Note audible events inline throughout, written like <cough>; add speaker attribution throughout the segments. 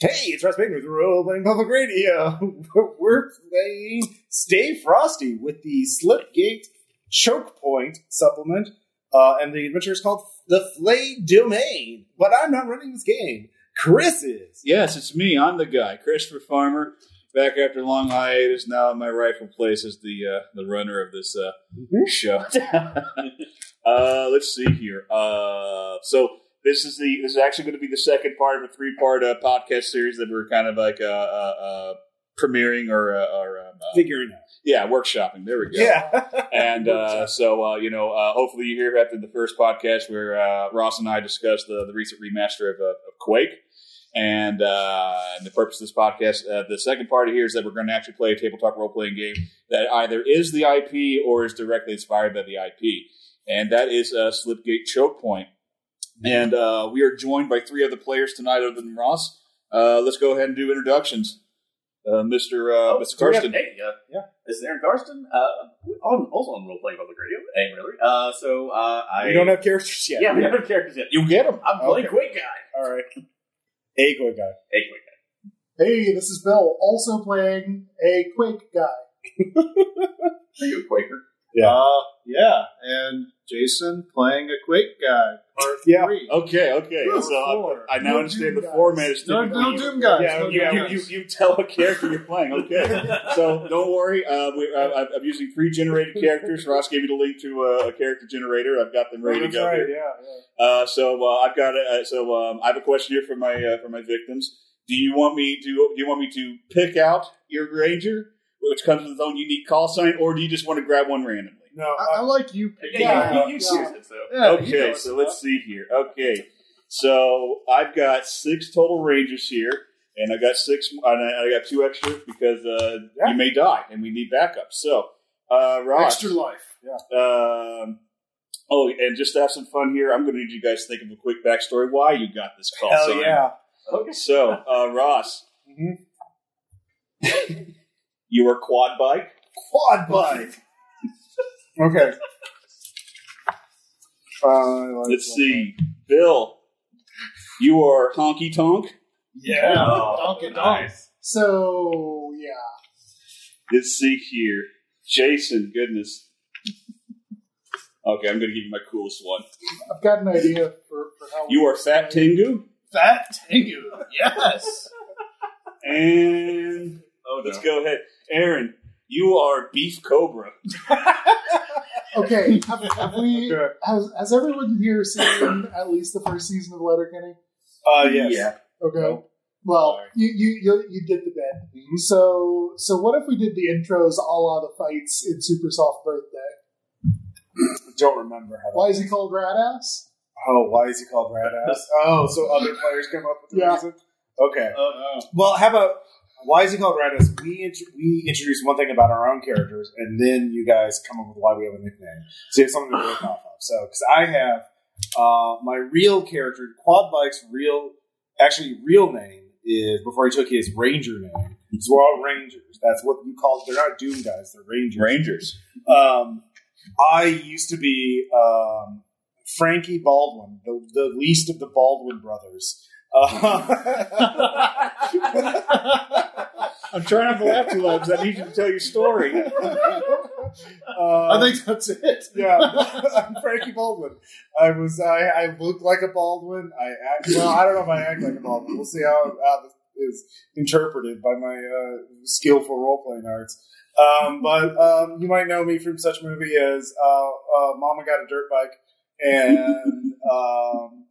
Speaker 1: Hey, it's Russ Bigman with Role Playing Public Radio. <laughs> We're playing Stay Frosty with the Slipgate Choke Point supplement, uh, and the adventure is called The Flay Domain. But I'm not running this game. Chris is.
Speaker 2: Yes, it's me. I'm the guy, Christopher Farmer. Back after a long hiatus, now in my rightful place as the uh, the runner of this uh,
Speaker 1: Mhm.
Speaker 2: show. <laughs> uh, let's see here. Uh, so this is the this is actually going to be the second part of a three part uh, podcast series that we're kind of like uh, uh, uh, premiering or, uh, or um, uh,
Speaker 1: Figuring out.
Speaker 2: yeah workshopping. There we go.
Speaker 1: Yeah. <laughs>
Speaker 2: And uh, so, uh, you know, uh, hopefully you hear after the first podcast where uh, Ross and I discussed the, the recent remaster of, uh, of Quake. And, uh, and the purpose of this podcast, uh, the second part of here is that we're going to actually play a tabletop role playing game that either is the IP or is directly inspired by the IP. And that is uh, Slipgate Choke Point. And uh, we are joined by three other players tonight other than Ross. Uh, let's go ahead and do introductions. Uh, Mr. Uh, Mr.
Speaker 3: so we have-
Speaker 2: Karsten.
Speaker 3: Hey, uh,
Speaker 1: Yeah.
Speaker 3: This is Aaron Karsten. Uh, on, also on Role Playing Public Radio. Hey, Miller. Uh, so uh, I.
Speaker 1: we don't have characters yet.
Speaker 3: Yeah, we don't have characters yet.
Speaker 2: You get him.
Speaker 3: I'm playing
Speaker 1: Okay.
Speaker 3: Quake Guy.
Speaker 1: All right. A quick guy.
Speaker 3: Hey, Quake Guy.
Speaker 4: Hey, this is Bill, also playing a Quake guy.
Speaker 3: Are you a Quaker?
Speaker 1: Yeah.
Speaker 4: Uh, yeah, and Jason playing a Quake guy. Part
Speaker 1: Yeah. uh,
Speaker 4: three.
Speaker 2: Okay, okay.
Speaker 4: Good
Speaker 2: So uh, I-
Speaker 4: lord.
Speaker 2: I, now
Speaker 4: No
Speaker 2: understand
Speaker 4: Doom
Speaker 2: the
Speaker 4: guys.
Speaker 2: format is
Speaker 4: No,
Speaker 2: typically
Speaker 4: no
Speaker 2: you,
Speaker 4: Doom guys.
Speaker 1: Yeah,
Speaker 4: no
Speaker 2: you,
Speaker 4: Doom
Speaker 2: you,
Speaker 4: guys.
Speaker 2: you, you tell a character you're playing. Okay.
Speaker 3: <laughs>
Speaker 2: So don't worry. Uh, we, I, I'm- I'm using pre-generated characters. Ross gave me the link to uh, a character generator. I've got them ready to
Speaker 1: That's
Speaker 2: go.
Speaker 1: right,
Speaker 2: here.
Speaker 1: yeah, yeah.
Speaker 2: Uh, so uh, I've got. A, uh, so um, I have a question here for my uh, for my victims. Do you want me to? Do you want me to pick out your ranger, which comes with its own unique call sign, or do you just want to grab one randomly?
Speaker 1: No,
Speaker 4: I, I
Speaker 1: uh,
Speaker 4: like you.
Speaker 3: Yeah,
Speaker 1: Yeah,
Speaker 3: you,
Speaker 1: yeah.
Speaker 3: you, you choose it, so.
Speaker 1: <laughs>
Speaker 4: Yeah, you know
Speaker 2: okay,
Speaker 4: us,
Speaker 2: so
Speaker 4: huh?
Speaker 2: let's see here. Okay, so I've got six total rangers here, and I got six, and I, I got two extra because uh,
Speaker 1: Yeah.
Speaker 2: you may die, and we need backup. So, uh, Ross,
Speaker 4: extra life. Yeah.
Speaker 2: um, oh, and just to have some fun here, I'm going to need you guys to think of a quick backstory why you got this call.
Speaker 1: hell
Speaker 2: sign.
Speaker 1: yeah.
Speaker 3: Okay.
Speaker 2: So, uh, Ross,
Speaker 1: Mhm.
Speaker 2: you were quad bike.
Speaker 1: Quad bike.
Speaker 4: <laughs>
Speaker 1: okay. Uh, I like
Speaker 2: Let's
Speaker 1: that.
Speaker 2: see, Bill, you are honky tonk.
Speaker 4: Yeah.
Speaker 3: Oh,
Speaker 4: Donkey Kong.
Speaker 3: nice.
Speaker 4: So yeah,
Speaker 2: Let's see here. Jason, goodness. Okay, I'm going to give you my coolest one.
Speaker 4: I've got an idea for, for how
Speaker 2: You are Fat Tengu,
Speaker 4: fat Tengu. Yes.
Speaker 2: and
Speaker 3: Oh, no.
Speaker 2: let's go ahead. Aaron, you are Beef Cobra.
Speaker 4: <laughs> okay. Have, have we?
Speaker 1: Okay.
Speaker 4: Has, has everyone here seen at least the first season of Letterkenny?
Speaker 1: Uh, yes.
Speaker 3: Yeah.
Speaker 4: Okay.
Speaker 1: No.
Speaker 4: Well,
Speaker 1: Sorry.
Speaker 4: you, you you you did the bit. So so what if we did the intros a la the fights in Super Soft Birthday?
Speaker 1: Don't remember how. That
Speaker 4: Why is he called Radass?
Speaker 1: Oh, why is he called Radass? Oh, so other players come up with the
Speaker 4: Yeah.
Speaker 1: reason. Okay.
Speaker 3: Oh, <laughs> no.
Speaker 1: Well, how about why is he called Radass? We int- we introduce one thing about our own characters, and then you guys come up with why we have a nickname. So you have something to work off of. So because I have uh, my real character, Quad Bike's real, actually real name is before he took his Ranger name. Because we're all Rangers. That's what you call. They're not Doom guys. They're Rangers.
Speaker 2: Rangers.
Speaker 1: Um, I used to be um, Frankie Baldwin, the, the least of the Baldwin brothers. <laughs> Uh,
Speaker 2: <laughs> I'm trying not to laugh too loud because I need you to tell your story.
Speaker 1: uh,
Speaker 4: I think that's it.
Speaker 1: yeah, <laughs> I'm Frankie Baldwin. I was I, I look like a Baldwin. I act well. I don't know if I act like a Baldwin. We'll see how, how this is interpreted by my uh, skillful role playing arts. Um, but um, you might know me from such movie as uh, uh, Mama Got a Dirt Bike <laughs> and um,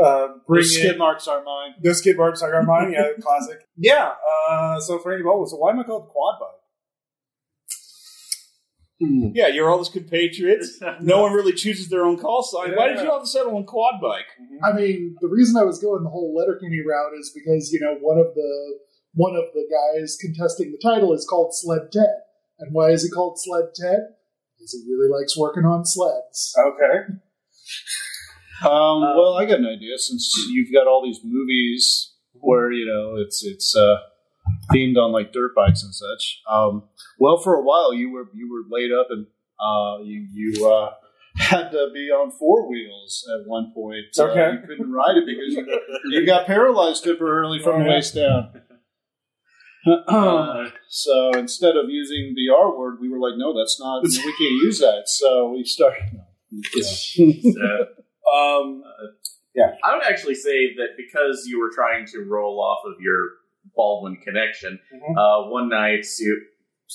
Speaker 1: uh, Bring
Speaker 4: Those
Speaker 1: It.
Speaker 4: marks are mine.
Speaker 1: The Skid Marks Like Armani, yeah, classic. <laughs> Yeah, uh, so Frankie Baldwin. So why am I called Quad Bike?
Speaker 2: Yeah, you're all those compatriots. No one really chooses their own call sign. Why did
Speaker 1: Yeah.
Speaker 2: you all of a sudden on quad bike?
Speaker 1: Mm-hmm.
Speaker 4: I mean, the reason I was going the whole Letterkenny route is because you know one of the one of the guys contesting the title is called Sled Ted, and why is he called Sled Ted? Because he really likes working on sleds.
Speaker 1: Okay.
Speaker 5: Um,
Speaker 1: Uh,
Speaker 3: Um,
Speaker 5: well, I got an idea since you've got all these movies where you know it's it's uh, themed on like dirt bikes and such. Um, well, for a while you were you were laid up and uh, you you uh, had to be on four wheels at one point. Uh,
Speaker 1: Okay.
Speaker 5: you couldn't ride it because you got, you got paralyzed temporarily from the
Speaker 1: Yeah.
Speaker 5: waist down.
Speaker 3: Uh,
Speaker 5: so instead of using the R word, we were like, no, that's not, we can't use that. So we started.
Speaker 3: So, um,
Speaker 1: Yeah.
Speaker 3: I would actually say that because you were trying to roll off of your Baldwin connection,
Speaker 1: Mhm.
Speaker 3: uh, one night, you,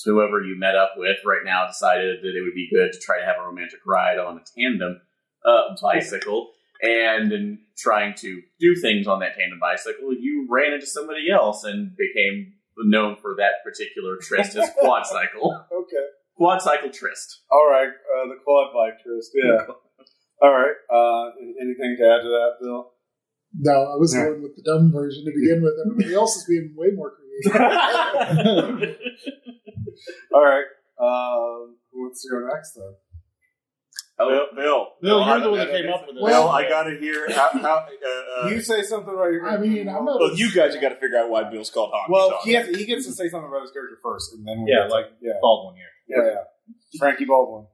Speaker 3: whoever you met up with right now decided that it would be good to try to have a romantic ride on a tandem uh, bicycle. And in trying to do things on that tandem bicycle, you ran into somebody else and became known for that particular tryst as quad cycle.
Speaker 1: Okay.
Speaker 3: Quad cycle tryst.
Speaker 1: All right. Uh, the quad bike twist. Yeah. <laughs> All right. Uh, anything to add to that, Bill?
Speaker 4: No, I was
Speaker 1: Yeah.
Speaker 4: going with the dumb version to begin with. Everybody else is being way more
Speaker 1: <laughs>
Speaker 4: creative.
Speaker 1: All right. Um, who wants to go next then?
Speaker 2: Bill, Bill,
Speaker 5: Bill,
Speaker 2: I-
Speaker 5: you're the one that
Speaker 2: I-
Speaker 5: came up with it.
Speaker 2: Bill, I got to hear how. how uh, uh,
Speaker 1: you say something about your.
Speaker 4: I mean, I'm not.
Speaker 2: well, you guys have got to figure out why Bill's called Honky.
Speaker 1: Well,
Speaker 2: Tonk.
Speaker 1: he has, he gets to say something about his character first, and then we
Speaker 5: Yeah,
Speaker 1: get to-
Speaker 5: like-
Speaker 1: yeah,
Speaker 5: Baldwin here.
Speaker 1: yeah, yeah. Frankie Baldwin.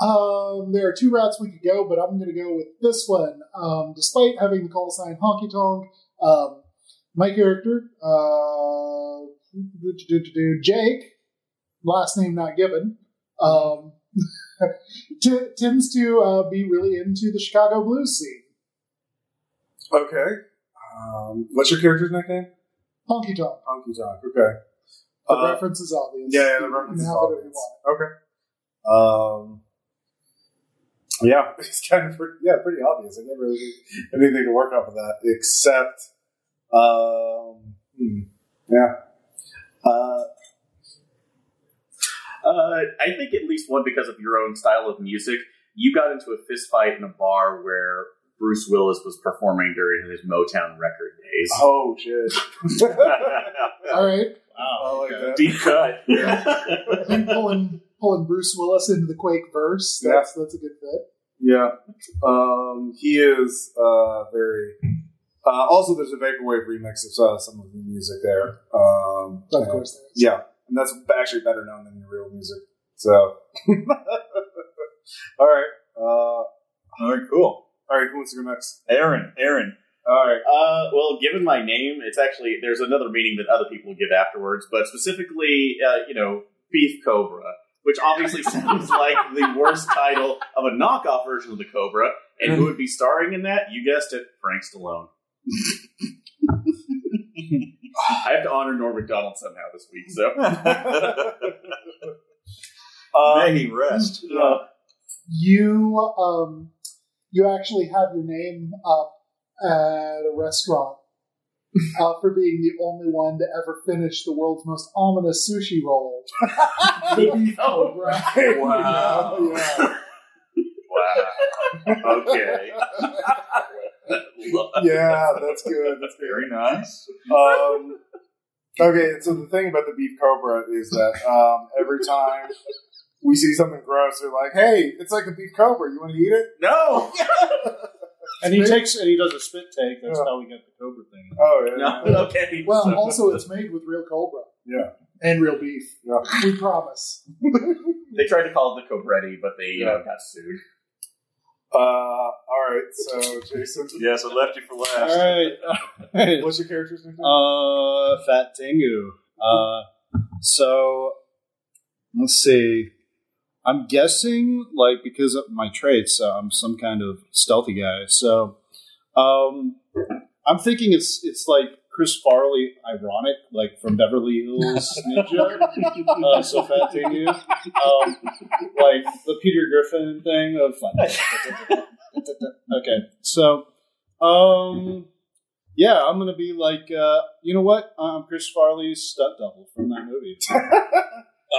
Speaker 4: Um, there are two routes we could go, but I'm going to go with this one. Um, despite having the call sign Honky Tonk, um, my character, uh, Jake, last name not given, um, <laughs> t- tends to uh, be really into the Chicago blues scene.
Speaker 1: Okay. Um, what's your character's nickname?
Speaker 4: Honky Tonk.
Speaker 1: Honky Tonk. Okay.
Speaker 4: The
Speaker 1: Uh,
Speaker 4: reference is obvious.
Speaker 1: yeah, yeah,
Speaker 4: You
Speaker 1: the
Speaker 4: can
Speaker 1: reference is
Speaker 4: have whatever you
Speaker 1: obvious.
Speaker 4: want.
Speaker 1: Okay. Um. Yeah, <laughs> it's kind of pretty, yeah, pretty obvious. I can't really think of anything to work off of that except, um, hmm, yeah. Uh,
Speaker 3: Uh, I think at least one because of your own style of music. You got into a fist fight in a bar where Bruce Willis was performing during his Motown record days.
Speaker 1: oh shit! <laughs>
Speaker 2: <laughs>
Speaker 4: All right.
Speaker 1: I like that.
Speaker 2: Deep cut.
Speaker 4: I think pulling pulling Bruce Willis into the Quake verse.
Speaker 1: Yeah.
Speaker 4: That's that's a good fit.
Speaker 1: Yeah. Um, he is uh, very. Uh, also, there's a Vapor Wave remix of uh, some of the music there. Um,
Speaker 4: Of
Speaker 1: and-
Speaker 4: course, there is.
Speaker 1: Yeah, and that's actually better known than your real music. So. <laughs> all right. Uh, all
Speaker 2: All right, cool.
Speaker 1: right, who wants to go next?
Speaker 2: Aaron, Aaron.
Speaker 1: All right.
Speaker 3: Uh, well, given my name, it's actually there's another meaning that other people give afterwards, but specifically, uh, you know, Beef Cobra, which obviously sounds like the worst title of a knockoff version of the Cobra, and who would be starring in that? You guessed it, Frank Stallone. <laughs> I have to honor Norm McDonald somehow this week, so
Speaker 2: Um,
Speaker 1: Uh,
Speaker 2: May he rest.
Speaker 1: yeah.
Speaker 4: You um you actually have your name up at a restaurant uh, for being the only one to ever finish the world's most ominous sushi
Speaker 1: <laughs>
Speaker 4: roll. The beef cobra.
Speaker 3: Wow.
Speaker 1: yeah.
Speaker 3: wow. Okay.
Speaker 1: yeah, that's good. That's good.
Speaker 2: Very nice.
Speaker 1: <laughs> Um, okay, so the thing about the beef cobra is that um, every time we see something gross, they're like, "Hey, it's like a beef cobra. You want to eat it?"
Speaker 3: no.
Speaker 5: And he
Speaker 4: Spit-
Speaker 5: takes and he does a spit take. That's
Speaker 1: Yeah.
Speaker 5: how we got the Cobra thing.
Speaker 1: Oh yeah.
Speaker 3: No. <laughs>
Speaker 1: yeah.
Speaker 3: Okay.
Speaker 4: Well, also it's made with real cobra.
Speaker 1: Yeah.
Speaker 4: And real beef.
Speaker 1: Yeah.
Speaker 4: We promise.
Speaker 3: they tried to call it the Cobretti, but they you know got sued.
Speaker 1: Uh, all right. So Jason,
Speaker 2: Yes, I left you for last.
Speaker 5: All right.
Speaker 1: what's your character's name?
Speaker 5: Uh, Fat Tengu. Uh, so let's see. I'm guessing, like, because of my traits, uh, I'm some kind of stealthy guy. So, um, I'm thinking it's it's like Chris Farley, ironic, like from Beverly Hills Ninja. uh, so
Speaker 3: <laughs>
Speaker 5: Fat Tengu, um, like the Peter Griffin thing of like. okay, so, um. Yeah, I'm gonna be like, uh, you know what? I'm Chris Farley's stunt double from that movie.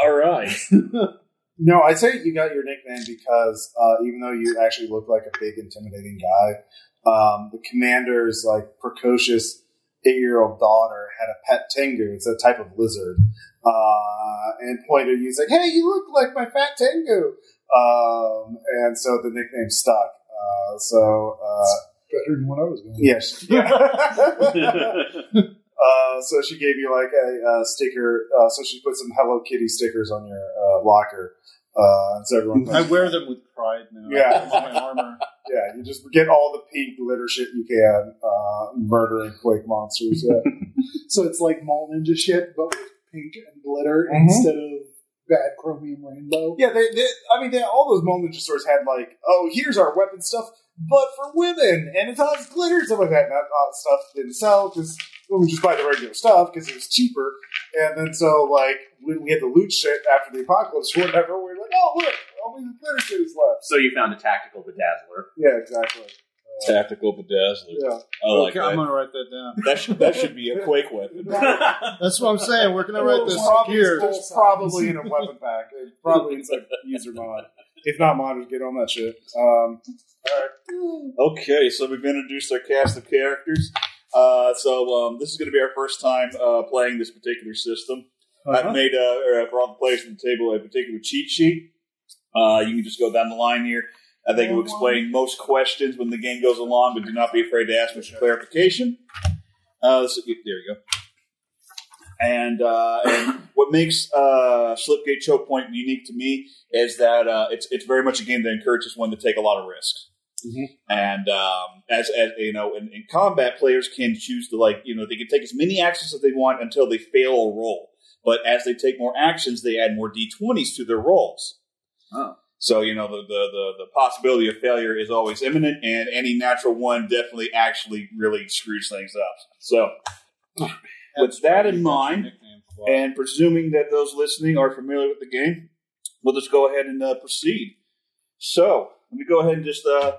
Speaker 2: All right.
Speaker 1: No, I'd say you got your nickname because uh, even though you actually look like a big, intimidating guy, um, the commander's like precocious eight-year-old daughter had a pet tengu. It's a type of lizard, uh, and pointed. He's like, "Hey, you look like my fat tengu," um, and so the nickname stuck. Uh, so uh,
Speaker 4: Better than what I was going.
Speaker 1: yes, <laughs> Uh, so she gave you like a, uh sticker. Uh, so she put some Hello Kitty stickers on your uh, locker Uh, so everyone
Speaker 5: I
Speaker 1: plays.
Speaker 5: wear them with pride now.
Speaker 1: Yeah.
Speaker 5: It's my armor.
Speaker 1: Yeah, you just get all the pink glitter shit you can, uh, murdering Quake monsters. Yeah.
Speaker 4: So it's like mall ninja shit, but with pink and glitter
Speaker 1: Mhm.
Speaker 4: instead of bad chromium rainbow.
Speaker 1: yeah, they, they, I mean, they, all those Mole Ninja stores had, like, oh, here's our weapon stuff, but for women, and it has glitter, stuff like that. And that uh, stuff didn't sell because women just buy the regular stuff because it was cheaper. And then so, like, when we had the loot shit after the apocalypse, or whatever, we were like, oh, look, only the glitter shit is left.
Speaker 3: So you found a tactical bedazzler.
Speaker 1: Yeah, exactly.
Speaker 2: <laughs>
Speaker 1: Uh,
Speaker 2: Tactical bedazzler.
Speaker 1: Yeah.
Speaker 2: I like
Speaker 5: okay, I'm
Speaker 2: that.
Speaker 5: gonna write that down.
Speaker 2: That should, that should be a Quake weapon.
Speaker 5: That's what I'm saying. We're
Speaker 1: <laughs>
Speaker 5: gonna write this
Speaker 1: Probably-
Speaker 5: here.
Speaker 1: it's probably in a weapon pack. It probably it's a user mod. If not modders, get on that shit. Um,
Speaker 2: Okay, so we've introduced our cast of characters. Uh, so um, this is going to be our first time uh, playing this particular system. I've made uh, or I've brought the players to the table a particular cheat sheet. Uh, you can just go down the line here. I think it will explain most questions when the game goes along, but do not be afraid to ask for some clarification. Uh, so, there we go. And, uh, and what makes uh, Slipgate Choke Point unique to me is that uh, it's it's very much a game that encourages one to take a lot of risks. And um, as, as you know, in, in combat, players can choose to like you know they can take as many actions as they want until they fail a roll. But as they take more actions, they add more d20s to their rolls.
Speaker 3: Oh.
Speaker 2: So you know the, the the the possibility of failure is always imminent, and any natural one definitely actually really screws things up. So with that in mind, and presuming that those listening are familiar with the game, we'll just go ahead and uh, proceed. So let me go ahead and just, uh,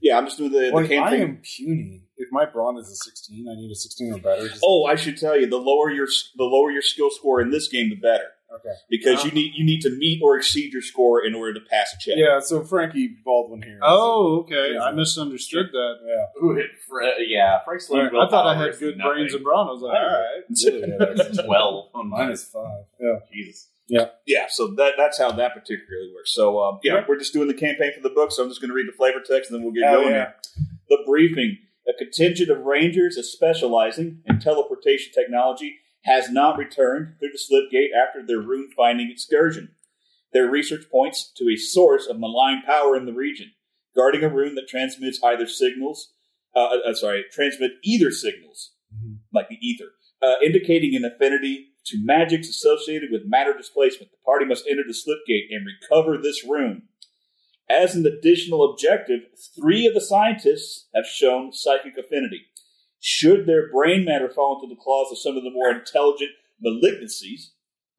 Speaker 2: yeah, I'm just doing the, the
Speaker 1: like,
Speaker 2: cam
Speaker 1: I
Speaker 2: thing.
Speaker 1: am puny. If my brawn is a 16, I need a 16 or better. Just-
Speaker 2: Oh, I should tell you, the lower your the lower your skill score in this game, the better,
Speaker 1: Okay.
Speaker 2: because
Speaker 1: Uh-huh.
Speaker 2: you need you need to meet or exceed your score in order to pass a check.
Speaker 1: Yeah, so Frankie Baldwin here.
Speaker 5: Oh, okay. I misunderstood that.
Speaker 1: Yeah.
Speaker 3: Ooh, it, Fre- yeah, Frank's
Speaker 5: All right,
Speaker 3: willpower
Speaker 5: I thought I had
Speaker 3: is
Speaker 5: good
Speaker 3: nothing.
Speaker 5: brains and brawn. I was like, all right.
Speaker 1: Really, <laughs> yeah, that's-
Speaker 3: Twelve on mine.
Speaker 1: Minus five. Yeah.
Speaker 3: Jesus.
Speaker 2: yeah, so that that's how that particularly works. So um, yeah, we're just doing the campaign for the book, so I'm just going to read the flavor text and then we'll get
Speaker 1: Oh, yeah.
Speaker 2: going. here. The briefing: A contingent of rangers is specializing in teleportation technology has not returned through the slip gate after their rune finding excursion. Their research points to a source of malign power in the region, guarding a rune that transmits either signals. Uh, uh, sorry, transmit either signals, like the ether uh, indicating an affinity to magics associated with matter displacement. The party must enter the slipgate and recover this rune. As an additional objective, three of the scientists have shown psychic affinity. Should their brain matter fall into the claws of some of the more intelligent malignancies,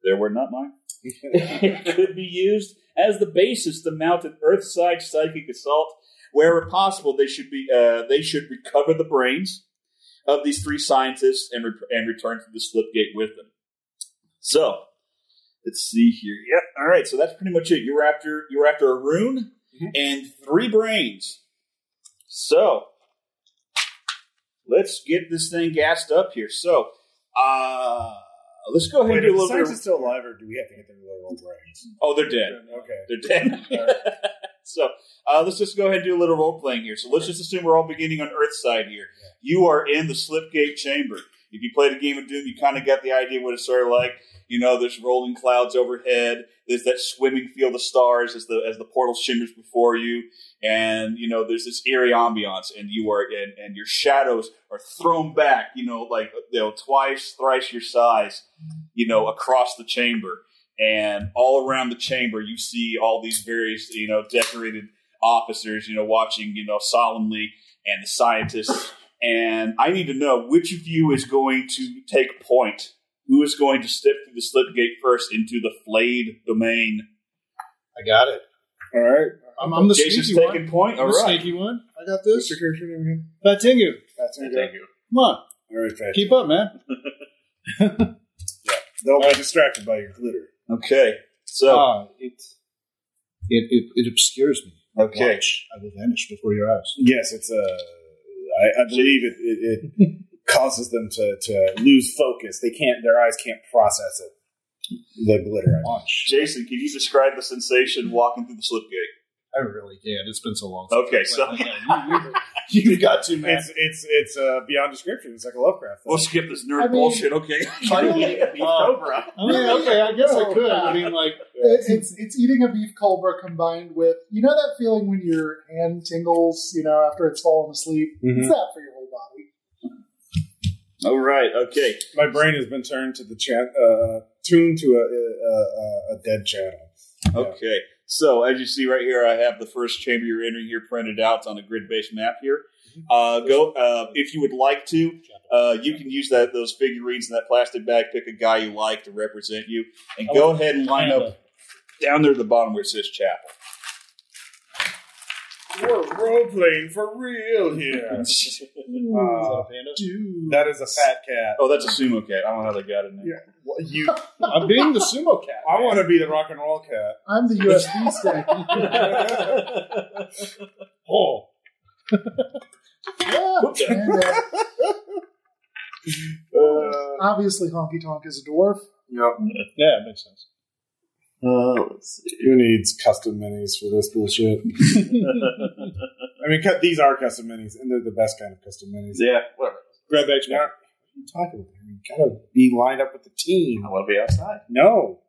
Speaker 2: there were not mine, it could be used as the basis to mount an earthside psychic assault. Wherever possible, they should be uh, they should recover the brains of these three scientists and, re- and return to the slipgate with them. So let's see here. Yep. All right. So that's pretty much it. You're after you're after a rune and three brains. So let's get this thing gassed up here. So uh let's go ahead
Speaker 1: Wait, are
Speaker 2: and do a
Speaker 1: the
Speaker 2: little bit.
Speaker 1: scientists
Speaker 2: Of,
Speaker 1: still alive, or do we have to get their little old brains?
Speaker 2: oh, they're dead.
Speaker 1: Okay.
Speaker 2: They're dead. <laughs> so uh, let's just go ahead and do a little role playing here. So let's just assume we're all beginning on Earth side here. You are in the Slipgate Chamber. If you played a game of Doom, you kind of got the idea what it's sort of like. You know, there's rolling clouds overhead. There's that swimming field of stars as the as the portal shimmers before you, and you know there's this eerie ambiance, and you are and, and your shadows are thrown back. You know, like you know, twice, thrice your size. You know, across the chamber and all around the chamber you see all these various you know decorated officers you know watching you know solemnly and the scientists and i need to know which of you is going to take point who is going to step through the slip gate first into the flayed domain
Speaker 5: I got it.
Speaker 1: All right.
Speaker 5: I'm, I'm the
Speaker 2: jason's
Speaker 5: sneaky one.
Speaker 2: taking point
Speaker 5: I'm
Speaker 2: all
Speaker 5: the
Speaker 2: right
Speaker 5: sneaky one. I got this.
Speaker 1: What's your character name again?
Speaker 5: Batingu.
Speaker 1: That's
Speaker 3: Thank
Speaker 1: okay.
Speaker 3: you.
Speaker 5: Come on.
Speaker 1: All right, Patrick.
Speaker 5: Keep up, man.
Speaker 1: Don't be distracted by your glitter.
Speaker 2: okay so
Speaker 5: Ah, it, it, it, it obscures me.
Speaker 2: okay
Speaker 5: Watch. I will vanish before your eyes.
Speaker 1: Yes, it's Uh, I, I believe it. It,
Speaker 2: <laughs>
Speaker 1: it causes them to, to lose focus. They can't. Their eyes can't process it. The glitter. I mean.
Speaker 5: Watch.
Speaker 2: jason can you describe the sensation walking through the slip gate
Speaker 5: I really can't. It's been so long.
Speaker 2: Okay,
Speaker 5: since
Speaker 2: so-
Speaker 5: I played that game. You- you- you've got to, man.
Speaker 1: It's it's it's uh, beyond description. It's like a Lovecraft.
Speaker 2: We'll
Speaker 1: Thing.
Speaker 2: skip this nerd
Speaker 4: I mean-
Speaker 2: bullshit, okay? <laughs>
Speaker 3: Finally,
Speaker 5: Really?
Speaker 3: beat Cobra.
Speaker 5: I mean, okay, I guess
Speaker 2: Oh,
Speaker 5: I could. I mean, like,
Speaker 4: It's, it's it's eating a beef cobra combined with you know that feeling when your hand tingles, you know, after it's fallen asleep.
Speaker 1: Mm-hmm.
Speaker 2: Mm-hmm.
Speaker 4: It's that for your whole body.
Speaker 2: All right, okay.
Speaker 1: My brain has been turned to the chan- uh, tuned to a, a, a, a dead channel.
Speaker 2: Okay. So as you see right here, I have the first chamber you're entering here printed out on a grid-based map here.
Speaker 1: Mm-hmm.
Speaker 2: Uh, go uh, if you would like to. Uh, you can use that those figurines in that plastic bag. Pick a guy you like to represent you, and go ahead and line up down there at the bottom where it says chapel.
Speaker 1: We're role playing for real <laughs>
Speaker 2: <laughs>
Speaker 1: here. Uh,
Speaker 4: Dude,
Speaker 1: that is a fat cat.
Speaker 2: Oh, that's a sumo cat. I don't know how they got in there.
Speaker 1: Yeah. Well, You,
Speaker 5: I'm being the sumo cat.
Speaker 1: I want to be the rock and roll cat.
Speaker 4: <laughs>
Speaker 1: <laughs>
Speaker 4: I'm the USB stick.
Speaker 5: <laughs> Oh,
Speaker 4: Yeah.
Speaker 2: What the-
Speaker 4: <laughs> And, uh,
Speaker 1: Uh,
Speaker 4: obviously, Honky Tonk is a dwarf.
Speaker 5: yeah, it makes sense.
Speaker 1: uh, Who needs custom minis for this bullshit?
Speaker 5: <laughs>
Speaker 1: I mean, cut, these are custom minis, and they're the best kind of custom minis.
Speaker 2: Yeah, whatever.
Speaker 5: Grab back,
Speaker 1: Yeah. What are you talking about? You gotta be lined up with the team.
Speaker 3: I want to be outside.
Speaker 1: No.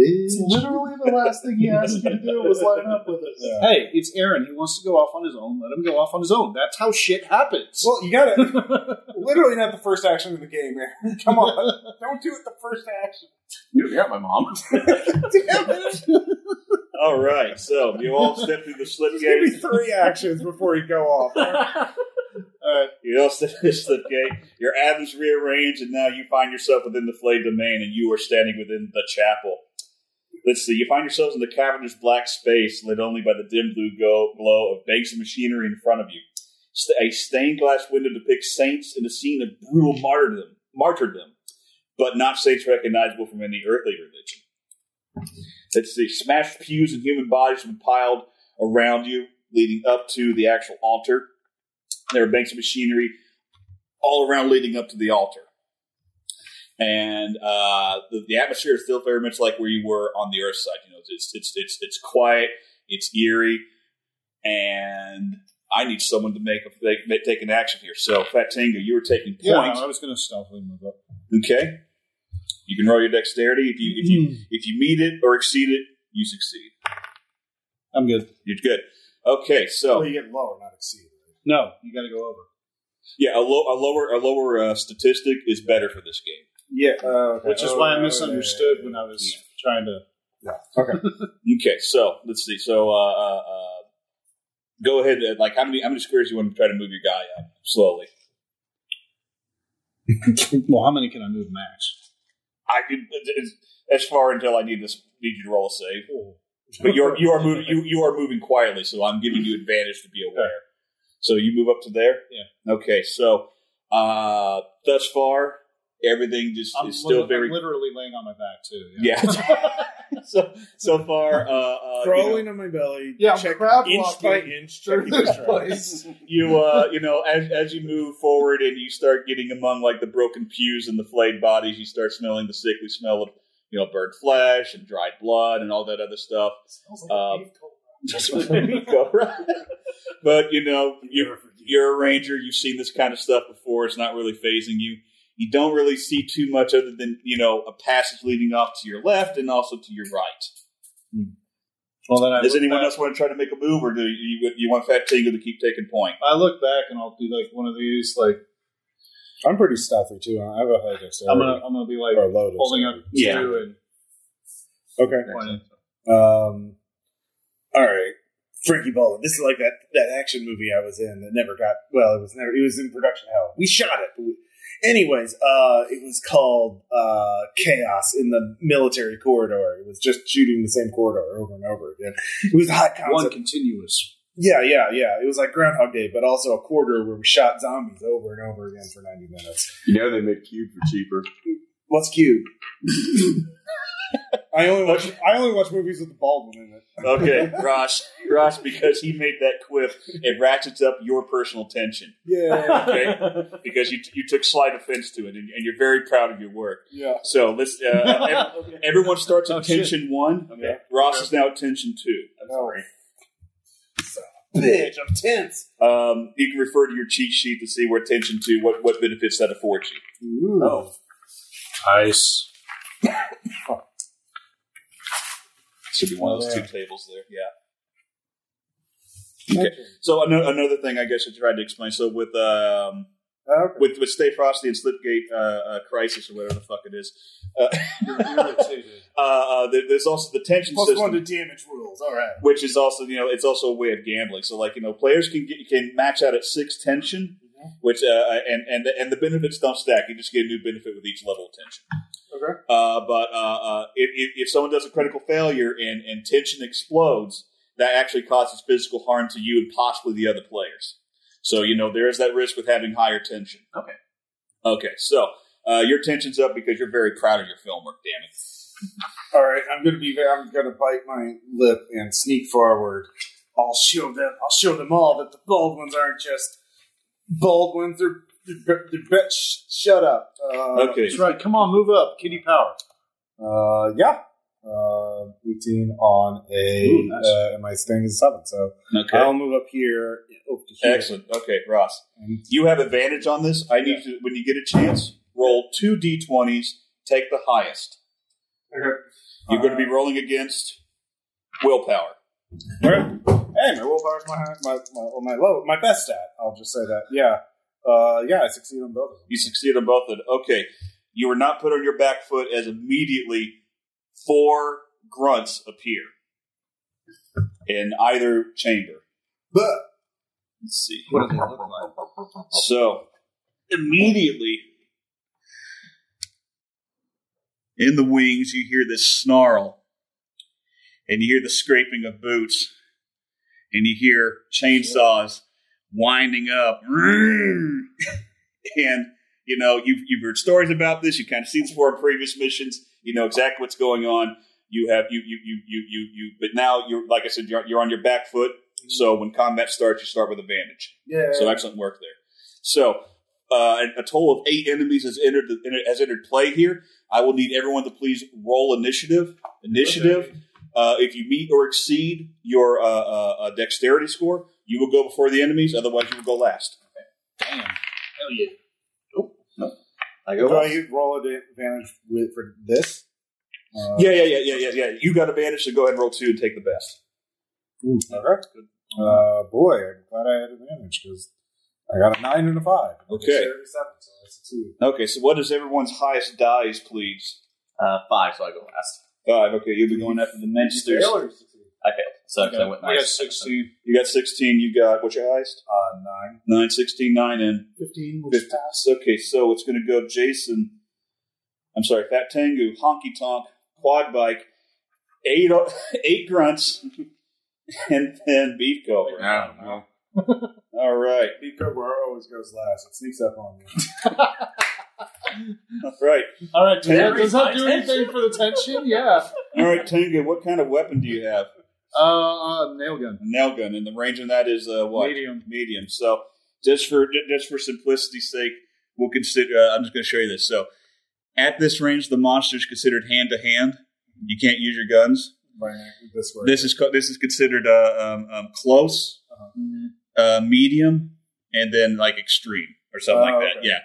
Speaker 4: It's literally the last thing he asked you to do was line up with us.
Speaker 1: Yeah.
Speaker 5: Hey, it's Aaron. He wants to go off on his own. Let him go off on his own. That's how shit happens.
Speaker 1: Well, you
Speaker 5: <laughs>
Speaker 1: gotta. literally not the first action of the game, man. <laughs> Come on. Don't do it the first action.
Speaker 3: You got my mom.
Speaker 1: Damn it.
Speaker 2: All right. So you all step through the slip
Speaker 1: Give me
Speaker 2: gate.
Speaker 1: three actions before you go off.
Speaker 2: You <laughs> all step through the slip gate. Your atoms rearrange, and now you find yourself within the flayed domain, and you are standing within the chapel. Let's see. You find yourselves in the cavernous black space, lit only by the dim blue go- glow of banks of machinery in front of you. St- a stained glass window depicts saints in a scene of brutal martyrdom, martyrdom, but not saints recognizable from any earthly religion. Let's see. Smashed pews and human bodies have been piled around you, leading up to the actual altar. There are banks of machinery all around leading up to the altar. And uh, the, the atmosphere is still very much like where you were on the Earth side. You know, it's it's it's it's quiet, it's eerie, and I need someone to make a make, make, take an action here. So, Fatinga, you were taking
Speaker 5: yeah,
Speaker 2: points.
Speaker 5: I was going to stealthily move up.
Speaker 2: Okay, you can roll your dexterity. If you if
Speaker 1: Hmm.
Speaker 2: you if you meet it or exceed it, you succeed.
Speaker 5: I'm good.
Speaker 2: You're good. Okay, so
Speaker 1: Well, you get lower, not exceed.
Speaker 5: No, you got to go over.
Speaker 2: yeah, a, low, a lower a lower uh, statistic is better for this game.
Speaker 1: Yeah.
Speaker 5: <laughs> Which is why I misunderstood when I was
Speaker 2: Yeah.
Speaker 5: trying to.
Speaker 2: Okay, so let's see. So uh, uh, uh, go ahead. And, like, how many how many squares you want to try to move your guy up slowly?
Speaker 5: <laughs> Well, how many can I move max?
Speaker 2: I could it's- as far until I need this need you to roll a save. But you're you are moving you, you are moving quietly, so I'm giving you advantage to be aware. So you move up to there. Yeah. Okay. So uh, thus far, everything just
Speaker 5: I'm
Speaker 2: is still
Speaker 5: lit-
Speaker 2: very
Speaker 5: I'm literally laying on my back too.
Speaker 2: yeah.
Speaker 5: <laughs>
Speaker 2: <laughs> so so far, uh, uh, you know-
Speaker 1: Crawling on my belly.
Speaker 4: Yeah, I'm
Speaker 1: check
Speaker 4: crab
Speaker 1: inch by
Speaker 4: walking
Speaker 1: inch.
Speaker 4: through
Speaker 1: Checking
Speaker 4: this
Speaker 1: the track.
Speaker 4: place.
Speaker 2: you uh you know as as you move forward and you start getting among like the broken pews and the flayed bodies you start smelling the sickly smell of you know burnt flesh and dried blood and all that other stuff <laughs> Um,
Speaker 4: Smells like beef cobra.
Speaker 2: Just let me go, right? but you know you're you're a ranger you've seen this kind of stuff before it's not really phasing you you don't really see too much other than you know a passage leading off to your left and also to your right
Speaker 5: Well, then I
Speaker 2: does
Speaker 5: look
Speaker 2: anyone
Speaker 5: back-
Speaker 2: else want to try to make a move or do you you want fat tingle to keep taking point
Speaker 5: I look back and I'll do like one of these. Like
Speaker 1: I'm pretty stealthy too. I have a high dexterity.
Speaker 5: I'm gonna, I'm gonna be like
Speaker 1: or low
Speaker 5: holding up
Speaker 1: dexterity.
Speaker 5: two
Speaker 2: Yeah.
Speaker 5: and
Speaker 1: Okay.
Speaker 5: pointing.
Speaker 1: Um, all right, Frankie Ballin. This is like that that action movie I was in that never got well. It was never. It was in production hell. We shot it. But we, anyways, uh, it was called uh, Chaos in the Military Corridor. It was just shooting the same corridor over and over again. It was a hot
Speaker 5: one
Speaker 1: concept.
Speaker 5: continuous.
Speaker 1: Yeah, yeah, yeah. It was like Groundhog Day, but also a corridor where we shot zombies over and over again for ninety minutes.
Speaker 3: You know they make cube for cheaper.
Speaker 1: What's cute? I only watch I only watch movies with the bald one in it.
Speaker 2: Okay, Ross. Ross, because he made that quip, it ratchets up your personal tension.
Speaker 1: Yeah, <laughs>
Speaker 2: Okay, because you you took slight offense to it, and, and you're very proud of your work.
Speaker 1: yeah.
Speaker 2: So let's.
Speaker 1: <laughs>
Speaker 2: Uh, ev- everyone starts at
Speaker 5: Oh, shit.
Speaker 2: tension one.
Speaker 1: Okay. Oh.
Speaker 2: Ross is now at tension two.
Speaker 1: No. Bitch, I'm tense.
Speaker 2: Um, you can refer to your cheat sheet to see what attention to what, what benefits that affords you.
Speaker 1: Ooh.
Speaker 5: <laughs> Oh. Ice.
Speaker 2: Should be one
Speaker 1: Oh,
Speaker 2: of those two tables there. Yeah. So ano- another thing, I guess, I tried to explain. So with um,
Speaker 1: Okay.
Speaker 2: with with Stay Frosty and Slipgate uh, uh, Crisis or whatever the fuck it is, uh, <laughs> uh, uh, there, there's also the tension
Speaker 1: Plus
Speaker 2: system.
Speaker 1: one to damage rules. All right.
Speaker 2: which is also you know it's also a way of gambling. So like you know players can get, can max out at six tension, which uh, and and and the benefits don't stack. You just get a new benefit with each level of tension.
Speaker 1: Okay.
Speaker 2: Uh, but uh, uh, if, if if someone does a critical failure and and tension explodes, that actually causes physical harm to you and possibly the other players. So you know there is that risk with having higher tension.
Speaker 3: Okay.
Speaker 2: Okay. So. Uh, your tension's up because you're very proud of your film work, damn it.
Speaker 1: All right. I'm gonna be. ve- I'm gonna bite my lip and sneak forward. I'll show them. I'll show them all that the bald ones aren't just bald ones. They're, they're, they're, bet- sh- shut up. Uh,
Speaker 2: Okay.
Speaker 5: That's right. Come on, move up. Kitty power.
Speaker 1: Uh, yeah. Uh, 18 on a.
Speaker 2: Ooh, nice.
Speaker 1: uh, and my staying is seven, so
Speaker 2: Okay.
Speaker 1: I'll move up here. Up to here.
Speaker 2: Excellent. Okay, Ross.
Speaker 1: Mhm.
Speaker 2: You have advantage on this. I need you to, when you get a chance, roll two d20s, take the highest.
Speaker 1: Okay.
Speaker 2: You're going to be rolling against willpower.
Speaker 1: Hey, my willpower's my high, my my, well, my low, my best stat. I'll just say that. Yeah. Uh, yeah, I succeed on both. of them.
Speaker 2: You succeed on both of them. Okay. You are not put on your back foot as immediately four grunts appear in either chamber.
Speaker 1: But
Speaker 2: Let's see.
Speaker 5: What do they look like?
Speaker 2: So immediately in the wings, you hear this snarl, and you hear the scraping of boots, and you hear chainsaws winding up. <laughs> and you know you've you've heard stories about this. You kind of seen this before in previous missions. You know exactly what's going on. You have you you you you you you. But now you're like I said, you're, you're on your back foot. So when combat starts, you start with advantage.
Speaker 1: yeah,
Speaker 2: So excellent work there. So uh, a a total of eight enemies has entered the, enter- has entered play here. I will need everyone to please roll initiative. Initiative. Uh, if you meet or exceed your uh, uh, uh, dexterity score, you will go before the enemies. Otherwise, you will go last.
Speaker 3: I
Speaker 1: do
Speaker 3: go.
Speaker 1: I roll an advantage with, for this? Uh,
Speaker 2: Yeah, yeah, yeah, yeah, yeah, yeah. You got advantage, so go ahead and roll two and take the best.
Speaker 1: Okay. Uh, boy, I'm glad I had advantage because I got a nine and a five.
Speaker 2: Okay.
Speaker 1: Dexterity Seven, so I succeed.
Speaker 2: Okay. So what is everyone's highest dies, please?
Speaker 3: Uh, five, so I go last.
Speaker 2: Five. Okay, you'll be going after the minsters.
Speaker 1: Fail or succeed?
Speaker 3: I failed. So 'cause I went
Speaker 5: I got
Speaker 3: last.
Speaker 5: 16.
Speaker 2: You got sixteen. You got what's your highest?
Speaker 1: Uh, nine.
Speaker 2: Nine, sixteen, nine, and
Speaker 4: 15, which
Speaker 2: Fifth.
Speaker 4: passed.
Speaker 2: Okay, so it's going to go Jason. I'm sorry, Fat Tengu, Honky Tonk, Quad Bike, eight <laughs> eight grunts, <laughs> and then Beef Cobra.
Speaker 3: Yeah,
Speaker 5: well.
Speaker 2: All right,
Speaker 1: Beat Cobra always goes last. It sneaks up on me. <laughs>
Speaker 2: all right,
Speaker 4: All right, does that,
Speaker 3: Terry,
Speaker 4: does that
Speaker 3: my
Speaker 4: do
Speaker 3: tension?
Speaker 4: anything for the
Speaker 5: <laughs>
Speaker 4: tension? Yeah.
Speaker 2: all right, Tengu. What kind of weapon do you have?
Speaker 5: Uh, uh, nail gun.
Speaker 2: A nail gun, and the range on that is uh, what?
Speaker 5: Medium.
Speaker 2: Medium. So just for ju- just for simplicity's sake, we'll consider. Uh, I'm just going to show you this. So at this range, the monster is considered hand to hand. You can't use your guns.
Speaker 1: Right, this way.
Speaker 2: This is co- this is considered uh, um, um, close,
Speaker 5: Mm-hmm.
Speaker 2: uh, medium, and then like extreme or something
Speaker 1: Oh,
Speaker 2: like that.
Speaker 1: okay.
Speaker 2: Yeah.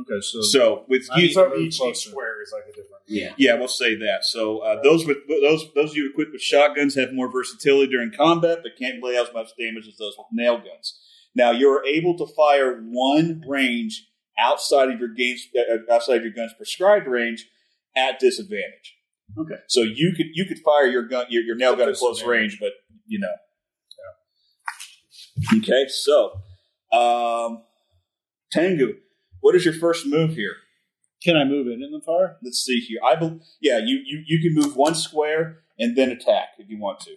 Speaker 5: Okay, so.
Speaker 2: So with
Speaker 5: I
Speaker 2: you,
Speaker 5: mean-
Speaker 1: so
Speaker 5: Move
Speaker 1: each, each
Speaker 5: closer.
Speaker 1: square is like a different.
Speaker 2: yeah, we'll say that. So uh, those with those those of you equipped with shotguns have more versatility during combat, but can't lay out as much damage as those with nail guns. Now you're able to fire one range outside of your games uh, outside of your gun's prescribed range at disadvantage.
Speaker 3: Okay.
Speaker 2: So you could you could fire your gun your, your nail gun at close range, but you know. Okay, so um, Tengu, what is your first move here?
Speaker 5: Can I move in in the fire?
Speaker 2: Let's see here. I bel yeah, you, you you can move one square and then attack if you want to.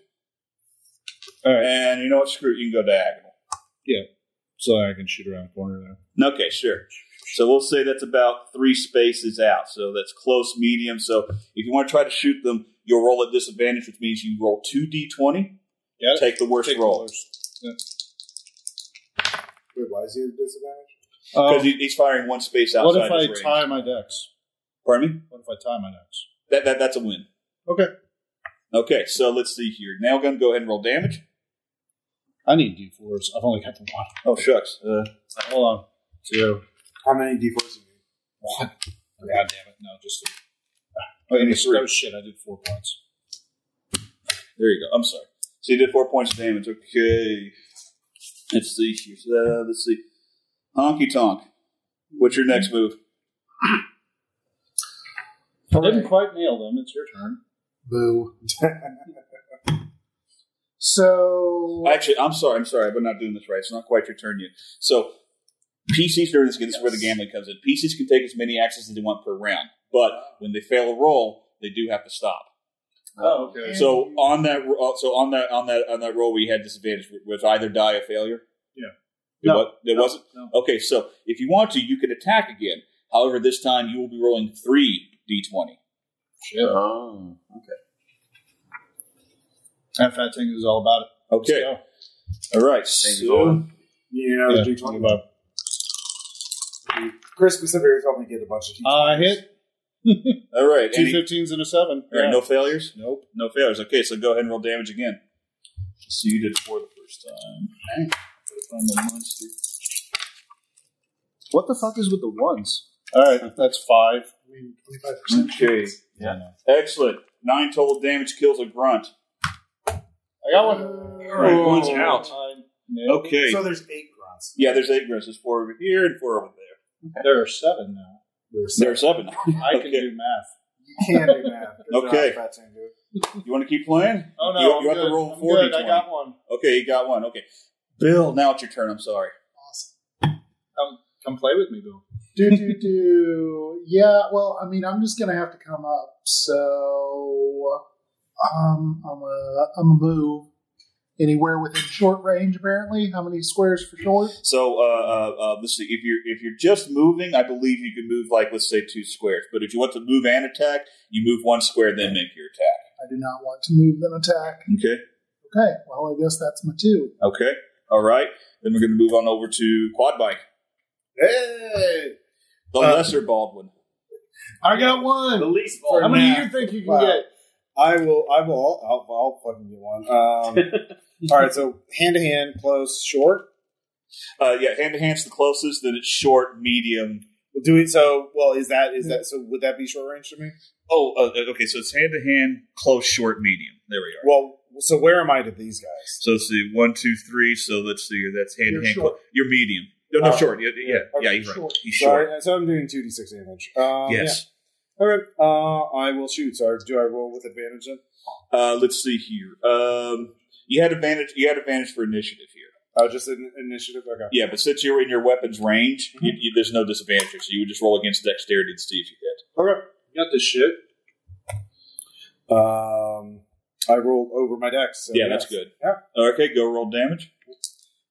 Speaker 5: All right.
Speaker 2: And you know what? Screw it. You can go diagonal.
Speaker 5: So I can shoot around the corner there.
Speaker 2: Okay, sure. So we'll say that's about three spaces out. So that's close, medium. So if you want to try to shoot them, you'll roll at disadvantage, which means you roll two d20.
Speaker 5: Yeah.
Speaker 2: Take the worst
Speaker 5: Take the
Speaker 2: roll
Speaker 5: worst.
Speaker 1: Wait, why is he at a disadvantage?
Speaker 2: because
Speaker 5: Um,
Speaker 2: he's firing one space outside
Speaker 5: what if
Speaker 2: his
Speaker 5: I
Speaker 2: range.
Speaker 5: tie my decks?
Speaker 2: Pardon me?
Speaker 5: What if I tie my decks?
Speaker 2: That, that that's a win.
Speaker 5: Okay.
Speaker 2: Okay. So let's see here. Nail gun. Go ahead and roll damage.
Speaker 5: I need d4s. I've only got the one. Oh, shucks. Uh, hold on. Two.
Speaker 1: How many D4s do you need?
Speaker 5: One. Oh, God damn it. No, just three. Oh, and it's- oh, shit. I did four points.
Speaker 2: There you go. I'm sorry. So you did four points of damage. Okay. Let's see. here. So, Uh, let's see. Honky Tonk. What's your next move?
Speaker 5: I didn't quite nail them. It's your turn.
Speaker 4: Boo. so
Speaker 2: Actually, I'm sorry. I'm sorry. We're not doing this right. It's not quite your turn yet. So PCs during this game, this is where the gambling comes in. PCs can take as many actions as they want per round, but when they fail a roll, they do have to stop.
Speaker 5: Oh, okay.
Speaker 2: So on that, uh, so on that, on that, on that roll, we had disadvantage. Was either die a failure?
Speaker 5: Yeah.
Speaker 2: It
Speaker 5: No.
Speaker 2: wa- there wasn't.
Speaker 5: No.
Speaker 2: Okay, so if you want to, you can attack again. However, this time you will be rolling three d20.
Speaker 5: Shit.
Speaker 3: Oh.
Speaker 5: And Fat Ting is all about it. Let's
Speaker 2: Okay,
Speaker 5: go.
Speaker 2: all right.
Speaker 3: Things
Speaker 2: So,
Speaker 3: going.
Speaker 1: <laughs> You know,
Speaker 5: Yeah,
Speaker 1: D20.
Speaker 5: move up.
Speaker 1: Chris specifically told me to get a bunch of D20s.
Speaker 5: Uh,
Speaker 2: Uh,
Speaker 5: I hit
Speaker 2: all right,
Speaker 5: two
Speaker 2: any,
Speaker 5: 15s and a 7.
Speaker 2: all right,
Speaker 5: Yeah.
Speaker 2: no failures,
Speaker 5: Nope.
Speaker 2: no failures. Okay, so go ahead and roll damage again. So you did four the first time. Okay. Gotta Find the monster.
Speaker 5: What the fuck is with the ones? All right, that's five.
Speaker 4: I mean,
Speaker 3: <laughs>
Speaker 4: 25%.
Speaker 2: Okay,
Speaker 5: Yeah.
Speaker 2: excellent. Nine total damage kills a grunt.
Speaker 5: I got one.
Speaker 2: All right, one's out.
Speaker 5: I nailed it.
Speaker 2: Okay.
Speaker 1: So there's eight grunts.
Speaker 2: Yeah, there's eight grunts. There's four over here and four over there.
Speaker 5: There are seven now.
Speaker 1: There's
Speaker 2: There are seven.
Speaker 5: I can
Speaker 2: Okay.
Speaker 5: do math.
Speaker 1: You can do math.
Speaker 2: Okay.
Speaker 1: Fat Tango.
Speaker 2: You want to keep playing?
Speaker 5: Oh no,
Speaker 2: You- you
Speaker 5: I'm
Speaker 2: have to
Speaker 5: good.
Speaker 2: roll
Speaker 5: I'm
Speaker 2: 40,
Speaker 5: good. I got one.
Speaker 2: Okay, you got one. Okay, Bill. Now it's your turn. I'm sorry.
Speaker 5: Come play with me, Bill.
Speaker 4: do do do. Yeah, well, I mean, I'm just gonna have to come up. So, um, I'm a I'm a move anywhere within short range. Apparently, how many squares for short?
Speaker 2: So, uh, uh, uh, let's see. If you're if you're just moving, I believe you can move like let's say two squares. But if you want to move and attack, you move one square, then make your attack.
Speaker 4: I do not want to move and attack.
Speaker 2: Okay.
Speaker 4: Okay, well, I guess that's my two.
Speaker 2: Okay. All right. Then we're going to move on over to quad bike.
Speaker 1: Hey!
Speaker 2: The
Speaker 1: Uh,
Speaker 2: lesser Baldwin.
Speaker 5: I got
Speaker 3: The
Speaker 5: one.
Speaker 3: least
Speaker 1: For
Speaker 5: How
Speaker 3: ball.
Speaker 5: many
Speaker 1: math.
Speaker 5: do you think you can
Speaker 1: Wow.
Speaker 5: get?
Speaker 1: I will. I will. I'll, I'll, I'll fucking get one. Um,
Speaker 2: <laughs>
Speaker 1: all right. So hand to hand, close, short.
Speaker 2: Uh, yeah, hand to hand's the closest. Then it's short, medium.
Speaker 1: We'll do it. So well, is that is that so? Would that be short range to me?
Speaker 2: Oh, uh, okay. So it's hand to hand, close, short, medium. There we are.
Speaker 1: Well, so where am I to these guys?
Speaker 2: So let's see, one, two, three. So let's see, that's hand
Speaker 4: You're
Speaker 2: to hand.
Speaker 4: short.
Speaker 2: You're medium. No, no,
Speaker 1: Oh.
Speaker 2: short. Yeah, yeah,
Speaker 1: Okay,
Speaker 2: yeah. He's right.
Speaker 4: short.
Speaker 2: He's
Speaker 1: So,
Speaker 2: short.
Speaker 1: I, so I'm doing two d six damage. Um,
Speaker 2: yes.
Speaker 1: Yeah. All right. Uh, I will shoot. So do I roll with advantage then?
Speaker 2: Uh, let's see here. Um, you had advantage. You had advantage for initiative here.
Speaker 1: Oh, just an initiative. Okay.
Speaker 2: Yeah, but since you're in your weapons range, you, you, there's no disadvantage. here, So you would just roll against dexterity to see if you hit.
Speaker 1: Okay.
Speaker 5: You got this shit.
Speaker 1: Um, I rolled over my dex. So
Speaker 2: yeah,
Speaker 1: yes.
Speaker 2: that's good.
Speaker 1: Yeah.
Speaker 2: Okay, go roll damage.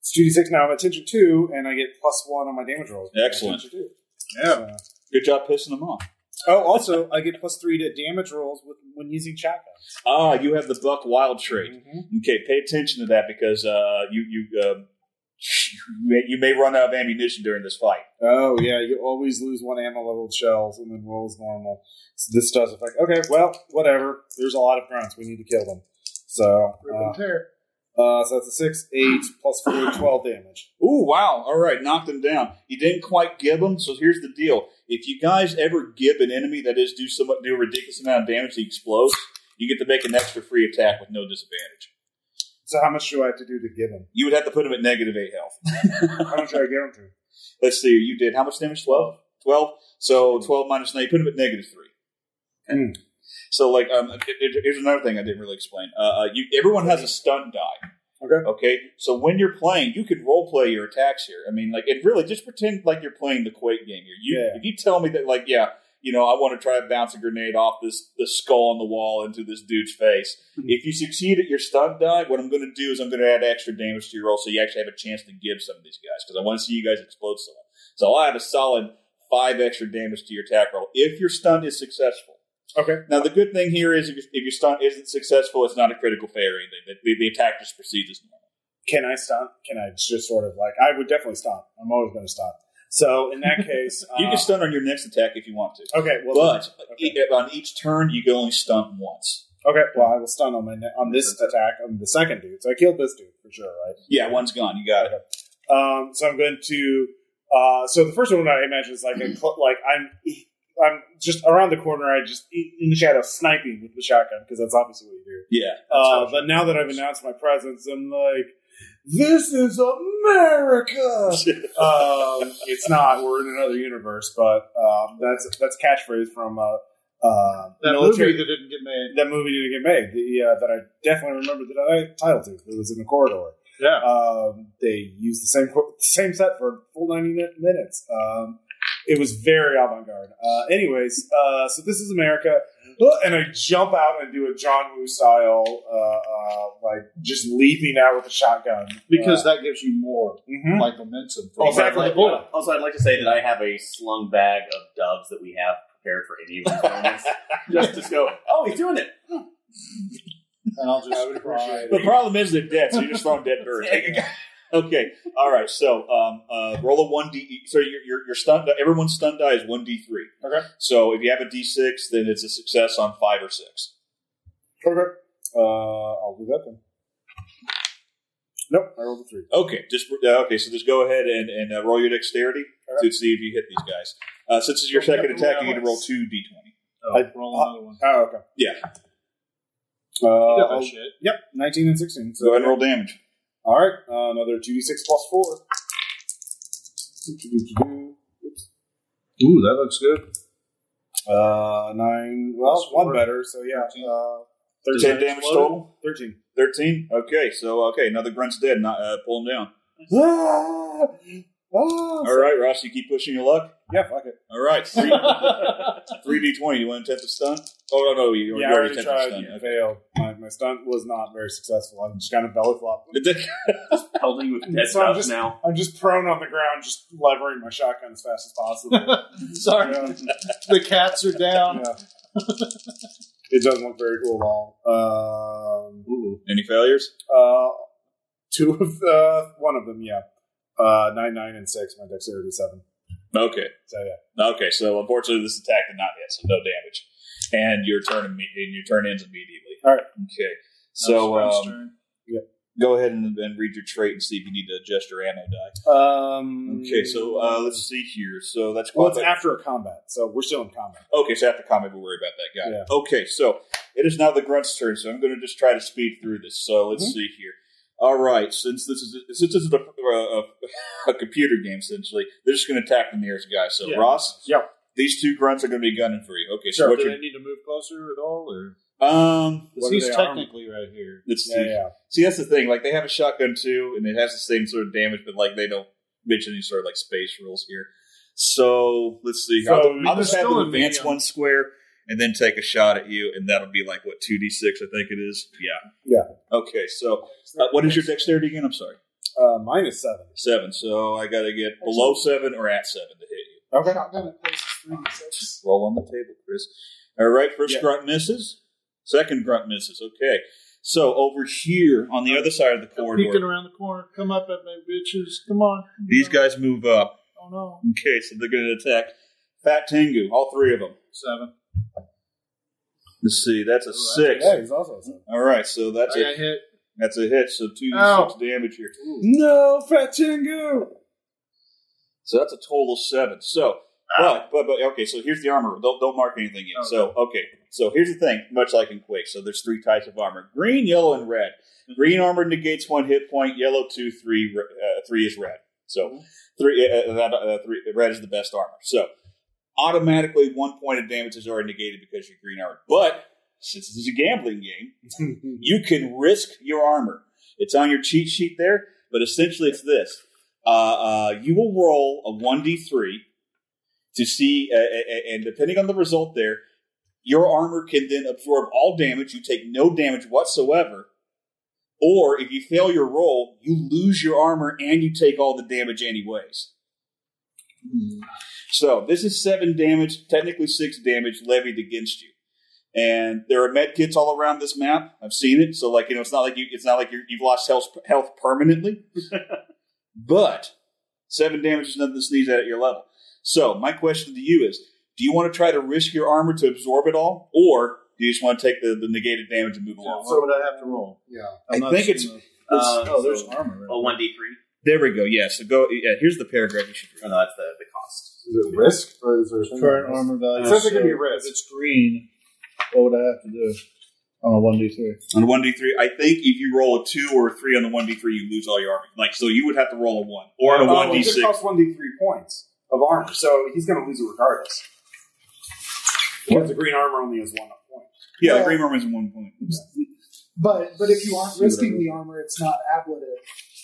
Speaker 1: It's two d six now. I'm at attention two, and I get plus one on my damage rolls.
Speaker 2: Excellent.
Speaker 1: Attention two.
Speaker 5: Yeah.
Speaker 1: So-
Speaker 2: Good job pissing them off.
Speaker 1: Oh, also, I get plus three to damage rolls with when using Mm-hmm. shotguns.
Speaker 2: Ah, you have the buck wild trait. Okay, pay attention to that because uh, you you um, <laughs> you, may, you may run out of ammunition during this fight.
Speaker 1: Oh yeah, you always lose one ammo leveled shells and then roll as normal. So this does affect. Okay, well, whatever. There's a lot of grunts. We need to kill them. So,
Speaker 4: Rip
Speaker 1: uh,
Speaker 4: and tear.
Speaker 1: uh, so that's a six, eight plus four, <coughs> 12 damage.
Speaker 2: Ooh, wow. All right, knocked him down. You didn't quite give him, so here's the deal. If you guys ever give an enemy that is do somewhat do a ridiculous amount of damage, he explodes, you get to make an extra free attack with no disadvantage.
Speaker 1: So how much do I have to do to give him?
Speaker 2: You would have to put him at negative eight health. <laughs>
Speaker 1: How much do I give him to?
Speaker 2: Let's see, you did how much damage? Twelve? Twelve? So twelve minus nine, you put him at negative three.
Speaker 1: Hmm.
Speaker 2: So, like, um, here- here- here's another thing I didn't really explain. Uh, uh, you, everyone has a stunt die.
Speaker 1: Okay.
Speaker 2: Okay. So when you're playing, you can role play your attacks here. I mean, like, and really just pretend like you're playing the Quake game here. You,
Speaker 1: Yeah.
Speaker 2: if you tell me that, like, yeah, you know, I want to try to bounce a grenade off this the skull on the wall into this dude's face.
Speaker 1: Hmm.
Speaker 2: If you succeed at your stunt die, what I'm going to do is I'm going to add extra damage to your roll, so you actually have a chance to give some of these guys because I want to see you guys explode someone. So I'll add a solid five extra damage to your attack roll if your stunt is successful.
Speaker 1: Okay.
Speaker 2: Now the good thing here is if, if your stunt isn't successful, it's not a critical failure. or anything. The, the, the attack just proceeds as normal.
Speaker 1: Can I stop? Can I just sort of like? I would definitely stop. I'm always going to stop. So in
Speaker 2: <laughs>
Speaker 1: that case, uh,
Speaker 2: You can stun on your next attack if you want to,
Speaker 1: Okay. Well,
Speaker 2: but
Speaker 1: okay.
Speaker 2: e- on each turn you can only stun once.
Speaker 1: Okay, well, I will stun on my ne- on this attack on the second dude. So I killed this dude. for sure, right?
Speaker 2: Yeah, one's gone. You got it.
Speaker 1: Um, so I'm going to. Uh, so the first one I imagine is like a cl- like I'm I'm just around the corner. I just in the shadow sniping with the shotgun because that's obviously what you do.
Speaker 2: Yeah.
Speaker 1: Uh, but now that I've announced my presence, I'm like, this is America. um, it's not. We're in another universe, but um, that's that's a catchphrase from uh, uh,
Speaker 5: That
Speaker 1: military-
Speaker 5: movie that didn't get made.
Speaker 1: that movie didn't get made. The, uh, that I definitely remember the ti- title to. It was in the corridor.
Speaker 5: Yeah.
Speaker 1: Um, they used the same co- same set for a full ninety mi- minutes. Um, it was very avant garde. Uh, anyways, uh, so this is America, Uh, and I jump out and do a John Woo style, uh, uh, like just leaping out with a shotgun
Speaker 5: Because that gives you more
Speaker 1: Uh, mhm.
Speaker 5: like momentum. For
Speaker 3: Also, I'd
Speaker 1: Exactly.
Speaker 3: like-
Speaker 1: Bullet.
Speaker 3: also, I'd like to say that I have a slung bag of doves that we have prepared for any of these moments. just to go, oh, he's doing it.
Speaker 5: And I'll just
Speaker 1: I would appreciate
Speaker 2: The problem is they're dead, so you're just throwing <laughs> dead birds. okay. All right. So um, uh, roll a one d. So your your your stun. Everyone's stun die is one d three.
Speaker 1: Okay.
Speaker 2: So if you have a d six, then it's a success on five or six.
Speaker 1: Okay, uh, I'll do that then. Nope, I rolled a three.
Speaker 2: Okay. Just uh, okay. So just go ahead and and uh, roll your dexterity
Speaker 1: Okay.
Speaker 2: to see if you hit these guys. Uh, since it's your
Speaker 1: Don't
Speaker 2: second
Speaker 1: have to roll
Speaker 2: attack, you get to roll
Speaker 1: twice.
Speaker 2: two d twenty.
Speaker 5: oh, roll another one.
Speaker 1: Oh, okay.
Speaker 2: Yeah.
Speaker 1: Uh,
Speaker 5: You got that
Speaker 1: I'll-
Speaker 5: shit.
Speaker 1: yep, nineteen and sixteen.
Speaker 2: Go ahead and roll damage.
Speaker 1: All right, uh, another two d six plus four. Do-do-do-do-do. Oops.
Speaker 5: Ooh, that looks good.
Speaker 1: Uh, nine. Well,
Speaker 5: Plus
Speaker 1: one
Speaker 5: four.
Speaker 1: better. So yeah, uh,
Speaker 2: Ten damage total.
Speaker 1: Thirteen.
Speaker 2: Thirteen. Okay. So okay, another grunt's dead. Not uh, pull him down.
Speaker 1: Ah,
Speaker 2: All right, Ross. You keep pushing your luck.
Speaker 1: Yeah, fuck
Speaker 5: <laughs>
Speaker 1: it.
Speaker 2: All
Speaker 1: <laughs>
Speaker 2: right. Three, three d twenty. You want to attempt to stun? Oh no, no. You, you
Speaker 1: yeah, I
Speaker 2: already
Speaker 1: already
Speaker 2: attempted
Speaker 1: tried.
Speaker 2: to stun.
Speaker 1: and Failed. My, my stunt was not very successful. I'm just kind of belly flop.
Speaker 2: Okay. <laughs>
Speaker 3: Pelting with dead
Speaker 1: So I'm
Speaker 3: doves
Speaker 1: just-
Speaker 3: now.
Speaker 1: I'm just prone on the ground, just levering my shotgun as fast as
Speaker 5: <laughs>
Speaker 1: possible.
Speaker 5: Sorry,
Speaker 1: Yeah.
Speaker 5: the cats are down.
Speaker 1: Yeah. it doesn't look very cool at all. Um,
Speaker 5: Ooh.
Speaker 2: Any failures?
Speaker 1: Uh, two of the one of them, yeah. Uh, nine, nine, and six. My dexterity seven.
Speaker 2: Okay.
Speaker 1: So yeah,
Speaker 2: Okay, so unfortunately, this attack did not hit, so no damage, and your turn imme- and your turn ends immediately.
Speaker 1: All right.
Speaker 2: Okay.
Speaker 5: That
Speaker 2: So
Speaker 5: was Frank's
Speaker 2: um,
Speaker 5: turn.
Speaker 2: go ahead and, and read your trait and see if you need to adjust your ammo die.
Speaker 5: Mm.
Speaker 1: Um,
Speaker 2: Okay. So uh, let's see here. So that's
Speaker 1: Well, it's
Speaker 2: qualified-
Speaker 1: after a combat, so we're still in combat.
Speaker 2: Okay, so after combat, we'll worry about that. Got
Speaker 1: Yeah.
Speaker 2: it. Okay, so it is now the grunt's turn, so I'm going to just try to speed through this. So let's
Speaker 1: Mhm.
Speaker 2: see here. All right, since this is since this is a, a, a computer game, essentially, they're just going to attack the nearest guy. So
Speaker 5: Yeah.
Speaker 2: Ross,
Speaker 1: Yep.
Speaker 2: these two grunts are going to be gunning for you. Okay, so
Speaker 5: Sure,
Speaker 2: what
Speaker 5: do
Speaker 2: you
Speaker 5: they need to move closer at all, or
Speaker 2: um?
Speaker 5: 'cause
Speaker 1: What are
Speaker 5: he's
Speaker 1: they
Speaker 5: technically right here?
Speaker 2: Let's
Speaker 1: Yeah,
Speaker 2: see.
Speaker 1: yeah.
Speaker 2: See, that's the thing. Like they have a shotgun too, and it has the same sort of damage, but like they don't mention any sort of like space rules here. So let's see.
Speaker 1: So,
Speaker 2: I'll, I'll
Speaker 5: they're
Speaker 2: just have
Speaker 5: still
Speaker 2: them
Speaker 5: in
Speaker 2: advance
Speaker 5: medium.
Speaker 2: one square and then take a shot at you, and that'll be like what two d six, I think it is. Yeah. Yeah. Okay. So uh, what is your dexterity again? I'm sorry.
Speaker 1: Uh, minus seven.
Speaker 2: Seven. So I got to get below seven or at seven to hit you.
Speaker 1: Okay.
Speaker 4: Shotgun at places three to six.
Speaker 2: Roll on the table, Chris. All right. First
Speaker 1: Yeah.
Speaker 2: grunt misses. Second grunt misses. Okay. So over here on the other side of the corridor,
Speaker 5: Peeking around the corner, come up at my bitches. Come on.
Speaker 2: these guys move up.
Speaker 5: Oh no.
Speaker 2: Okay, so they're going to attack Fat Tengu, all three of them.
Speaker 5: Seven.
Speaker 2: Let's see, that's a six.
Speaker 1: Yeah, he's also a seven.
Speaker 2: All right, so that's
Speaker 5: I
Speaker 2: a
Speaker 5: got hit.
Speaker 2: that's a hit. So two
Speaker 5: Ow.
Speaker 2: six damage here.
Speaker 1: No, Fat Chingu!
Speaker 2: So that's a total of seven. So, but, but but okay. So here's the armor. Don't don't mark anything yet.
Speaker 5: Okay.
Speaker 2: So okay. So here's the thing. Much like in Quake, so there's three types of armor: green, yellow, and red. Green armor negates one hit point. Yellow two, three, re- uh, three is red. So three, uh, uh, that, uh, three, red is the best armor. So automatically one point of damage is already negated because you're green armor. But since this is a gambling game, you can risk your armor. It's on your cheat sheet there, but essentially it's this: uh, uh, you will roll a one d three to see, uh, uh, and depending on the result there, your armor can then absorb all damage. You take no damage whatsoever. Or if you fail your roll, you lose your armor and you take all the damage anyways. So this is seven damage, technically six damage levied against you. And there are med kits all around this map. I've seen it. So like you know, it's not like you it's not like you're, you've lost health health permanently. but seven damage is nothing to sneeze at at your level. So my question to you is: Do you want to try to risk your armor to absorb it all, or do you just want to take the, the negated damage and move along?
Speaker 5: So what would I have to roll?
Speaker 4: Yeah.
Speaker 5: I'm
Speaker 2: I
Speaker 5: not
Speaker 2: think
Speaker 5: seeing
Speaker 2: it's-
Speaker 5: the-
Speaker 3: Uh,
Speaker 5: oh, there's
Speaker 3: so-
Speaker 5: armor.
Speaker 3: A one d three.
Speaker 2: There we go. Yeah. So go. Yeah. Here's the paragraph you should
Speaker 3: Oh
Speaker 2: read.
Speaker 3: no, that's the, the cost.
Speaker 1: Is it risk or is there a
Speaker 5: Current armor value.
Speaker 1: It says it can be
Speaker 5: So,
Speaker 1: risked.
Speaker 5: If it's green, what would I have to do on a one d three?
Speaker 2: On one d three, I think if you roll a two or a three on the one d three, you lose all your armor. Like so, you would have to roll a one or on a one d
Speaker 1: Uh, It
Speaker 2: six.
Speaker 1: costs one d three points of armor, so he's going to lose it regardless. Because the green armor only has one point.
Speaker 2: Yeah, the
Speaker 4: Well-
Speaker 2: green armor is one point.
Speaker 4: But but if you aren't risking the armor, it's not ablative.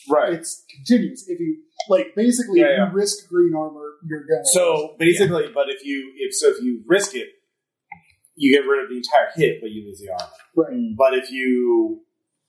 Speaker 1: Right.
Speaker 4: It's continuous. If you like, basically,
Speaker 1: Yeah,
Speaker 4: if
Speaker 1: yeah.
Speaker 4: you risk green armor, you're gonna. lose.
Speaker 1: So basically, but if you if so if you risk it, you get rid of the entire hit, but you lose the armor.
Speaker 4: right.
Speaker 3: Mm.
Speaker 1: But if you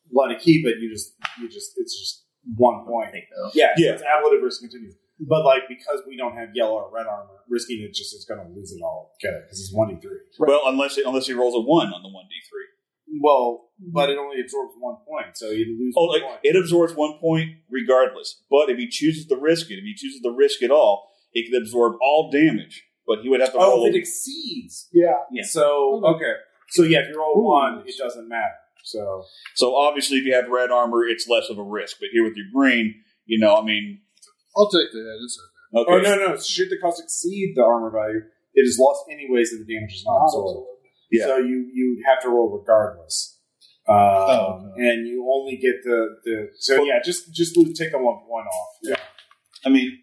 Speaker 1: want to keep it, you just you just it's just one
Speaker 3: I
Speaker 1: point.
Speaker 3: think though.
Speaker 1: Yeah, yeah. it's ablative risk continues. But like because we don't have yellow or red armor, risking it just is going to lose it all together because it's one d three.
Speaker 2: Well, unless it, unless he rolls a one on the one d three.
Speaker 1: Well,
Speaker 3: Mm-hmm.
Speaker 1: but it only absorbs one point, so you lose
Speaker 2: Oh,
Speaker 1: one
Speaker 2: like,
Speaker 1: point.
Speaker 2: it absorbs one point regardless. But if he chooses to risk it, if he chooses to risk it all, it can absorb all damage. But he would have to
Speaker 1: Oh,
Speaker 2: roll.
Speaker 1: it exceeds.
Speaker 4: Yeah.
Speaker 3: Yeah.
Speaker 1: So
Speaker 3: Mm-hmm.
Speaker 1: okay, so yeah, if you roll one, it doesn't matter. So
Speaker 2: so obviously, if you have red armor, it's less of a risk. But here with your green, you know, I mean,
Speaker 5: I'll take the hit. It's okay.
Speaker 2: okay,
Speaker 1: oh no no, should the cost exceed the armor value, it is lost anyways, and the damage is not absorbed.
Speaker 2: Yeah.
Speaker 1: So you you have to roll regardless. Um,
Speaker 5: Oh, okay.
Speaker 1: and you only get the, the so yeah, just just lose, take the one one off. Yeah,
Speaker 2: I mean,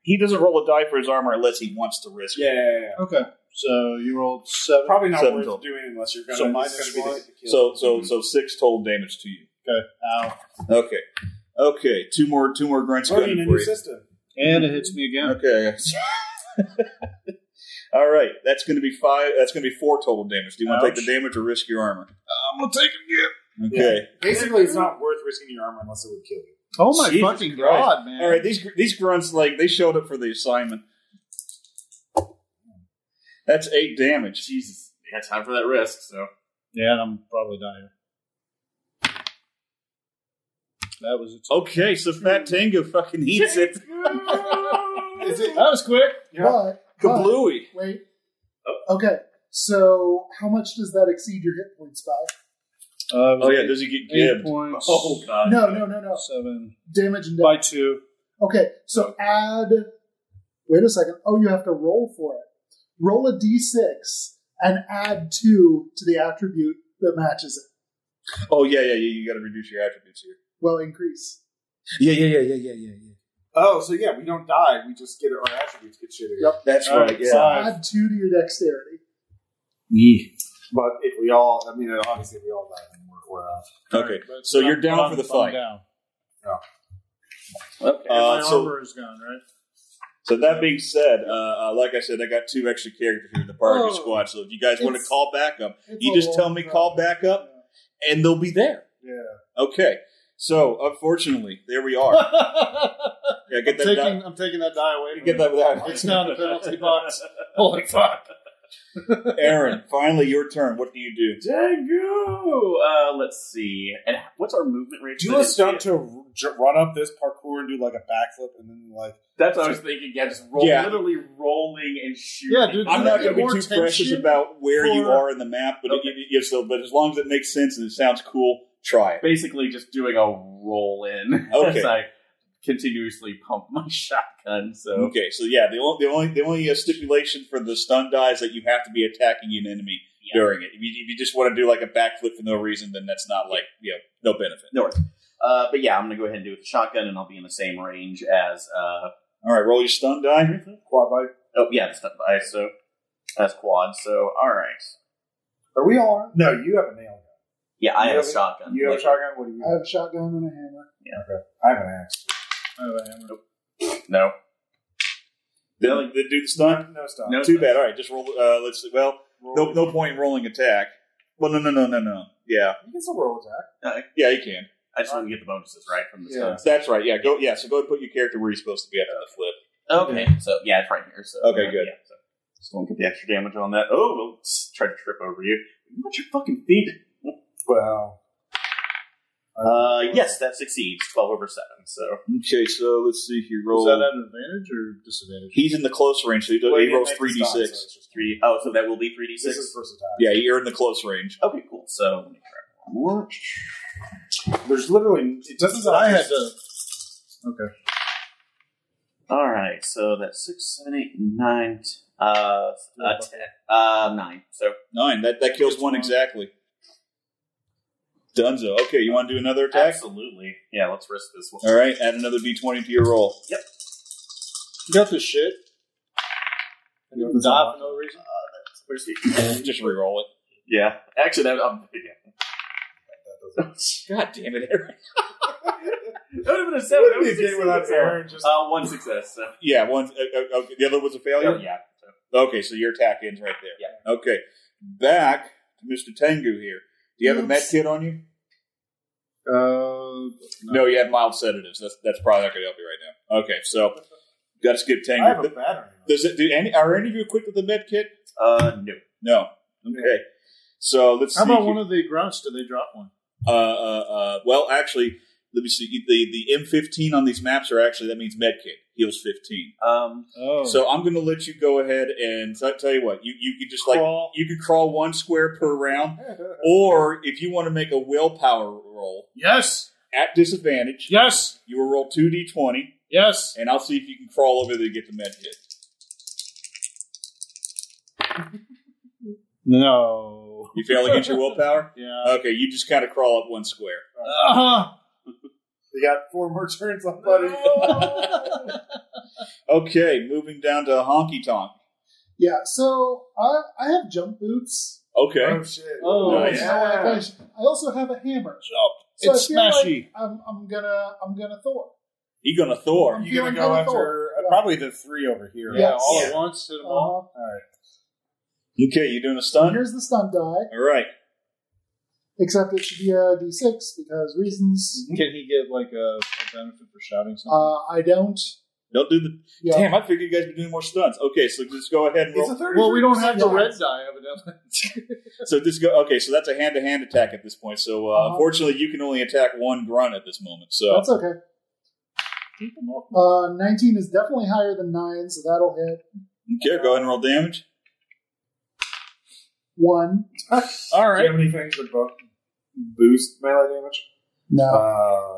Speaker 2: he doesn't roll a die for his armor unless he wants to risk.
Speaker 1: yeah,
Speaker 2: it.
Speaker 1: yeah. yeah.
Speaker 5: Okay. So you rolled seven.
Speaker 1: Probably not
Speaker 2: Seven
Speaker 1: worth
Speaker 2: total.
Speaker 1: doing unless you're gonna.
Speaker 2: So
Speaker 1: it's
Speaker 2: minus
Speaker 1: gonna
Speaker 2: one.
Speaker 1: the- the kill.
Speaker 2: So so so six total damage to you.
Speaker 5: Okay. Ow.
Speaker 2: Okay, okay, two more two more grunts
Speaker 1: learning
Speaker 2: coming
Speaker 1: a
Speaker 2: for
Speaker 1: new
Speaker 2: you.
Speaker 1: system.
Speaker 5: And it hits me again.
Speaker 2: Okay. <laughs> All right, that's going to be five. That's going to be four total damage. Do you want to take
Speaker 5: Ouch.
Speaker 2: the damage or risk your armor?
Speaker 5: I'm gonna take it again.
Speaker 2: Okay.
Speaker 1: Basically, it's not worth risking your armor unless it would kill you.
Speaker 5: Oh my
Speaker 2: Jesus
Speaker 5: fucking
Speaker 2: Christ.
Speaker 5: god, man!
Speaker 2: All right, these gr- these grunts like they showed up for the assignment. That's eight damage.
Speaker 3: Jesus, they had time for that risk. So
Speaker 5: Yeah, and I'm probably dying. That was a two.
Speaker 2: Okay, so Fat Tango fucking eats <laughs> it.
Speaker 4: Is
Speaker 5: That was quick.
Speaker 4: But, but-
Speaker 2: Kablooey.
Speaker 4: wait. Okay. So how much does that exceed your hit points by?
Speaker 5: Uh, it was
Speaker 2: Oh yeah,
Speaker 5: eight-
Speaker 2: does he get
Speaker 5: eight
Speaker 2: gibbed?
Speaker 5: points.
Speaker 3: oh
Speaker 1: Uh,
Speaker 3: god,
Speaker 4: No, no, no, no.
Speaker 5: Seven
Speaker 4: Damage and
Speaker 5: by
Speaker 4: damage.
Speaker 5: two.
Speaker 4: Okay. So add. Wait a second. Oh, you have to roll for it. Roll a d6 and add two to the attribute that matches it.
Speaker 2: Oh yeah, yeah, yeah. You got to reduce your attributes here.
Speaker 4: Well, increase.
Speaker 2: Yeah, yeah, yeah, yeah, yeah, yeah, yeah.
Speaker 1: Oh, so yeah, we don't die. We just get our attributes get shittier.
Speaker 4: Yep.
Speaker 2: That's
Speaker 5: All
Speaker 2: right.
Speaker 5: right,
Speaker 2: yeah.
Speaker 5: so- Five.
Speaker 4: Add two to your dexterity.
Speaker 1: But if we all, I mean, obviously, if we all die, then we're, we're out.
Speaker 2: Okay.
Speaker 5: But
Speaker 2: So you're
Speaker 5: I'm-
Speaker 2: down
Speaker 5: I'm-
Speaker 2: for the
Speaker 5: I'm
Speaker 2: fight.
Speaker 5: Down.
Speaker 3: Okay.
Speaker 5: And
Speaker 2: Uh,
Speaker 5: my
Speaker 2: so-
Speaker 5: armor is gone, right?
Speaker 2: So that being said, uh, uh, like I said, I got two extra characters here in the priority
Speaker 4: Oh.
Speaker 2: squad. So if you guys want to
Speaker 4: It's-
Speaker 2: call back up,
Speaker 4: It's
Speaker 2: you
Speaker 4: a
Speaker 2: just tell
Speaker 4: long
Speaker 2: me
Speaker 4: round.
Speaker 2: call back up, and they'll be there.
Speaker 1: Yeah.
Speaker 2: Okay. So unfortunately, there we <laughs> are.
Speaker 5: <laughs>
Speaker 2: Yeah, get
Speaker 5: I'm,
Speaker 2: that.
Speaker 5: taking, I'm taking that die away.
Speaker 2: di-
Speaker 5: from
Speaker 2: get
Speaker 5: me.
Speaker 2: that without
Speaker 5: It's now in the penalty box. Holy fuck!
Speaker 2: Aaron. Finally, your turn. What do you do?
Speaker 3: Dango. Uh, let's see. And what's our movement range?
Speaker 1: Do a stunt to j- run up this parkour and do like a backflip, and then like
Speaker 3: That's what I was thinking. Yeah, just roll,
Speaker 2: Yeah.
Speaker 3: literally rolling and shooting.
Speaker 5: Yeah, dude.
Speaker 2: I'm not going to
Speaker 5: More
Speaker 2: be too precious
Speaker 5: tension
Speaker 2: about where you
Speaker 5: for-
Speaker 2: are in the map, but
Speaker 3: Okay.
Speaker 2: it, it, so, but as long as it makes sense and it sounds cool, try it.
Speaker 3: Basically, just doing a roll in <laughs>
Speaker 2: Okay.
Speaker 3: as I continuously pump my <laughs> shotgun. So
Speaker 2: Okay, so yeah, the only the only the only uh, stipulation for the stun die is that you have to be attacking an enemy
Speaker 3: Yeah.
Speaker 2: during it. If you, if you just want to do like a backflip for no reason, then that's not like you know no benefit.
Speaker 3: no worries. Uh, but yeah, I'm gonna go ahead and do it with the shotgun, and I'll be in the same range as. Uh,
Speaker 2: All right, roll your stun die.
Speaker 1: quad bike.
Speaker 3: oh yeah, that's not- I- so that's quad. So all right.
Speaker 1: Are we all? No, you have a nail
Speaker 3: Yeah, I
Speaker 1: You
Speaker 3: have
Speaker 1: have
Speaker 3: a
Speaker 1: a-
Speaker 3: shotgun.
Speaker 1: gun. You have a
Speaker 3: Like,
Speaker 1: shotgun. What do you
Speaker 4: I
Speaker 1: have?
Speaker 4: have a shotgun and a hammer.
Speaker 1: I have an axe.
Speaker 5: I have a hammer.
Speaker 3: No.
Speaker 2: Did, did do the stun?
Speaker 1: No, no stun.
Speaker 3: No.
Speaker 2: Too bad. All right, just roll. Uh, let's see. Well, no
Speaker 1: Roll-
Speaker 2: no point in rolling attack. Well, no no no no no. Yeah,
Speaker 1: You can still roll attack.
Speaker 2: yeah, you can.
Speaker 3: I just want to get the bonuses right from the
Speaker 1: Yeah.
Speaker 3: stuns.
Speaker 2: That's right. Yeah, go. Yeah, so go ahead and put your character where he's supposed to be after the flip.
Speaker 3: Okay. So yeah, it's right here. So
Speaker 2: Okay, good.
Speaker 3: Yeah, so. Just don't get the extra damage on that. Oh, we'll s- try to trip over you. Not your fucking feet.
Speaker 1: Well,
Speaker 3: Uh, yes, that succeeds. Twelve over seven. So
Speaker 2: Okay, so let's see. He
Speaker 5: Is that at an advantage or disadvantage?
Speaker 2: He's in the close range, so he, does,
Speaker 1: Well,
Speaker 2: he
Speaker 1: you
Speaker 2: rolls
Speaker 1: didn't
Speaker 2: three
Speaker 1: make
Speaker 2: d
Speaker 1: the stun, so
Speaker 2: six.
Speaker 1: it's just three-
Speaker 3: three. Oh, so that will be three d
Speaker 1: This
Speaker 3: six.
Speaker 1: is versatile.
Speaker 2: Yeah, you're in the close range.
Speaker 3: Okay, cool. So let me try one more.
Speaker 1: There's literally it
Speaker 5: That's what I had to. Okay.
Speaker 3: All right, so that's six, seven, eight, nine, t- uh, uh, ten, uh, nine. So
Speaker 2: Nine. That that kills one exactly. Dunzo. Okay, you want to do another attack?
Speaker 3: absolutely, yeah. Let's risk this one.
Speaker 2: All right, add another d20 to your roll.
Speaker 5: You got this shit.
Speaker 1: And you
Speaker 5: Die for no reason.
Speaker 3: Where's the?
Speaker 2: Just re-roll it.
Speaker 3: Uh, Yeah, actually, that um, yeah.
Speaker 2: God damn it, Aaron.
Speaker 3: that would have been a seven.
Speaker 1: Wouldn't be a game without Aaron, just-
Speaker 3: uh, one success. So.
Speaker 2: Yeah, one. Uh, uh, okay, the other was a
Speaker 3: Yeah,
Speaker 2: failure.
Speaker 3: yeah.
Speaker 2: Okay, so your attack ends right there. Yeah. Okay, back to Mr. Tengu here. Do you have a med kit on you?
Speaker 5: Uh,
Speaker 2: No. you have mild sedatives. That's that's probably not going to help you right now. Okay, so got to skip
Speaker 1: I have
Speaker 2: Tengu.
Speaker 1: a battery.
Speaker 2: Does it? Do any? Are any of you equipped with a med kit?
Speaker 3: Uh, no.
Speaker 2: No. Okay. So let's
Speaker 5: how
Speaker 2: see.
Speaker 5: about one of the grunts? Did they drop one?
Speaker 2: uh, uh, uh, well, actually, let me see. The the M15 on these maps are actually that means med kit heals 15.
Speaker 3: Um,
Speaker 5: Oh.
Speaker 2: So I'm going to let you go ahead and t- tell you what you you can just like
Speaker 5: Crawl.
Speaker 2: you can crawl one square per round, or if you want to make a willpower roll
Speaker 5: Yes.
Speaker 2: at disadvantage,
Speaker 5: Yes.
Speaker 2: you will roll two d20,
Speaker 5: Yes.
Speaker 2: and I'll see if you can crawl over there to get the med kit.
Speaker 5: No.
Speaker 2: You fail against your
Speaker 5: <laughs>
Speaker 2: willpower.
Speaker 5: Yeah.
Speaker 2: Okay, you just kind of crawl up one square.
Speaker 5: Uh-huh.
Speaker 1: <laughs> You got four more turns on buddy.
Speaker 2: Okay, moving down to honky tonk.
Speaker 4: Yeah, so I, I have jump boots.
Speaker 2: Okay,
Speaker 1: Oh shit.
Speaker 5: Oh,
Speaker 2: Nice.
Speaker 1: yeah.
Speaker 4: I also have a hammer. So
Speaker 5: It's
Speaker 4: I feel like
Speaker 5: smashy.
Speaker 4: I'm, I'm gonna I'm gonna Thor.
Speaker 2: you gonna Thor?
Speaker 1: You're gonna
Speaker 4: Feeling
Speaker 1: go
Speaker 4: kinda
Speaker 1: after
Speaker 4: Thor.
Speaker 1: uh, probably the three over here.
Speaker 5: yeah,
Speaker 4: Yes.
Speaker 5: all
Speaker 1: Yeah.
Speaker 5: at once, hit them all.
Speaker 4: Uh,
Speaker 2: Okay, you doing a stun?
Speaker 4: here's the stunt die,
Speaker 2: All right.
Speaker 4: except it should be a d6 because reasons.
Speaker 5: Can he get like a, a benefit for shouting something?
Speaker 4: Uh, I don't.
Speaker 2: Don't do the.
Speaker 4: Yeah.
Speaker 2: Damn, I figured you guys were doing more stunts. Okay, so just go ahead and
Speaker 1: It's a
Speaker 2: roll.
Speaker 1: thirty.
Speaker 5: Uh, well, we don't have the red
Speaker 4: Yes.
Speaker 5: die, evidently.
Speaker 2: So just go. Okay, so that's a hand-to-hand attack at this point. So uh,
Speaker 4: Uh-huh.
Speaker 2: unfortunately, you can only attack one grunt at this moment. So
Speaker 4: That's okay. Uh, 19 is definitely higher than 9, so that'll hit.
Speaker 2: okay, go ahead and roll damage.
Speaker 4: 1.
Speaker 5: All
Speaker 1: Do you
Speaker 5: right.
Speaker 1: have anything that bo- boost melee damage?
Speaker 4: No.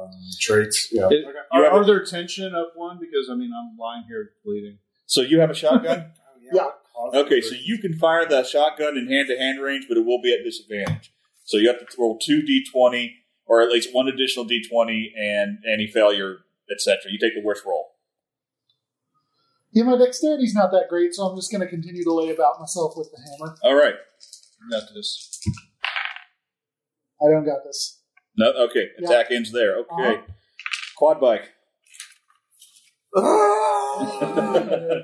Speaker 1: Um, traits. Yeah.
Speaker 5: It-
Speaker 1: Okay.
Speaker 2: You
Speaker 5: Are,
Speaker 2: have
Speaker 5: are there tension up one? Because I mean, I'm lying here bleeding.
Speaker 2: So you have a shotgun.
Speaker 1: <laughs> Oh,
Speaker 4: Yeah.
Speaker 1: what caused
Speaker 2: okay,
Speaker 1: it?
Speaker 2: so you can fire the shotgun in hand-to-hand range, but it will be at disadvantage. So you have to roll two d20, or at least one additional d20, and any failure, etc. You take the worst roll.
Speaker 4: Yeah, my dexterity's not that great, so I'm just gonna continue to lay about myself with the hammer.
Speaker 2: All right.
Speaker 5: Not this.
Speaker 4: I don't got this.
Speaker 2: No. Okay.
Speaker 4: Yeah.
Speaker 2: Attack ends there. Okay.
Speaker 4: Uh-huh.
Speaker 2: Quad
Speaker 4: <laughs>
Speaker 2: bike.
Speaker 1: <laughs>
Speaker 4: Oh.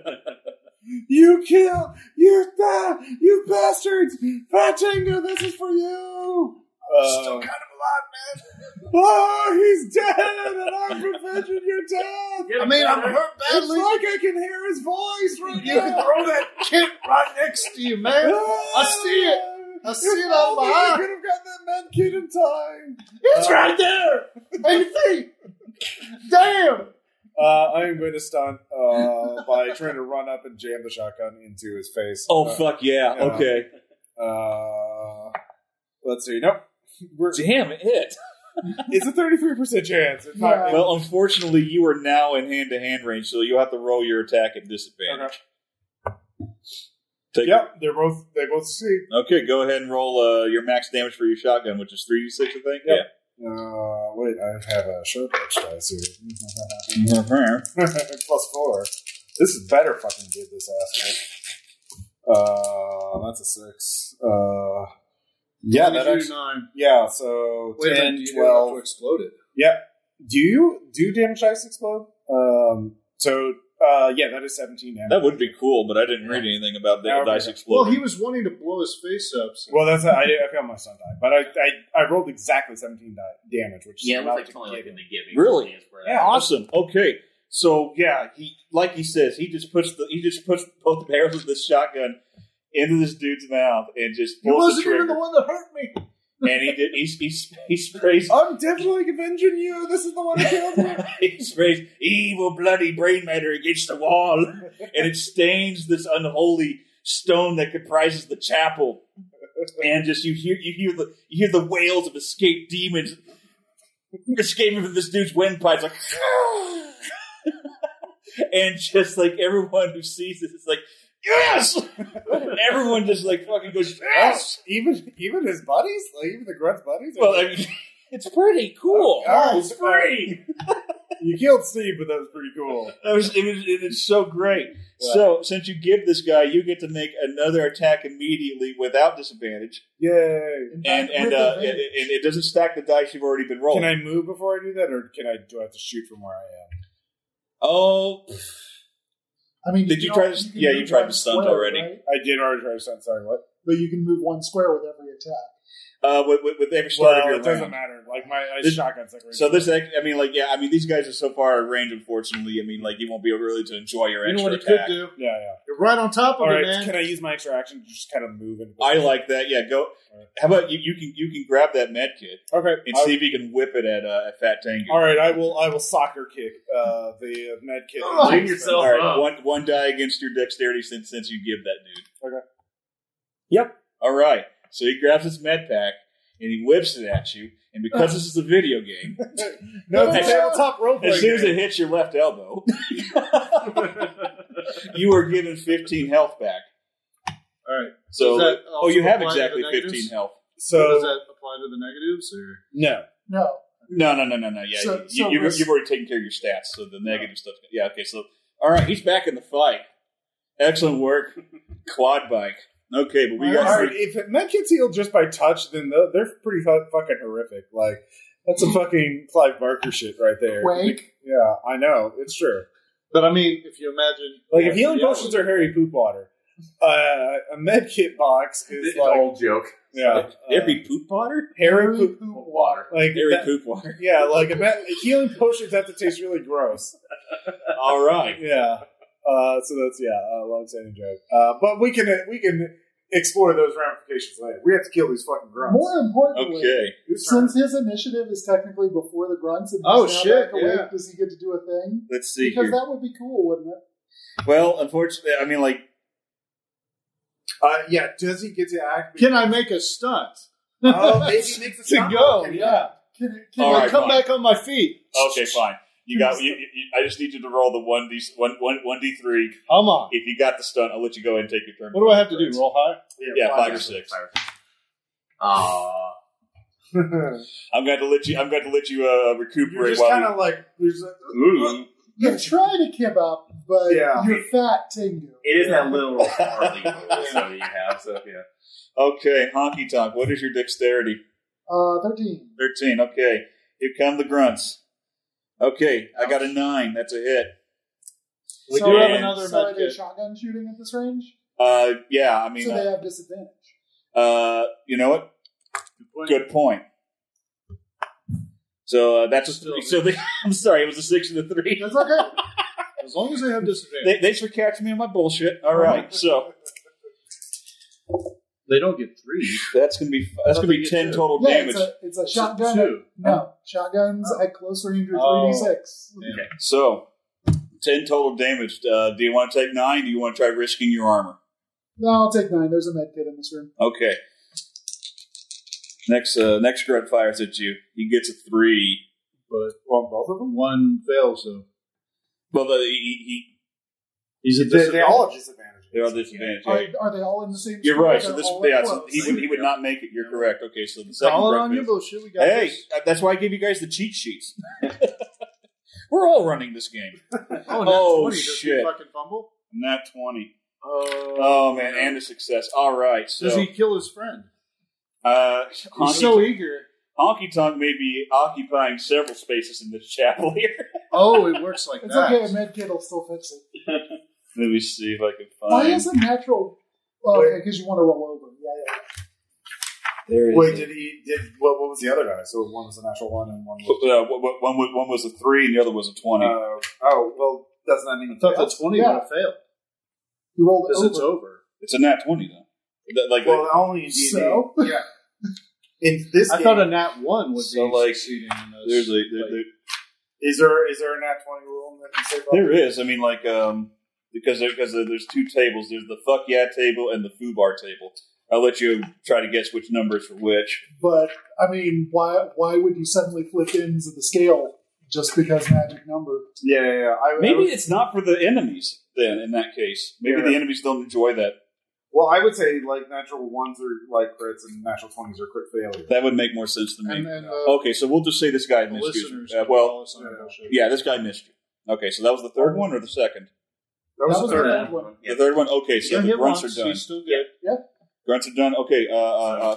Speaker 1: you kill you ba- you bastards! Fat Tango, this is for you.
Speaker 5: Uh,
Speaker 1: Still kind of alive, man. Oh, he's dead, and I'm preventing your death.
Speaker 3: I mean, I'm hurt.
Speaker 1: It's like I can hear his voice right
Speaker 5: You
Speaker 1: now.
Speaker 5: can throw that kit right next to you, man. I see it. I see it on my
Speaker 1: I
Speaker 5: eye.
Speaker 1: could have Oh, gotten that med kit in time.
Speaker 5: It's right there. And you see? Damn.
Speaker 1: Uh, I am going to stunt uh, by trying to run up and jam the shotgun into his face.
Speaker 2: Oh
Speaker 1: Uh,
Speaker 2: fuck yeah!
Speaker 1: yeah.
Speaker 2: Okay.
Speaker 1: Uh, let's see. Nope. <laughs> We're,
Speaker 2: Damn it!
Speaker 1: it's a 33% chance. It's not,
Speaker 4: Yeah.
Speaker 2: Well, unfortunately, you are now in hand-to-hand range, so you'll have to roll your attack at disadvantage. Take
Speaker 1: Yep, they're both they both see.
Speaker 2: Okay, go ahead and roll uh, your max damage for your shotgun, which is three d six, I think.
Speaker 1: Yep. Uh, wait, I have a short edge dice here.
Speaker 2: Yeah.
Speaker 1: <laughs>
Speaker 2: Mm-hmm.
Speaker 1: Plus four. This is better fucking give this asshole. Uh, that's a six. Uh, yeah, that
Speaker 5: Let me do
Speaker 1: actually,
Speaker 5: nine.
Speaker 1: yeah, so
Speaker 5: Wait,
Speaker 1: ten,
Speaker 5: do you have to
Speaker 1: twelve.
Speaker 5: explode it?
Speaker 1: Do you do damage dice explode? Um, so uh, yeah, that is seventeen damage.
Speaker 2: That would be cool, but I didn't read anything about the
Speaker 1: Yeah, okay.
Speaker 2: dice
Speaker 5: Well,
Speaker 2: exploding.
Speaker 5: he was wanting to blow his face up. So.
Speaker 1: Well, that's I, did- I found my stun die, but I, I I rolled exactly seventeen di- damage, which
Speaker 3: Yeah,
Speaker 1: is
Speaker 3: it
Speaker 1: not
Speaker 3: looks like
Speaker 1: to
Speaker 3: it's only like
Speaker 1: give
Speaker 3: in
Speaker 1: me.
Speaker 3: the giving.
Speaker 2: Really?
Speaker 3: is where
Speaker 1: Yeah,
Speaker 2: awesome. Okay, so yeah, he like he says, he just puts the he just puts both <laughs> barrels of this shotgun into this dude's mouth and just
Speaker 5: He
Speaker 2: pulls the
Speaker 5: wasn't even
Speaker 2: trigger,
Speaker 5: the one that hurt me.
Speaker 2: and he did he he, he sprays
Speaker 1: <laughs> I'm definitely avenging you. This is the one who killed me.
Speaker 2: <laughs> he sprays evil bloody brain matter against the wall, and it stains this unholy stone that comprises the chapel. And just you hear you hear the you hear the wails of escaped demons Which gave him this dude's windpipe's like, <laughs> and just like everyone who sees this is like, yes. <laughs> everyone just like fucking goes yes.
Speaker 1: even even his buddies, like even the grunt's buddies. Oh, are
Speaker 2: Well,
Speaker 1: like,
Speaker 2: I mean, <laughs> it's pretty cool.
Speaker 1: Alright,
Speaker 2: it's free.
Speaker 1: you killed Steve, but that was pretty cool.
Speaker 2: That was, it was, it is so great. So, since you give this guy, you get to make another attack immediately without disadvantage,
Speaker 1: <laughs> Yay!
Speaker 4: In
Speaker 2: and
Speaker 4: fact,
Speaker 2: and
Speaker 4: with
Speaker 2: uh, and,
Speaker 4: advantage.
Speaker 2: and it doesn't stack the dice you've already been rolling.
Speaker 1: Can I move before I do that, or can I? Do I have to shoot from where I am?
Speaker 2: oh,
Speaker 4: I mean,
Speaker 2: Did you
Speaker 4: can
Speaker 2: try
Speaker 4: al-
Speaker 2: to-
Speaker 4: can
Speaker 2: yeah, you
Speaker 4: move
Speaker 2: tried
Speaker 4: one
Speaker 2: to stunt
Speaker 4: square,
Speaker 2: already.
Speaker 4: right?
Speaker 1: I did already try to sound sorry. What?
Speaker 4: But you can move one square with every attack.
Speaker 2: uh, with, with, with every
Speaker 1: Well,
Speaker 2: start
Speaker 1: it
Speaker 2: of your
Speaker 1: doesn't
Speaker 2: round.
Speaker 1: matter. Like my I
Speaker 2: This-
Speaker 1: shotgun's like right
Speaker 2: So
Speaker 1: here.
Speaker 2: this, act- I mean, like, yeah, I mean, these guys are so far out of range. Unfortunately, I mean, like, you won't be able really to enjoy your
Speaker 6: You know what
Speaker 2: extra
Speaker 6: he could
Speaker 2: attack.
Speaker 6: do?
Speaker 1: yeah, yeah.
Speaker 6: You're right on top of
Speaker 1: All
Speaker 6: it,
Speaker 1: right,
Speaker 6: man.
Speaker 1: can I use my extra action to just kind of move it?
Speaker 2: I like that. Yeah, go. How about you? You can you can grab that med kit
Speaker 1: Okay,
Speaker 2: and
Speaker 1: I-
Speaker 2: see if you can whip it at uh, at Fat Tango.
Speaker 1: all right. I will. I will soccer kick uh, the uh, med <laughs> kit.
Speaker 6: Oh,
Speaker 3: Clean yourself
Speaker 2: All right,
Speaker 1: uh,
Speaker 3: up.
Speaker 2: one one die against your dexterity since since you give that dude.
Speaker 1: Okay. Yep.
Speaker 2: All right. So he grabs his med pack and he whips it at you, and because
Speaker 1: Uh.
Speaker 2: this is a video game,
Speaker 1: No, <laughs> it's a
Speaker 2: As-
Speaker 1: tabletop role
Speaker 2: as
Speaker 1: playing
Speaker 2: soon as
Speaker 1: game.
Speaker 2: it hits your left elbow, <laughs> you are given fifteen health back.
Speaker 5: All right.
Speaker 2: So,
Speaker 6: Does that
Speaker 2: oh, you
Speaker 6: also
Speaker 2: have
Speaker 6: apply to
Speaker 2: exactly
Speaker 6: the
Speaker 2: fifteen
Speaker 6: negatives?
Speaker 2: health.
Speaker 5: Does
Speaker 1: So
Speaker 5: that apply to the negatives or?
Speaker 1: no,
Speaker 4: No,
Speaker 2: No, no, no, no, no. Yeah,
Speaker 4: So-
Speaker 2: you,
Speaker 4: so
Speaker 2: you've,
Speaker 4: res-
Speaker 2: you've already taken care of your stats, so the negative stuff. Yeah, okay. So, all right, he's back in the fight.
Speaker 6: <laughs>
Speaker 2: Excellent work, quad bike. Okay, but we
Speaker 1: All
Speaker 2: got
Speaker 1: right, if it meant gets healed just by touch, then tho- they're pretty fu- fucking horrific. Like that's
Speaker 6: Mm.
Speaker 1: a fucking Clive Barker shit right there.
Speaker 4: Quake.
Speaker 1: Yeah, I know. It's true.
Speaker 6: But I mean, if you imagine,
Speaker 1: Like if healing
Speaker 6: Yeah.
Speaker 1: potions are Harry poop water, uh, a med kit box is
Speaker 3: It's
Speaker 1: like
Speaker 3: old joke.
Speaker 1: yeah,
Speaker 6: Uh,
Speaker 2: every poop water.
Speaker 1: uh, Harry poop
Speaker 3: Old water.
Speaker 1: like
Speaker 2: Dairy
Speaker 1: that-
Speaker 2: poop water.
Speaker 1: yeah, like a med- healing potions have to taste really gross.
Speaker 2: All
Speaker 6: <laughs>
Speaker 2: right.
Speaker 1: Yeah. Uh, so that's yeah, a long-standing joke. Uh, but we can we can explore those ramifications later. We have to kill these fucking grunts.
Speaker 4: More importantly,
Speaker 2: Okay.
Speaker 1: Who's turn?
Speaker 4: since his initiative is technically before the grunts, and he's
Speaker 6: Oh,
Speaker 4: now
Speaker 6: shit,
Speaker 4: back awake,
Speaker 6: yeah.
Speaker 4: does he get to do a thing?
Speaker 2: Let's see
Speaker 4: because
Speaker 2: here.
Speaker 4: that would be cool, wouldn't it?
Speaker 2: well, unfortunately, I mean, like,
Speaker 1: Uh, yeah, does he get to act? <laughs>
Speaker 6: can I make a stunt
Speaker 1: Oh, maybe he makes
Speaker 6: to
Speaker 1: a stop
Speaker 6: go?
Speaker 1: work.
Speaker 6: Yeah.
Speaker 4: Can, can
Speaker 6: Can
Speaker 2: All
Speaker 6: I
Speaker 2: right,
Speaker 6: come
Speaker 2: fine.
Speaker 6: back on my feet?
Speaker 2: okay, fine. You got. You, you, you- I just need you to roll the one d one one one d three.
Speaker 6: I'm on.
Speaker 2: If you got the stunt, I'll let you go ahead and take your turn.
Speaker 6: What do I have to do? Roll high?
Speaker 2: Yeah, five
Speaker 1: fine.
Speaker 2: or six.
Speaker 3: Aw.
Speaker 2: I'm going to let you. I'm going to let you uh,
Speaker 1: You're
Speaker 2: recuperate
Speaker 1: just
Speaker 2: while
Speaker 1: kind of like, you're just like
Speaker 3: Ooh.
Speaker 4: you try to keep up, but
Speaker 1: Yeah.
Speaker 4: you're fat, Tengu.
Speaker 3: It is that little Harley rule, so you have, so yeah.
Speaker 2: Okay, honky tonk. What is your dexterity?
Speaker 4: Uh, 13.
Speaker 2: Thirteen. Okay, here come the grunts. Okay, I got a nine. That's a hit.
Speaker 6: We
Speaker 4: so
Speaker 6: do have
Speaker 2: can-
Speaker 6: another
Speaker 4: so are
Speaker 6: med
Speaker 4: they
Speaker 6: kit.
Speaker 4: shotgun shooting at this range?
Speaker 2: Uh, yeah. I mean,
Speaker 4: so they
Speaker 2: uh,
Speaker 4: have disadvantage.
Speaker 2: uh, you know what? Good point. So uh, that's a three. So they, <laughs> I'm sorry, it was a six and a three.
Speaker 4: That's
Speaker 2: <laughs>
Speaker 4: okay.
Speaker 6: As long as they have disadvantage,
Speaker 2: They, thanks for catching me on my bullshit. All right, so
Speaker 6: they don't get three.
Speaker 2: that's gonna be that's gonna be ten total
Speaker 4: yeah,
Speaker 2: damage.
Speaker 4: it's a, it's a shotgun.
Speaker 6: Two.
Speaker 4: no, shotguns at close range are
Speaker 6: Oh.
Speaker 4: 3d6.
Speaker 2: so ten total damage. Uh, do you want to take nine? Do you want to try risking your armor?
Speaker 4: No, I'll take 9. There's a med kit in this room.
Speaker 2: Okay. Next, uh, next grunt fires at you. He gets a three.
Speaker 6: But
Speaker 1: well, both of them?
Speaker 6: one fails, so
Speaker 2: Well, the, he,
Speaker 6: he's a
Speaker 1: They, they
Speaker 6: disadvantage.
Speaker 1: all have disadvantages.
Speaker 2: he, they are disadvantage.
Speaker 4: Are,
Speaker 2: right?
Speaker 4: are they all in the same
Speaker 2: You're
Speaker 4: square?
Speaker 2: right. So
Speaker 4: They're
Speaker 2: this,
Speaker 4: all
Speaker 2: yeah,
Speaker 4: at
Speaker 2: so
Speaker 4: once.
Speaker 2: he would he would not make it. You're correct. Okay, so the second
Speaker 6: Call it
Speaker 2: grunt.
Speaker 6: on your
Speaker 2: fails.
Speaker 6: bullshit. We got
Speaker 2: Hey, uh,
Speaker 6: this.
Speaker 2: that's why I give you guys the cheat sheets. <laughs> We're all running this game.
Speaker 6: Oh, and that's
Speaker 2: oh,
Speaker 6: 20. Does he
Speaker 2: shit.
Speaker 6: fucking fumble?
Speaker 2: Not twenty.
Speaker 6: Oh,
Speaker 2: Oh man, and a success. All right. So
Speaker 6: does he kill his friend?
Speaker 2: uh, honky,
Speaker 6: He's so eager.
Speaker 2: honky tonk may be occupying several spaces in this <laughs> chapel here.
Speaker 6: Oh, it works like
Speaker 4: It's
Speaker 6: that.
Speaker 4: okay. A med kit will still fix it.
Speaker 2: Let me see if I can find.
Speaker 4: Why is it natural? Well, okay, because you want to roll over. Yeah, yeah.
Speaker 2: There it
Speaker 1: Wait,
Speaker 2: is.
Speaker 1: did he, did, what, what was the other guy? So one was a natural one and one was,
Speaker 2: Uh, one, one, was- one was a three and the other was a twenty.
Speaker 1: uh, oh, well, that's not even,
Speaker 6: I thought the 20
Speaker 4: Yeah.
Speaker 6: would have failed
Speaker 4: You rolled
Speaker 6: because
Speaker 4: over.
Speaker 6: it's over.
Speaker 2: it's a nat twenty though. Th- Like
Speaker 1: well, only in D&D.
Speaker 4: So?
Speaker 1: Yeah. In this
Speaker 6: I
Speaker 1: game,
Speaker 6: thought a nat 1 would
Speaker 2: So,
Speaker 6: be
Speaker 2: like,
Speaker 6: succeeding in those.
Speaker 2: there's a there,
Speaker 6: like,
Speaker 2: there-
Speaker 1: is there, is there a nat 20 rule that you say about
Speaker 2: there is. I mean, like um, because there, because there- there's two tables. There's the fuck yeah table and the foobar table. I'll let you try to guess which number is for which.
Speaker 4: But I mean, why why would you suddenly flip ends of the scale just because magic number?
Speaker 1: Yeah, yeah, yeah. I, I
Speaker 2: Maybe
Speaker 1: would-
Speaker 2: it's not for the enemies then. In that case, maybe
Speaker 1: Yeah.
Speaker 2: the enemies don't enjoy that.
Speaker 1: well, I would say like natural ones are like crits and natural twenties are crit failure.
Speaker 2: That would make more sense to me.
Speaker 4: And then uh,
Speaker 2: okay, so we'll just say this guy
Speaker 5: The
Speaker 2: missed you.
Speaker 5: listeners.
Speaker 2: Uh, Oh, well,
Speaker 5: call us on
Speaker 1: yeah.
Speaker 5: bullshit.
Speaker 2: yeah, this guy missed you. Okay, so that was the third one or the second?
Speaker 1: That was,
Speaker 4: That
Speaker 1: the
Speaker 4: was
Speaker 1: third
Speaker 4: the-
Speaker 1: one.
Speaker 4: bad one.
Speaker 3: Yeah.
Speaker 2: The third one. Okay,
Speaker 5: Yeah,
Speaker 2: so the
Speaker 5: hit
Speaker 2: grunts
Speaker 5: once,
Speaker 2: are done.
Speaker 5: he's still good.
Speaker 2: Grunts are done. Okay, uh, uh,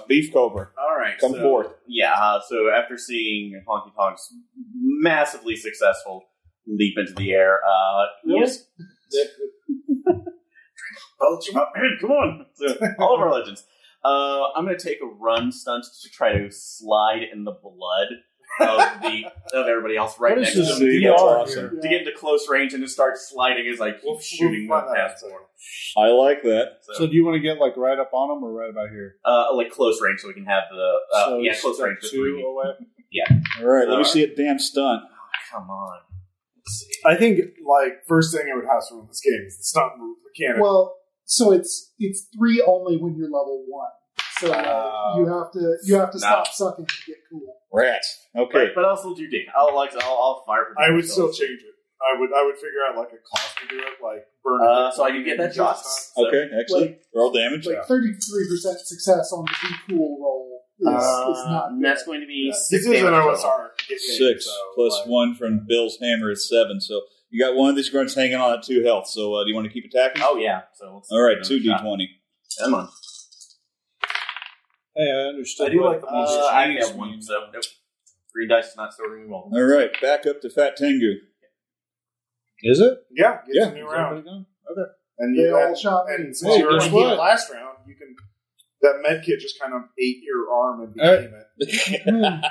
Speaker 2: uh, beef cobra,
Speaker 3: All right.
Speaker 2: come
Speaker 3: so-
Speaker 2: forth.
Speaker 3: Yeah. Uh, so after seeing Honky Tonk's massively successful leap into the air, uh,
Speaker 4: Really?
Speaker 3: yes. I'll let you up, man. Come on. So, all of our legends. Uh, I'm going to take a run stunt to try to slide in the blood of the of everybody else right
Speaker 5: What
Speaker 3: next
Speaker 5: is
Speaker 3: to
Speaker 5: this
Speaker 3: them to get,
Speaker 2: That's
Speaker 3: to,
Speaker 2: awesome.
Speaker 4: yeah.
Speaker 3: get into close range and to start sliding as I keep
Speaker 1: We'll-
Speaker 3: shooting
Speaker 1: we'll
Speaker 3: them
Speaker 1: find that
Speaker 3: past
Speaker 1: out.
Speaker 3: more.
Speaker 2: I like that.
Speaker 3: So,
Speaker 5: So do you want to get like right up on them or right about here?
Speaker 3: uh, like close range, so we can have the uh,
Speaker 5: so
Speaker 3: yeah close
Speaker 5: step
Speaker 3: range. for
Speaker 5: two
Speaker 3: three.
Speaker 5: away.
Speaker 2: All right, let me
Speaker 3: Alright.
Speaker 2: see a damn stunt.
Speaker 3: Come on. Let's see.
Speaker 1: I think like first thing I would have from this game is the stunt move mechanic.
Speaker 4: well, so it's it's three only when you're level one. So like,
Speaker 3: Uh,
Speaker 5: Wow.
Speaker 4: you have to you have to
Speaker 3: Nah.
Speaker 4: stop sucking to get cool.
Speaker 2: Rats. Okay.
Speaker 3: But, but I'll still do damage. I'll like I'll, I'll fire. For
Speaker 1: I would
Speaker 3: damage.
Speaker 1: still change it. I would I would figure out like a cost to do it, like burn.
Speaker 3: Uh,
Speaker 1: it.
Speaker 3: so I can get that shot. So-
Speaker 2: Okay. Excellent. Roll damage.
Speaker 4: Like thirty three percent success on the be cool roll is, is
Speaker 3: Uh,
Speaker 4: not
Speaker 3: and
Speaker 4: good.
Speaker 3: that's going to be
Speaker 1: Yeah. This is
Speaker 3: six.
Speaker 1: an
Speaker 3: damage total.
Speaker 1: OSR. game,
Speaker 2: Six
Speaker 1: so,
Speaker 2: plus
Speaker 1: like,
Speaker 2: one from Bill's hammer is seven. So you got one of these grunts hanging on at two health. So uh, do you want to keep attacking?
Speaker 3: Oh yeah. So let's
Speaker 2: All right,
Speaker 3: give
Speaker 2: two
Speaker 3: it a
Speaker 2: d
Speaker 3: shot.
Speaker 2: twenty.
Speaker 3: Come on.
Speaker 5: Hey, I understood.
Speaker 3: I do
Speaker 5: what
Speaker 3: like the
Speaker 5: these
Speaker 3: uh, I
Speaker 5: trees
Speaker 3: have one.
Speaker 5: mean.
Speaker 3: So nope. Three dice is not storing me well.
Speaker 2: All right, back up to Fat Tengu.
Speaker 5: Is it?
Speaker 1: Yeah, it's
Speaker 5: yeah.
Speaker 1: a
Speaker 5: Is
Speaker 1: new
Speaker 5: that
Speaker 1: round,
Speaker 5: what it got?
Speaker 1: and
Speaker 4: They
Speaker 1: you
Speaker 4: all
Speaker 1: and,
Speaker 4: shot me.
Speaker 1: and since you
Speaker 5: Well,
Speaker 1: were
Speaker 5: guess
Speaker 1: in the
Speaker 5: what?
Speaker 1: last round, you can that med kit just kind of ate your arm and
Speaker 5: All right.
Speaker 1: became it.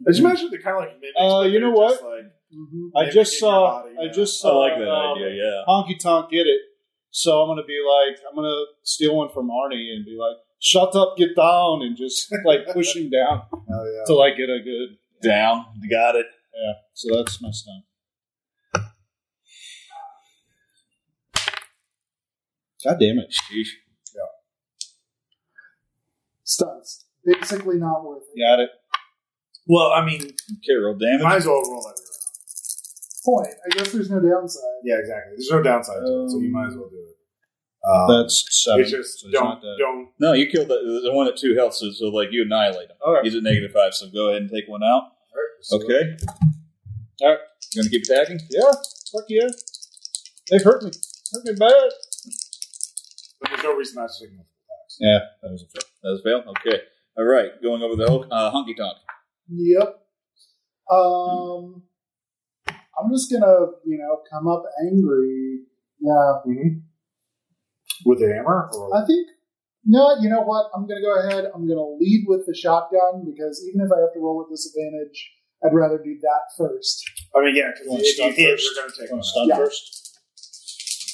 Speaker 1: I just imagine they kind of like mimics.
Speaker 5: Mm. Uh,
Speaker 1: but
Speaker 5: you know
Speaker 1: they're just, Like,
Speaker 4: Mhm.
Speaker 5: I
Speaker 1: Mimic
Speaker 5: just
Speaker 1: in your
Speaker 5: saw.
Speaker 1: body,
Speaker 5: I
Speaker 1: yeah.
Speaker 5: just
Speaker 2: I
Speaker 5: saw.
Speaker 2: like that
Speaker 5: um,
Speaker 2: idea. Yeah.
Speaker 5: Honky Tonk get it. So I'm gonna be like, I'm gonna steal one from Arnie and be like, "Shut up, get down," and just <laughs> like push him down
Speaker 1: oh yeah.
Speaker 5: till I get a good.
Speaker 2: Down. Got it.
Speaker 5: Yeah. So that's my stunt. God damn it!
Speaker 4: Stunts basically not worth it.
Speaker 5: Got it.
Speaker 1: Well, I mean,
Speaker 2: Okay, roll damage.
Speaker 1: might as well roll every round.
Speaker 4: Point. I guess there's no downside.
Speaker 1: Yeah, exactly. There's no downside to it, so you might as well do it. Um,
Speaker 5: That's seven.
Speaker 1: it's just
Speaker 5: so he's
Speaker 1: don't
Speaker 5: not dead.
Speaker 1: don't.
Speaker 2: No, you killed the, the one at two health, so, so like you annihilate him.
Speaker 5: All right.
Speaker 2: He's at negative five, so go ahead and take one out.
Speaker 5: So-
Speaker 2: Okay.
Speaker 5: All right.
Speaker 2: You gonna keep attacking?
Speaker 5: Yeah. Fuck yeah. They hurt me. Hurt me bad.
Speaker 1: There's no reason not to.
Speaker 5: Yeah. That was a fail.
Speaker 2: That was a fail. Okay. All right. Going over the uh, honky tonk.
Speaker 4: Yep. Um, I'm just gonna you know come up angry. Yeah,
Speaker 1: Mm-hmm. With a hammer? Or,
Speaker 4: I think. No, you know what? I'm gonna go ahead. I'm gonna lead with the shotgun because even if I have to roll at disadvantage, I'd rather do that first.
Speaker 1: I mean, yeah,
Speaker 5: You
Speaker 1: because
Speaker 5: want
Speaker 1: if you
Speaker 5: stunt
Speaker 1: hit,
Speaker 5: first?
Speaker 1: you're going to take
Speaker 5: You
Speaker 1: one.
Speaker 5: want stunt
Speaker 4: Yeah.
Speaker 5: first?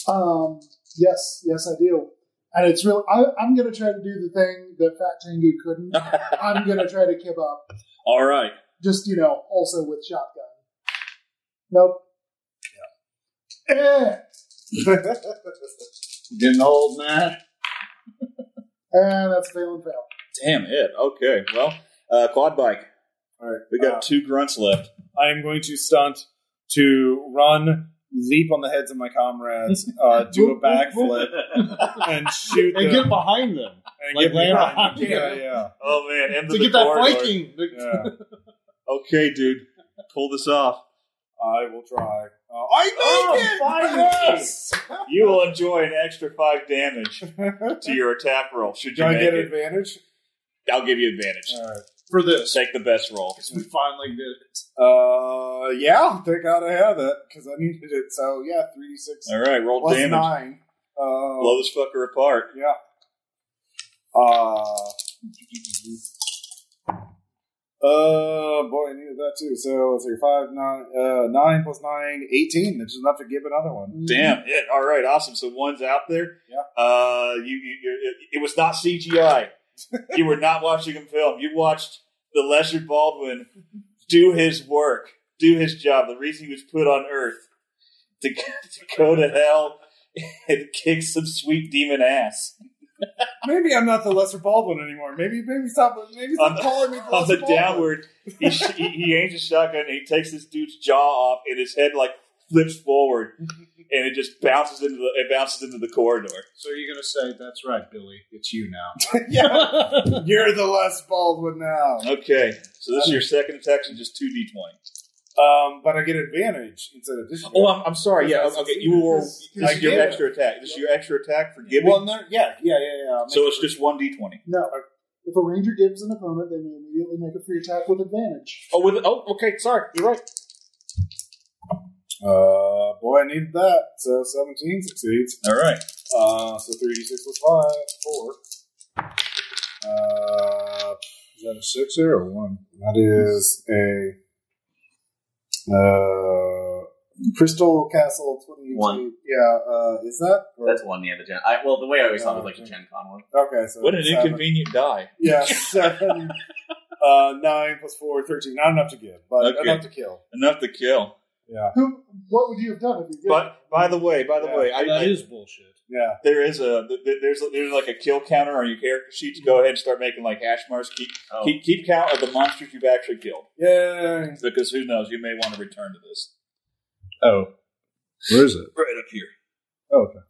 Speaker 4: Um, yes, yes, I do. And it's real. I, I'm gonna try to do the thing that Fat Tengu
Speaker 1: <laughs>
Speaker 4: couldn't. I'm gonna try to give up.
Speaker 2: All right.
Speaker 4: just you know, also with shotgun. Nope. Eh.
Speaker 5: Getting old, man.
Speaker 4: And Eh, that's fail and fail.
Speaker 2: Damn it. Okay. Well, uh, quad bike.
Speaker 1: All right.
Speaker 2: We
Speaker 5: uh,
Speaker 2: got two grunts left.
Speaker 1: <laughs> I am going to stunt to run, leap on the heads of my comrades, uh,
Speaker 5: <laughs>
Speaker 1: do a backflip, and shoot
Speaker 5: And
Speaker 1: them.
Speaker 5: get behind them
Speaker 1: and
Speaker 5: like
Speaker 1: get
Speaker 5: land
Speaker 1: behind.
Speaker 5: behind
Speaker 1: Yeah,
Speaker 5: them.
Speaker 1: yeah.
Speaker 2: <laughs> Oh man, end
Speaker 5: to get that flanking.
Speaker 1: yeah.
Speaker 2: Okay, dude, pull this off.
Speaker 1: I will try. Uh, I made it! <laughs> Yes!
Speaker 2: You will enjoy an extra five damage to your attack roll. Should you
Speaker 1: Do I
Speaker 2: make
Speaker 1: get
Speaker 2: it?
Speaker 1: advantage?
Speaker 2: I'll give you advantage.
Speaker 1: All right.
Speaker 5: for this.
Speaker 2: Take the best roll.
Speaker 5: We finally did it.
Speaker 1: Uh, yeah, thank God I had that because I needed it. So yeah, three six
Speaker 2: All right, roll
Speaker 1: plus
Speaker 2: damage.
Speaker 1: nine. Uh,
Speaker 2: Blow this fucker apart.
Speaker 1: yeah. Uh, uh, boy, I needed that too. So let's see, five nine, uh, nine plus nine, eighteen. That's enough to give another one.
Speaker 2: Damn it! All right, awesome. So one's out there.
Speaker 1: Hmm. Yeah.
Speaker 2: Uh, you, you, you it, it was
Speaker 1: <laughs>
Speaker 2: not CGI. you were not watching him film. You watched the Lesser Baldwin do his work, do his job. The reason he was put on Earth <laughs> to, to go to hell and kick some sweet demon ass.
Speaker 1: Maybe I'm not the lesser Baldwin anymore. Maybe maybe stop maybe
Speaker 2: On
Speaker 1: stop
Speaker 2: the-
Speaker 1: calling me the
Speaker 2: on
Speaker 1: lesser
Speaker 2: the
Speaker 1: Baldwin.
Speaker 2: downward, he, sh- he, he aims his shotgun and he takes this dude's jaw off, and his head like flips <laughs> forward, and it just bounces into the it bounces into the corridor.
Speaker 5: So you're gonna say that's right, Billy. It's you now.
Speaker 1: yeah, you're the less Baldwin now.
Speaker 2: Okay, so this is your second attack, so just two d twenty.
Speaker 1: Um, but I get advantage instead of disadvantage.
Speaker 2: Oh, I'm, I'm sorry. Yeah, okay. You were
Speaker 1: This-
Speaker 2: this is your
Speaker 1: yeah.
Speaker 2: extra attack. This is your extra attack for giving.
Speaker 1: well, no, yeah, yeah, yeah, yeah. I'll
Speaker 2: so
Speaker 1: make
Speaker 2: it's just one d twenty.
Speaker 4: No. If a ranger gives an opponent, they may immediately make a free attack with advantage.
Speaker 2: Oh, with oh, okay. Sorry, you're right.
Speaker 1: it. Uh, boy, I need that. So 17 succeeds.
Speaker 2: All right.
Speaker 1: Uh, so 3d6 plus 5, 4. Uh, is that a 6 there or 1? That is a uh, Crystal Castle 20.
Speaker 3: One.
Speaker 1: Yeah, uh, is that? Or-
Speaker 3: That's one, yeah, the Gen. I, well, the way I always thought it was
Speaker 1: Uh,
Speaker 3: like the Gen Con one.
Speaker 1: okay, so.
Speaker 2: What an
Speaker 1: seven.
Speaker 2: inconvenient die.
Speaker 1: Yeah, 7, uh, 9 plus 4, 13. Not enough to give, but
Speaker 2: Okay.
Speaker 1: enough to kill.
Speaker 2: Enough to kill.
Speaker 1: Yeah,
Speaker 4: Who? What would you have done if you did?
Speaker 2: But by the way, by the
Speaker 1: Yeah,
Speaker 2: way, I,
Speaker 5: That
Speaker 2: I,
Speaker 5: is bullshit.
Speaker 1: yeah.
Speaker 2: there is a th- th- there's there's like a kill counter on your character sheet. Go ahead and start making like hash marks. Keep
Speaker 3: Oh.
Speaker 2: keep, keep count of the monsters you've actually killed
Speaker 1: Yay!
Speaker 2: because who knows you may want to return to this
Speaker 5: Oh, where is it?
Speaker 2: right up here.
Speaker 5: Oh, okay.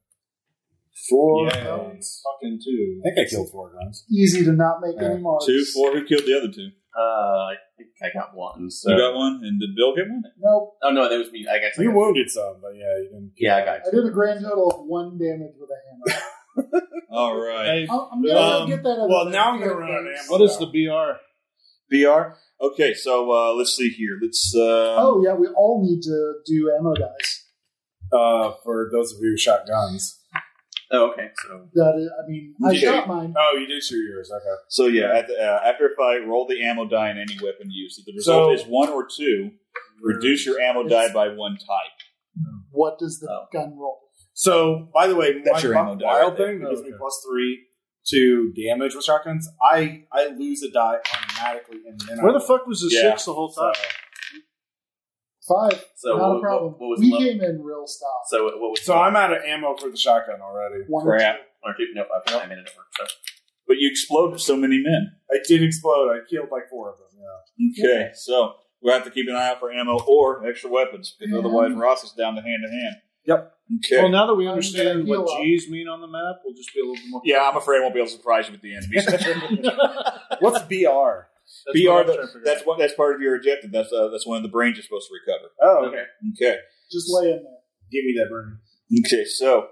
Speaker 1: 4
Speaker 5: Yay.
Speaker 1: rounds.
Speaker 5: Fucking two.
Speaker 1: I think I killed 4 rounds.
Speaker 4: easy to not make
Speaker 1: Yeah.
Speaker 4: any marks.
Speaker 2: Two, four. Who killed the other two?
Speaker 3: Uh, I think I got one. So
Speaker 2: you got one, and did Bill get one?
Speaker 4: Nope.
Speaker 3: Oh no, that was me. I guess I
Speaker 1: You
Speaker 3: got-
Speaker 1: wounded some, but yeah, you didn't.
Speaker 3: Yeah, I got
Speaker 4: I did a grand total of one damage with a
Speaker 1: <laughs>
Speaker 4: hammer.
Speaker 2: All right.
Speaker 4: I'm- I'm gonna
Speaker 2: Um,
Speaker 4: get that. other
Speaker 1: well,
Speaker 4: thing.
Speaker 1: now I'm gonna run out of
Speaker 4: Thanks.
Speaker 1: ammo.
Speaker 5: What is the BR?
Speaker 2: Br. Okay, so uh, let's see here. Let's. Uh,
Speaker 4: Oh yeah, we all need to do ammo dice.
Speaker 1: Uh, for those of you who shot guns.
Speaker 3: Oh, okay. So
Speaker 4: That is, I mean, I
Speaker 2: Yeah.
Speaker 4: shot mine.
Speaker 1: Oh, you did shoot yours. Okay.
Speaker 2: So yeah, at the, uh, after a fight, roll the ammo die in any weapon used. If the
Speaker 1: So-
Speaker 2: result is one or two, reduce your ammo die by one type.
Speaker 4: What does the
Speaker 3: Oh.
Speaker 4: gun roll?
Speaker 1: So, by the way, my
Speaker 2: That's your
Speaker 1: buck
Speaker 2: ammo die
Speaker 1: wild
Speaker 2: right there.
Speaker 1: thing that gives me
Speaker 5: Okay.
Speaker 1: plus three to damage with shotguns, I I lose a die automatically, and then
Speaker 5: Where
Speaker 1: I
Speaker 5: the fuck was the
Speaker 2: Yeah.
Speaker 5: six the whole
Speaker 1: So,
Speaker 5: time?
Speaker 4: Five.
Speaker 3: so
Speaker 4: not
Speaker 3: what,
Speaker 4: a problem.
Speaker 3: What, what was
Speaker 4: we
Speaker 3: the level?
Speaker 4: came in real stop.
Speaker 3: So what was
Speaker 1: so I'm out of ammo for the shotgun already.
Speaker 4: One or
Speaker 2: Crap!
Speaker 3: Or two? Nope, I, I made it work. So
Speaker 2: But you exploded so many men.
Speaker 1: I did explode. I killed like four of them. Yeah.
Speaker 2: Okay, so we'll have to keep an eye out for ammo or extra weapons, because
Speaker 4: Yeah.
Speaker 2: otherwise Ross is down to hand to hand.
Speaker 1: Yep.
Speaker 2: Okay.
Speaker 5: Well, now that we
Speaker 4: I'm
Speaker 5: understand
Speaker 4: gonna heal
Speaker 5: what
Speaker 4: up.
Speaker 5: G's mean on the map, we'll just be a little bit more.
Speaker 2: yeah, I'm afraid I won't be able to surprise you with the enemies.
Speaker 4: <laughs>
Speaker 5: <laughs>
Speaker 1: What's BR? Oh,
Speaker 5: That's
Speaker 2: BR,
Speaker 5: what
Speaker 2: that-
Speaker 5: I'm trying to figure
Speaker 2: that's
Speaker 5: out.
Speaker 2: what that's part of your objective. That's uh, that's one of the brains you're supposed to recover.
Speaker 5: Oh,
Speaker 1: okay.
Speaker 2: Okay.
Speaker 4: two. Just lay in there.
Speaker 1: Give me that brain.
Speaker 2: Okay. So,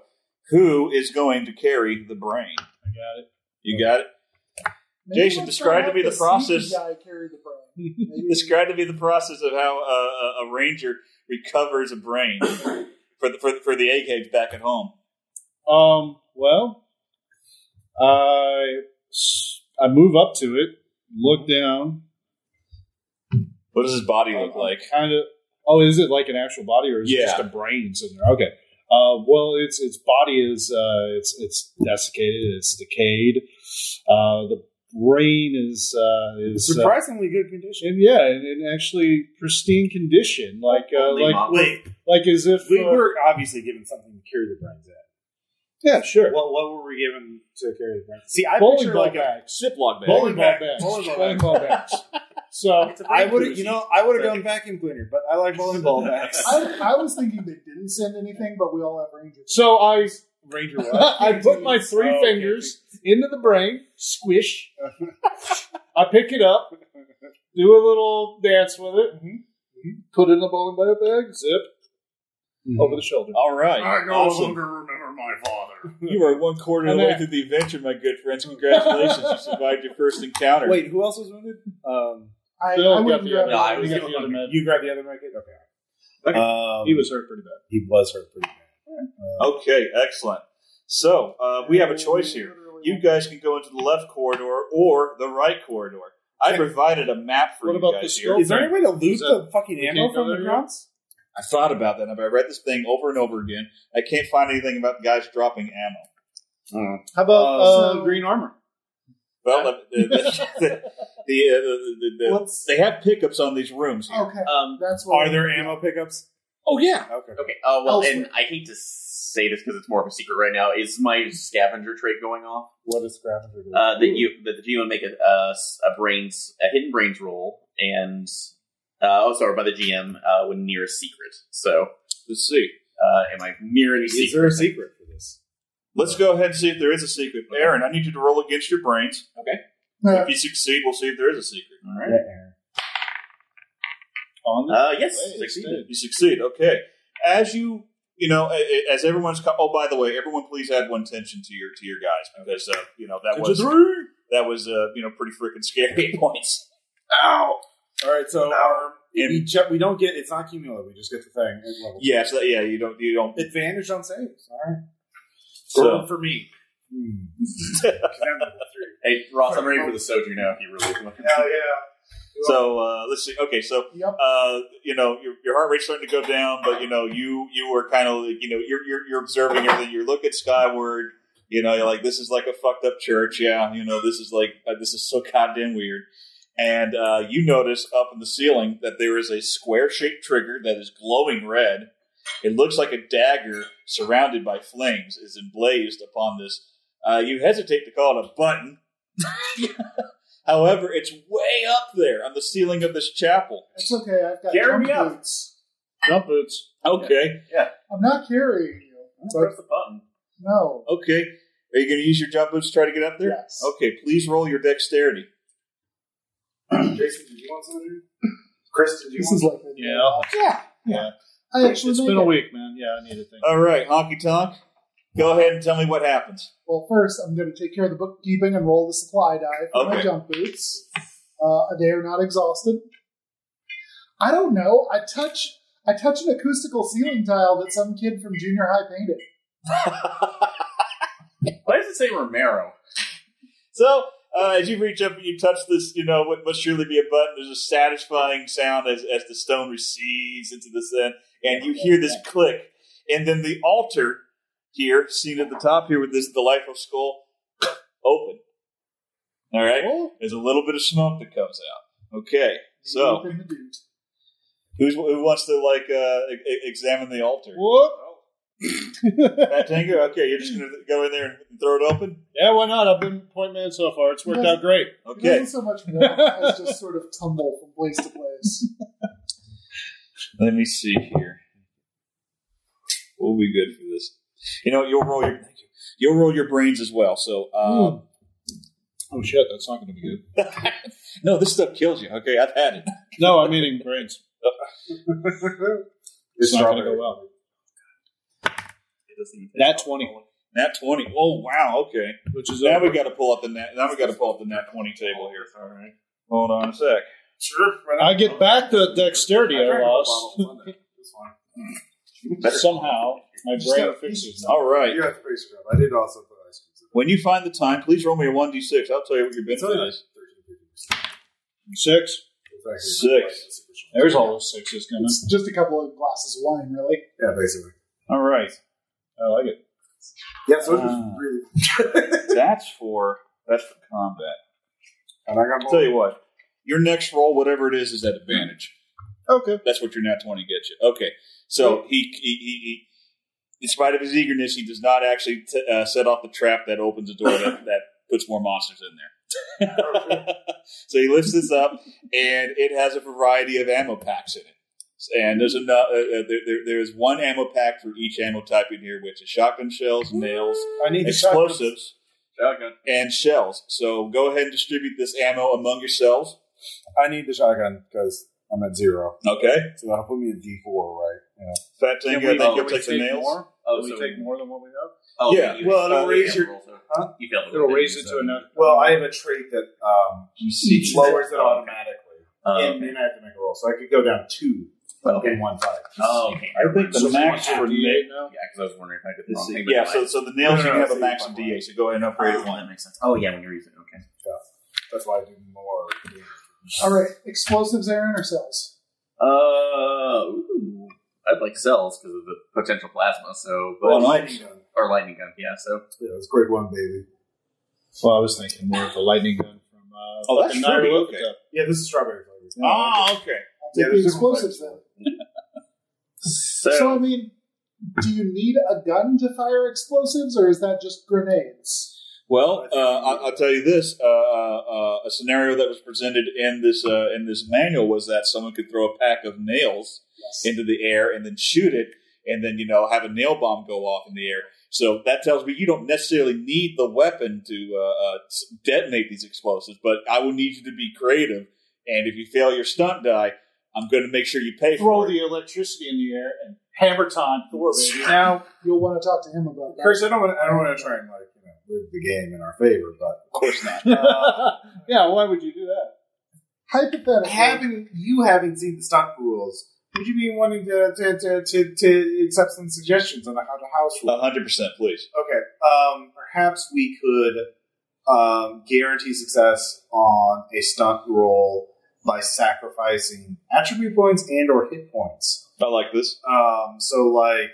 Speaker 2: who is going to carry the brain?
Speaker 5: I got it.
Speaker 2: You got it. <laughs> Jason,
Speaker 4: let's
Speaker 2: describe
Speaker 4: not
Speaker 2: to me
Speaker 4: have
Speaker 2: the process.
Speaker 4: sneaky Guy carry the brain. Maybe-
Speaker 2: Describe to me the process of how uh, a, a ranger recovers a brain <coughs> for the for the, for the eggheads back at home.
Speaker 5: Um. Well, I s- I move up to it, look down,
Speaker 2: What does his body look like?
Speaker 5: kind of. Oh, is it like an actual body or is
Speaker 2: Yeah.
Speaker 5: it just a brain sitting there? Okay. Uh, well, its its body is uh, it's it's desiccated, it's decayed. Uh, the brain is uh, is uh,
Speaker 1: Surprisingly good condition.
Speaker 5: and yeah, in, in actually pristine condition, like uh,
Speaker 3: Only
Speaker 5: like
Speaker 3: mom-
Speaker 1: Wait,
Speaker 5: like as if
Speaker 1: we
Speaker 5: uh,
Speaker 1: were obviously given something to carry the brains at.
Speaker 5: yeah, sure.
Speaker 1: Well, what were we given to carry the brains? See, I
Speaker 5: Bowling
Speaker 1: picture
Speaker 5: ball
Speaker 1: like a.
Speaker 5: bags,
Speaker 2: Ziploc bag.
Speaker 5: bowling ball
Speaker 1: bag.
Speaker 5: bags,
Speaker 1: Bowling ball
Speaker 5: bowling ball bags. So
Speaker 1: I would, you know, I would have gone vacuum cleaner, but I like bowling ball bags.
Speaker 4: I, I was thinking they didn't send anything, but we all have rangers.
Speaker 5: so I
Speaker 1: <laughs> Ranger
Speaker 5: <laughs>
Speaker 1: <laughs>
Speaker 5: I put my three
Speaker 1: Oh, okay.
Speaker 5: fingers into the brain, <laughs> squish. I pick it up, do a little dance with it, put it in a bowling ball bag, zip over the shoulder.
Speaker 2: All right. awesome.
Speaker 1: remember my father.
Speaker 2: You are one quarter of the
Speaker 5: I'm
Speaker 2: way
Speaker 5: at-
Speaker 2: through the adventure, my good friends. Congratulations. you survived your first encounter.
Speaker 1: Wait, who else was wounded? Um,
Speaker 4: I,
Speaker 5: Bill
Speaker 4: I
Speaker 5: got
Speaker 4: wouldn't
Speaker 5: the
Speaker 4: grab
Speaker 5: other-
Speaker 4: it.
Speaker 3: No, I was
Speaker 5: He got
Speaker 3: the
Speaker 5: the other med.
Speaker 1: you grabbed the other medkit. Okay.
Speaker 3: Okay.
Speaker 1: Um,
Speaker 5: He was hurt pretty bad.
Speaker 1: he was hurt pretty bad. Uh,
Speaker 2: Okay, excellent. So, uh, we have a choice here.
Speaker 4: Literally
Speaker 2: You guys can go into the left corridor or the right corridor. I provided a map for
Speaker 5: What
Speaker 2: you
Speaker 5: about
Speaker 2: guys
Speaker 5: the
Speaker 2: here.
Speaker 5: scope?
Speaker 1: is there any way to loot
Speaker 5: Is that-
Speaker 1: the fucking
Speaker 5: can't
Speaker 1: ammo
Speaker 5: go
Speaker 1: from the
Speaker 5: there yet?
Speaker 1: grunts?
Speaker 2: I thought about that, but I read this thing over and over again. I can't find anything about guys dropping ammo.
Speaker 5: How about
Speaker 1: Uh,
Speaker 5: uh,
Speaker 4: so-
Speaker 5: green armor?
Speaker 2: Well, uh, the, the, the, the, uh, the, the-
Speaker 1: What's-
Speaker 2: they have pickups on these rooms here.
Speaker 4: Okay,
Speaker 3: Um,
Speaker 4: that's why.
Speaker 1: Are there ammo pickups?
Speaker 2: Oh, yeah.
Speaker 1: Okay.
Speaker 3: okay. Uh, well,
Speaker 4: Elsewhere.
Speaker 3: and I hate to say this because it's more of a secret right now. Is my scavenger trait going off?
Speaker 1: What is scavenger? do?
Speaker 3: Uh, that you that the GM would make a, a, a brains a hidden brains roll and uh, oh sorry by the GM uh, when near a secret. So
Speaker 2: Let's see.
Speaker 3: uh, am I near any
Speaker 1: is
Speaker 3: secret?
Speaker 1: there a secret for this?
Speaker 2: Let's go ahead and see if there is a secret. Aaron, I need you to roll against your brains.
Speaker 4: Uh,
Speaker 2: If you succeed, we'll see if there is a secret.
Speaker 3: All
Speaker 1: Yeah,
Speaker 3: right.
Speaker 1: Aaron.
Speaker 5: On
Speaker 3: Uh, yes,
Speaker 5: Hey,
Speaker 3: succeeded.
Speaker 2: You succeed. Okay. As you, you know, a- a- as everyone's. Co- oh, by the way, everyone, please add one tension to your to your guys because uh, you know that was that was uh, you know pretty freaking scary <laughs> at points.
Speaker 1: Ow! All right, so um, we,
Speaker 2: And
Speaker 1: ju- we don't get it's not cumulative. We just get the thing. at level.
Speaker 2: yeah, so, yeah, you don't you don't.
Speaker 1: Advantage on saves. All right.
Speaker 2: So
Speaker 1: for me. Hmm.
Speaker 2: <laughs>
Speaker 3: Hey Ross, I'm ready for the soju now. If you really want.
Speaker 1: Hell
Speaker 2: so uh, let's see. Okay, so
Speaker 4: Yep.
Speaker 2: uh, you know your, your heart rate's starting to go down, but you know you you were kind of you know you're, you're you're observing everything. You're looking skyward. You know, you're like this is like a fucked up church. Yeah, you know this is like uh, this is so goddamn weird. And uh, you notice up in the ceiling that there is a square shaped trigger that is glowing red. It looks like a dagger surrounded by flames is emblazed upon this. Uh, you hesitate to call it a button. <laughs> However, it's way up there on the ceiling of this chapel.
Speaker 4: It's okay. I've got
Speaker 3: Carry
Speaker 4: jump
Speaker 3: me up.
Speaker 4: boots.
Speaker 5: jump boots.
Speaker 2: Okay,
Speaker 4: I'm not carrying you.
Speaker 3: Press the button.
Speaker 4: No.
Speaker 2: okay. Are you going to use your jump boots to try to get up there?
Speaker 4: Yes.
Speaker 2: Okay, please roll your dexterity.
Speaker 1: Jason, did you want something? Chris, did you
Speaker 4: This
Speaker 1: want
Speaker 4: is like a,
Speaker 5: Yeah.
Speaker 4: yeah, yeah. I actually
Speaker 5: It's
Speaker 4: made
Speaker 5: been a
Speaker 4: it.
Speaker 5: week, man. Yeah, I need a thing.
Speaker 2: All right, honky tonk. Go ahead and tell me what happens.
Speaker 4: Well, first I'm going to take care of the bookkeeping and roll the supply die for my
Speaker 2: Okay.
Speaker 4: jump boots. Uh, they are not exhausted. I don't know. I touch I touch an acoustical ceiling tile that some kid from junior high painted.
Speaker 3: Why does it say Romero?
Speaker 2: So, uh, as you reach up and you touch this, you know what must surely be a button. There's a satisfying sound as, as the stone recedes into this end, and you hear this click, and then the altar here, seen at the top here with this the life of skull, open. All right, there's a little bit of smoke that comes out. Okay, so
Speaker 4: Within the boot.
Speaker 2: who's, who wants to like uh, e- e- examine the altar?
Speaker 5: Whoop.
Speaker 2: Fat Tango? Okay, you're just gonna go in there and throw it open.
Speaker 5: Yeah, why not? I've been point man so far. It's worked out great.
Speaker 4: It
Speaker 2: <laughs> Okay,
Speaker 4: wasn't so much more. I just sort of tumble from place to place.
Speaker 2: Let me see here. We'll be good for this. You know, you'll roll your thank you. You'll roll your brains as well. So, um,
Speaker 5: Oh shit, that's not going to be good.
Speaker 2: no, this stuff kills you. Okay, I've had it.
Speaker 5: No, I'm eating brains.
Speaker 1: <laughs>
Speaker 5: It's, not going to
Speaker 1: strawberry.
Speaker 5: go well.
Speaker 3: It doesn't.
Speaker 5: Nat 20.
Speaker 2: Nat twenty. Oh wow. Okay.
Speaker 5: Which is uh,
Speaker 2: Now we
Speaker 5: over.
Speaker 2: got to pull up the nat. Now we got to pull up the nat twenty table here.
Speaker 3: All right.
Speaker 2: Hold on a sec.
Speaker 1: Sure.
Speaker 5: I get back the dexterity
Speaker 1: I
Speaker 5: I
Speaker 1: drank a whole
Speaker 5: lost.
Speaker 1: bottle of
Speaker 5: <laughs>
Speaker 1: Sunday. It's fine.
Speaker 5: Somehow, my
Speaker 4: Just
Speaker 5: brain
Speaker 4: got-
Speaker 5: fixes that.
Speaker 2: All right.
Speaker 1: You have to face it up. I did also put ice cubes in.
Speaker 2: When you find the time, please roll me a one d six. I'll tell you what your
Speaker 1: It's only
Speaker 2: benefit
Speaker 1: like
Speaker 2: is.
Speaker 1: 13,
Speaker 5: Six.
Speaker 1: 15%. It's
Speaker 2: Six.
Speaker 1: actually quite
Speaker 5: There's all those sixes coming.
Speaker 4: It's just a couple of glasses of wine, really.
Speaker 1: Yeah, basically.
Speaker 2: All right.
Speaker 5: Oh, I like it.
Speaker 1: Yeah, so it
Speaker 2: Ah.
Speaker 1: was
Speaker 5: <laughs>
Speaker 1: really.
Speaker 2: That's for that's for combat.
Speaker 1: and I got more.
Speaker 2: I'll tell you what. Your next roll, whatever it is, is at advantage.
Speaker 5: Okay.
Speaker 2: That's what your nat twenty gets you. Okay, so he, he, he, he in spite of his eagerness, he does not actually t- uh, set off the trap that opens the door that, that puts more monsters in there. <laughs> so he lifts this up, and it has a variety of ammo packs in it. And there's enough. Uh, uh, there, there, there's one ammo pack for each ammo type in here, which is shotgun shells, nails,
Speaker 1: I need
Speaker 2: explosives,
Speaker 3: Shotgun.
Speaker 2: and shells. So go ahead and distribute this ammo among yourselves.
Speaker 1: I need the shotgun because I'm at zero.
Speaker 2: Okay,
Speaker 1: So that'll put me at D4, right? Yeah.
Speaker 2: Fat Tango, I think
Speaker 3: oh,
Speaker 2: you'll
Speaker 3: we
Speaker 2: take the
Speaker 5: take
Speaker 2: nails.
Speaker 5: more?
Speaker 3: Oh,
Speaker 5: Will we
Speaker 3: so
Speaker 5: take more than what we have? Uh,
Speaker 3: Oh,
Speaker 2: Yeah,
Speaker 3: you-
Speaker 1: well, it'll
Speaker 3: you
Speaker 1: raise
Speaker 3: failed
Speaker 1: your-
Speaker 3: the roll, so-
Speaker 1: Huh?
Speaker 3: You failed. the
Speaker 5: It'll
Speaker 3: roll,
Speaker 5: raise
Speaker 3: didn't
Speaker 5: it
Speaker 3: you, so-
Speaker 5: to another.
Speaker 1: Well, I have a trait that um,
Speaker 2: You see,
Speaker 1: lowers it automatically.
Speaker 3: Oh,
Speaker 1: and then I have to make a roll. So I could go down two
Speaker 3: Okay.
Speaker 1: in one Um, fight.
Speaker 3: Oh, okay.
Speaker 2: I think the
Speaker 1: So
Speaker 2: max
Speaker 1: we
Speaker 2: for
Speaker 1: have
Speaker 2: nails.
Speaker 3: Yeah, because I was wondering if I did the
Speaker 2: Let's
Speaker 3: wrong
Speaker 2: see.
Speaker 3: thing. but
Speaker 2: Yeah,
Speaker 3: no,
Speaker 2: so, so the
Speaker 1: No, no,
Speaker 2: nails you
Speaker 1: no,
Speaker 2: can have a
Speaker 1: it's
Speaker 2: max
Speaker 1: eight
Speaker 2: of
Speaker 1: point
Speaker 2: D8, so go ahead and
Speaker 3: I-
Speaker 2: upgrade it
Speaker 3: oh, that
Speaker 2: one.
Speaker 3: makes sense. Oh, yeah, when you raise it, okay.
Speaker 1: That's why I do more.
Speaker 4: All right, explosives, Aaron, or cells?
Speaker 3: Uh, ooh. I'd like cells because of the potential plasma. So, but
Speaker 2: Well, no.
Speaker 1: lightning gun.
Speaker 3: or lightning gun. Yeah. So
Speaker 1: Yeah, it's grade one, baby.
Speaker 5: Well, I was thinking more of the lightning gun from. Uh,
Speaker 2: Oh, that's
Speaker 5: fucking Nyla
Speaker 2: true.
Speaker 5: Loca.
Speaker 2: Okay.
Speaker 1: Yeah, this is strawberry flavor.
Speaker 2: Ah,
Speaker 1: Oh,
Speaker 2: okay.
Speaker 4: I'll
Speaker 1: Yeah,
Speaker 4: take the
Speaker 1: there's different
Speaker 4: explosives
Speaker 1: flavors.
Speaker 4: then.
Speaker 3: so,
Speaker 4: So I mean, do you need a gun to fire explosives, or is that just grenades?
Speaker 2: Well, uh, I'll, I'll tell you this: uh, uh, a scenario that was presented in this uh, in this manual was that someone could throw a pack of nails
Speaker 4: Yes.
Speaker 2: into the air and then shoot it, and then you know have a nail bomb go off in the air. So that tells me you don't necessarily need the weapon to uh, uh, s- detonate these explosives, but I will need you to be creative. And if you fail your stunt die, I'm going to make sure you pay
Speaker 7: Throw
Speaker 2: for it.
Speaker 7: the electricity in the air and hammer time Thor,
Speaker 5: <laughs>
Speaker 7: baby.
Speaker 1: Now,
Speaker 4: You'll want to talk to him about that.
Speaker 1: Chris, I don't want to. I don't want to try and like you know move the game in our favor, but
Speaker 2: <laughs>
Speaker 1: uh,
Speaker 2: Of course not.
Speaker 7: yeah, why would you do that?
Speaker 1: <laughs>
Speaker 4: Hypothetically,
Speaker 1: having you haven't seen the stunt rules, would you be wanting to to, to, to, to accept some suggestions on how to house rule?
Speaker 2: hundred percent, please.
Speaker 1: Okay. Um, perhaps we could um, guarantee success on a stunt roll by sacrificing attribute points and or hit points.
Speaker 2: I like this.
Speaker 1: Um, so like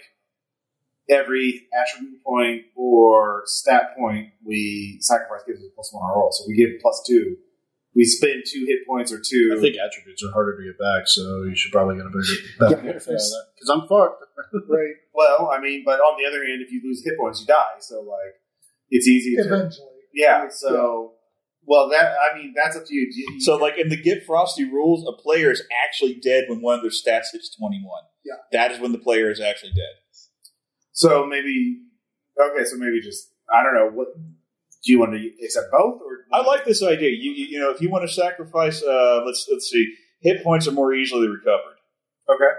Speaker 1: every attribute point or stat point we sacrifice gives us plus one on our roll. So we give plus two. We spend two hit points or two.
Speaker 5: I think attributes are harder to get back, so you should probably get a
Speaker 4: Yeah.
Speaker 5: bigger benefit out of that. Because I'm fucked.
Speaker 4: <laughs> right?
Speaker 5: <laughs>
Speaker 1: well, I mean, but on the other hand, if you lose hit points, you die. So like it's easy to
Speaker 4: Eventually,
Speaker 1: Yeah. So, well, that I mean, that's up to you. Do you
Speaker 2: So, like in the Get Frosty rules, a player is actually dead when one of their stats hits twenty-one.
Speaker 4: Yeah.
Speaker 2: that is when the player is actually dead.
Speaker 1: so maybe okay. So maybe just I don't know. What do you want to accept both or
Speaker 2: I like this idea. You, you, you know, if you want to sacrifice, uh, let's let's see, hit points are more easily recovered.
Speaker 1: Okay.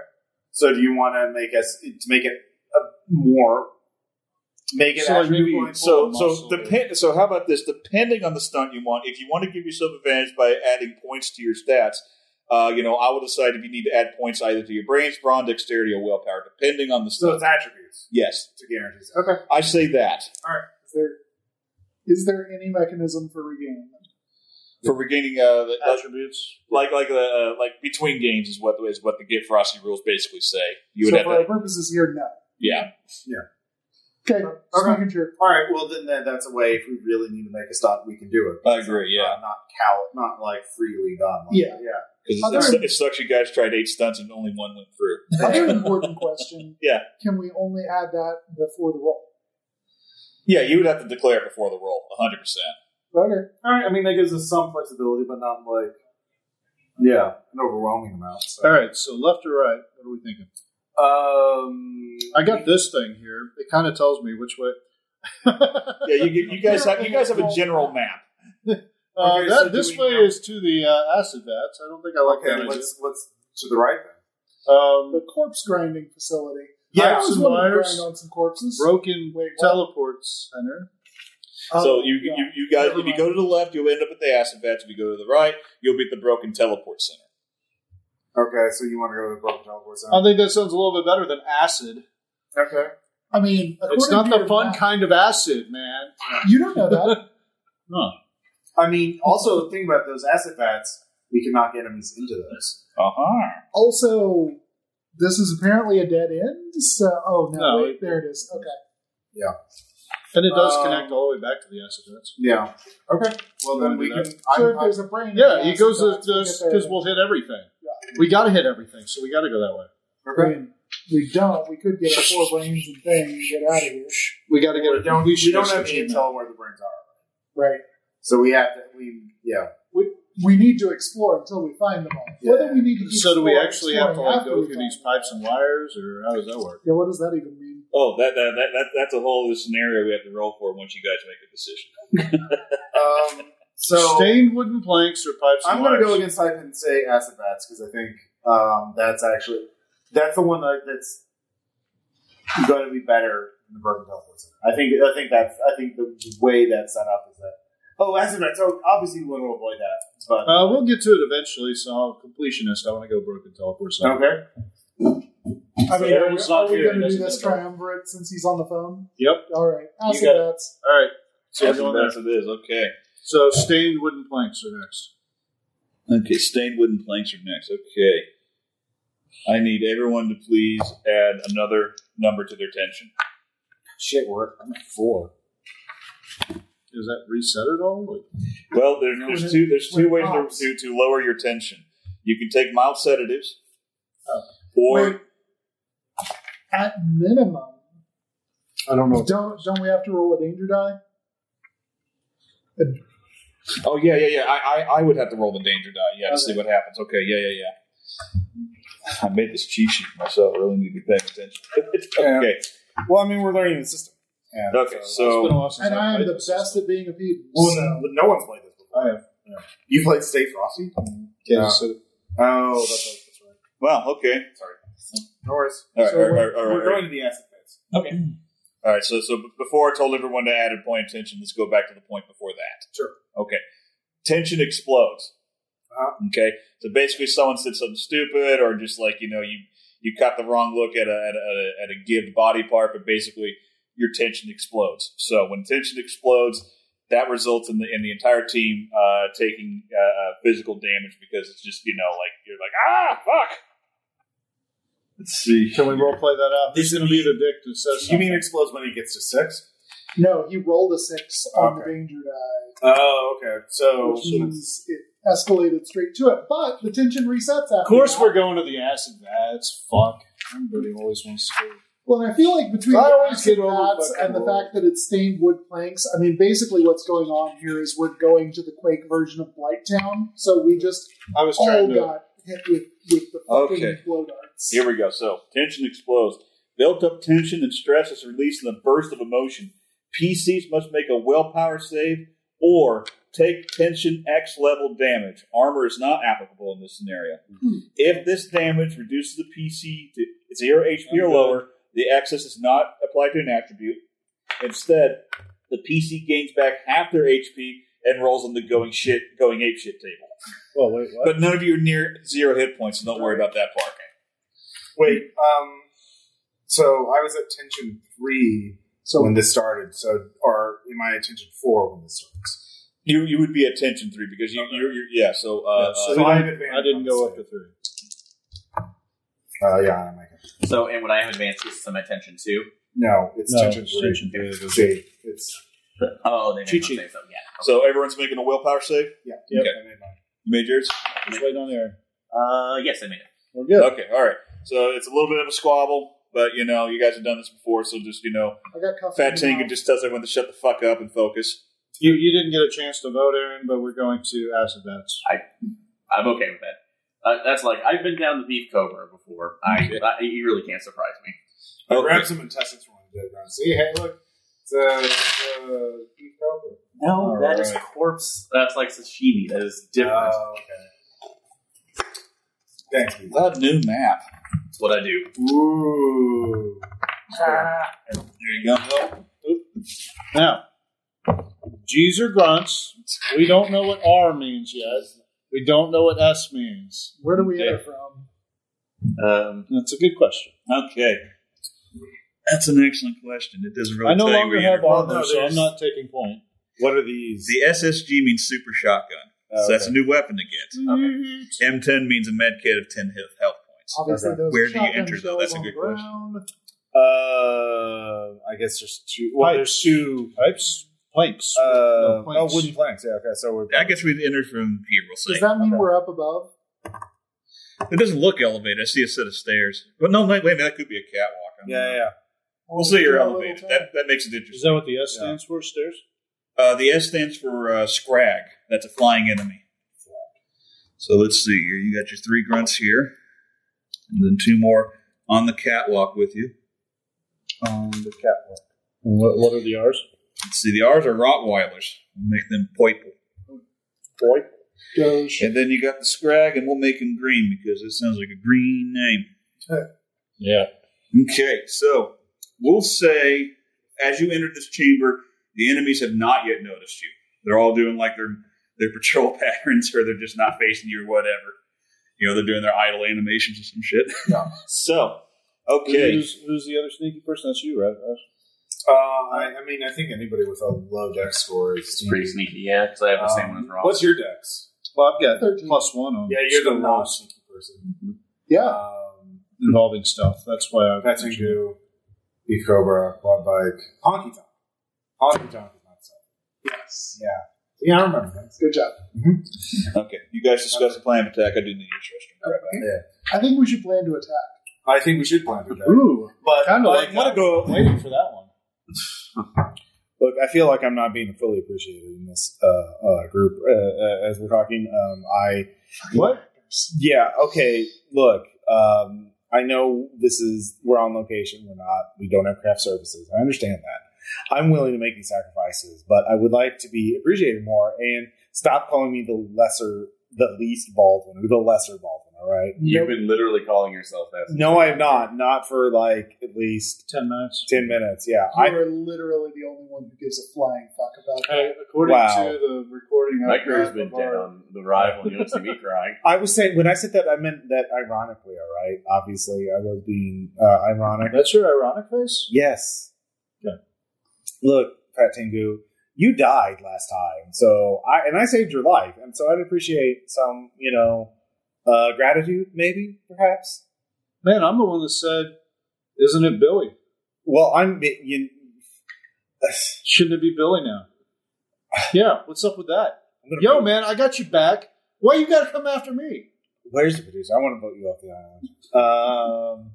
Speaker 1: So do you want to make us to make it a more make it
Speaker 7: So, like,
Speaker 1: attribute
Speaker 7: maybe-
Speaker 1: point
Speaker 2: So
Speaker 1: full?
Speaker 2: so depend. So how about this? Depending on the stunt you want, if you want to give yourself advantage by adding points to your stats, uh, you know, I will decide if you need to add points either to your brains, brawn, dexterity, or willpower, depending on the
Speaker 1: so
Speaker 2: stunt.
Speaker 1: it's attributes
Speaker 2: yes,
Speaker 1: to guarantees. Okay.
Speaker 2: I say that
Speaker 4: is there is there any mechanism for regaining them?
Speaker 2: for regaining uh, the,
Speaker 5: Attributes.
Speaker 2: like like the uh, like between games is what is what the Get Frosty rules basically say. You would
Speaker 4: so
Speaker 2: have
Speaker 4: for our
Speaker 2: to,
Speaker 4: purposes here, no. Uh,
Speaker 2: yeah.
Speaker 4: Okay, just
Speaker 1: Okay.
Speaker 4: making <laughs> sure.
Speaker 1: All right. Well, then that, that's a way. If we really need to make a stop, we can do it.
Speaker 2: I agree, yeah.
Speaker 1: Uh, not cow. Not like freely done. Like,
Speaker 4: Yeah.
Speaker 1: Yeah.
Speaker 2: Because it, it sucks you guys tried eight stunts and only one went through.
Speaker 4: Other important question:
Speaker 2: Yeah.
Speaker 4: can we only add that before the roll?
Speaker 2: Yeah, you would have to declare it before the roll, 100%.
Speaker 4: Okay,
Speaker 1: All right. I mean, that gives us some flexibility, but not like yeah, an overwhelming amount. So.
Speaker 5: All right, so left or right, what are we thinking?
Speaker 1: Um,
Speaker 5: I got this thing here. It kind of tells me which way. <laughs> uh,
Speaker 2: Yeah, you, you guys have you guys have a general map.
Speaker 1: Okay, so
Speaker 5: that,
Speaker 1: do
Speaker 5: this
Speaker 1: we
Speaker 5: way
Speaker 1: know-
Speaker 5: is to the uh, acid vats. I don't think I like
Speaker 1: okay.
Speaker 5: that. idea.
Speaker 1: What's what's to the right then?
Speaker 4: the
Speaker 5: Um,
Speaker 4: corpse grinding facility.
Speaker 5: Yeah,
Speaker 4: I always
Speaker 5: some
Speaker 4: wanted to
Speaker 5: wires.
Speaker 4: grind on some corpses.
Speaker 5: broken
Speaker 4: Wait, what?
Speaker 5: teleport center.
Speaker 2: So
Speaker 4: Um,
Speaker 2: you,
Speaker 4: yeah.
Speaker 2: you you guys, if you go to the left, you'll end up at the acid vats. If you go to the right, you'll be at the broken teleport center.
Speaker 1: Okay, so you want to go to the broken teleport
Speaker 5: I
Speaker 1: zone?
Speaker 5: think that sounds a little bit better than acid.
Speaker 1: Okay.
Speaker 4: I mean,
Speaker 5: It's
Speaker 4: according
Speaker 5: not
Speaker 4: to
Speaker 5: the
Speaker 4: your
Speaker 5: fun
Speaker 4: map-
Speaker 5: kind of acid, man.
Speaker 4: You don't know
Speaker 5: <laughs>
Speaker 4: that.
Speaker 1: I mean, also the thing about those acid vats, we can knock enemies into those.
Speaker 2: Uh huh.
Speaker 4: also, this is apparently a dead end. So, oh no,
Speaker 5: No,
Speaker 4: wait,
Speaker 5: it-
Speaker 4: there it is. Okay.
Speaker 5: And it does
Speaker 4: Uh,
Speaker 1: Um,
Speaker 5: connect all the way back to the acid vats.
Speaker 1: Yeah. Okay. Well,
Speaker 5: You
Speaker 1: then
Speaker 5: wanna
Speaker 1: we
Speaker 5: do
Speaker 1: can.
Speaker 5: that?
Speaker 1: I'm,
Speaker 4: So if
Speaker 1: I'm,
Speaker 4: there's a brain. in
Speaker 5: Yeah,
Speaker 4: the
Speaker 5: he goes
Speaker 4: acid bath, we get
Speaker 5: because
Speaker 4: there.
Speaker 5: we'll hit everything. We got to hit everything, so we got to go that way.
Speaker 4: I
Speaker 1: okay.
Speaker 4: mean, we don't. We could get our four brains and thing and get out of here.
Speaker 5: We got to get
Speaker 1: We
Speaker 5: a
Speaker 1: don't, we don't
Speaker 5: completionist
Speaker 1: have any
Speaker 5: achievement.
Speaker 1: intel where the brains are.
Speaker 4: Right.
Speaker 1: So we have to. We yeah.
Speaker 4: We need to explore until we find them all. Whether we need to keep
Speaker 5: So do we
Speaker 4: exploring-
Speaker 5: actually have to
Speaker 4: exploring
Speaker 5: like
Speaker 4: after
Speaker 5: go
Speaker 4: we
Speaker 5: through
Speaker 4: find
Speaker 5: these
Speaker 4: them?
Speaker 5: pipes and wires, or how does that work?
Speaker 4: Yeah, what does that even mean?
Speaker 2: Oh, that, that that that that's a whole other scenario we have to roll for once you guys make a decision.
Speaker 1: Um, so
Speaker 5: Stained wooden planks or pipes and
Speaker 1: I'm going to
Speaker 5: wires?
Speaker 1: go against Hype and say acid vats because I think um, that's actually that's the one that, that's going to be better than the broken teleport center. I think I think that's I think the way that's set up is that oh acid vats. Oh, obviously we want to avoid that, but
Speaker 5: Uh, we'll get to it eventually. So I'm a completionist. I want to go broken teleport. Center.
Speaker 1: Okay.
Speaker 4: I mean, are, we-
Speaker 7: Everyone's not
Speaker 4: are we
Speaker 7: here,
Speaker 4: going
Speaker 7: it
Speaker 4: to do
Speaker 7: doesn't
Speaker 4: this
Speaker 7: matter.
Speaker 4: triumvirate since he's on the phone?
Speaker 5: Yep.
Speaker 4: All right. Acid
Speaker 2: got it.
Speaker 4: bats.
Speaker 5: All right. So, we're
Speaker 2: Acid
Speaker 5: going
Speaker 2: vats
Speaker 5: there.
Speaker 2: it is. Okay.
Speaker 5: so stained wooden planks are next.
Speaker 2: Okay, stained wooden planks are next. Okay. I need everyone to please add another number to their tension.
Speaker 1: Shit, we're I'm at four.
Speaker 5: Does that reset it all?
Speaker 2: Well, there, there's two there's two
Speaker 4: Wait,
Speaker 2: ways to,
Speaker 4: ops.
Speaker 2: to, to lower your tension. You can take mild sedatives, or
Speaker 4: Wait. at minimum,
Speaker 1: I don't know.
Speaker 4: don't don't we have to roll a danger die?
Speaker 2: Oh yeah, yeah, yeah. I, I, I would have to roll the danger die, yeah, to see what happens. Okay, yeah, yeah, yeah. <laughs> I made this cheat sheet myself. I really need to be paying attention. <laughs> okay,
Speaker 1: Well, I mean, we're learning the system. And,
Speaker 2: okay.
Speaker 5: been a
Speaker 2: So
Speaker 5: while since
Speaker 4: And
Speaker 5: I've
Speaker 4: I am
Speaker 5: played
Speaker 4: the
Speaker 5: this.
Speaker 4: best at being a pedant.
Speaker 1: Well,
Speaker 4: so-
Speaker 1: no, no one's played this before.
Speaker 5: I have.
Speaker 1: Yeah. You played Stay Frosty?
Speaker 5: Kansas City.
Speaker 1: Oh, that's right. That's right.
Speaker 2: well, okay.
Speaker 1: No worries.
Speaker 2: All right,
Speaker 1: So
Speaker 2: all
Speaker 1: we're,
Speaker 2: right, all right, all right,
Speaker 1: we're
Speaker 2: all right.
Speaker 1: going to the acid phase.
Speaker 2: All right. So, so before I told everyone to add a point of tension, let's go back to the point before that.
Speaker 1: Sure.
Speaker 2: Okay. Tension explodes.
Speaker 1: Uh-huh.
Speaker 2: Okay. So basically, someone said something stupid, or just like you know, you you caught the wrong look at a at a, at a, at a gibbed body part, but basically your tension explodes. So when tension explodes, that results in the in the entire team uh, taking uh, uh, physical damage because it's just you know like you're like ah fuck. Let's see.
Speaker 5: Can we role play that out? He's going to be the dick that says
Speaker 1: You mean explodes when he gets to six?
Speaker 4: No, he rolled a six on
Speaker 1: Okay.
Speaker 4: the danger die,
Speaker 1: Oh, okay. So,
Speaker 4: which means it escalated straight to it. But the tension resets after.
Speaker 7: Of course,
Speaker 4: that.
Speaker 7: we're going to the acid vats. Fuck. Everybody always wants to.
Speaker 4: Well, and I feel like between
Speaker 7: I
Speaker 4: the
Speaker 7: always
Speaker 4: acid
Speaker 7: get over
Speaker 4: bats
Speaker 7: fucking
Speaker 4: and the
Speaker 7: roll.
Speaker 4: fact that it's stained wood planks, I mean, basically what's going on here is we're going to the Quake version of Blighttown, so we just
Speaker 5: I was
Speaker 4: all
Speaker 5: trying to.
Speaker 4: got hit with, with the fucking
Speaker 2: Okay.
Speaker 4: blow darts.
Speaker 2: Here we go. So tension explodes. Built up tension and stress is released in a burst of emotion. PCs must make a willpower save or take tension X level damage. Armor is not applicable in this scenario.
Speaker 4: Hmm.
Speaker 2: If this damage reduces the PC to zero HP or
Speaker 7: I'm good.
Speaker 2: lower, the excess is not applied to an attribute. Instead, the PC gains back half their HP and rolls on the going shit, going ape shit table.
Speaker 5: Well, wait, what?
Speaker 2: But none of you are near zero hit points, so don't worry about that part.
Speaker 1: wait. Um, so I was at tension three
Speaker 4: So
Speaker 1: when this started. So, or am I at tension four when this starts?
Speaker 2: You you would be at tension three because you you're, you're yeah. So uh,
Speaker 5: Yeah,
Speaker 2: uh,
Speaker 1: So I have
Speaker 5: I
Speaker 1: advantage.
Speaker 5: didn't go up to three.
Speaker 1: Oh, yeah, I make it.
Speaker 3: So, and when I have advanced, this is my attention too.
Speaker 1: No, it's
Speaker 5: No,
Speaker 1: tension three.
Speaker 5: tension three, it was-
Speaker 1: See, it's
Speaker 3: Oh, they
Speaker 2: Cheat
Speaker 3: didn't
Speaker 2: sheet.
Speaker 3: say so. Yeah.
Speaker 2: so everyone's making a willpower save.
Speaker 1: yeah.
Speaker 2: Yep.
Speaker 1: I made mine.
Speaker 2: You made yours.
Speaker 5: Just wait on there.
Speaker 3: Uh, yes, I made it.
Speaker 5: We're good.
Speaker 2: Okay, all right. So it's a little bit of a squabble, but you know you guys have done this before, so just you know,
Speaker 4: I got cuffed.
Speaker 2: Fat
Speaker 4: in the
Speaker 2: Tinker
Speaker 4: mouth.
Speaker 2: just tells everyone to shut the fuck up and focus.
Speaker 5: You, you didn't get a chance to vote, Aaron, but we're going to acid bats.
Speaker 3: I'm okay with that. Uh, that's like I've been down the beef cobra before. I, I you really can't surprise me.
Speaker 1: I
Speaker 2: Okay.
Speaker 1: grabbed some intestines from the dead ground. See, hey, look, it's a it's a beef cobra.
Speaker 3: No, that is
Speaker 1: Alright.
Speaker 3: corpse. That's like sashimi. That is different.
Speaker 1: Oh, okay. Thank you.
Speaker 2: That new map.
Speaker 3: That's what I do.
Speaker 1: Ooh.
Speaker 2: There you go.
Speaker 5: Now, G's or grunts. We don't know what R means yet. We don't know what S means.
Speaker 4: Where do we
Speaker 2: Yeah.
Speaker 4: enter from?
Speaker 3: Um,
Speaker 5: That's a good question.
Speaker 2: Okay, that's an excellent question. It doesn't really.
Speaker 5: I no
Speaker 2: tell you
Speaker 5: longer
Speaker 2: either.
Speaker 5: have armor,
Speaker 1: Well, no,
Speaker 5: so I'm
Speaker 1: there's-
Speaker 5: not taking point.
Speaker 1: What are these?
Speaker 2: The SSG means super shotgun, so that's a new weapon to get. M10 means a med kit of ten health health points.
Speaker 4: Obviously,
Speaker 1: Okay.
Speaker 4: those
Speaker 2: Where do you
Speaker 4: shotgun
Speaker 2: enter, though?
Speaker 4: shells
Speaker 2: That's a
Speaker 4: on the
Speaker 2: good question.
Speaker 4: ground.
Speaker 1: Uh, I guess there's two. Well, there's two.
Speaker 5: Pipes? Planks.
Speaker 1: Uh,
Speaker 5: No,
Speaker 1: oh,
Speaker 5: planks.
Speaker 1: wooden planks. Yeah, okay. So we're.
Speaker 2: I guess we've entered from here. We'll see.
Speaker 4: Does that mean
Speaker 1: Okay.
Speaker 4: we're up above?
Speaker 2: It doesn't look elevated. I see a set of stairs. But no, wait, wait that could be a catwalk. I don't
Speaker 1: Yeah,
Speaker 2: know.
Speaker 1: yeah, yeah.
Speaker 2: We'll say you're
Speaker 4: Yeah,
Speaker 2: elevated.
Speaker 4: little
Speaker 2: That that makes it
Speaker 5: Is
Speaker 2: interesting.
Speaker 5: that what the S stands for, stairs?
Speaker 2: Uh, the S stands for uh, scrag. That's a flying enemy. So let's see here. You got your three grunts here, and then two more on the catwalk with you.
Speaker 5: Um, the catwalk. What, what are the R's?
Speaker 2: Let's see, the R's are Rottweilers. We'll make them poiple.
Speaker 4: Doge.
Speaker 2: And then you got the scrag, and we'll make him green because that sounds like a green name.
Speaker 5: Yeah.
Speaker 2: Okay, so we'll say as you entered this chamber, the enemies have not yet noticed you. They're all doing like their their <laughs> patrol patterns, or they're just not facing you, or whatever. You know, they're doing their idle animations or some shit. <laughs> so, okay,
Speaker 5: Who's, who's the other sneaky person? That's you, right? Russ?
Speaker 1: Uh, I, I mean, I think anybody with a low dex score is
Speaker 3: it's pretty sneaky. Yeah, because I have the
Speaker 1: um,
Speaker 3: same one as Ross.
Speaker 1: What's your dex?
Speaker 5: Well, I've got
Speaker 4: 13.
Speaker 5: plus one on
Speaker 1: Yeah, you're the non
Speaker 5: rolls
Speaker 1: sneaky person.
Speaker 4: Yeah.
Speaker 1: Um,
Speaker 5: involving stuff. That's why I've
Speaker 1: That's Ingu, Beef Cobra, Quad Bike, Honky Tonk. Honky Tonk is not so.
Speaker 4: Yes.
Speaker 1: Yeah. Yeah, I remember that.
Speaker 4: Good job.
Speaker 2: okay. You guys discuss the plan of attack. I do need to trust you. Right back.
Speaker 4: I think we should plan to attack.
Speaker 1: I think we should plan together.
Speaker 5: Ooh,
Speaker 1: But
Speaker 5: kind of
Speaker 1: I
Speaker 5: like
Speaker 1: want to go.
Speaker 7: Waiting for that one.
Speaker 1: Look, I feel like I'm not being fully appreciated in this uh, uh, group uh, uh, as we're talking. Um, I
Speaker 5: what?
Speaker 1: yeah okay look um, i know this is we're on location we're not we don't have craft services i understand that i'm willing to make these sacrifices but i would like to be appreciated more and stop calling me the lesser the least baldwin or the lesser baldwin all right
Speaker 3: You've been literally calling yourself that. since-
Speaker 1: no i have not not for like at least
Speaker 7: Ten minutes.
Speaker 1: 10 minutes yeah
Speaker 4: You
Speaker 1: i
Speaker 4: are literally the only one who gives a flying fuck about
Speaker 7: Hey,
Speaker 4: that.
Speaker 7: according to
Speaker 1: Wow.
Speaker 7: the recording,
Speaker 3: My
Speaker 7: I've
Speaker 3: career's
Speaker 7: got
Speaker 3: been
Speaker 7: the bar-
Speaker 3: dead on the rival, and you don't see me crying.
Speaker 1: I was saying when I said that I meant that ironically, all right. Obviously, I was being uh, ironic.
Speaker 7: That's your ironic face.
Speaker 1: Yes.
Speaker 7: Yeah.
Speaker 1: Look, Pat Tengu, you died last time, so I and I saved your life, and so I'd appreciate some, you know, uh, gratitude, maybe, perhaps.
Speaker 5: Man, I'm the one that said, "Isn't it Billy?
Speaker 1: Well, I'm you,
Speaker 5: Shouldn't it be Billy now?" <sighs> Yeah, what's up with that?
Speaker 1: I'm gonna
Speaker 5: Yo,
Speaker 1: vote-
Speaker 5: man, I got you back. Why you gotta come after me?
Speaker 1: Where's the producer? I want to vote you off the island. Um,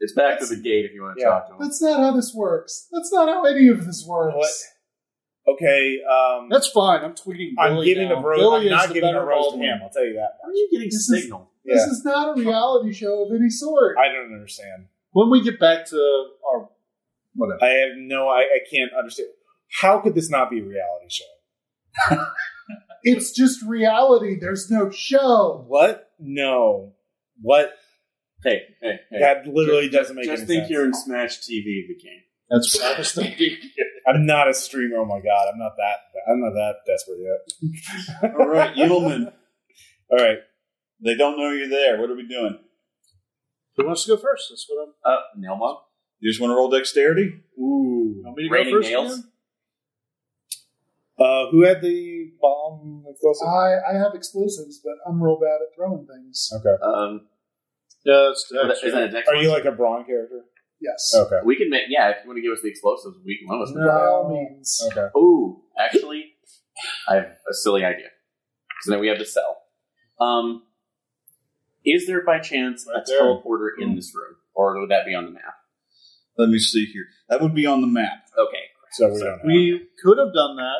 Speaker 3: It's back to the gate if you want to
Speaker 1: Yeah.
Speaker 3: talk to him.
Speaker 4: That's not how this works. That's not how any of this works.
Speaker 1: What? okay, um,
Speaker 5: That's fine. I'm tweeting. Billy
Speaker 1: I'm giving
Speaker 5: now.
Speaker 1: a roast.
Speaker 5: Billy
Speaker 1: I'm
Speaker 5: is
Speaker 1: not
Speaker 5: the
Speaker 1: giving a
Speaker 5: better
Speaker 1: roast to
Speaker 5: Baldwin.
Speaker 1: him. I'll tell you that.
Speaker 3: How are you getting
Speaker 4: This is-
Speaker 3: signal?
Speaker 4: This is not a reality show of any sort.
Speaker 1: I don't understand.
Speaker 5: When we get back to our whatever,
Speaker 1: I have no. I, I can't understand. How could this not be a reality show?
Speaker 4: It's just reality. There's no show.
Speaker 1: What? No. What?
Speaker 3: Hey, hey, hey.
Speaker 1: That literally doesn't make
Speaker 3: Just
Speaker 1: any
Speaker 3: think
Speaker 1: sense.
Speaker 3: you're in Smash TV, the game.
Speaker 5: that's what I was thinking.
Speaker 1: I'm not a streamer. Oh my god, I'm not that. I'm not that desperate yet.
Speaker 2: All right, Edelman.
Speaker 1: All right.
Speaker 2: They don't know you're there. What are we doing?
Speaker 5: Who wants to go first? That's what I'm.
Speaker 3: Uh, nail mom?
Speaker 2: You just want to roll dexterity?
Speaker 1: Ooh.
Speaker 5: Want me to
Speaker 3: Raining
Speaker 5: go first
Speaker 3: nails?
Speaker 5: again?
Speaker 1: Uh, who had the bomb explosive?
Speaker 4: I, I have explosives, but I'm real bad at throwing things.
Speaker 1: Okay.
Speaker 3: Um,
Speaker 5: Yeah, that's, that's
Speaker 3: is that a dex
Speaker 1: Are you
Speaker 3: one?
Speaker 1: like a brawn character?
Speaker 4: Yes.
Speaker 1: Okay.
Speaker 3: We can make, yeah, if you want to give us the explosives, we can one of us.
Speaker 4: By all means.
Speaker 1: Okay.
Speaker 3: Ooh, actually, I have a silly idea. So then we have to sell. Um, is there by chance
Speaker 2: Right
Speaker 3: a
Speaker 2: there.
Speaker 3: teleporter in this room? Or would that be on the map?
Speaker 2: Let me see here. That would be on the map.
Speaker 3: Okay.
Speaker 1: So we don't. Know.
Speaker 5: We could have done that.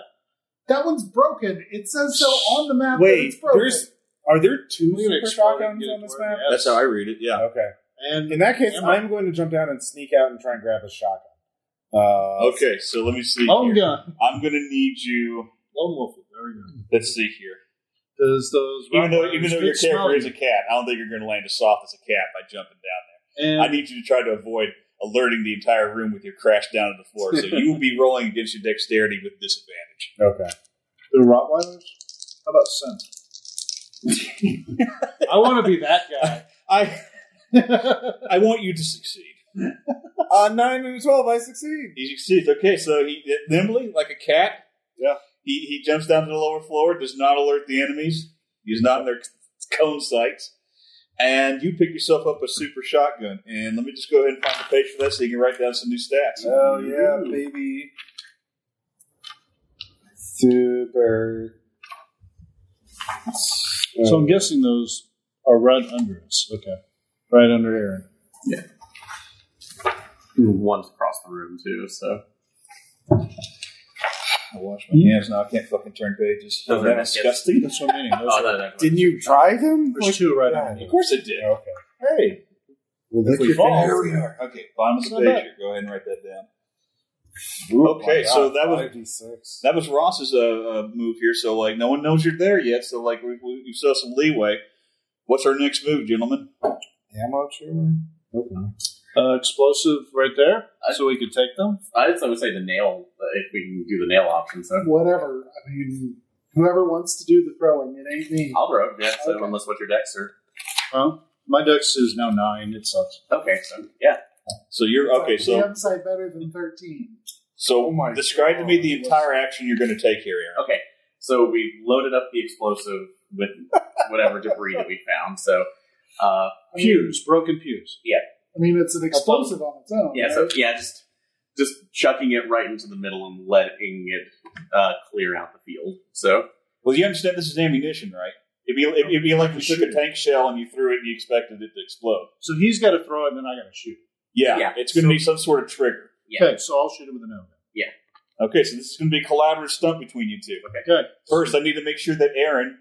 Speaker 4: That one's broken. It says so on the map that
Speaker 1: Wait.
Speaker 4: it's broken.
Speaker 1: There's. Are there two
Speaker 5: We can
Speaker 1: super
Speaker 5: explode and
Speaker 1: shotguns
Speaker 5: get it
Speaker 1: on this
Speaker 5: to work,
Speaker 1: map?
Speaker 5: yeah.
Speaker 2: That's how I read it. Yeah.
Speaker 1: Okay.
Speaker 5: And
Speaker 1: In that case,
Speaker 5: Am I-
Speaker 1: I'm going to jump down and sneak out and try and grab a shotgun. Uh,
Speaker 2: Okay, so let me see.
Speaker 5: lone
Speaker 2: here.
Speaker 5: gun,
Speaker 2: I'm going to need you.
Speaker 5: lone wolf. There we go.
Speaker 2: Let's see here.
Speaker 5: Does those
Speaker 2: Even though,
Speaker 5: Rottweilers
Speaker 2: even though
Speaker 5: good
Speaker 2: your character
Speaker 5: smelling?
Speaker 2: is a cat, I don't think you're going to land as soft as a cat by jumping down
Speaker 5: and
Speaker 2: there. I need you to try to avoid alerting the entire room with your crash down to the floor. So you will be rolling against your dexterity with disadvantage.
Speaker 1: okay.
Speaker 5: the Rottweilers. How about scent? I want to be that guy.
Speaker 2: I, <laughs> I want you to succeed.
Speaker 1: Uh, nine and a twelve, I succeed.
Speaker 2: He succeeds. Okay, so he nimbly, like a cat.
Speaker 1: Yeah.
Speaker 2: He he jumps down to the lower floor, does not alert the enemies. He's not in their cone sights. And you pick yourself up a super shotgun. And let me just go ahead and find the page for that so you can write down some new stats.
Speaker 1: Oh yeah, baby. Super.
Speaker 5: So I'm guessing those are right under us. Okay, right under Aaron.
Speaker 3: One's across the room, too, so.
Speaker 5: I wash my.
Speaker 2: My hands now, I can't fucking turn pages.
Speaker 3: Those are
Speaker 2: That's
Speaker 3: nice.
Speaker 2: disgusting.
Speaker 5: That's what I <laughs> mean. Those
Speaker 3: Oh,
Speaker 5: are-
Speaker 3: no, no, no.
Speaker 1: Didn't you try them?
Speaker 5: There's two right
Speaker 1: Yeah.
Speaker 5: under.
Speaker 2: Of course it did.
Speaker 1: Okay.
Speaker 2: Hey.
Speaker 1: Well,
Speaker 2: If
Speaker 1: lick
Speaker 2: we
Speaker 1: your
Speaker 2: fall,
Speaker 1: fingers.
Speaker 2: we are. Okay, bottom of the
Speaker 5: It's not
Speaker 2: page
Speaker 5: bad.
Speaker 2: here. Go ahead and write that down.
Speaker 1: Ooh, my
Speaker 2: Okay, so
Speaker 1: God,
Speaker 2: that was-
Speaker 1: 5d6.
Speaker 2: That was Ross's uh, uh, move here. So like, no one knows you're there yet. So like, we, we, you've still have some leeway. What's our next move, gentlemen?
Speaker 1: ammo chewer. Okay.
Speaker 5: Uh, explosive right there, so we could take them.
Speaker 3: I just would say the nail, uh, if we can do the nail option, so.
Speaker 4: Whatever. I mean, whoever wants to do the throwing, it ain't me.
Speaker 3: I'll rope, yeah, so
Speaker 4: Okay.
Speaker 3: unless what your decks are.
Speaker 5: Well, my dex is now nine. It sucks.
Speaker 3: Okay, so, yeah.
Speaker 2: So you're okay.
Speaker 4: It's like
Speaker 2: So
Speaker 4: damn sight better than 13.
Speaker 2: so
Speaker 1: Oh my
Speaker 2: describe to me the
Speaker 1: God.
Speaker 2: entire action you're going to take here, Aaron.
Speaker 3: Okay, so we loaded up the explosive with whatever debris that we found, so. Uh,
Speaker 4: I mean-
Speaker 5: Pews, broken pews.
Speaker 4: I mean, it's an explosive on its own.
Speaker 3: Yeah, so yeah, just just chucking it right into the middle and letting it uh, clear out the field. So
Speaker 2: Well, you understand this is ammunition, right? It'd be, it'd be
Speaker 1: Oh,
Speaker 2: like you took a tank shell and you threw it and you expected it to explode.
Speaker 5: So he's got to throw it, and then I got to shoot.
Speaker 2: Yeah,
Speaker 8: Yeah.
Speaker 2: it's going to be some sort of trigger.
Speaker 8: Yeah.
Speaker 5: Okay, so I'll shoot him with an arrow.
Speaker 2: Okay, so this is going to be a collaborative stunt between you two.
Speaker 5: Okay, good.
Speaker 2: First, I need to make sure that Aaron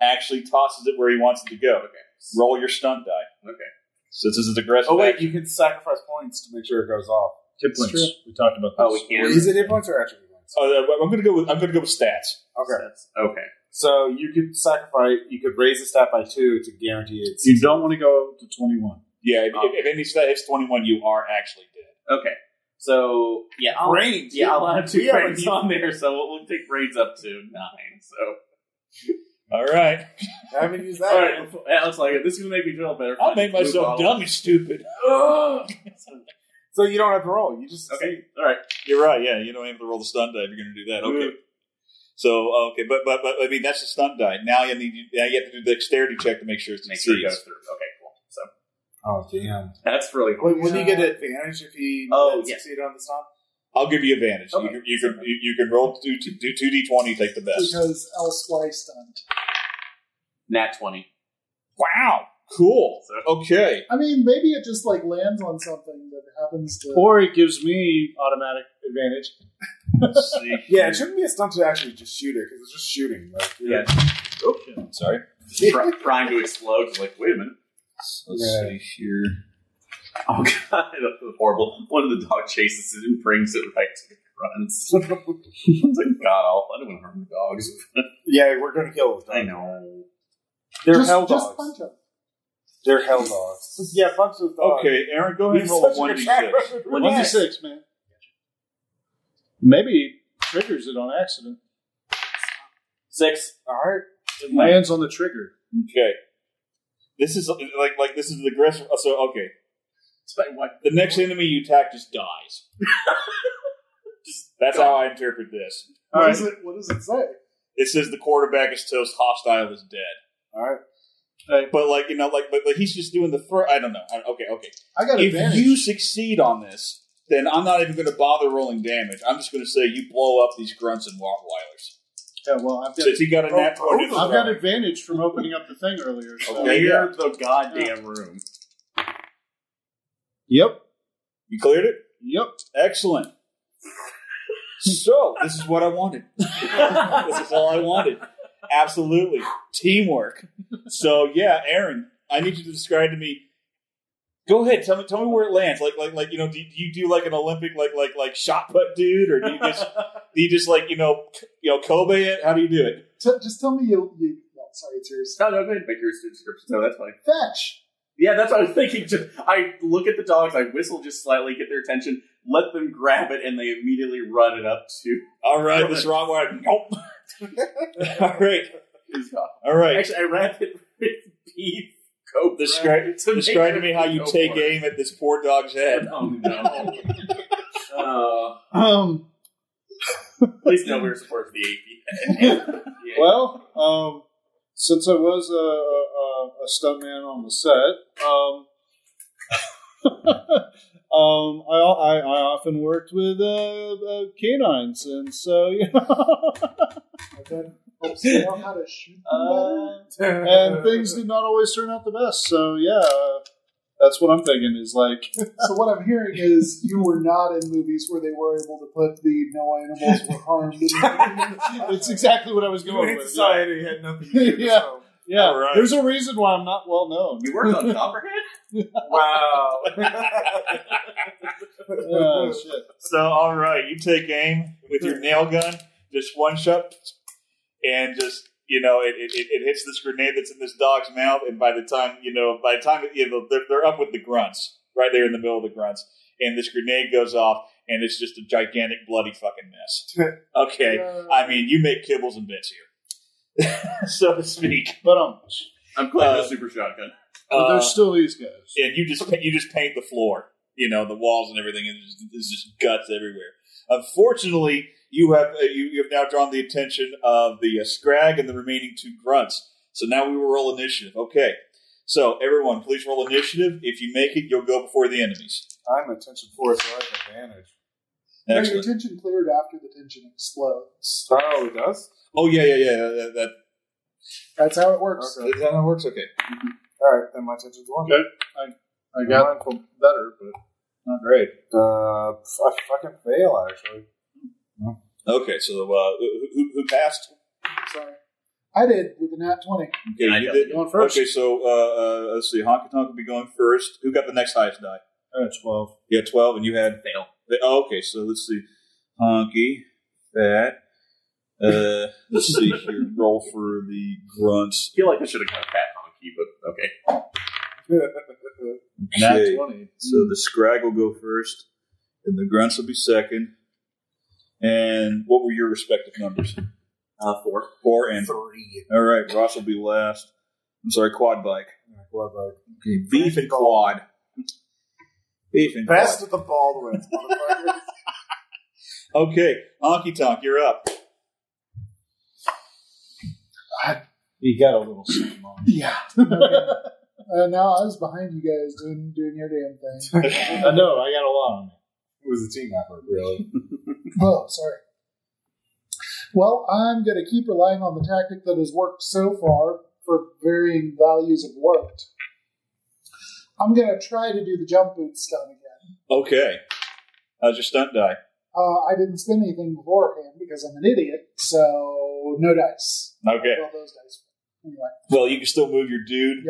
Speaker 2: actually tosses it where he wants it to go.
Speaker 3: Okay.
Speaker 2: Roll your stunt die.
Speaker 3: Okay.
Speaker 2: Since this is aggressive.
Speaker 1: Oh wait,
Speaker 2: action-
Speaker 1: you can sacrifice points to make sure it goes off.
Speaker 5: Hit
Speaker 4: It's
Speaker 5: points.
Speaker 4: true.
Speaker 5: We talked about this.
Speaker 3: Oh, we can't.
Speaker 1: Is it hit points or attribute points?
Speaker 2: Uh, I'm going to go with I'm going to go with stats.
Speaker 1: Okay.
Speaker 3: Okay.
Speaker 1: So you could sacrifice. You could raise the stat by two to guarantee it's.
Speaker 5: You don't want to go to 21.
Speaker 2: Yeah, if,
Speaker 3: Okay.
Speaker 2: if, if any stat hits 21, you are actually dead.
Speaker 3: Okay. So yeah, I'll,
Speaker 1: Brains,
Speaker 3: Yeah,
Speaker 1: yeah.
Speaker 3: I'll have two
Speaker 1: Yeah,
Speaker 3: brains
Speaker 1: but-
Speaker 3: on there, so we'll, we'll take brains up to nine. So
Speaker 2: All right,
Speaker 1: I haven't used that.
Speaker 3: all right, Alex, like this is gonna make me feel better.
Speaker 2: I'll make myself dumb and stupid.
Speaker 1: So you don't have to roll. You just
Speaker 3: Okay. All right.
Speaker 2: <laughs> You're right. Yeah, you don't have to roll the stunt die if you're going to do that. Okay. So okay, but but but I mean that's a stunt die. Now you need now you have to do the dexterity check to make sure it
Speaker 3: Make sure it
Speaker 2: succeeds.
Speaker 3: goes through. Okay. Cool. So
Speaker 1: Oh damn!
Speaker 3: that's really cool.
Speaker 1: Wait, will he get advantage if he
Speaker 3: Oh, yeah.
Speaker 1: succeed on the stop?
Speaker 2: I'll give you advantage.
Speaker 3: Okay.
Speaker 2: You can you can, you, you can roll two two two d twenty. Take the best.
Speaker 4: because else why stunned.
Speaker 3: Nat twenty.
Speaker 2: Wow. Cool. Okay.
Speaker 4: I mean, maybe it just like lands on something that happens to.
Speaker 5: Or it gives me automatic advantage.
Speaker 2: <laughs> Let's see.
Speaker 1: Yeah, it shouldn't be a stunt to actually just shoot it because it's just shooting. Like,
Speaker 3: Yeah.
Speaker 2: Sorry.
Speaker 3: Try- trying to explode. Just like wait a minute.
Speaker 2: Let's see here.
Speaker 3: Oh <laughs> god, that's horrible. One of the dog chases it and brings it right to the runs. <laughs> it's like god, I'll- I don't want to harm the dogs.
Speaker 1: <laughs> yeah, we're gonna kill it.
Speaker 3: I know.
Speaker 1: They're
Speaker 4: just,
Speaker 1: hell dogs.
Speaker 4: just punch him.
Speaker 1: They're hell dogs. <laughs> yeah, punch those dogs. <laughs>
Speaker 2: Okay, Aaron, go ahead
Speaker 1: He's
Speaker 2: and roll a
Speaker 1: Uh, such a
Speaker 2: one
Speaker 1: good
Speaker 2: d <laughs>
Speaker 1: track
Speaker 2: six.
Speaker 1: record.
Speaker 5: One d six, man. Maybe triggers it on accident.
Speaker 3: Six.
Speaker 1: All right.
Speaker 5: It lands on the trigger.
Speaker 2: Okay. This is like like this is the aggressive. So okay,
Speaker 3: It's like what?
Speaker 2: the next enemy you attack just dies.
Speaker 1: <laughs>
Speaker 2: Just- that's how I interpret this.
Speaker 4: What,
Speaker 5: All
Speaker 4: does it, what does it say?
Speaker 1: <laughs>
Speaker 2: It says the quarterback is toast, hostile is dead.
Speaker 1: All right.
Speaker 2: But like you know, like but, but he's just doing the throw. I don't know. I, okay, okay.
Speaker 5: I got
Speaker 2: If
Speaker 5: advantage.
Speaker 2: you succeed on this, then I'm not even going to bother rolling damage. I'm just going to say you blow up these grunts and rottweilers.
Speaker 5: yeah, well, I've got,
Speaker 2: Since he got a nat twenty,
Speaker 5: I've got advantage from opening up the thing earlier. So.
Speaker 2: Okay, yeah.
Speaker 3: Clear the goddamn room.
Speaker 5: Yep.
Speaker 2: you cleared it.
Speaker 5: Yep.
Speaker 2: Excellent. so this is what I wanted. <laughs> this is all I wanted. Absolutely. Teamwork. So yeah, Aaron, I need you to describe to me. Go ahead, tell me tell me where it lands. Like like like you know, do, do you do like an Olympic like like like shot put dude or do you just do you just like, you know, k- you know, Kobe it? How do you do it?
Speaker 4: T- just tell me you. you well, sorry, it's yours.
Speaker 3: No, no, go ahead. Make your description. No, that's fine.
Speaker 4: Fetch.
Speaker 3: Yeah, that's what I was thinking. Just, I look at the dogs. I whistle just slightly, get their attention, let them grab it, and they immediately run it up to <laughs>
Speaker 2: All right, this is the wrong way. Nope. <laughs> all right.
Speaker 3: his dog.
Speaker 2: All right.
Speaker 3: Actually, I wrapped it with beef. Cope.
Speaker 2: Describe, describe to me how you take aim at this poor dog's head.
Speaker 3: Oh no. <laughs> Uh,
Speaker 5: Um,
Speaker 3: please know we're supposed to the AP. <laughs> Yeah.
Speaker 5: Well, um, since I was a, a, a stuntman on the set, um, <laughs> um, I, al- I, I often worked with uh, uh, canines, and so <laughs> you know,
Speaker 4: Okay. Helps you know how to shoot them
Speaker 5: uh, and things did not always turn out the best. So yeah, uh, that's what I'm thinking is like <laughs>
Speaker 4: better. So what I'm hearing is you were not in movies where they were able to put the no animals were harmed. In
Speaker 5: it's exactly what I was
Speaker 1: You
Speaker 5: going
Speaker 1: hate
Speaker 5: with. Yeah,
Speaker 1: society had nothing to do with
Speaker 5: Yeah.
Speaker 1: so-
Speaker 5: Yeah.
Speaker 2: All right.
Speaker 5: there's a reason why I'm not
Speaker 2: <laughs>
Speaker 5: well known.
Speaker 3: you worked on Copperhead.
Speaker 1: Wow.
Speaker 5: Oh, shit.
Speaker 2: So, all right, you take aim with your nail gun, just one shot, and just you know, it, it, it hits this grenade that's in this dog's mouth, and by the time you know, by the time you know, they're, they're up with the grunts, right there in the middle of the grunts, and this grenade goes off, and it's just a gigantic bloody fucking mess. Okay, I mean, you make kibbles and bits here, <laughs> so to speak.
Speaker 5: But um,
Speaker 3: I'm playing
Speaker 2: Uh,
Speaker 3: the super shotgun.
Speaker 5: but
Speaker 2: Uh,
Speaker 5: there's still these guys.
Speaker 2: and you just pa- you just paint the floor, you know, the walls and everything. It's just, it's just guts everywhere. Unfortunately, you have uh, you, you have now drawn the attention of the uh, Scrag and the remaining two grunts. So now we will roll initiative. Okay, so everyone, please roll initiative. If you make it, you'll go before the enemies.
Speaker 1: I'm attention four, so I have advantage.
Speaker 4: No, your
Speaker 2: Excellent.
Speaker 4: tension cleared after the tension explodes.
Speaker 1: Oh, it does.
Speaker 2: Oh yeah, yeah, yeah. That, that
Speaker 4: That's how it works.
Speaker 2: Is that how it works? Okay.
Speaker 1: All right, then my attention's one.
Speaker 7: Okay. I got better, but not great.
Speaker 1: Uh, I fucking fail actually.
Speaker 2: Okay, so uh, who, who, who passed?
Speaker 4: Sorry. I did with the nat 20.
Speaker 2: Okay,
Speaker 3: I
Speaker 2: you
Speaker 3: got
Speaker 2: did.
Speaker 3: it.
Speaker 4: Going first.
Speaker 2: Okay, so uh, uh, let's see. Honky Tonk will be going first. Who got the next highest die?
Speaker 5: I got 12.
Speaker 2: You had 12, and you had.
Speaker 3: Fail.
Speaker 2: the- Oh, okay, so let's see. Honky, fat. Uh, let's see here. Roll for the grunts.
Speaker 3: I feel like I should have got a fat honky, but okay.
Speaker 2: Okay,
Speaker 5: Nat 20.
Speaker 2: so the scrag will go first, and the grunts will be second. And what were your respective numbers?
Speaker 3: Uh, four.
Speaker 2: Four and.
Speaker 1: Three.
Speaker 2: All right, Ross will be last. I'm sorry, quad bike.
Speaker 1: Well, like,
Speaker 2: Okay, beef and quad. Beef and
Speaker 1: Best of the Baldwins, motherfucker.
Speaker 2: quad. Okay, Honky Tonk, you're up.
Speaker 5: He got a little something on.
Speaker 4: <laughs> Yeah. uh, now I was behind you guys doing doing your damn thing.
Speaker 5: I know, I got a lot on me.
Speaker 1: it was a team effort, really.
Speaker 4: oh, sorry. Well, I'm going to keep relying on the tactic that has worked so far for varying values of worked. I'm going to try to do the jump boot stunt again.
Speaker 2: Okay. How's your stunt die?
Speaker 4: Uh, I didn't spend anything beforehand because I'm an idiot, so no dice.
Speaker 2: Okay.
Speaker 4: Well, those dice. Anyway,
Speaker 2: Well, you can still move your dude.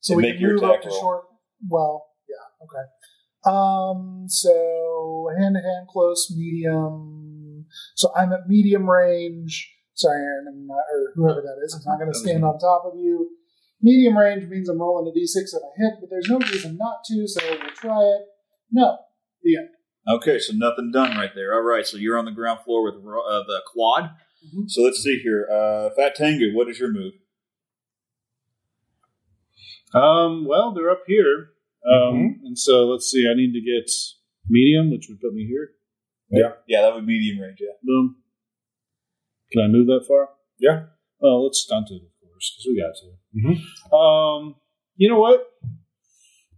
Speaker 4: so
Speaker 2: And
Speaker 4: we
Speaker 2: make
Speaker 4: can
Speaker 2: your
Speaker 4: move
Speaker 2: attack
Speaker 4: up to
Speaker 2: roll.
Speaker 4: short. Well, yeah, okay. Um, so hand to hand, close, medium. So I'm at medium range. Sorry, Aaron, I'm not, or whoever <laughs> that is. I'm not going to stand on top of you. Medium range means I'm rolling a d6 if I hit, but there's no reason not to, so we'll try it. No,
Speaker 2: Okay, so nothing done right there. All right, so you're on the ground floor with Ro- uh, the quad.
Speaker 4: Mhm.
Speaker 2: So let's see here. Uh, Fat Tango, what is your move?
Speaker 5: Um, well, they're up here. Um, And so let's see, I need to get medium, which would put me here.
Speaker 2: Yeah, that would be medium range, yeah.
Speaker 5: Boom. Can I move that far?
Speaker 1: Yeah.
Speaker 5: Well, let's stunt it, of course, because we got to. Um, you know what?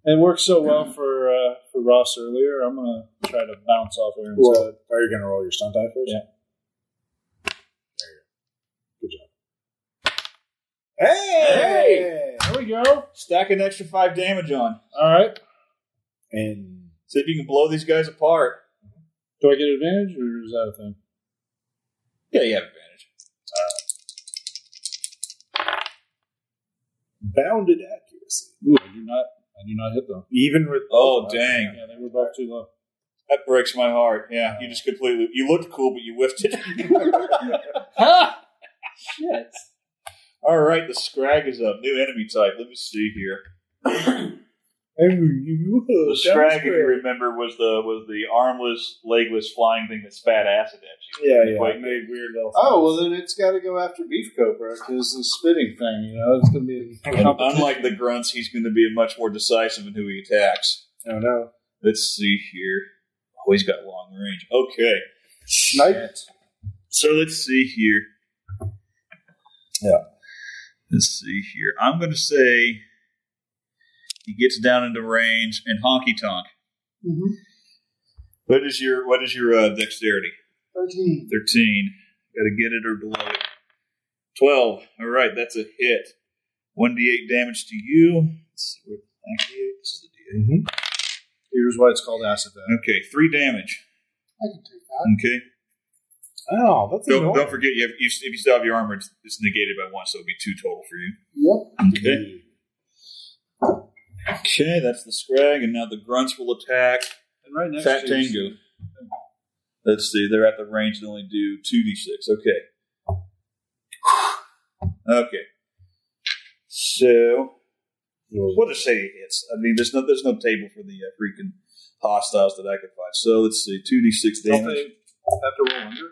Speaker 5: It worked so well for uh, for Ross earlier. I'm gonna try to bounce off Aaron's
Speaker 1: well, are you going to roll your stunt die first?
Speaker 5: Yeah.
Speaker 1: There you go. Good job. Hey!
Speaker 5: There we go.
Speaker 2: Stack an extra five damage on.
Speaker 5: All right.
Speaker 1: And
Speaker 2: See if you can blow these guys apart.
Speaker 5: Do I get advantage, or is that a thing?
Speaker 2: Yeah, you have advantage.
Speaker 1: bounded accuracy.
Speaker 5: Ooh, I do not. I do not hit them.
Speaker 1: Even with
Speaker 2: Oh, dang.
Speaker 5: Yeah, they were both too low.
Speaker 2: That breaks my heart. Yeah, you just completely. You looked cool, but you whiffed
Speaker 5: <laughs>
Speaker 2: it. <laughs>
Speaker 3: Shit.
Speaker 2: All right, the Scrag is up. New enemy type. Let me see
Speaker 5: <coughs>
Speaker 2: here. The Scrag, if you remember, was the was the armless, legless, flying thing that spat acid at you.
Speaker 1: Yeah, yeah.
Speaker 2: Quite-
Speaker 1: made weird little
Speaker 5: Oh well, then it's got to go after Beef Cobra because the spitting thing. You know, it's gonna be a competition.
Speaker 2: Unlike the grunts, he's going to be much more decisive in who he attacks.
Speaker 1: Oh, no.
Speaker 2: Let's see here. Oh, he's got long range. Okay,
Speaker 5: Snipe.
Speaker 2: so let's see here.
Speaker 1: Yeah.
Speaker 2: Let's see here. I'm going to say he gets down into range and honky tonk.
Speaker 4: Mhm.
Speaker 2: What is your what is your uh, dexterity?
Speaker 4: 13.
Speaker 2: 13. Got to get it or below it. 12. All right, that's a hit. 1d8 damage to you. Let's see what that is. This is the d8.
Speaker 5: Here's why it's called acid. Then.
Speaker 2: Okay, 3 damage.
Speaker 4: I can take that.
Speaker 2: Okay.
Speaker 1: Oh, that's
Speaker 2: Don't,
Speaker 1: annoying.
Speaker 2: don't forget, you have, you, if you still have your armor, it's, it's negated by 1, so it'll be 2 total for you.
Speaker 4: Yep.
Speaker 2: Okay. Okay, that's the Scrag, and now the Grunts will attack
Speaker 5: And right next
Speaker 2: Fat
Speaker 5: to you-
Speaker 2: Tengu. Let's see, they're at the range that only do 2d6. Okay. Okay. So, What does it say it's? I mean, there's no there's no table for the uh, freaking hostiles that I could find. So let's see, two d six
Speaker 5: Don't
Speaker 2: damage.
Speaker 5: they have to roll under?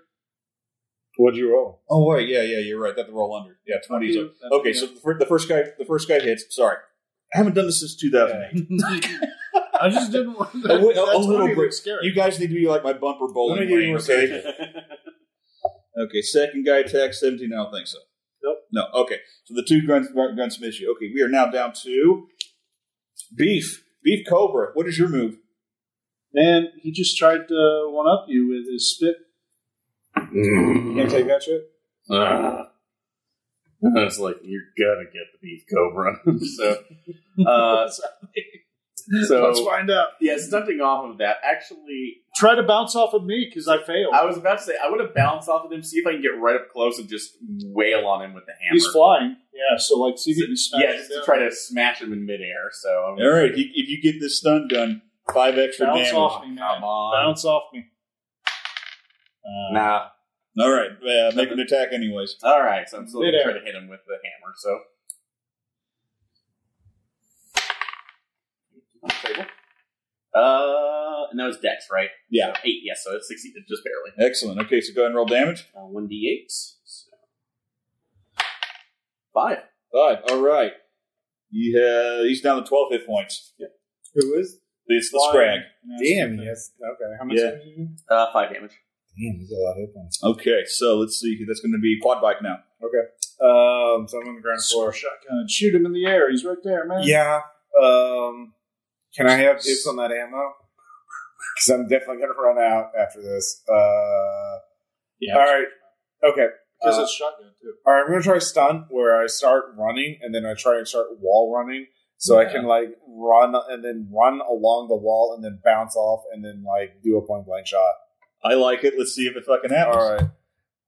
Speaker 1: What'd you roll?
Speaker 2: Oh wait, yeah, yeah, you're right. That the roll under. Yeah, twenty. is up. Okay, so the fir- the first guy the first guy hits. Sorry, I haven't done this since two thousand eight.
Speaker 5: I just didn't
Speaker 2: <laughs>
Speaker 5: want
Speaker 2: A wi- a- a little
Speaker 5: really
Speaker 2: bit.
Speaker 5: scary.
Speaker 2: You guys need to be like my bumper bowling
Speaker 1: Let me give
Speaker 2: lane,
Speaker 1: you a
Speaker 2: okay? okay, second guy attacks seventeen. I don't think so.
Speaker 5: Nope.
Speaker 2: No. Okay, so the two guns guns miss you. Okay, we are now down to beef. Beef Cobra. What is your move?
Speaker 5: Man, he just tried to one up you with his spit.
Speaker 1: You can't take that shit?
Speaker 3: Ugh. And Ah. I was like, you're gonna get the beef cobra. <laughs> so, uh,
Speaker 5: Let's
Speaker 3: so
Speaker 5: find out.
Speaker 3: yeah, stunting off of that, actually,
Speaker 5: Try to bounce off of me because I failed.
Speaker 3: I was about to say I would have bounced off of him, see if I can get right up close and just wail on him with the hammer.
Speaker 5: He's flying. Yeah, so like, see if you can smash
Speaker 3: yeah,
Speaker 5: him
Speaker 3: just to
Speaker 5: down.
Speaker 3: try to smash him in midair. So I'm
Speaker 2: All right, you, if you get this stun done, five extra
Speaker 5: Bounce
Speaker 2: damage.
Speaker 5: off me, man.
Speaker 3: "Oh, come on.
Speaker 5: Bounce off me. Uh,
Speaker 3: Nah.
Speaker 2: All right, uh, make an attack anyways.
Speaker 3: All right, so I'm still gonna
Speaker 5: Midair.
Speaker 3: try to hit him with the hammer. So. Uh, and that was Dex, right?
Speaker 2: Yeah.
Speaker 3: So eight. Yes, so it's sixty, just barely. Uh,
Speaker 2: Excellent. Okay, so go ahead and roll damage.
Speaker 3: One d eight. So. Five.
Speaker 2: Five. All right. Yeah, he's down to twelve hit points.
Speaker 1: Who is?
Speaker 2: It's the scrag.
Speaker 1: Damn. Yes. Okay. How much?
Speaker 2: Yeah.
Speaker 1: did you do?
Speaker 3: Uh, five damage.
Speaker 1: Damn, he's a lot of hit points.
Speaker 2: Okay, so let's see. That's going to be quad bike now.
Speaker 1: Um, so I'm on the ground floor.
Speaker 5: shotgun. Uh, Shoot him in the air. He's right there, man.
Speaker 1: Yeah. Um, can I have dibs on that ammo? <laughs> Because I'm definitely going to run out after this. Uh,
Speaker 5: Yeah.
Speaker 1: all right. Okay.
Speaker 5: Because
Speaker 1: Uh,
Speaker 5: it's shotgun too.
Speaker 1: All right. I'm going to try stunt where I start running and then I try and start wall running so I can like run and then run along the wall and then bounce off and then like do a point blank shot.
Speaker 2: I like it. Let's see if it fucking happens.
Speaker 1: All right.
Speaker 5: then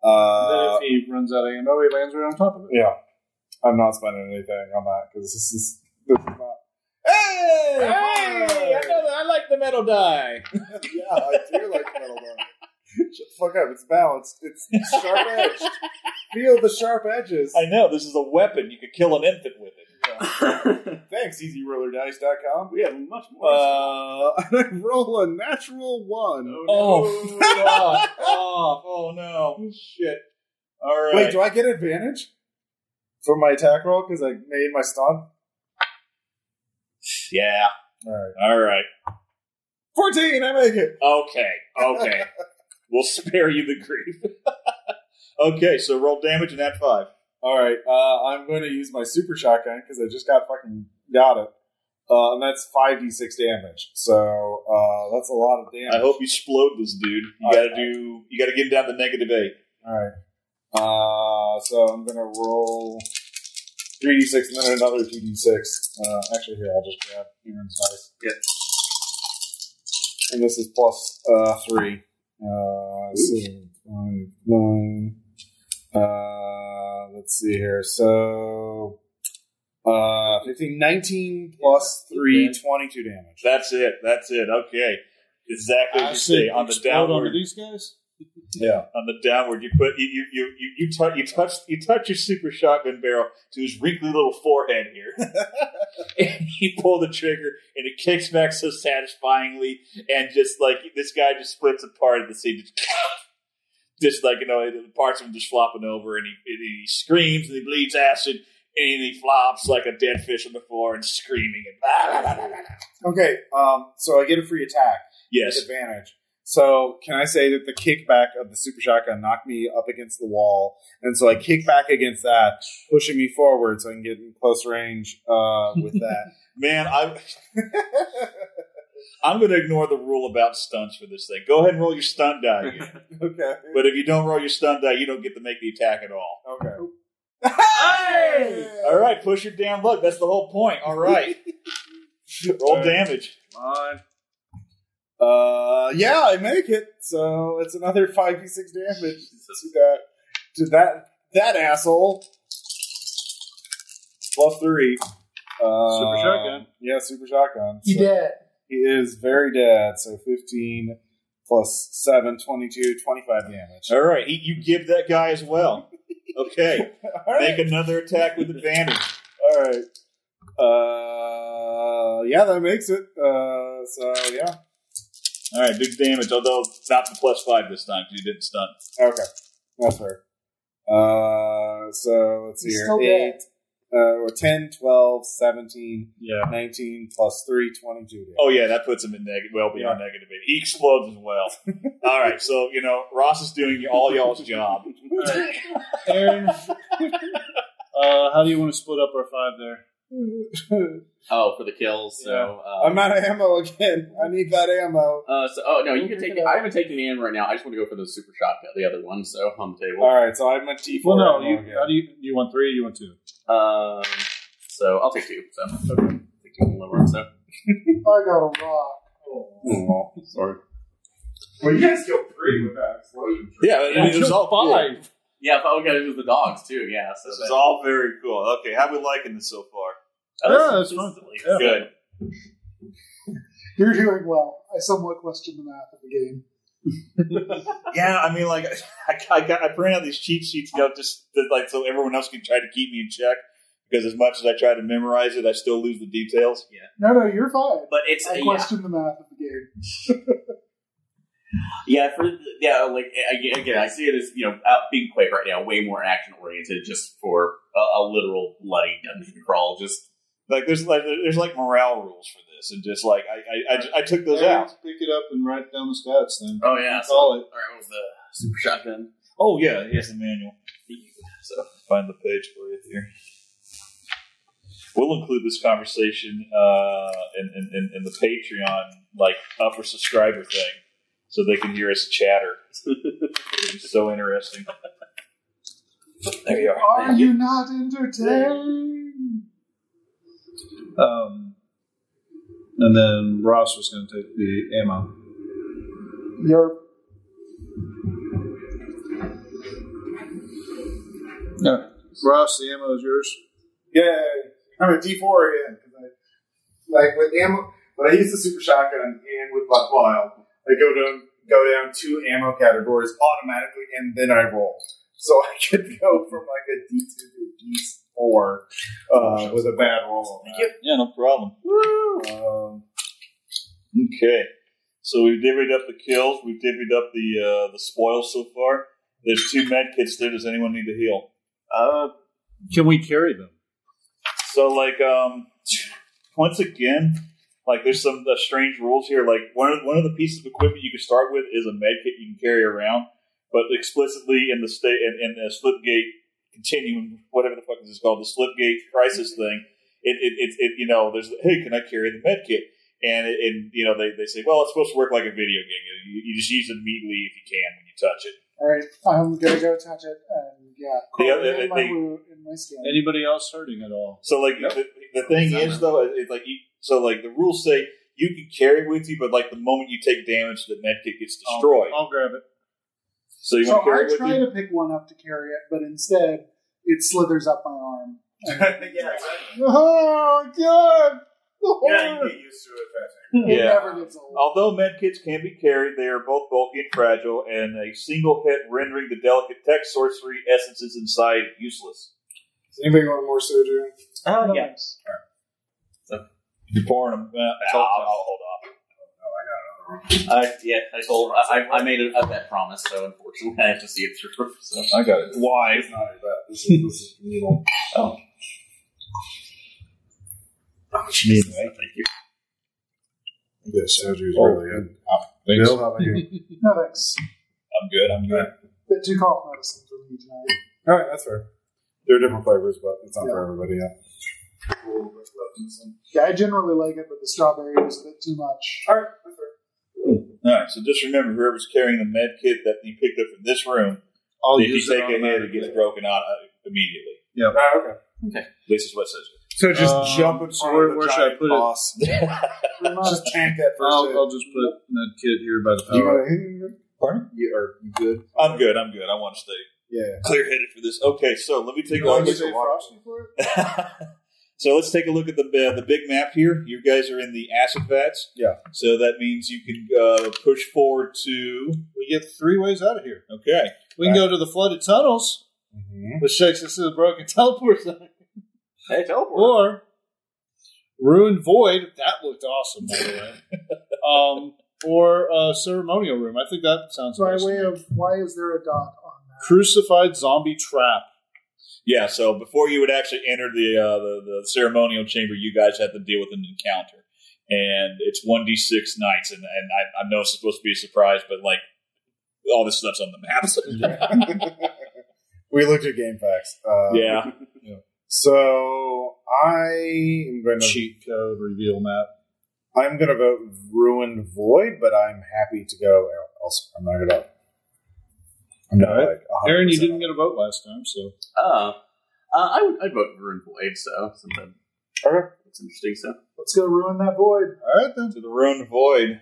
Speaker 1: Uh,
Speaker 5: if he runs out of ammo, he lands right on top of it.
Speaker 1: yeah. I'm not spending anything on that because this is this is not. Hey! fire!
Speaker 2: I like the metal die.
Speaker 1: yeah, I do like metal dome. Shut the <laughs> fuck up. It's balanced. It's sharp edged. Feel the sharp edges.
Speaker 2: I know this is a weapon. You could kill an infant with it.
Speaker 1: Thanks, easyrollerdice.com.
Speaker 3: we have much more.
Speaker 1: Uh, <laughs> I roll a natural one.
Speaker 2: <laughs> Oh, <laughs> fuck off. Oh no, shit. All right.
Speaker 1: Wait, do I get advantage for my attack roll because I made my stun?
Speaker 2: yeah.
Speaker 1: All right.
Speaker 2: All right.
Speaker 1: 14, I make it.
Speaker 2: Okay. <laughs> Okay. we'll spare you the grief. <laughs> okay, so roll damage and add five.
Speaker 1: All right. Uh, I'm going to use my super shotgun because I just got fucking got it. Uh, and that's 5d6 damage. So uh, that's a lot of damage.
Speaker 2: I hope you explode this dude. You
Speaker 1: All
Speaker 2: gotta
Speaker 1: right.
Speaker 2: do. You gotta get him down to negative eight.
Speaker 1: All right. Uh, so I'm gonna roll three d six and then another two d six. Uh, actually, here I'll just grab Aaron's dice.
Speaker 3: Yep.
Speaker 1: And this is plus uh, three. Uh, so, five, nine. Uh, let's see here. So. Uh, 15, 19 plus 3, 22 damage.
Speaker 2: That's it. That's it. Okay. Exactly what you say on the
Speaker 5: Explode
Speaker 2: downward.
Speaker 5: onto these guys. <laughs>
Speaker 1: Yeah.
Speaker 2: on the downward. You put you you you you, you, tou- you touch you touch your super shotgun barrel to his wrinkly little forehead here, <laughs> and you pull the trigger, and it kicks back so satisfyingly, and just like this guy just splits apart at the scene. Just, <laughs> just like you know, the parts of him just flopping over, and he, and he screams and he bleeds acid, and he flops like a dead fish on the floor and screaming and blah, blah, blah, blah, blah.
Speaker 1: Okay, um, so I get a free attack.
Speaker 2: yes,
Speaker 1: advantage. So can I say that the kickback of the super shotgun knocked me up against the wall, and so I kick back against that, pushing me forward so I can get in close range uh, with that.
Speaker 2: man, I <laughs> I'm going to ignore the rule about stunts for this thing. Go ahead and roll your stunt die. Again.
Speaker 1: <laughs> okay.
Speaker 2: But if you don't roll your stun die, you don't get to make the attack at all.
Speaker 1: Okay.
Speaker 2: All right, push your damn luck. That's the whole point.
Speaker 1: <laughs>
Speaker 2: All right. roll damage.
Speaker 3: Come on.
Speaker 1: Uh, yeah, I make it. So it's another five d six damage to that to that that asshole. Plus three. Uh,
Speaker 5: Super shotgun.
Speaker 1: Yeah, super shotgun.
Speaker 4: He
Speaker 1: So-
Speaker 4: dead.
Speaker 1: He is very dead, so 15 plus 7, 22, 25 damage.
Speaker 2: All right, he, you give that guy as well. Okay,
Speaker 1: <laughs> All
Speaker 2: make
Speaker 1: right.
Speaker 2: another attack with advantage.
Speaker 1: All right. Uh, yeah, that makes it. Uh, so, yeah.
Speaker 2: All right, big damage, although not the plus five this time because you didn't stun.
Speaker 1: Okay. That's fair. Uh, so let's see
Speaker 4: He's
Speaker 1: here.
Speaker 4: still
Speaker 1: 8,
Speaker 4: dead.
Speaker 1: uh, or 10, 12, 17,
Speaker 5: Yeah.
Speaker 1: 19 plus 3, 22 damage.
Speaker 2: Oh yeah, that puts him in negative, well beyond negative eight. He explodes as
Speaker 1: <laughs>
Speaker 2: well. All right, so you know Ross is doing all y'all's job.
Speaker 5: <laughs> Aaron, uh, how do you want to split up our five there?
Speaker 3: Oh, for the kills. So uh,
Speaker 1: <laughs> I'm out of ammo again. I need that ammo.
Speaker 3: Uh, so, oh no, you can take. I haven't taken the in right now. I just want to go for the super shotgun, the other one. So on the table.
Speaker 1: All right, so I'm a T4.
Speaker 5: Well, no.
Speaker 1: ammo
Speaker 5: You,
Speaker 1: again.
Speaker 5: how do you? You want three? Or you want two?
Speaker 3: Um, so I'll take two. So take two and lower. So
Speaker 4: I got a rock.
Speaker 9: Oh,
Speaker 1: <laughs>
Speaker 9: sorry.
Speaker 1: Well, you guys killed three with that explosion.
Speaker 9: Yeah, I mean, it was all cool.
Speaker 3: yeah, but okay, it was the dogs too. Yeah, so
Speaker 2: This is all very cool. Okay, how we liking this so far?
Speaker 5: Yeah, that's fine. Yeah.
Speaker 2: Good.
Speaker 4: You're doing well. I somewhat question the math of the game.
Speaker 2: <laughs> Yeah, I mean, like <laughs> I, I, got, I print out these cheat sheets, you know, just to, like so everyone else can try to keep me in check. Because as much as I try to memorize it, I still lose the details.
Speaker 4: No, no, you're fine.
Speaker 3: But it's
Speaker 4: I
Speaker 3: yeah,
Speaker 4: question the math of the game.
Speaker 3: yeah, for yeah, like again, again, I see it as you know, out being Quake right now, way more action oriented, just for a, a literal bloody dungeon crawl. Just
Speaker 2: Like there's like there's like morale rules for this, and just like I I, I, I took those out.
Speaker 5: Pick it up and write down the stats. Then
Speaker 3: oh yeah, so,
Speaker 5: call it.
Speaker 3: all right, what was the super shotgun?
Speaker 2: Oh yeah, here's the manual.
Speaker 3: So
Speaker 2: Find the page for you here. We'll include this conversation uh, in, in, in, in the Patreon like upper subscriber thing, so they can hear us <laughs> chatter. it's so interesting. There you are.
Speaker 4: Are you not entertained?
Speaker 5: Um, and then Ross was going to take the ammo.
Speaker 4: You're
Speaker 5: No, Ross, the ammo is yours.
Speaker 1: Yeah, I'm a D4 again. 'cause I, like with ammo, when I use the super shotgun and with Buck Wild, I go down go down two ammo categories automatically, and then I roll. So <laughs> I could go from like a D2 to a D4 uh, with a bad roll. on that.
Speaker 2: Yeah, no problem.
Speaker 1: Um,
Speaker 2: Okay, so we've divvied up the kills. We've divvied up the uh, the spoils so far. There's two med kits there. Does anyone need to heal?
Speaker 5: Uh, can we carry them?
Speaker 2: So like um <laughs> once again, like there's some uh, strange rules here. Like one of one of the pieces of equipment you can start with is a med kit you can carry around, but explicitly in the state in, in the slipgate continuum, whatever the fuck this is called, the slipgate crisis thing, it it, it it you know there's hey can I carry the med kit and it, and you know they, they say well it's supposed to work like a video game you, you just use it immediately if you can when you touch it
Speaker 4: all right. I'm gonna go touch it and yeah,
Speaker 2: They-
Speaker 4: crawl
Speaker 2: they-
Speaker 4: in my
Speaker 2: they-
Speaker 4: wound in my skin.
Speaker 5: Anybody else hurting at all?
Speaker 2: So like
Speaker 3: Yep.
Speaker 2: the, the thing is though, it- it's like you, so like the rules say you can carry with you, but like the moment you take damage, the medkit gets
Speaker 5: I'll-
Speaker 2: destroyed.
Speaker 5: I'll, grab it.
Speaker 2: so you
Speaker 4: so
Speaker 2: want to carry
Speaker 4: I
Speaker 2: it with
Speaker 4: try
Speaker 2: you?
Speaker 4: to pick one up to carry it, but instead it slithers up my arm.
Speaker 2: <laughs>
Speaker 1: yeah, exactly.
Speaker 4: Oh god!
Speaker 5: Oh,
Speaker 4: The
Speaker 1: yeah,
Speaker 4: horror!
Speaker 1: you get used to it fast.
Speaker 4: It
Speaker 2: Yeah.
Speaker 4: never gets
Speaker 2: <laughs>
Speaker 4: old.
Speaker 2: Although medkits can be carried, they are both bulky and fragile, and a single hit rendering the delicate tech sorcery essences inside useless.
Speaker 1: Does anybody want more <laughs> soju?
Speaker 4: Oh,
Speaker 3: yeah.
Speaker 2: You're pouring them. I'll, Uh, I'll hold off.
Speaker 3: I yeah, I told I, I- I made it up that promise, so unfortunately <laughs> I have to see it through. So.
Speaker 5: I got it.
Speaker 2: Why?
Speaker 1: It's not like that. This is, this is communal.
Speaker 2: Oh, Jesus. Thank you.
Speaker 1: Yeah, soju is really good.
Speaker 5: Thanks.
Speaker 1: how about <laughs> you?
Speaker 4: No thanks.
Speaker 2: I'm good. I'm good.
Speaker 4: Bit too cough medicine for me tonight.
Speaker 1: All right, that's fair. There are different flavors, but it's not for everybody. Yeah.
Speaker 4: Yeah, I generally like it, but the strawberry was a bit too much.
Speaker 1: All right, that's fair.
Speaker 2: All right. So just remember, whoever's carrying the medkit that you picked up from this room,
Speaker 5: I'll
Speaker 2: if
Speaker 5: use
Speaker 2: you take a hit,
Speaker 5: it
Speaker 2: it
Speaker 5: automatically.
Speaker 2: gets broken out uh, immediately.
Speaker 1: Ah, okay.
Speaker 2: This is what says
Speaker 1: So just
Speaker 5: Um,
Speaker 1: jump in
Speaker 5: so
Speaker 1: front
Speaker 5: where-
Speaker 1: of the
Speaker 5: where should I
Speaker 1: giant
Speaker 5: put it? <laughs>
Speaker 1: boss.
Speaker 4: Vermont,
Speaker 1: Just tank that first
Speaker 5: I'll,
Speaker 1: hit.
Speaker 5: I'll just put med kit here by the
Speaker 1: you
Speaker 5: power.
Speaker 1: want to hit
Speaker 2: Pardon?
Speaker 1: You are you good?
Speaker 2: I'm good. I'm good. I want to stay
Speaker 1: Yeah.
Speaker 2: clear headed for this. Okay, so let me take a
Speaker 1: You want
Speaker 2: look.
Speaker 1: to say frosty for it?
Speaker 2: <laughs> so let's take a look at the uh, the big map here. You guys are in the acid vats.
Speaker 1: Yeah.
Speaker 2: So that means you can uh, push forward to.
Speaker 5: We get three ways out of here.
Speaker 2: Okay.
Speaker 5: We can go to the flooded tunnels,
Speaker 1: Mm-hmm.
Speaker 5: which takes us to the broken <laughs> teleport zone,
Speaker 3: Hey, teleport.
Speaker 5: or ruined void. That looked awesome, by <laughs> the way. um, or uh, ceremonial room. I think that sounds
Speaker 4: by
Speaker 5: nice.
Speaker 4: way of why is there a dot on that?
Speaker 5: crucified zombie trap.
Speaker 2: Yeah. So before you would actually enter the uh, the, the ceremonial chamber, you guys have to deal with an encounter, and it's one d six nights. And, and I, I know it's supposed to be a surprise, but like all this stuff's on the maps.
Speaker 1: We looked at game facts. Uh,
Speaker 2: yeah.
Speaker 1: Um, So I gonna
Speaker 5: cheat code reveal map.
Speaker 1: I'm gonna vote ruined void, but I'm happy to go else. I'm not gonna. I'm not
Speaker 5: Alright.
Speaker 1: like 100%
Speaker 5: Aaron, you didn't get a vote last time, so
Speaker 3: Uh, uh, I would I'd vote for Void, so something.
Speaker 1: Okay.
Speaker 3: That's interesting. So
Speaker 4: Let's go ruin that void.
Speaker 5: all right then.
Speaker 2: to the ruined void.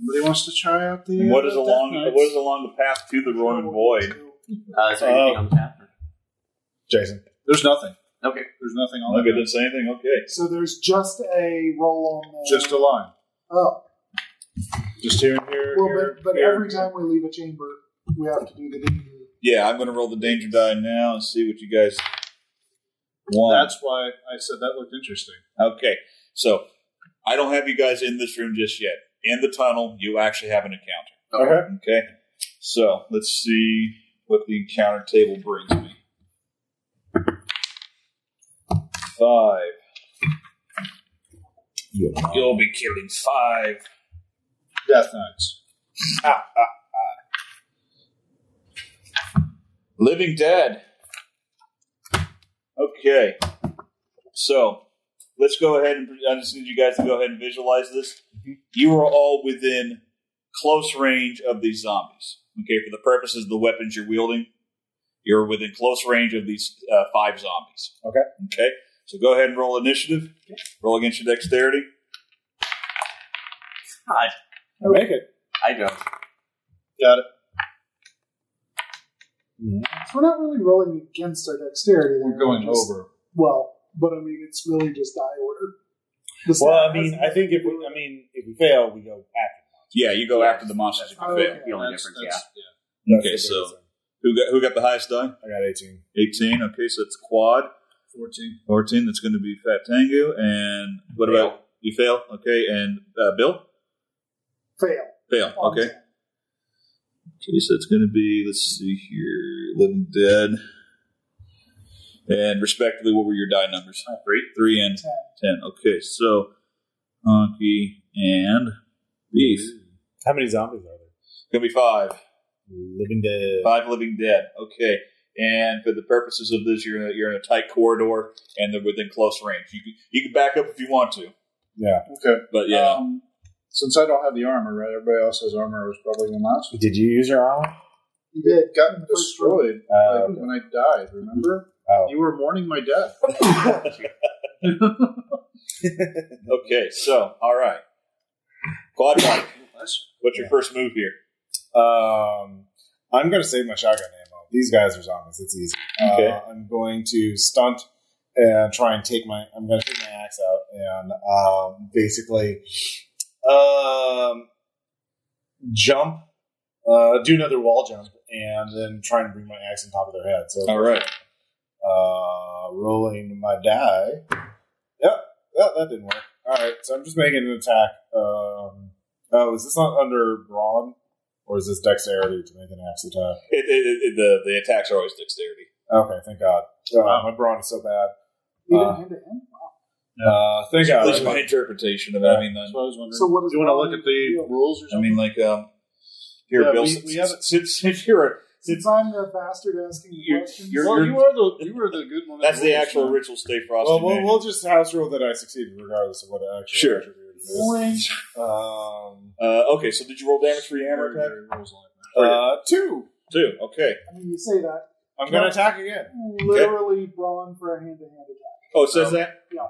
Speaker 5: Anybody wants to try out the
Speaker 2: And what is
Speaker 5: uh,
Speaker 2: along
Speaker 5: Death Knights?
Speaker 2: what is along the path to the ruined void?
Speaker 3: uh, is there anything
Speaker 2: Oh.
Speaker 3: on the map?
Speaker 1: Jason.
Speaker 5: There's nothing.
Speaker 3: Okay.
Speaker 5: There's nothing on
Speaker 2: Oh, Look
Speaker 5: the
Speaker 2: at
Speaker 5: map.
Speaker 2: this anything? Okay.
Speaker 4: So there's just a roll on the.
Speaker 5: Just a line.
Speaker 4: Oh,
Speaker 5: Just here and here.
Speaker 4: well,
Speaker 5: here.
Speaker 4: but, but
Speaker 5: here.
Speaker 4: every time we leave a chamber, we have to do the danger.
Speaker 2: Yeah, I'm gonna roll the danger die now and see what you guys want.
Speaker 5: That's why I said that looked interesting.
Speaker 2: okay. So I don't have you guys in this room just yet. In the tunnel, you actually have an encounter.
Speaker 1: Okay.
Speaker 2: Okay. So let's see what the encounter table brings me. Five. You'll be killing five.
Speaker 5: Death Knights.
Speaker 2: Living Dead. Okay. So let's go ahead and I just need you guys to go ahead and visualize this.
Speaker 4: Mm-hmm.
Speaker 2: You are all within close range of these zombies. Okay, for the purposes of the weapons you're wielding, you're within close range of these uh, five zombies.
Speaker 1: Okay.
Speaker 2: Okay. So go ahead and roll initiative. Roll against your dexterity.
Speaker 3: God,
Speaker 5: Make it.
Speaker 3: I don't.
Speaker 5: Got it.
Speaker 4: So we're not really rolling against our dexterity.
Speaker 5: We're
Speaker 4: there,
Speaker 5: going
Speaker 4: just-
Speaker 5: over.
Speaker 4: Well, but I mean, it's really just die order. The stat
Speaker 10: Well, I
Speaker 4: has
Speaker 10: mean,
Speaker 4: nothing
Speaker 10: I think
Speaker 4: to
Speaker 10: if
Speaker 4: do
Speaker 10: we,
Speaker 4: with
Speaker 10: I mean, if we fail, we go after.
Speaker 2: Yeah, you go
Speaker 3: Yeah.
Speaker 2: after the monsters if you
Speaker 4: Oh,
Speaker 2: fail.
Speaker 4: okay.
Speaker 3: The only
Speaker 5: That's-
Speaker 3: difference,
Speaker 5: that's-
Speaker 1: That's
Speaker 2: Okay,
Speaker 1: the
Speaker 2: so-
Speaker 1: reason.
Speaker 2: Who got who got the highest die?
Speaker 1: I got 18.
Speaker 2: 18. Okay, so it's quad.
Speaker 5: 14.
Speaker 2: 14, that's going to be Fat Tango. And what
Speaker 3: Fail.
Speaker 2: about you fail? Okay, and uh, Bill?
Speaker 4: fail.
Speaker 2: Fail.
Speaker 4: on
Speaker 2: Okay.
Speaker 4: attack.
Speaker 2: Okay, so it's going to be, let's see here, Living Dead. And respectively, what were your die numbers?
Speaker 3: Three.
Speaker 2: Three and 10.
Speaker 4: Ten.
Speaker 2: Okay, so Honky and Beef.
Speaker 10: How many zombies are there?
Speaker 2: Going to be five.
Speaker 10: Living dead.
Speaker 2: Five Living Dead. Okay. And for the purposes of this, you're in a, you're in a tight corridor and they're within close range. You can, you can back up if you want to.
Speaker 1: Yeah.
Speaker 5: Okay.
Speaker 2: But yeah.
Speaker 5: Um, since I don't have the armor, right? Everybody else has armor. I was probably one last.
Speaker 1: Did you use your armor?
Speaker 4: You did.
Speaker 5: It got destroyed
Speaker 1: Uh,
Speaker 4: hmm.
Speaker 5: like, when I died. Remember?
Speaker 1: Oh.
Speaker 5: You were mourning my death.
Speaker 2: Okay, so all right, quad bike. What's your
Speaker 1: Yeah.
Speaker 2: first move here?
Speaker 1: Um, I'm going to save my shotgun ammo. These guys are zombies. It's easy.
Speaker 2: Okay.
Speaker 1: Uh, I'm going to stunt and try and take my. I'm going to take my axe out and um, basically um, jump, uh, do another wall jump, and then try and bring my axe on top of their head. So
Speaker 2: All right,
Speaker 1: uh, rolling my die. Yep, that, that didn't work. All right, so I'm just making an attack. Um, oh, is this not under brawn, or is this dexterity to make an axe attack?
Speaker 2: it, it, it, the the attacks are always dexterity.
Speaker 1: Okay, thank God. Uh, My brawn is so bad.
Speaker 4: Even
Speaker 1: Uh,
Speaker 4: hand to hand.
Speaker 1: Uh, thank
Speaker 2: At
Speaker 1: God.
Speaker 2: least my interpretation of it. I mean,
Speaker 5: That's
Speaker 2: uh,
Speaker 5: what I was wondering.
Speaker 4: So what
Speaker 5: Do
Speaker 4: is
Speaker 5: you want to look at the
Speaker 4: Yeah.
Speaker 5: rules or
Speaker 2: I
Speaker 5: something?
Speaker 2: mean, like um, here,
Speaker 5: Yeah,
Speaker 2: Bill.
Speaker 5: we-
Speaker 2: since,
Speaker 5: we haven't-
Speaker 2: since, since you're a,
Speaker 4: Since I'm the bastard asking the
Speaker 2: You're-
Speaker 4: questions,
Speaker 2: you're-
Speaker 5: well, you are the you were the good one.
Speaker 2: that's
Speaker 5: at
Speaker 2: the
Speaker 5: rules,
Speaker 2: actual
Speaker 5: man.
Speaker 2: ritual stay frosty.
Speaker 1: Well, we'll,
Speaker 2: man.
Speaker 1: we'll just house rule that I succeeded regardless of what the actual
Speaker 2: Sure.
Speaker 1: attribute it
Speaker 4: boring.
Speaker 1: is. Um,
Speaker 2: uh, okay, so did you roll damage for your hammer attack?
Speaker 5: Legendary rules like that.
Speaker 1: uh, two.
Speaker 2: Two. Okay.
Speaker 4: I mean, you say that
Speaker 1: I'm going to attack again.
Speaker 4: literally brawn for a hand to hand attack.
Speaker 2: Oh, it says that.
Speaker 4: Yeah.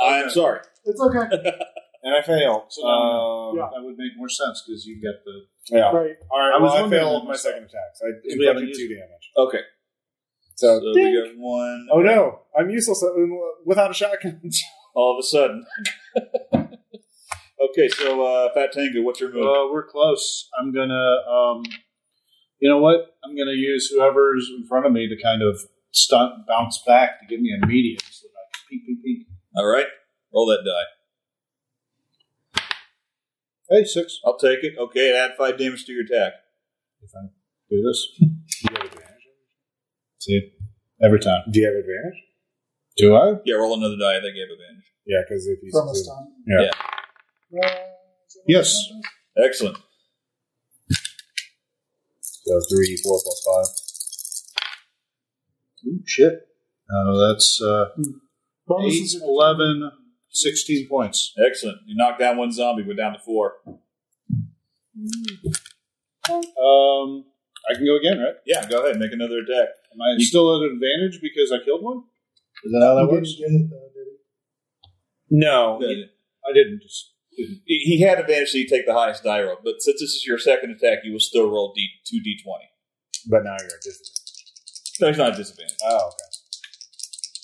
Speaker 2: I'm sorry.
Speaker 4: It's okay.
Speaker 1: And I fail.
Speaker 5: So,
Speaker 1: um,
Speaker 4: yeah.
Speaker 5: That would make more sense because you get the
Speaker 1: yeah.
Speaker 4: right.
Speaker 1: All right,
Speaker 5: I
Speaker 1: well,
Speaker 5: was
Speaker 1: I
Speaker 5: wondering
Speaker 1: failed
Speaker 5: that
Speaker 1: my second attack. So I
Speaker 5: Because we haven't
Speaker 1: inflicted two damage.
Speaker 2: Okay. So,
Speaker 1: So,
Speaker 2: we got one.
Speaker 1: oh no, I'm useless uh, um, without a shotgun.
Speaker 2: All of a sudden. <laughs> okay, so uh, Fat Tango, what's your move?
Speaker 5: Uh, we're close. I'm gonna, um, you know what? I'm gonna use whoever's in front of me to kind of stunt, bounce back to give me a medium so that I can peek, peek, peek.
Speaker 2: All right, roll that die.
Speaker 5: Hey, six.
Speaker 2: I'll take it. Okay, and add five damage to your attack.
Speaker 5: If I do <laughs> this, see every time.
Speaker 1: Do you have advantage?
Speaker 5: Do I?
Speaker 2: Yeah, roll another die. They gave advantage.
Speaker 1: Yeah, because if you
Speaker 4: From a stun.
Speaker 1: Yeah.
Speaker 5: Yes.
Speaker 2: Excellent.
Speaker 1: so three, four plus five.
Speaker 5: Ooh, shit. Hmm. Uh, that's uh,
Speaker 4: Bonuses
Speaker 5: eight,
Speaker 4: are-
Speaker 5: eleven, 16 points.
Speaker 2: Excellent. You knock down one zombie. We're down to four.
Speaker 5: Um, I can go again, right?
Speaker 2: Yeah, go ahead. Make another attack.
Speaker 5: Am I still at an advantage because I killed one? Is that how that
Speaker 4: He
Speaker 5: works?
Speaker 4: didn't get it though, did he?
Speaker 1: No.
Speaker 5: I didn't. Just
Speaker 2: He he had advantage, so you take the highest die roll. But since this is your second attack, you will still roll D two D twenty.
Speaker 1: But now you're at disadvantage.
Speaker 2: No, he's not a disadvantage
Speaker 1: Oh, okay.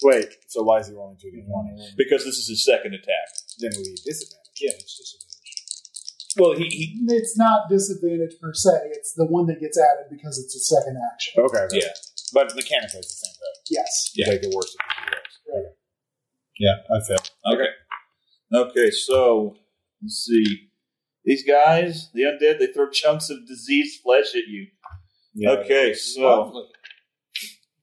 Speaker 1: Wait, so why is he rolling 2d20?
Speaker 2: because this is his second attack.
Speaker 1: Then we disadvantage. Mm-hmm. Yeah, it's disadvantage.
Speaker 2: Well, he, he
Speaker 4: It's not disadvantage per se. It's the one that gets added because it's a second action.
Speaker 1: Okay, okay.
Speaker 2: Yeah.
Speaker 1: But mechanically, it's the same thing.
Speaker 4: Yes.
Speaker 2: Yeah.
Speaker 1: You take the worst of the two rolls.
Speaker 5: yeah, I failed.
Speaker 2: Okay. Okay, so let's see. These guys, the undead, they throw chunks of diseased flesh at you.
Speaker 1: Yeah.
Speaker 2: okay, so
Speaker 5: Oh.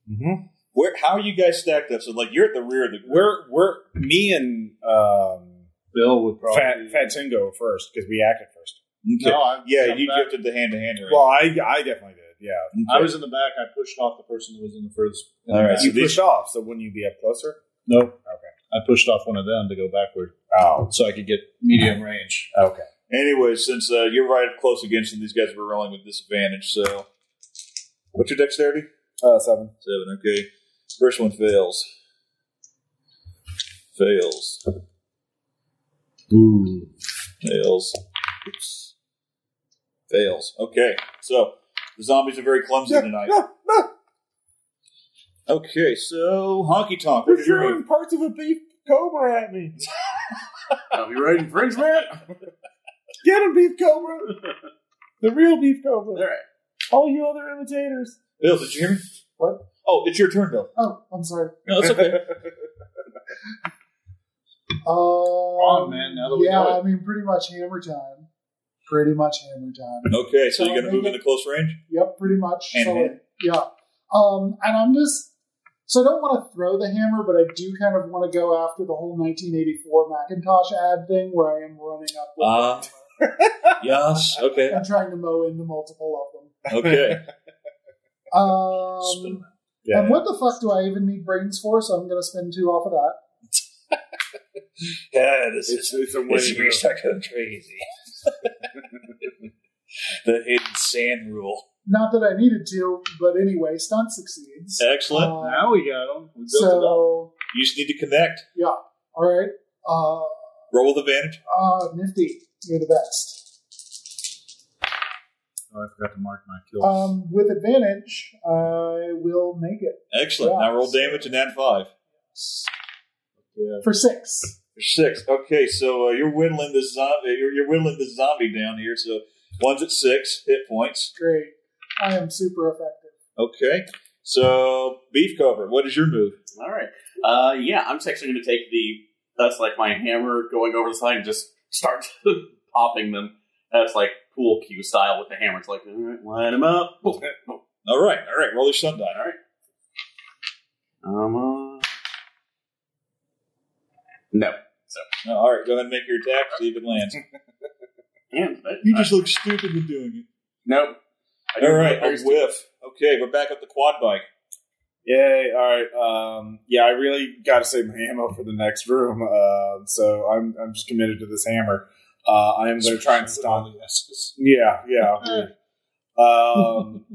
Speaker 1: Mm-hmm.
Speaker 2: where how are you guys stacked up? So like you're at the rear of the group.
Speaker 1: We're we're me and um,
Speaker 5: Bill would probably.
Speaker 1: Fat Fat Tingo first because we acted first.
Speaker 2: Okay.
Speaker 5: No, I,
Speaker 2: yeah,
Speaker 5: I'm
Speaker 2: you
Speaker 5: back.
Speaker 2: gifted the hand to hand.
Speaker 1: Well, I I definitely did. Yeah,
Speaker 5: I was in the back. I pushed off the person that was in the first.
Speaker 2: all right. So
Speaker 1: you
Speaker 2: these,
Speaker 1: pushed off, so wouldn't you be up closer?
Speaker 5: Nope. Okay. I pushed off one of them to go backward
Speaker 1: Oh,
Speaker 5: so I could get medium range.
Speaker 1: okay.
Speaker 2: anyway, since uh, you're right up close against them, these guys were rolling with disadvantage. So, what's your dexterity?
Speaker 1: Uh, seven.
Speaker 2: Seven. Okay. First one fails. Fails.
Speaker 5: Ooh.
Speaker 2: Fails. Oops. Fails. Okay. So the zombies are very clumsy tonight. Okay, so honky tonk. What
Speaker 1: You're
Speaker 2: is your
Speaker 1: throwing
Speaker 2: move?
Speaker 1: parts of a beef cobra at me.
Speaker 3: <laughs> I'll be right in French, man.
Speaker 1: Get him, beef cobra. the real beef cobra.
Speaker 3: All right.
Speaker 1: All you other imitators.
Speaker 2: Bill, did you hear me?
Speaker 4: What?
Speaker 2: Oh, it's your turn, Bill.
Speaker 4: Oh, I'm sorry.
Speaker 2: No, it's okay.
Speaker 4: Um,
Speaker 5: on, man, now that we
Speaker 4: yeah,
Speaker 5: know
Speaker 4: I mean, pretty much hammer time. Pretty much hammer time.
Speaker 2: okay, so
Speaker 4: So
Speaker 2: you're
Speaker 4: I
Speaker 2: gonna
Speaker 4: think
Speaker 2: move into close range?
Speaker 4: Yep, pretty much.
Speaker 2: And
Speaker 4: so,
Speaker 2: hit.
Speaker 4: yeah. Um, and I'm just so I don't want to throw the hammer, but I do kind of want to go after the whole 1984 Macintosh ad thing where I am running up with
Speaker 2: Ah.
Speaker 5: Uh,
Speaker 2: yes. Okay.
Speaker 4: and trying to mow into multiple of them.
Speaker 2: Okay.
Speaker 4: Um,
Speaker 1: Yeah.
Speaker 4: And what the fuck do I even need brains for? So I'm going to spend two off of that.
Speaker 2: Yeah, this
Speaker 1: It's,
Speaker 2: is
Speaker 1: it's a way
Speaker 2: it's
Speaker 1: to go.
Speaker 2: you're going crazy. <laughs> the hidden sand rule.
Speaker 4: Not that I needed to, but anyway, stunt succeeds.
Speaker 2: Excellent.
Speaker 4: Uh,
Speaker 5: Now we got him. We built it up.
Speaker 4: so
Speaker 2: You just need to connect.
Speaker 4: all right, uh,
Speaker 2: Roll with advantage.
Speaker 4: uh, Nifty, you're the best.
Speaker 5: Oh, I forgot to mark my kill.
Speaker 2: Oh.
Speaker 4: Um, with advantage, I will make it
Speaker 2: Excellent.
Speaker 4: Yeah.
Speaker 2: Now roll damage and add five.
Speaker 4: for six.
Speaker 2: Six. Okay, so uh, you're whittling this zombie. You're, you're whittling this zombie down here. So one's at six hit points.
Speaker 4: Great. I am super effective.
Speaker 2: Okay. So beef cover. What is your move?
Speaker 3: All right. Uh, yeah, I'm just actually going to take the that's like my hammer going over the side and just start <laughs> popping them. That's like pool cue style with the hammer. It's like all right, line them up. Boom, boom.
Speaker 2: All right. All right. Roll your sun die.
Speaker 3: All right. Um, uh, no.
Speaker 2: No, All right. Go ahead and make your attack. See if it lands.
Speaker 3: Yeah, but-
Speaker 2: You just look stupid with doing
Speaker 3: nope. I
Speaker 2: it.
Speaker 3: didn't
Speaker 2: All right.
Speaker 3: know
Speaker 2: A whiff. Okay. We're back up the quad bike.
Speaker 1: Yay! All right. Um, yeah, I really got to save my ammo for the next room. <laughs> Um, so I'm I'm just committed to this hammer. Uh, I am going to try and stop. Yeah, yeah. weird. um,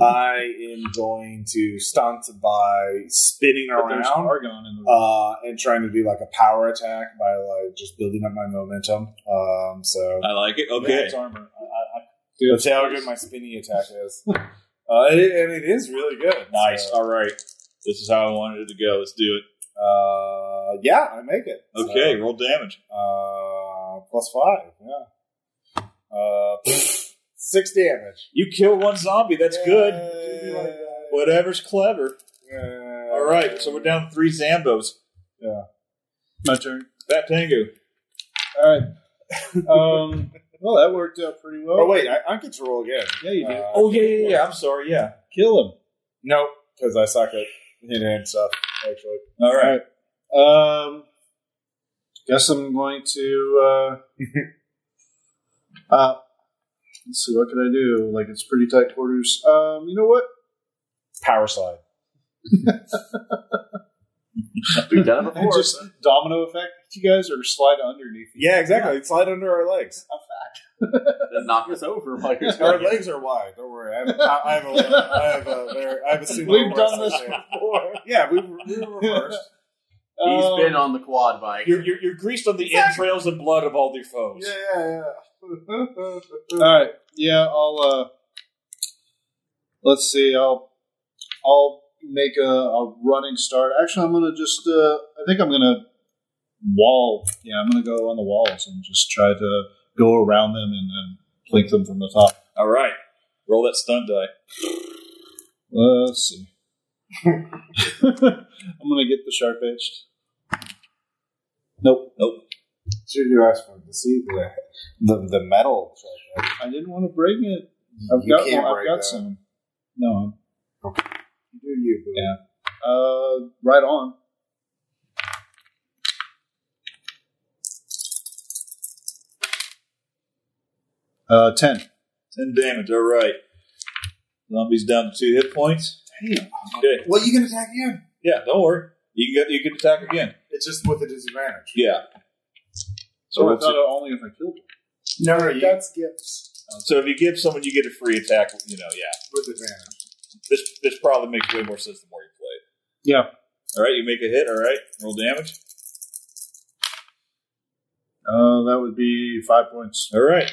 Speaker 1: I am going to stunt by spinning
Speaker 5: But there's
Speaker 1: around
Speaker 5: Argon in the room.
Speaker 1: uh, and trying to do like a power attack by like just building up my momentum. Um, so
Speaker 2: I like it.
Speaker 1: Yeah,
Speaker 2: Uh, Okay.
Speaker 1: it's armor. I, I, I, let's see how good my spinning attack <laughs> is. Uh, it, and it is really good.
Speaker 2: Nice.
Speaker 1: So,
Speaker 2: All right. This is how I wanted it to go. Let's do it.
Speaker 1: uh, yeah, I make it.
Speaker 2: Okay. Roll damage.
Speaker 1: So, uh, plus five. Yeah. Uh, six damage.
Speaker 2: You kill one zombie. That's good.
Speaker 1: Yay.
Speaker 2: Whatever's clever.
Speaker 1: Yeah.
Speaker 2: All right. So we're down to three zambos.
Speaker 5: my turn.
Speaker 2: Fat Tango.
Speaker 5: All right. Um, well, that worked out pretty well.
Speaker 1: Oh wait, I, I get to roll again.
Speaker 5: Yeah, you did.
Speaker 1: Uh,
Speaker 2: Oh yeah, yeah, yeah. I'm sorry. Yeah.
Speaker 5: Kill him.
Speaker 1: Nope, because I suck at hand hand stuff. Actually,
Speaker 2: All right.
Speaker 5: Um, guess I'm going to. Uh, <laughs> uh, let's see. What can I do? Like it's pretty tight quarters. Um, you know what?
Speaker 1: power slide.
Speaker 3: We've done it
Speaker 2: <laughs>
Speaker 5: And
Speaker 3: before.
Speaker 5: just domino effect. You guys are slide underneath.
Speaker 11: Yeah, exactly. Slide under our legs.
Speaker 3: Then knock
Speaker 2: <laughs>
Speaker 3: us over while you're
Speaker 11: Our
Speaker 3: talking.
Speaker 11: legs are wide. Don't worry. I have
Speaker 1: <laughs>
Speaker 11: a, I have a, I have a, there- I have a single
Speaker 5: We've done
Speaker 11: horse.
Speaker 5: this before.
Speaker 11: Yeah, we, we were reversed.
Speaker 1: <laughs>
Speaker 3: He's
Speaker 5: Um,
Speaker 3: been on the quad bike.
Speaker 2: You're, you're, you're greased on the entrails and blood of all your foes.
Speaker 11: Yeah, yeah, <laughs> yeah.
Speaker 5: All right. Yeah, I'll. uh Let's see. I'll. I'll make a, a running start. Actually, I'm gonna just. uh I think I'm gonna wall. Yeah, I'm gonna go on the walls and just try to go around them and, and plink them from the top.
Speaker 2: All right. Roll that stunt die.
Speaker 5: Let's see. <laughs> I'm gonna get the sharp edged. Nope.
Speaker 11: Should you ask for the see the the, the metal?
Speaker 5: I didn't want to break it. I've
Speaker 11: You
Speaker 5: got.
Speaker 11: can't
Speaker 5: I've
Speaker 11: break
Speaker 5: got
Speaker 11: that.
Speaker 5: some. No.
Speaker 11: You do you. boo.
Speaker 5: Yeah. Uh, right on. Uh, ten.
Speaker 2: 10 damage. All right. Zombie's down to two hit points. Damn. Okay.
Speaker 1: Well, you can attack again.
Speaker 2: Yeah, don't worry. You can get you can attack again.
Speaker 1: It's just with a disadvantage.
Speaker 2: Yeah. So,
Speaker 5: So I
Speaker 2: what's
Speaker 5: thought
Speaker 2: it-
Speaker 5: only if I killed him.
Speaker 1: No, no, you,
Speaker 4: That's gifts.
Speaker 2: so if you give someone, you get a free attack. You know, yeah.
Speaker 1: with advantage.
Speaker 2: This this probably makes way more sense the more you play.
Speaker 5: Yeah.
Speaker 2: All right, you make a hit. All right, roll damage.
Speaker 5: Uh, that would be five points.
Speaker 2: All right,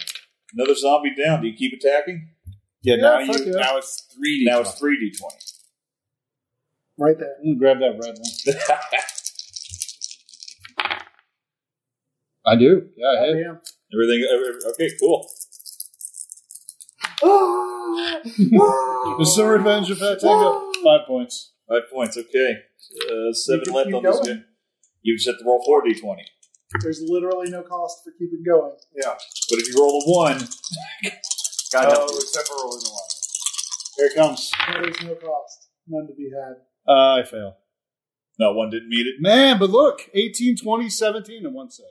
Speaker 2: another zombie down. Do you keep attacking?
Speaker 11: Yeah,
Speaker 5: Yeah,
Speaker 11: now
Speaker 5: fuck
Speaker 11: you
Speaker 5: yeah.
Speaker 11: now it's three.
Speaker 2: Now it's three d twenty.
Speaker 4: Right there.
Speaker 5: I'm gonna grab that red one. <laughs> I do. Yeah, I hit.
Speaker 4: Goddamn.
Speaker 2: Everything every- okay? Cool.
Speaker 4: Ah!
Speaker 5: This is the revenge of Fandango. Five points.
Speaker 2: Five points. Okay, uh, seven
Speaker 4: can
Speaker 2: left
Speaker 4: keep
Speaker 2: on this
Speaker 4: going.
Speaker 2: guy. You just have to roll four d twenty.
Speaker 4: There's literally no cost for keeping going.
Speaker 2: But if you roll a one,
Speaker 3: God help
Speaker 11: Oh, except for rolling the one.
Speaker 5: Here it comes.
Speaker 4: There's no cost. None to be had.
Speaker 5: Uh, I fail.
Speaker 2: no one didn't meet it.
Speaker 5: <laughs> Man, but look, 18, 20, 17, and 1 6.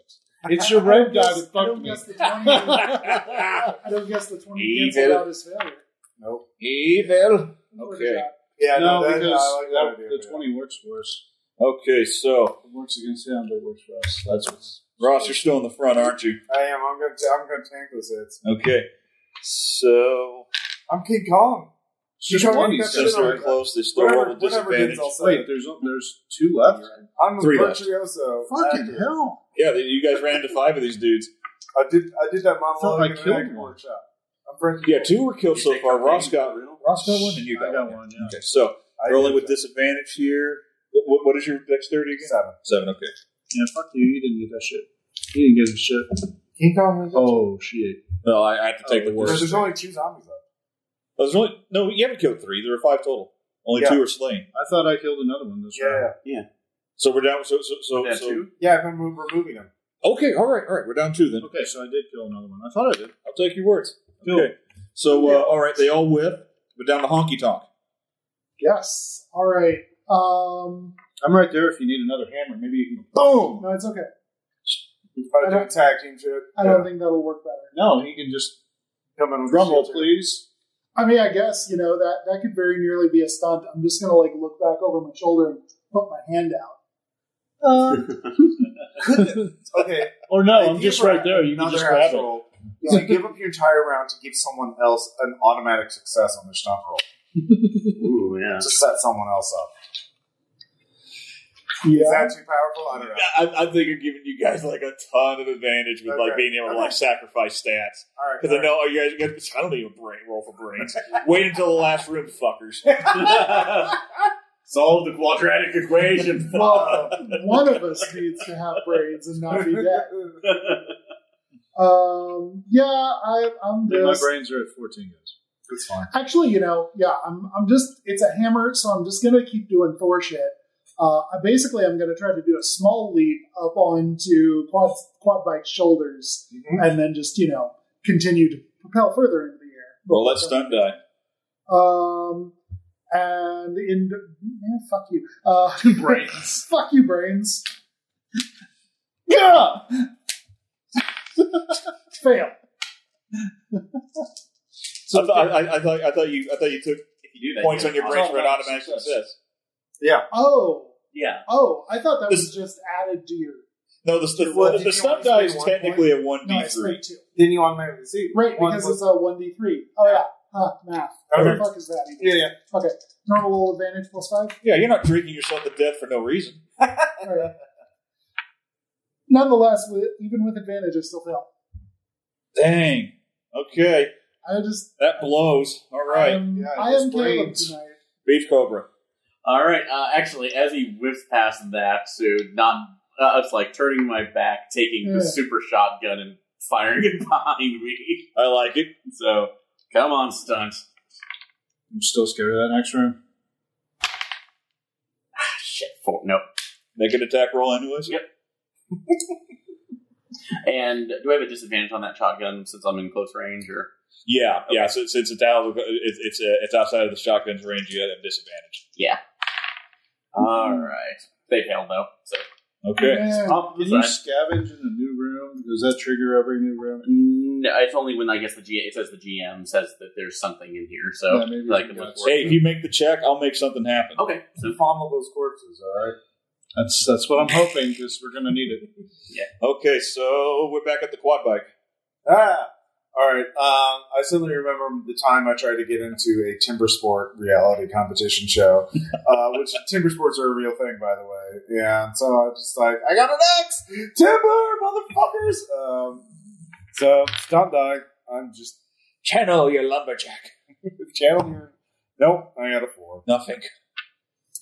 Speaker 5: It's your red guy that fucked me.
Speaker 4: the
Speaker 2: <laughs>
Speaker 4: 20. I don't guess the 20 canceled
Speaker 2: Evil.
Speaker 4: out his failure.
Speaker 11: Nope.
Speaker 2: Evil.
Speaker 4: Or
Speaker 2: Okay.
Speaker 11: Yeah,
Speaker 5: no,
Speaker 11: that-
Speaker 5: because
Speaker 11: I like that
Speaker 5: that-
Speaker 11: idea,
Speaker 5: the
Speaker 11: yeah.
Speaker 5: 20 works for us.
Speaker 2: Okay, so
Speaker 5: It works against him, but it works for us. That's what's.
Speaker 2: Ross, you're still in the front, aren't you?
Speaker 11: I am. I'm gonna. i I'm gonna tank those hits.
Speaker 2: Okay. So
Speaker 11: I'm King Kong.
Speaker 5: It's
Speaker 11: You
Speaker 5: just
Speaker 11: don't
Speaker 5: one.
Speaker 11: need
Speaker 5: He
Speaker 11: that
Speaker 5: says
Speaker 2: since
Speaker 11: shit on
Speaker 2: they're
Speaker 5: there.
Speaker 11: me.
Speaker 2: close, they still
Speaker 11: Whatever,
Speaker 2: roll with
Speaker 11: whatever wins,
Speaker 2: disadvantage.
Speaker 11: I'll say.
Speaker 5: Wait,
Speaker 11: it.
Speaker 5: there's, there's two left?
Speaker 11: I'm a
Speaker 2: Three left.
Speaker 11: virtuoso.
Speaker 5: Fucking
Speaker 11: actor.
Speaker 5: hell.
Speaker 2: Yeah, they- you guys ran into five of these dudes.
Speaker 11: I did. I did that
Speaker 5: Thought I
Speaker 11: monologue in
Speaker 5: killed
Speaker 11: an acting
Speaker 5: one.
Speaker 11: workshop. I'm Frankie.
Speaker 2: Yeah, two were killed
Speaker 3: You
Speaker 2: so
Speaker 3: take
Speaker 2: far.
Speaker 3: that
Speaker 2: Ross
Speaker 3: thing?
Speaker 2: got Ross got one, and you
Speaker 5: I
Speaker 2: got,
Speaker 5: got
Speaker 2: one.
Speaker 5: one, yeah.
Speaker 2: Okay, so
Speaker 11: I
Speaker 2: rolling
Speaker 11: did
Speaker 2: with
Speaker 11: that.
Speaker 2: disadvantage here. What, what, what is your dexterity again?
Speaker 11: seven.
Speaker 2: Seven. Okay.
Speaker 5: Yeah, fuck you. You didn't get that shit. You didn't get a shit.
Speaker 11: King Kong.
Speaker 5: Oh, shit.
Speaker 2: No, I, I have to take the
Speaker 11: There's,
Speaker 2: Oh, worst.
Speaker 11: there's only two zombies left.
Speaker 2: There's only no. You haven't killed three. There were five total. Only
Speaker 11: Yeah.
Speaker 2: two were slain.
Speaker 5: I thought I killed another one this round.
Speaker 11: Yeah,
Speaker 2: So we're down. So so so.
Speaker 3: that
Speaker 2: so
Speaker 3: too.
Speaker 11: yeah. I've been move, removing them.
Speaker 2: okay. All right. All right. We're down two then.
Speaker 5: Okay, so I did kill another one. I thought I did.
Speaker 2: I'll take your words.
Speaker 5: Cool.
Speaker 2: Okay. So uh, all right, they all whip. We're down to honky tonk.
Speaker 4: Yes. All right. Um,
Speaker 5: I'm right there if you need another hammer. Maybe you can. Boom!
Speaker 4: no, it's okay.
Speaker 11: We've got
Speaker 4: I
Speaker 11: to do
Speaker 4: don't-
Speaker 11: tag team shit.
Speaker 4: I don't think that'll work better.
Speaker 5: No, he can just.
Speaker 11: Come in with
Speaker 5: Drum roll,
Speaker 11: shield.
Speaker 5: please.
Speaker 4: I mean, I guess you know that that could very nearly be a stunt. I'm just gonna like look back over my shoulder and put my hand out. Uh,
Speaker 11: Okay.
Speaker 5: Or no,
Speaker 11: If
Speaker 5: I'm
Speaker 11: you
Speaker 5: just
Speaker 11: grab
Speaker 5: right there. You can
Speaker 11: another
Speaker 5: just grab
Speaker 11: axe
Speaker 5: it.
Speaker 11: roll, So you give up your entire round to give someone else an automatic success on their stump roll
Speaker 3: Ooh,
Speaker 1: <laughs>
Speaker 3: yeah.
Speaker 11: to set someone else up. <laughs> Is
Speaker 4: yeah.
Speaker 11: that too powerful? I don't know.
Speaker 2: I, I think you're giving you guys like a ton of advantage with like
Speaker 11: Okay.
Speaker 2: being able to like sacrifice stats
Speaker 11: All right.
Speaker 2: because I know oh, you guys are gonna. I don't even brain roll for brains. Wait until the last room, fuckers.
Speaker 3: <laughs> Solve the
Speaker 2: <laughs>
Speaker 3: quadratic equation.
Speaker 4: Well, one of us needs to have braids and
Speaker 11: <laughs>
Speaker 4: not be dead.
Speaker 5: Uh,
Speaker 4: Um, yeah, I, I'm
Speaker 5: My
Speaker 4: just
Speaker 5: brains are at 14 guys.
Speaker 11: It's fine.
Speaker 4: actually, you know, yeah, I'm I'm just it's a hammer, so I'm just gonna keep doing Thor shit. Uh, I basically I'm gonna try to do a small leap up onto quad quad bike's shoulders
Speaker 11: Mhm.
Speaker 4: and then just you know continue to propel further into the air.
Speaker 2: Roll that stunt die.
Speaker 4: Um, and in man, fuck you, uh, brains. <laughs> fuck you, brains. Yeah. Fail.
Speaker 2: So I, thought, I, I- I thought I thought you I thought you took
Speaker 3: If you do that,
Speaker 2: points
Speaker 3: you
Speaker 2: on your
Speaker 3: get
Speaker 2: brains
Speaker 3: an
Speaker 2: for an automatic success.
Speaker 4: Oh,
Speaker 3: Yeah.
Speaker 4: Oh, I thought that
Speaker 2: This-
Speaker 4: was just added to your.
Speaker 2: No, the, the,
Speaker 1: Well,
Speaker 2: the,
Speaker 1: did
Speaker 2: the
Speaker 1: you
Speaker 2: stun
Speaker 1: only
Speaker 2: die
Speaker 1: spend
Speaker 2: is
Speaker 1: one
Speaker 2: technically a one
Speaker 4: No,
Speaker 2: d
Speaker 4: I
Speaker 2: three.
Speaker 4: spent two.
Speaker 1: Then you automatically see
Speaker 4: Right, because
Speaker 1: one-
Speaker 4: it's a one d three. Oh yeah, huh, math. What the
Speaker 2: Okay.
Speaker 4: fuck is that?
Speaker 1: yeah, yeah.
Speaker 4: Okay, normal advantage plus five.
Speaker 2: Yeah, you're not drinking yourself to death for no reason.
Speaker 4: Alright. Nonetheless, with, even with advantage, I still fail.
Speaker 2: Dang. Okay,
Speaker 4: I just
Speaker 2: that blows. All
Speaker 4: I
Speaker 2: right,
Speaker 4: am,
Speaker 1: Yeah,
Speaker 4: I
Speaker 1: those
Speaker 4: am Caleb
Speaker 1: brains.
Speaker 4: tonight.
Speaker 2: beach cobra.
Speaker 3: All right. Uh, actually, as he whips past that, so not uh, it's like turning my back, taking the
Speaker 4: Yeah.
Speaker 3: super shotgun and firing it <laughs> behind me.
Speaker 2: I like it.
Speaker 3: So come on, stunt.
Speaker 5: I'm still scared of that next room.
Speaker 3: Ah, shit. Four. Nope.
Speaker 2: Make an attack roll anyways.
Speaker 3: Yep. And do I have a disadvantage on that shotgun since I'm in close range? Or
Speaker 2: Yeah, yeah. So since it's out, of- it's it's, uh, it's outside of the shotgun's range, you have a disadvantage.
Speaker 3: all right, they failed though. So Oh,
Speaker 2: Okay.
Speaker 4: Man,
Speaker 3: Off to
Speaker 5: Can
Speaker 3: the
Speaker 5: you
Speaker 3: side.
Speaker 5: scavenge in a new room? Does that trigger every new room?
Speaker 3: No, it's only when I guess the G it says the GM says that there's something in here. So
Speaker 5: Yeah, maybe
Speaker 3: like
Speaker 5: we
Speaker 3: look
Speaker 5: got
Speaker 3: for
Speaker 2: Hey,
Speaker 3: it.
Speaker 2: if you make the check, I'll make something
Speaker 1: Oh.
Speaker 2: happen.
Speaker 3: Okay. So
Speaker 1: fondle those corpses. All right.
Speaker 5: That's that's <laughs> what I'm hoping because we're gonna need it.
Speaker 2: Okay, so we're back at the quad bike.
Speaker 1: Ah, all right. Um, I suddenly remember the time I tried to get into a timber sport reality competition show, <laughs> uh, which timber sports are a real thing, by the way. Yeah, and so I was just like, I got an axe, timber, motherfuckers. Um, so stunt die. I'm just <laughs>
Speaker 2: Channel your lumberjack.
Speaker 1: channel. your- Nope, I got a four.
Speaker 2: Nothing.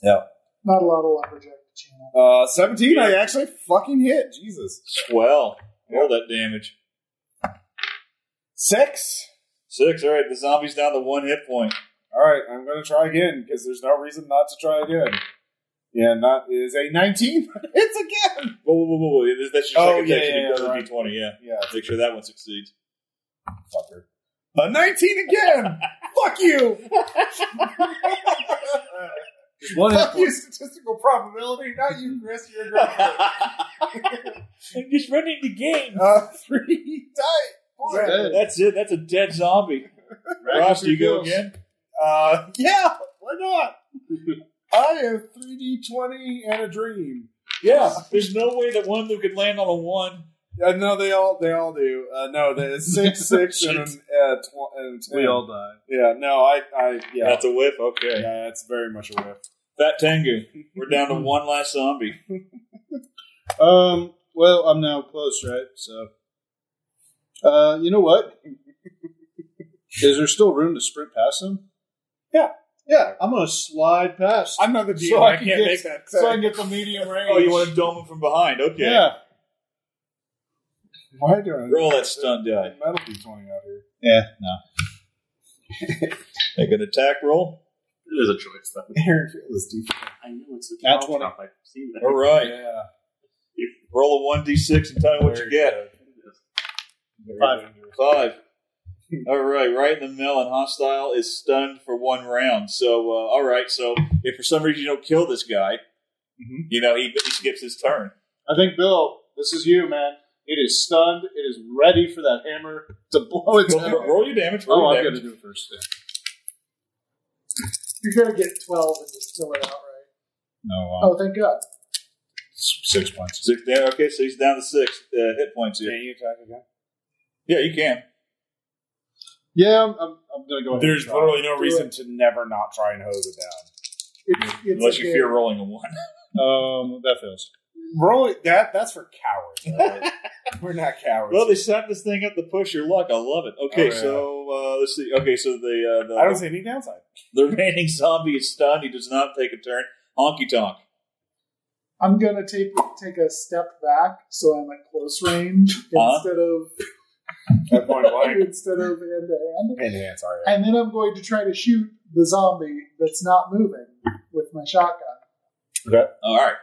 Speaker 4: not a lot of lumberjack to channel.
Speaker 1: Uh, Seventeen. I actually fucking hit. Jesus.
Speaker 2: Swell. Roll that damage.
Speaker 1: Six.
Speaker 2: Six. All right, the zombie's down to one hit point.
Speaker 1: All right, I'm gonna try again because there's no reason not to try again. Yeah, not is a nineteen. <laughs> it's again.
Speaker 2: Whoa, whoa, whoa, whoa! This- That's your
Speaker 1: Oh,
Speaker 2: second
Speaker 1: yeah,
Speaker 2: action.
Speaker 1: yeah,
Speaker 2: It
Speaker 1: yeah,
Speaker 2: does a
Speaker 1: right.
Speaker 2: d20. Yeah,
Speaker 1: Yeah,
Speaker 2: make sure that one succeeds.
Speaker 1: fucker. A 19 again! Fuck <laughs> you!
Speaker 5: One hit
Speaker 1: Fuck
Speaker 5: point.
Speaker 1: you, statistical probability. Not you, Chris. You're a <laughs> great
Speaker 2: I'm just running the game.
Speaker 1: uh, <laughs> Three die.
Speaker 5: Right.
Speaker 1: Four.
Speaker 2: That's it. That's a dead zombie.
Speaker 5: Rack
Speaker 2: Ross,
Speaker 5: up
Speaker 2: do you
Speaker 5: your
Speaker 2: go
Speaker 5: heels.
Speaker 2: again?
Speaker 1: Uh, yeah, why <laughs> not? I have 3d20 and a dream.
Speaker 2: Yeah. There's no way that one of them could land on a one.
Speaker 1: Uh, no, they all they all do. Uh, no, there's <laughs> six, six, and, an, uh, tw- and a ten.
Speaker 5: We all die.
Speaker 1: Yeah, no, I, I, yeah,
Speaker 2: That's a whiff. Okay.
Speaker 1: yeah, that's very much a whiff.
Speaker 2: Fat Tengu. We're down
Speaker 1: Mm-hmm.
Speaker 2: to one last zombie.
Speaker 5: Um. Well, I'm now close, right? So, uh, you know <laughs> what? Is there still room to sprint past them?
Speaker 1: Yeah,
Speaker 5: I'm gonna slide past.
Speaker 1: I'm not the DM.
Speaker 5: <laughs> So I
Speaker 1: I,
Speaker 5: can
Speaker 1: can't
Speaker 5: get-
Speaker 1: make that.
Speaker 5: so I can get the <laughs> medium range.
Speaker 2: Oh, you want to dome him from behind? Okay.
Speaker 5: Yeah.
Speaker 1: Why do I
Speaker 2: Roll that stun die.
Speaker 1: Metal d20 out here.
Speaker 5: Yeah. No.
Speaker 2: <laughs> Make an attack roll.
Speaker 3: it is a choice though.
Speaker 1: Aaron Fields is d4.
Speaker 3: I know it's a
Speaker 5: That's
Speaker 3: twelve
Speaker 5: what I-
Speaker 3: top, I've seen that.
Speaker 2: All right.
Speaker 1: Yeah.
Speaker 2: Roll a 1d6 and tell me what you get.
Speaker 5: Five.
Speaker 2: Five. All right, right in the middle, and hostile is stunned for one round. So, uh, all right, so if for some reason you don't kill this guy, you know he, he skips his turn.
Speaker 5: I think Bill, this is you, man. It is stunned. It is ready for that hammer to blow it
Speaker 2: Roll,
Speaker 5: down.
Speaker 2: roll your damage. Roll
Speaker 5: Oh,
Speaker 2: your
Speaker 5: I'm
Speaker 2: damage.
Speaker 5: gonna do it first. Then.
Speaker 4: You're gonna get twelve and just kill it outright.
Speaker 5: No, uh,
Speaker 4: Oh, thank God.
Speaker 5: six points.
Speaker 2: Six down. Okay, so he's down to six uh, hit points here.
Speaker 1: Can you attack again?
Speaker 2: Yeah, you can.
Speaker 5: Yeah, I'm, I'm, I'm gonna go. ahead
Speaker 1: There's
Speaker 5: and try.
Speaker 1: literally no
Speaker 4: Do
Speaker 1: reason to never not try and hose it down.
Speaker 4: It's, it's
Speaker 2: Unless
Speaker 4: a
Speaker 2: you
Speaker 4: good-
Speaker 2: fear rolling a one.
Speaker 5: Um, that fails.
Speaker 1: Roll it, that that's for cowards. all <laughs> right? We're not cowards.
Speaker 2: Well, they set this thing up to push your luck. I love it. Okay,
Speaker 1: Oh, yeah.
Speaker 2: so uh, let's see. Okay, so the uh, the,
Speaker 1: I don't see any downside.
Speaker 2: the remaining zombie is stunned. He does not take a turn. Honky tonk.
Speaker 4: I'm gonna take take a step back so I'm at close range
Speaker 2: Uh-huh.
Speaker 4: instead of
Speaker 1: At point <laughs> blank.
Speaker 4: instead of hand to hand.
Speaker 1: And hands are
Speaker 4: And then I'm going to try to shoot the zombie that's not moving with my shotgun.
Speaker 2: All right,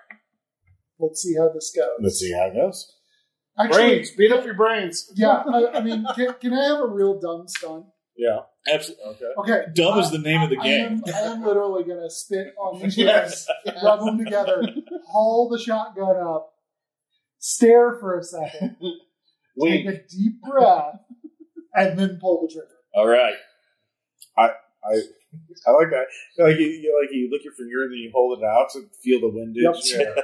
Speaker 4: Let's see how this goes.
Speaker 1: Let's see how it goes.
Speaker 4: Actually,
Speaker 5: beat up your brains.
Speaker 4: yeah. I, I mean, can, can I have a real dumb stunt?
Speaker 2: absolutely.
Speaker 4: Okay.
Speaker 2: Dumb
Speaker 4: I-
Speaker 2: is the name of the
Speaker 4: I
Speaker 2: game.
Speaker 4: am, I am literally gonna spit on these
Speaker 1: Yes.
Speaker 4: guys, rub them together, haul the shotgun up, stare for a second, take a deep breath, and then pull the trigger.
Speaker 2: All right.
Speaker 1: I I like that. Like you, you like you lick your finger and then you hold it out to feel the windage.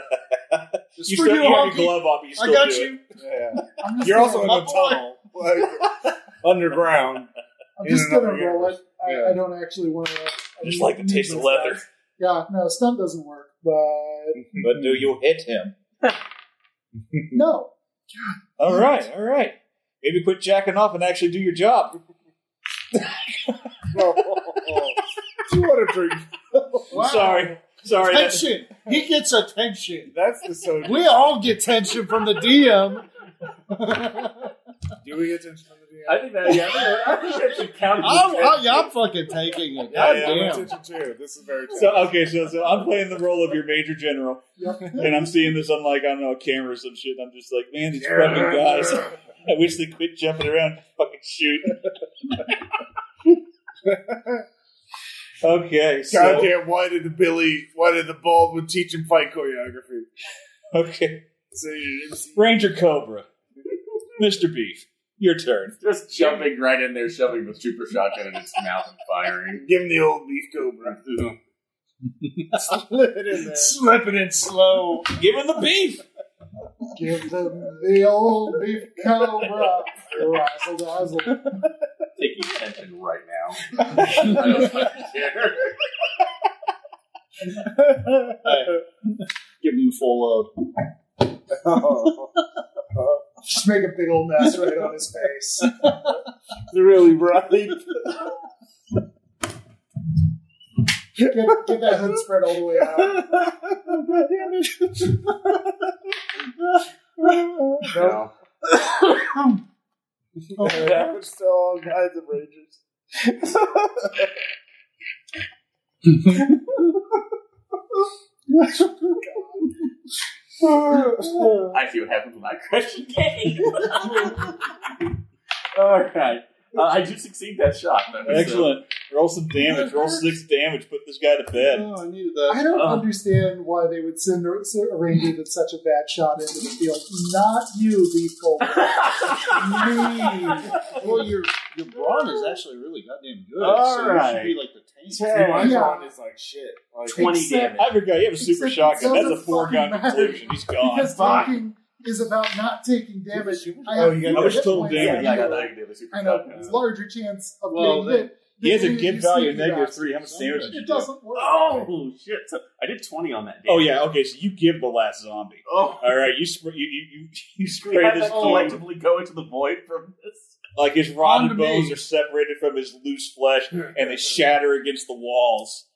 Speaker 1: Yeah.
Speaker 2: you still you have your glove off, but you still do it.
Speaker 1: yeah.
Speaker 4: I'm just
Speaker 1: You're
Speaker 4: gonna-
Speaker 1: also in
Speaker 4: my
Speaker 1: a
Speaker 4: boy.
Speaker 1: tunnel, like <laughs>
Speaker 2: <laughs>
Speaker 1: underground.
Speaker 4: I'm
Speaker 1: in
Speaker 4: just
Speaker 1: another
Speaker 4: gonna roll it.
Speaker 1: universe.
Speaker 4: I,
Speaker 1: Yeah.
Speaker 4: I don't actually want to.
Speaker 2: Just like the taste of leather.
Speaker 4: Yeah, no, stunt doesn't work,
Speaker 1: Mm.
Speaker 4: but
Speaker 2: But do you hit him?
Speaker 4: no.
Speaker 2: All right, all right. Maybe quit jacking off and actually do your job.
Speaker 1: what a drink!
Speaker 2: I'm sorry, sorry. That's,
Speaker 6: Tension. He gets attention.
Speaker 1: That's the soda.
Speaker 6: We all get tension from the
Speaker 5: <laughs>
Speaker 6: DM.
Speaker 1: Do we get attention on the DM?
Speaker 3: I think that yeah, I think that should count.
Speaker 6: I'm,
Speaker 3: as
Speaker 6: I, yeah, I'm fucking taking it.
Speaker 1: yeah,
Speaker 6: God
Speaker 1: yeah, I'm
Speaker 6: damn.
Speaker 1: attention too. This is very.
Speaker 2: so okay, so
Speaker 1: <laughs>
Speaker 2: so I'm playing the role of your major general, and I'm seeing this on like I don't know camera or some shit. And I'm just like, man, these fucking guys. I wish they quit jumping around, and fucking shoot. okay, so
Speaker 1: Goddamn! Why did the Billy? Why did the Baldwin teach him fight choreography?
Speaker 2: okay,
Speaker 1: See,
Speaker 2: Ranger Cobra, Mister Beef, your turn.
Speaker 3: just jumping right in there, shoving the super shotgun in its mouth and firing.
Speaker 1: Give him the old beef
Speaker 2: <laughs>
Speaker 1: cobra. <laughs> Slip it in there.
Speaker 6: Slipping in slow.
Speaker 2: Give him the beef.
Speaker 4: Give them the old beef cobra. Razzle dazzle.
Speaker 3: Taking attention right now. I don't fucking care.
Speaker 5: Give him a full load.
Speaker 4: Just make a big old mess right on his face.
Speaker 1: It's really right.
Speaker 4: Get, get that hood spread all the way out.
Speaker 1: No.
Speaker 4: yeah.
Speaker 1: I'm still all kinds of rangers.
Speaker 3: I see what happens when I crash the game. All right. Uh, I do succeed that uh, shot. Though, so-
Speaker 2: Excellent. Roll some damage. Roll six damage. Put this guy to bed.
Speaker 5: Oh, I needed that.
Speaker 4: I don't
Speaker 2: Uh.
Speaker 3: Oh.
Speaker 4: understand why they would send a, send a ranger that's such a bad shot into the field. Not you, beef cobra. Me.
Speaker 5: Well, your your brawn is actually really goddamn good.
Speaker 3: All
Speaker 5: so
Speaker 3: right.
Speaker 5: you should be like the tank.
Speaker 1: Mine's
Speaker 4: Yeah.
Speaker 1: on is like shit. Like,
Speaker 3: 20
Speaker 4: Except-
Speaker 3: damage.
Speaker 2: I forgot. You have a super
Speaker 4: Except it
Speaker 2: shotgun. That's a
Speaker 4: doesn't
Speaker 2: foregone
Speaker 4: fucking matter.
Speaker 2: conclusion. He's gone.
Speaker 4: Because talking is about not taking damage. I
Speaker 1: Oh,
Speaker 4: have
Speaker 1: you got-
Speaker 4: fewer
Speaker 2: I was
Speaker 4: hit
Speaker 2: told
Speaker 4: points
Speaker 2: damage.
Speaker 4: than
Speaker 3: Yeah, I got
Speaker 4: you,
Speaker 3: that. I can do the super
Speaker 4: And a
Speaker 3: shotgun.
Speaker 4: larger chance of
Speaker 5: Well,
Speaker 4: getting hit.
Speaker 2: He has a
Speaker 4: than you
Speaker 2: give
Speaker 4: if you
Speaker 2: value
Speaker 4: sneak
Speaker 2: of
Speaker 4: it
Speaker 2: negative
Speaker 4: out.
Speaker 2: three. How much damage did you do?
Speaker 4: It doesn't work.
Speaker 3: Oh, shit. So I did 20 on that damage.
Speaker 2: Oh yeah. Okay. So you give the last zombie.
Speaker 3: Oh,
Speaker 2: All right. You spray. You you you, you
Speaker 3: <laughs> we
Speaker 2: spray
Speaker 3: had
Speaker 2: this
Speaker 3: that
Speaker 2: dude
Speaker 3: collectively go into the void from this.
Speaker 2: like his rotten
Speaker 6: Onto me.
Speaker 2: bones are separated from his loose flesh, and they shatter against the walls.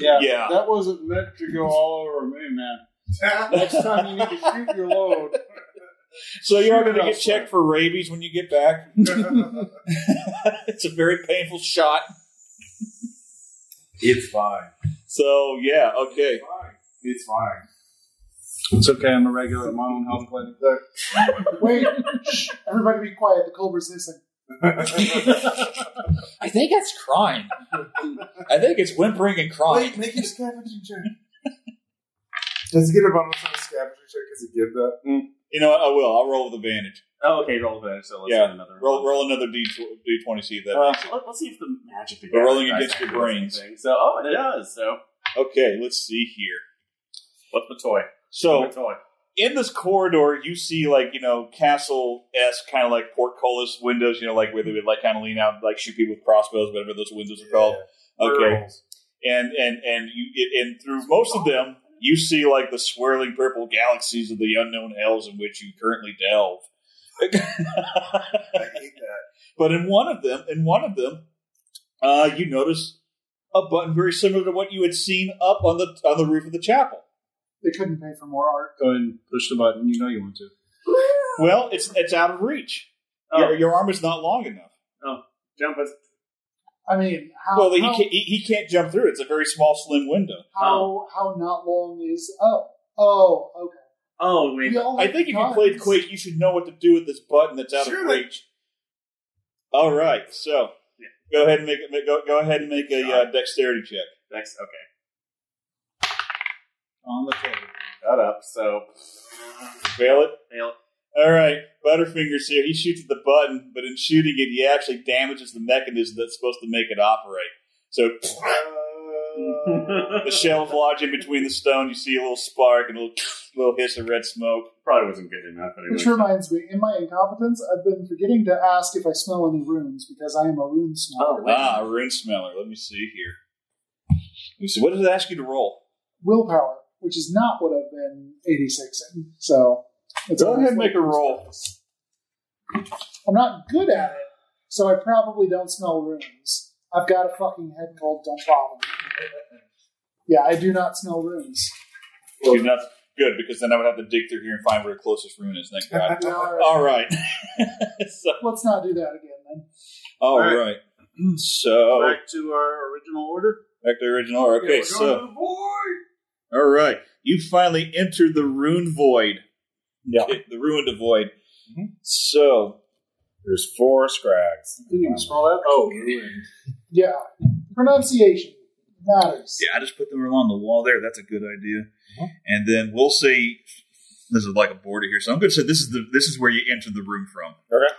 Speaker 5: Yeah,
Speaker 2: Yeah.
Speaker 5: that wasn't meant to go all over me, man. Next time you need to shoot your load.
Speaker 2: So you're all going to
Speaker 5: Shoot it
Speaker 2: get checked for rabies when you get back. <laughs> it's a very painful shot.
Speaker 11: It's fine.
Speaker 2: So yeah. Okay.
Speaker 11: It's fine.
Speaker 5: It's okay. I'm a regular at my own health clinic.
Speaker 4: <laughs> Wait, shh, everybody be quiet. The cobra's listening.
Speaker 2: I think that's crying. I think it's whimpering and crying.
Speaker 1: Wait, make your scavenging check. <laughs> Does it get a bonus on the scavenging check because it give that?
Speaker 2: You know what? I will. I'll roll with advantage.
Speaker 3: Oh, okay, roll advantage. So let's
Speaker 2: Yeah,
Speaker 3: get another
Speaker 2: Roll, roll another d d twenty. See if that.
Speaker 3: Uh, let, us see if the magic.
Speaker 2: We're
Speaker 3: together
Speaker 2: rolling
Speaker 3: tries
Speaker 2: against
Speaker 3: to
Speaker 2: your
Speaker 3: do the same
Speaker 2: brains.
Speaker 3: thing. So, oh, it does. So,
Speaker 2: Okay. Let's see here.
Speaker 3: what's the toy?
Speaker 2: So
Speaker 3: What's the toy.
Speaker 2: in this corridor, you see like you know castle esque kind of like portcullis windows. You know, like where they would like kind of lean out, and, like shoot people with crossbows, whatever those windows are called. Okay, and and and you it- and through most of them, you see like the swirling purple galaxies of the unknown hells in which you currently delve. <laughs>
Speaker 1: I hate that.
Speaker 2: But in one of them, in one of them, uh, you notice a button very similar to what you had seen up on the on the roof of the chapel.
Speaker 4: They couldn't pay for more art.
Speaker 5: Go ahead and push the button. You know you want to.
Speaker 2: Well, it's it's out of reach. Your, your arm is not long enough.
Speaker 3: Jump us.
Speaker 4: I mean, how
Speaker 2: Well, he
Speaker 4: how,
Speaker 2: can't, he, he can't jump through. It's a very small, slim window.
Speaker 4: how, how not long is oh oh okay.
Speaker 3: Oh, wait.
Speaker 4: We all
Speaker 2: I
Speaker 4: have
Speaker 2: think if you
Speaker 4: guns.
Speaker 2: played Quake, you should know what to do with this button that's out of
Speaker 1: Surely.
Speaker 2: reach. All right, so
Speaker 3: Yeah.
Speaker 2: go ahead and make, make go, go ahead and make a
Speaker 3: Got
Speaker 2: uh, dexterity check.
Speaker 3: Next, okay.
Speaker 5: On the table.
Speaker 3: Shut up. So,
Speaker 2: Fail it.
Speaker 3: fail.
Speaker 2: All right, Butterfingers here. He shoots at the button, but in shooting it, he actually damages the mechanism that's supposed to make it operate. So the shells lodge in between the stone. You see a little spark and a little, little hiss of red smoke.
Speaker 3: <laughs> Probably wasn't good enough. Anyway.
Speaker 4: Which reminds me, in my incompetence, I've been forgetting to ask if I smell any runes because I am a rune smeller.
Speaker 2: Ah, a rune smeller. Let me see here. Let me see. What does it ask you to roll?
Speaker 4: Willpower, which is not what I've been 86ing. So it's
Speaker 2: Go ahead and
Speaker 4: almost
Speaker 2: make a
Speaker 4: like-
Speaker 2: roll.
Speaker 4: I'm not good at it, so I probably don't smell runes. I've got a fucking head cold. Don't bother. me. Yeah, I do not smell runes.
Speaker 2: She's not good because then I would have to dig through here and find where the closest rune is. Thank God.
Speaker 4: <laughs> No, all right.
Speaker 2: All right. <laughs> so,
Speaker 4: Let's not do that again then.
Speaker 2: all
Speaker 5: right.
Speaker 2: right. So
Speaker 5: Back to our original order.
Speaker 2: Back to the original. order. Oh. Okay, so. All right. You finally enter the rune void.
Speaker 1: Yeah.
Speaker 2: It- <laughs> the ruined void. So.
Speaker 1: There's four scrags.
Speaker 5: Didn't even smell that. Oh,
Speaker 4: Yeah, pronunciation matters.
Speaker 2: Yeah, I just put them along the wall there. That's a good idea. And then we'll say this is like a border here. So I'm going to say this is the this is where you enter the room from.
Speaker 1: Okay.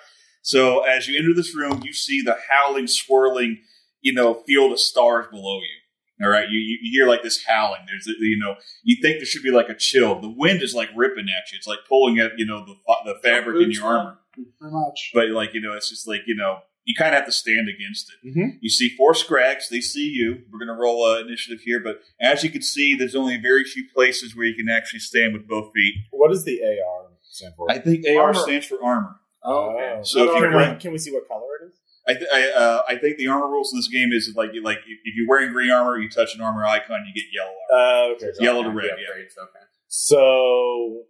Speaker 2: So as you enter this room, you see the howling, swirling, you know, field of stars below you. All right, you, you you hear like this howling. There's a- you know, you think there should be like a chill. The wind is like ripping at you. It's like pulling at you know the fa- the fabric in
Speaker 5: boots
Speaker 2: your
Speaker 5: on.
Speaker 2: armor.
Speaker 4: Pretty much.
Speaker 2: But like you know, it's just like you know, you kind of have to stand against it.
Speaker 1: Mhm.
Speaker 2: You see four scrags; they see you. We're going to roll uh, initiative here, but as you can see, there's only very few places where you can actually stand with both feet.
Speaker 1: What does the AR stand for? Uh,
Speaker 2: I think AR
Speaker 1: Armor.
Speaker 2: stands for armor.
Speaker 1: Oh, okay.
Speaker 2: So if you
Speaker 1: can,
Speaker 2: bring-
Speaker 1: we, can we see what color it is?
Speaker 2: I th- I, uh, I think the armor rules in this game is like you- like if if you're wearing green armor, you touch an armor icon, you get yellow armor.
Speaker 1: Uh, okay.
Speaker 2: Yellow to red, yeah.
Speaker 3: Great, okay.
Speaker 1: So,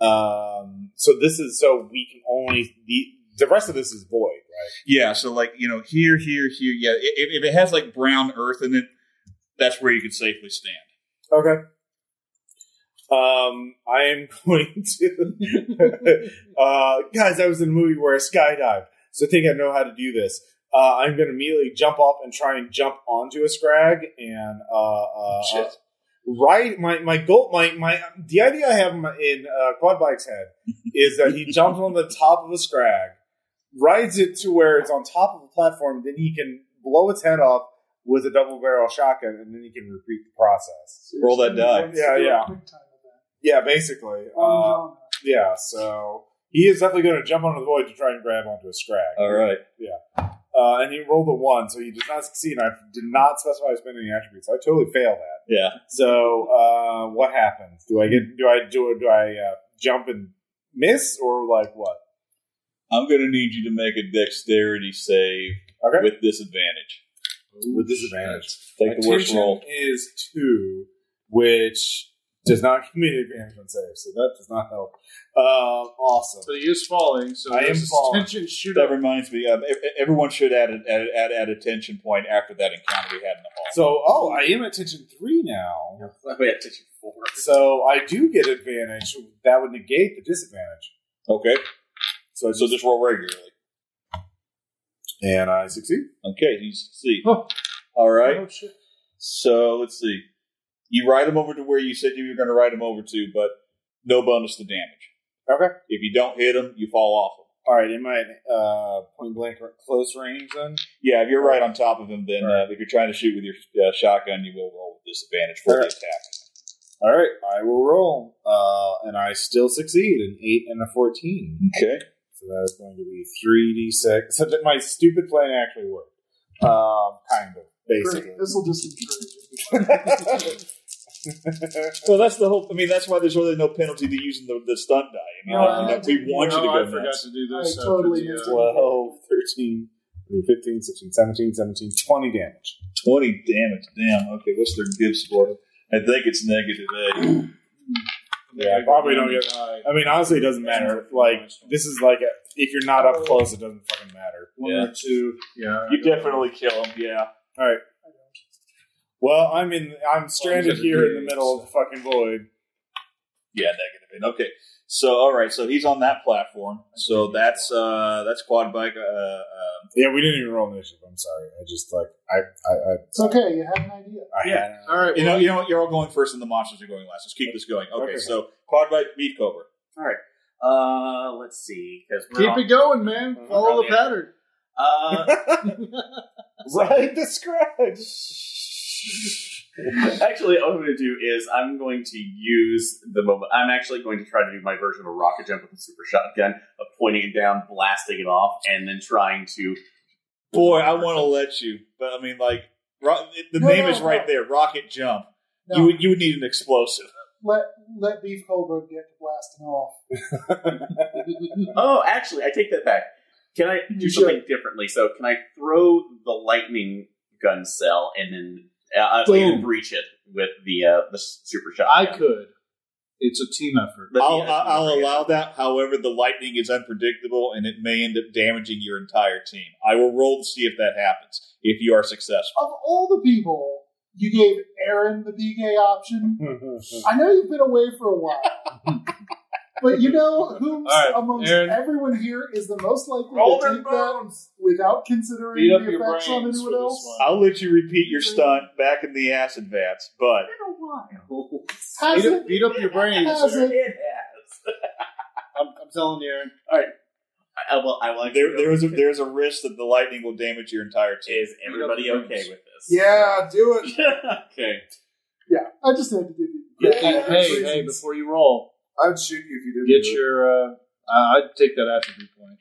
Speaker 1: um, so this is so we can only the the rest of this is void, right?
Speaker 2: Yeah, so like you know, here, here, here. Yeah, I- if, if it has like brown earth in it, that's where you can safely stand.
Speaker 1: Okay. Um, I am <laughs> going to, <laughs> uh, guys. I was in a movie where I skydived, so I think I know how to do this. Uh, I'm going to immediately jump off and try and jump onto a scrag and uh, uh,
Speaker 2: Shit.
Speaker 1: Right, my my goal, my my the idea I have in, my- in uh, Quad Bike's head is that he jumps on the top of a scrag, rides it to where it's on top of a platform, then he can blow its head off with a double barrel shotgun, and then he can repeat the process.
Speaker 2: Roll that die.
Speaker 4: Let's
Speaker 1: Yeah,
Speaker 4: do a
Speaker 1: yeah.
Speaker 4: quick time of that.
Speaker 1: Yeah, basically. Uh,
Speaker 4: Um,
Speaker 1: yeah, so he is definitely going to jump onto the void to try and grab onto a scrag.
Speaker 2: All right.
Speaker 1: Uh, and he rolled a one, so he does not succeed. I did not specify spending attributes. I totally failed that.
Speaker 2: Yeah.
Speaker 1: So uh, what happens? Do I get? Do I do? Do I uh, jump and miss, or like what?
Speaker 2: I'm going to need you to make a dexterity save
Speaker 1: Okay.
Speaker 2: with disadvantage.
Speaker 1: with disadvantage.
Speaker 2: Take the worst
Speaker 1: Attention
Speaker 2: roll.
Speaker 1: is two, which does not give me an advantage on save, so that does not help. Uh, awesome.
Speaker 5: So he is falling. So
Speaker 1: I am
Speaker 5: there's this
Speaker 1: falling.
Speaker 5: tension shoot
Speaker 2: That reminds me, um, e- everyone should add an add, add, add a tension point after that encounter we had in the hall.
Speaker 1: So, oh, I am at tension three now.
Speaker 3: Oh, yeah, tissue four.
Speaker 1: So I do get advantage. That would negate the disadvantage.
Speaker 2: Okay,
Speaker 1: So, it's
Speaker 2: so just roll regularly.
Speaker 1: and I succeed.
Speaker 2: Okay, you succeed.
Speaker 5: Huh.
Speaker 2: All right. So let's see. You ride him over to where you said you were going to ride him over to, but no bonus to damage.
Speaker 1: Okay.
Speaker 2: If you don't hit him, you fall off him.
Speaker 1: All right. Am I at uh, point blank or close range then?
Speaker 2: Yeah, if you're right on top of him, then
Speaker 1: All right.
Speaker 2: uh, if you're trying to shoot with your uh, shotgun, you will roll with disadvantage for
Speaker 1: All
Speaker 2: the
Speaker 1: right.
Speaker 2: attack.
Speaker 1: All right. I will roll, uh, and I still succeed an eight and a fourteen.
Speaker 2: Okay.
Speaker 1: So that is going to be three d six. <laughs> So that my stupid plan actually worked. Um, kind of, basically.
Speaker 4: Great. This will just encourage it.
Speaker 2: <laughs>
Speaker 1: <laughs>
Speaker 2: Well, that's the whole. I mean, that's why there's really no penalty to using the, the stunt die. I mean,
Speaker 4: No, I
Speaker 2: you know,
Speaker 4: meant
Speaker 2: we
Speaker 4: to-
Speaker 2: want
Speaker 5: No,
Speaker 2: you
Speaker 5: I
Speaker 2: to go
Speaker 5: forgot
Speaker 2: nuts.
Speaker 5: to do
Speaker 4: I
Speaker 5: this. after
Speaker 4: totally
Speaker 5: the,
Speaker 4: missed
Speaker 5: uh,
Speaker 4: it.
Speaker 1: 12, 13, 15, 16, 17, 17, 20 damage.
Speaker 2: Twenty damage. Damn. Okay, what's their give score? I think it's negative eight.
Speaker 1: Yeah, probably don't get. I mean, honestly, it doesn't matter. Like, this is like, a, if you're not up close, it doesn't fucking matter.
Speaker 5: One
Speaker 2: Yeah.
Speaker 5: or two. Yeah.
Speaker 2: You definitely kill him. Yeah.
Speaker 1: All right. Well, I'm in. I'm stranded here in the middle of the fucking void.
Speaker 2: Yeah, negative eight. Okay. So, all right. So he's on that platform. So that's uh that's quad bike. Uh, uh,
Speaker 1: Yeah, we didn't even roll initiative. I'm sorry. I just like I I I,
Speaker 4: It's okay. You had an idea.
Speaker 1: I
Speaker 5: Yeah.
Speaker 1: had.
Speaker 5: All right.
Speaker 2: you
Speaker 5: well,
Speaker 2: know, you know, what? you're all going first, and the monsters are going last. Let's keep this going. Okay.
Speaker 1: Okay.
Speaker 2: So quad bike, beef cobra.
Speaker 3: All right. Uh, let's see, because we're
Speaker 6: Keep
Speaker 3: on-
Speaker 6: it going, man.
Speaker 3: we're
Speaker 6: Follow
Speaker 3: on
Speaker 6: the
Speaker 3: the-
Speaker 6: pattern.
Speaker 3: Uh,
Speaker 11: Ride the scratch.
Speaker 3: actually, what I'm going to do is I'm going to use the moment. I'm actually going to try to do my version of a rocket jump with a super shotgun of pointing it down, blasting it off, and then trying to.
Speaker 2: Boy, I want to let you, but I mean, like, ro- the
Speaker 4: No,
Speaker 2: name
Speaker 4: no,
Speaker 2: is right
Speaker 4: no.
Speaker 2: there. Rocket jump.
Speaker 4: No.
Speaker 2: You would you would need an explosive.
Speaker 4: let let Beef Goldberg get to blasting off.
Speaker 3: Oh, actually, I take that back. Can I do
Speaker 4: You
Speaker 3: something differently? So, can I throw the lightning gun cell and then uh, uh,
Speaker 5: Boom.
Speaker 3: and breach it with the uh, the super
Speaker 5: I
Speaker 3: shotgun?
Speaker 5: could. It's a team effort.
Speaker 3: Let me-
Speaker 2: I'll, I'll, I'll allow that. However, the lightning is unpredictable and it may end up damaging your entire team. I will roll to see if that happens, if you are successful.
Speaker 4: Of all the people, you gave Aaron the BK option. I know you've been away for a while. But you know who
Speaker 5: All right,
Speaker 4: amongst
Speaker 5: Aaron.
Speaker 4: everyone here is the most likely
Speaker 7: Roll
Speaker 4: to
Speaker 7: their
Speaker 4: take that without considering
Speaker 7: Beat up
Speaker 4: the
Speaker 7: your
Speaker 4: effects on
Speaker 7: brains for
Speaker 4: anyone
Speaker 7: this
Speaker 4: else?
Speaker 7: one.
Speaker 2: I'll let you repeat your stunt back in the acid vats, but
Speaker 4: Has
Speaker 5: Beat up,
Speaker 4: it?
Speaker 5: beat up your brains.
Speaker 4: Has
Speaker 5: Aaron.
Speaker 4: it?
Speaker 3: It has. <laughs>
Speaker 5: I'm, I'm telling you, Aaron.
Speaker 3: I, I will. I will.
Speaker 2: there, there is a, there is a risk that the lightning will damage your entire team.
Speaker 3: <laughs> Is everybody okay with this? <laughs>
Speaker 1: Yeah, do it.
Speaker 3: okay.
Speaker 4: Yeah, I just had to give you. uh,
Speaker 5: Hey, hey, hey, before you roll,
Speaker 1: I'd shoot you if you didn't.
Speaker 5: get
Speaker 1: do it.
Speaker 5: your. Uh, uh, I'd take that attribute point.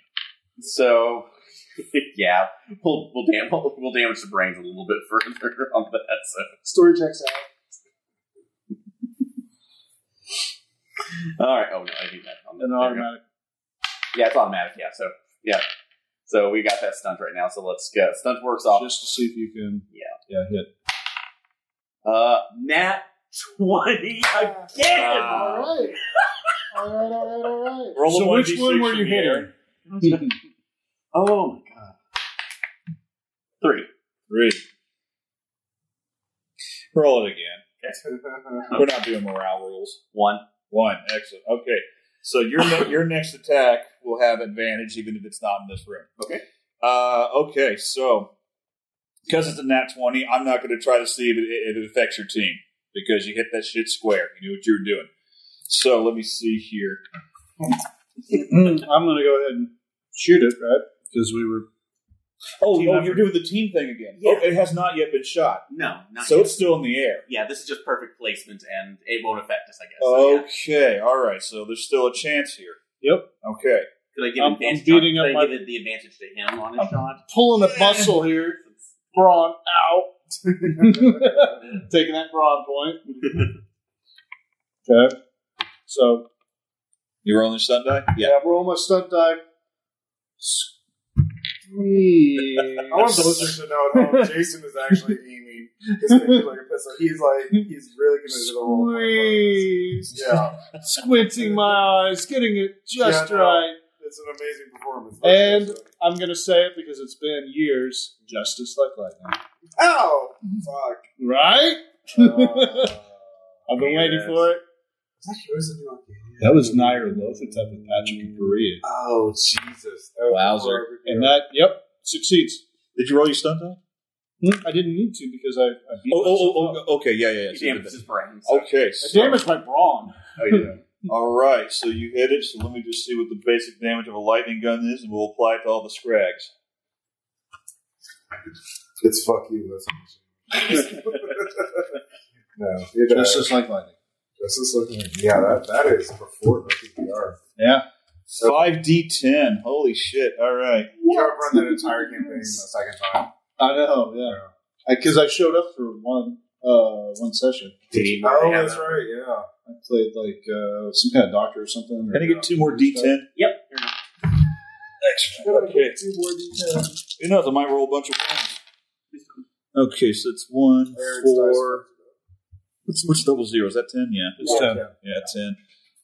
Speaker 3: So, <laughs> yeah, we'll we'll, dam- we'll damage the brains a little bit <laughs> further on that. So,
Speaker 4: Story checks out.
Speaker 3: all right. Oh no, I think that on the, there we
Speaker 5: An
Speaker 3: go.
Speaker 5: automatic.
Speaker 3: Yeah, it's automatic. Yeah. So, yeah. So we got that stunt right now. So let's go. Stunt works off.
Speaker 5: Just to see if you can.
Speaker 3: Yeah.
Speaker 5: Yeah, hit.
Speaker 3: Uh, nat twenty again.
Speaker 4: All
Speaker 5: Uh,
Speaker 4: right. All right, all right, all right.
Speaker 2: Roll
Speaker 5: So
Speaker 2: a
Speaker 5: which
Speaker 2: 1d6
Speaker 5: one were
Speaker 2: for
Speaker 5: you
Speaker 2: me,
Speaker 5: hitting?
Speaker 2: Aaron.
Speaker 3: oh my god. Three.
Speaker 2: Three. Roll it again. <laughs>
Speaker 1: That's
Speaker 2: We're not doing morale rules.
Speaker 3: One.
Speaker 2: One. Excellent. Okay. So your ne- your next attack will have advantage, even if it's not in this room.
Speaker 3: Okay.
Speaker 2: Uh, okay. So because it's a nat twenty, I'm not going to try to see if it, if it affects your team because you hit that shit square. You knew what you were doing. So let me see here.
Speaker 5: Mm, I'm going to go ahead and shoot it, right? Because we were.
Speaker 2: Oh,
Speaker 5: Team
Speaker 2: oh,
Speaker 5: effort.
Speaker 2: you're doing the team thing again.
Speaker 3: Yeah.
Speaker 2: Oh, it has not yet been shot,
Speaker 3: No. Not
Speaker 2: so
Speaker 3: yet.
Speaker 2: it's still in the air.
Speaker 3: yeah, this is just perfect placement, and it won't affect us. I guess. So,
Speaker 5: Oh,
Speaker 3: yeah.
Speaker 2: Okay. All right. So there's still a chance here.
Speaker 5: Yep.
Speaker 2: Okay.
Speaker 3: Could I give
Speaker 5: I'm- I'm
Speaker 3: advantage?
Speaker 5: beating
Speaker 3: on,
Speaker 5: up
Speaker 3: could
Speaker 5: my-
Speaker 3: I give the advantage to him on his shot?
Speaker 6: Pulling a muscle here. Brawn out.
Speaker 5: Taking that broad point. okay. So,
Speaker 2: You rolling your stunt die?
Speaker 5: yeah, roll my stunt die. Squeeze.
Speaker 1: I want the listeners to know at home, Oh, Jason is actually aiming his finger like a pistol. He's like, he's really committed to the role.
Speaker 6: Squeeze.
Speaker 1: Yeah,
Speaker 6: Squinting my eyes, getting it just
Speaker 1: Yeah, no.
Speaker 6: right.
Speaker 1: it's an amazing performance.
Speaker 6: And-
Speaker 5: I'm going to say it because it's been years. Justice like lightning.
Speaker 1: ow, Oh, <laughs> fuck.
Speaker 5: Right?
Speaker 1: Uh,
Speaker 5: I've been waiting
Speaker 3: Yes.
Speaker 5: for it.
Speaker 1: that Heroes of New Arcadia?
Speaker 5: That was Naira Lothitep with Patrick and Perea.
Speaker 1: Oh Jesus! That was
Speaker 5: Wowzer.
Speaker 1: horrible.
Speaker 5: And that, yep, succeeds.
Speaker 2: Did you roll your stunt die?
Speaker 5: Hmm, I didn't need to because I, I beat
Speaker 2: Oh,
Speaker 5: myself
Speaker 2: oh,
Speaker 5: up.
Speaker 2: oh, oh, okay, yeah, yeah, yeah.
Speaker 3: He
Speaker 2: so you did
Speaker 3: damages
Speaker 2: that.
Speaker 3: his brain.
Speaker 5: Oh,
Speaker 3: So.
Speaker 2: Okay,
Speaker 5: I
Speaker 2: so, Oh,
Speaker 5: damaged my brawn.
Speaker 2: all right, so you hit it. So let me just see what the basic damage of a lightning gun is, and we'll apply it to all the scrags.
Speaker 1: It's fuck you, listen. <laughs> no,
Speaker 2: oh.
Speaker 1: it, uh,
Speaker 5: Justice like lightning.
Speaker 1: Justice looking. Yeah, that that is before <laughs> VR.
Speaker 2: Five d ten. Holy shit! All right.
Speaker 1: You gotta run that entire campaign a second time.
Speaker 5: I know, yeah. Because I, showed up for one uh, one session.
Speaker 1: Oh, that's right. Yeah.
Speaker 5: I played like uh, some kind of doctor or uh, something.
Speaker 2: Can I get two more d ten?
Speaker 3: Yep.
Speaker 2: Excellent. Okay.
Speaker 4: Two more details.
Speaker 2: Who knows? I might roll a bunch of ones. Okay, so it's one, four. What's, what's double zero? Is that ten? Yeah,
Speaker 5: It's ten.
Speaker 2: yeah, ten.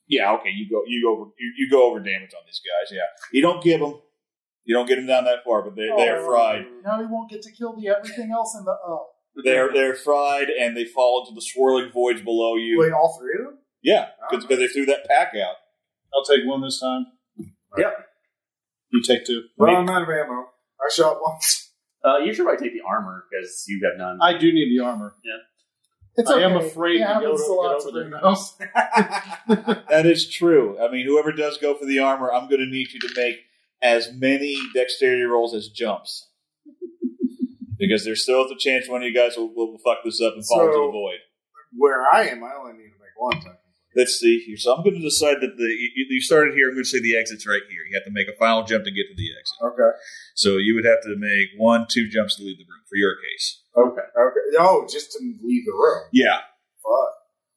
Speaker 2: Yeah, okay. You go, you go over, you, you go over damage on these guys. Yeah, you don't give them, you don't get them down that far, but they they are
Speaker 4: Oh,
Speaker 2: fried.
Speaker 4: Now he won't get to kill the everything else in the oh.
Speaker 2: They're they're fried and they fall into the swirling voids below you.
Speaker 1: Wait, all three of them? Ah.
Speaker 2: Yeah, because they threw that pack out.
Speaker 5: I'll take one this time.
Speaker 3: Yep.
Speaker 5: You take two.
Speaker 1: Well, I'm out of ammo. I shot one.
Speaker 3: Uh, you should probably take the armor because you have <laughs> none.
Speaker 5: I do need the armor.
Speaker 4: It's
Speaker 5: I am
Speaker 4: okay.
Speaker 5: afraid
Speaker 4: It
Speaker 5: to go
Speaker 4: happens
Speaker 5: to-
Speaker 4: to
Speaker 5: get
Speaker 4: lots
Speaker 5: over
Speaker 4: of
Speaker 5: there
Speaker 4: things.
Speaker 2: that is true. I mean, whoever does go for the armor, I'm going to need you to make as many dexterity rolls as jumps. Because there's still the chance one of you guys will, will fuck this up and fall into the
Speaker 1: So-
Speaker 2: void.
Speaker 1: Where I am, I only need to make one time.
Speaker 2: Let's see here. So I'm going to decide that the you, you- you started here. I'm going to say the exit's right here. You have to make a final jump to get to the exit.
Speaker 1: Okay.
Speaker 2: So you would have to make one, two jumps to leave the room for your case.
Speaker 1: Okay. Okay. Oh, just to leave the room.
Speaker 2: Yeah.
Speaker 1: Fuck.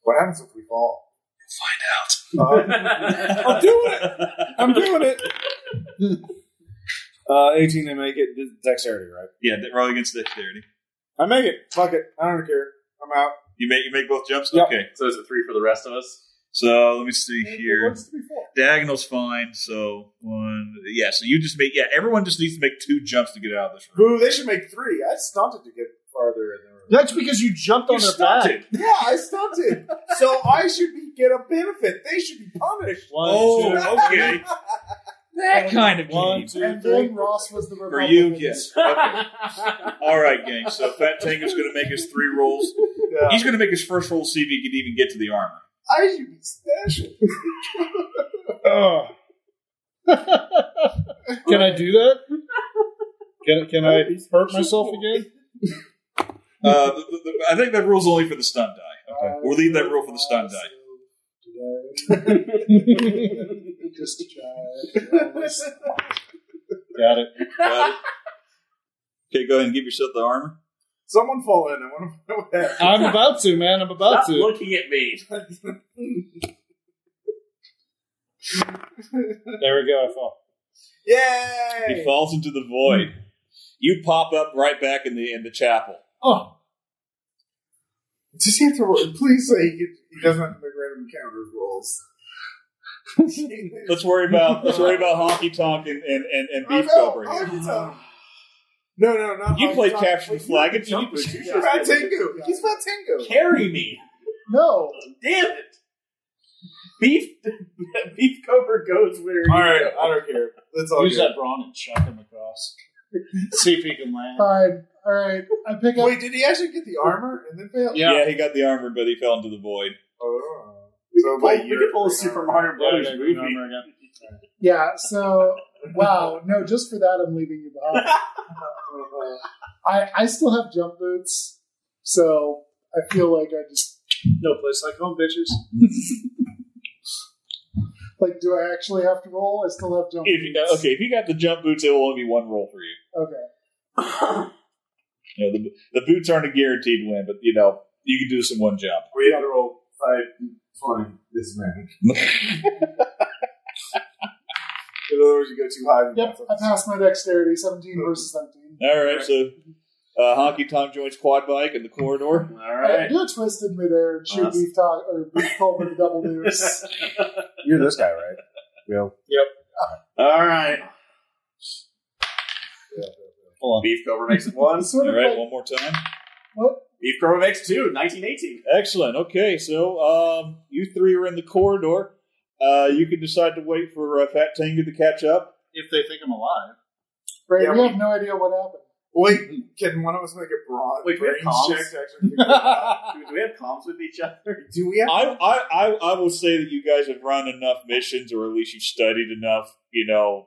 Speaker 1: What happens if we fall? Oh,
Speaker 3: <laughs>
Speaker 1: Find out.
Speaker 12: I'm doing it. I'm doing it. Uh, 18 to make it. D- Dexterity, right?
Speaker 2: Yeah. that- Roll against dexterity.
Speaker 12: I make it.
Speaker 1: fuck it. I don't care. I'm out.
Speaker 2: You make you make both jumps.
Speaker 12: Yep.
Speaker 2: Okay.
Speaker 3: So is it three for the rest of us?
Speaker 2: So let me see
Speaker 1: It
Speaker 2: here.
Speaker 1: wants to be full.
Speaker 2: Diagonal's fine. So one. Yeah. So you just make. Yeah. Everyone just needs to make two jumps to get out of this room.
Speaker 1: Boo, they should make three. I stunted to get farther in the room.
Speaker 13: That's because you jumped on
Speaker 2: You
Speaker 13: their back.
Speaker 2: stunted.
Speaker 1: <laughs> Yeah, I stunted. so I should be, get a benefit. They should be punished.
Speaker 2: Oh, okay. That kind of
Speaker 5: One,
Speaker 2: game.
Speaker 5: two,
Speaker 4: And then Ross was the
Speaker 2: For you,
Speaker 4: Republican.
Speaker 2: yes. Okay. All right, gang. So Fat Tango's going to make his three rolls.
Speaker 1: <laughs> Yeah.
Speaker 2: He's going to make his first roll, see if he can even get to the armor.
Speaker 1: I should be special.
Speaker 5: <laughs> Can I do that? Can
Speaker 2: <laughs>
Speaker 5: can I hurt myself again?
Speaker 2: Uh, the, the, the, I think that rule's only for the stun die. We'll leave that rule for the stun die.
Speaker 4: Just to try.
Speaker 5: Got it.
Speaker 2: Got it? Okay, go ahead and give yourself the armor.
Speaker 1: <laughs> Someone fall in. I want to know that.
Speaker 5: I'm about to, man. I'm about
Speaker 3: Stop
Speaker 5: to.
Speaker 3: looking at me. <laughs>
Speaker 5: There we go. I fall.
Speaker 1: <laughs>
Speaker 2: He
Speaker 1: Yay!
Speaker 2: falls into the void. You pop up right back in the in the chapel.
Speaker 5: Oh,
Speaker 1: Does he have to roll? Please say he, get, he doesn't have to make random encounter rolls. <sighs>
Speaker 2: Let's worry about let's worry about honky tonk and, and, and, and beef
Speaker 1: Oh, no,
Speaker 2: cobra
Speaker 1: I
Speaker 2: here.
Speaker 1: can tell. No, no, no.
Speaker 2: You played capture
Speaker 1: Capture
Speaker 2: the flag and you,
Speaker 1: He's about Tengu. He's about Tengu.
Speaker 3: Carry me.
Speaker 4: No,
Speaker 3: Damn it. Beef beef cover goes where
Speaker 1: All right, I don't care. That's all
Speaker 5: use
Speaker 1: good.
Speaker 5: that brawn and chuck him across. See if he can land.
Speaker 4: fine. All right. I pick up.
Speaker 1: Wait, did he actually get the armor and then fail?
Speaker 2: yeah. he got the armor, but he fell into the void.
Speaker 1: Oh.
Speaker 3: we
Speaker 1: So
Speaker 3: can pull,
Speaker 1: like
Speaker 3: we
Speaker 1: you're-
Speaker 3: can pull a Super Mario Brothers
Speaker 5: Yeah,
Speaker 3: movie.
Speaker 5: armor again.
Speaker 4: Yeah, so, wow. No, just for that, I'm leaving you behind. <laughs> I, I still have jump boots, so I feel like I just.
Speaker 5: No place like home, bitches.
Speaker 4: <laughs> Like, do I actually have to roll? I still have jump
Speaker 2: If you got,
Speaker 4: boots.
Speaker 2: okay, if you got the jump boots, it will only be one roll for you.
Speaker 4: Okay.
Speaker 2: You know, the, the boots aren't a guaranteed win, but you know you can do this in one jump.
Speaker 1: We had to roll five twenty
Speaker 12: <laughs>
Speaker 1: this man. In other words, you go too high. then
Speaker 4: Yep, I
Speaker 1: that's-
Speaker 4: passed my dexterity, 17 versus 17.
Speaker 2: All right, so uh, honky tonk joins quad bike in the corridor.
Speaker 3: All
Speaker 4: I
Speaker 3: right.
Speaker 4: do a twist in midair and shoot
Speaker 3: Awesome.
Speaker 4: beef talk or beef pulver to
Speaker 8: <laughs>
Speaker 4: double deuce.
Speaker 12: You're this guy, right?
Speaker 3: All right.
Speaker 5: Hold on.
Speaker 3: Beef cover makes it one.
Speaker 5: <laughs>
Speaker 4: It's sort
Speaker 2: All
Speaker 4: of
Speaker 2: right,
Speaker 4: like
Speaker 2: one more time.
Speaker 3: Beef cover makes two.
Speaker 5: <laughs>
Speaker 3: 1918.
Speaker 2: Excellent. Okay, so um, you three are in the corridor. Uh, you can decide to wait for uh, Fat Tango to catch up.
Speaker 5: If they think I'm alive,
Speaker 4: right,
Speaker 1: Yeah,
Speaker 4: we
Speaker 1: we-
Speaker 4: have no idea what happened.
Speaker 1: Wait, can one of us make a brawn
Speaker 3: Wait, we have
Speaker 1: brains
Speaker 3: comms?
Speaker 1: check to actually figure it out?
Speaker 3: Do we have comms with each other?
Speaker 1: Do we have?
Speaker 2: I, I, I, I will say that you guys have run enough missions, or at least you've studied enough. You know,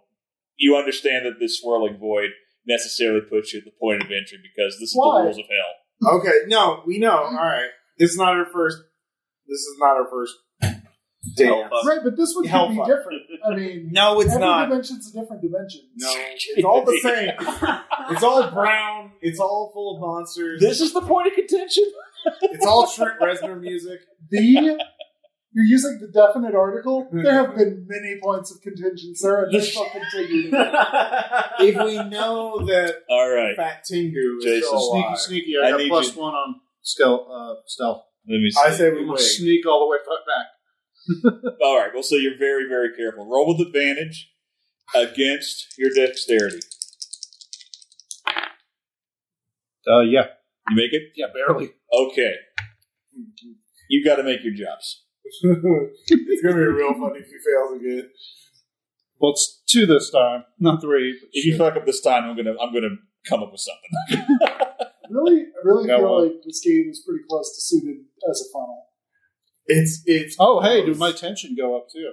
Speaker 2: you understand that this swirling void necessarily puts you at the point of entry because this is
Speaker 4: Why?
Speaker 2: the rules of hell.
Speaker 1: Okay, no, we know. All right, this is not our first. This is not our first dance.
Speaker 4: Right, but this one could be
Speaker 1: Hellfire.
Speaker 4: different.
Speaker 1: <laughs>
Speaker 4: I mean,
Speaker 1: No, it's
Speaker 4: every
Speaker 1: not.
Speaker 4: dimension's a different dimension.
Speaker 1: No, it's all the same.
Speaker 5: <laughs>
Speaker 1: It's all brown. It's all full of monsters.
Speaker 2: This is the point of contention.
Speaker 1: It's all Trent Reznor music.
Speaker 4: The you're using the definite article. There have been many points of contention, sir, and this will continue.
Speaker 8: <laughs>
Speaker 1: If we know that
Speaker 2: All right,
Speaker 1: Fat Tingu is
Speaker 2: Jason,
Speaker 1: still
Speaker 5: sneaky,
Speaker 1: alive,
Speaker 5: sneaky.
Speaker 2: I
Speaker 5: I, got
Speaker 2: need
Speaker 5: plus
Speaker 2: you-
Speaker 5: one on stealth. Uh, stealth.
Speaker 2: let me see.
Speaker 1: I say we
Speaker 5: I'm gonna
Speaker 1: wait.
Speaker 5: sneak all the way fuck back.
Speaker 2: All right, well, so you're very, very careful. Roll with advantage against your dexterity.
Speaker 5: Uh, yeah,
Speaker 2: You make it?
Speaker 5: yeah, barely.
Speaker 2: Okay. You got to make your jobs.
Speaker 1: it's gonna be real funny if he fails again.
Speaker 5: Well, it's two this time, not three. But
Speaker 2: If you fuck up this time, I'm gonna I'm gonna come up with something.
Speaker 4: Really, I really
Speaker 5: Yeah,
Speaker 4: feel
Speaker 5: well-
Speaker 4: like this game is pretty close to suited as a funnel.
Speaker 1: It's it's
Speaker 5: Oh, hey, did my tension go up too?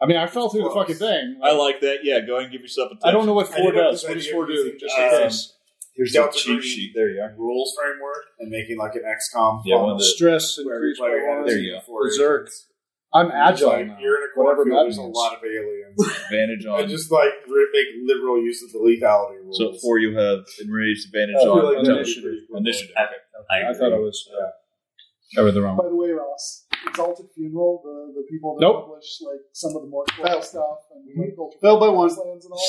Speaker 5: I mean, I fell through the
Speaker 1: Close.
Speaker 5: fucking thing.
Speaker 2: I like that. Yeah, go ahead and give yourself a
Speaker 5: I don't know what
Speaker 1: I
Speaker 5: four
Speaker 1: didn't
Speaker 5: does.
Speaker 1: know
Speaker 5: What
Speaker 1: this
Speaker 5: does
Speaker 1: idea
Speaker 5: four
Speaker 1: was
Speaker 5: do?
Speaker 1: using
Speaker 5: Just
Speaker 1: just
Speaker 5: in
Speaker 1: in
Speaker 2: Um,
Speaker 5: case.
Speaker 2: here's
Speaker 1: Delta
Speaker 2: the cheat
Speaker 1: Green.
Speaker 2: sheet. There you are.
Speaker 1: rules framework and making like an XCOM.
Speaker 2: Yeah, one
Speaker 1: funnel
Speaker 2: of the-
Speaker 5: Stress
Speaker 1: where every
Speaker 5: increased by
Speaker 1: player
Speaker 5: one.
Speaker 1: has
Speaker 2: There you go.
Speaker 1: four
Speaker 5: Berserk.
Speaker 1: agents.
Speaker 5: I'm
Speaker 1: It's
Speaker 5: agile
Speaker 1: like,
Speaker 5: now.
Speaker 1: You're in a
Speaker 5: Whatever
Speaker 1: cornfield.
Speaker 5: that
Speaker 1: There's a
Speaker 5: means.
Speaker 1: lot of
Speaker 2: <laughs> Um,
Speaker 1: aliens.
Speaker 2: Advantage
Speaker 1: and
Speaker 2: on.
Speaker 1: just like re- make liberal use of the lethality rules.
Speaker 2: So at four, you have enraged advantage
Speaker 1: I feel
Speaker 2: on
Speaker 1: like that would be
Speaker 2: intelligence.
Speaker 1: pretty cool.
Speaker 2: initiative.
Speaker 3: I
Speaker 5: I
Speaker 3: agree.
Speaker 5: thought I was. I read the wrong
Speaker 4: By
Speaker 5: one.
Speaker 4: the way, Ross, Exalted Funeral, the, the people that
Speaker 5: Nope.
Speaker 4: publish like some of the more cool stuff and like ultra
Speaker 5: Failed by one.
Speaker 4: lands and all,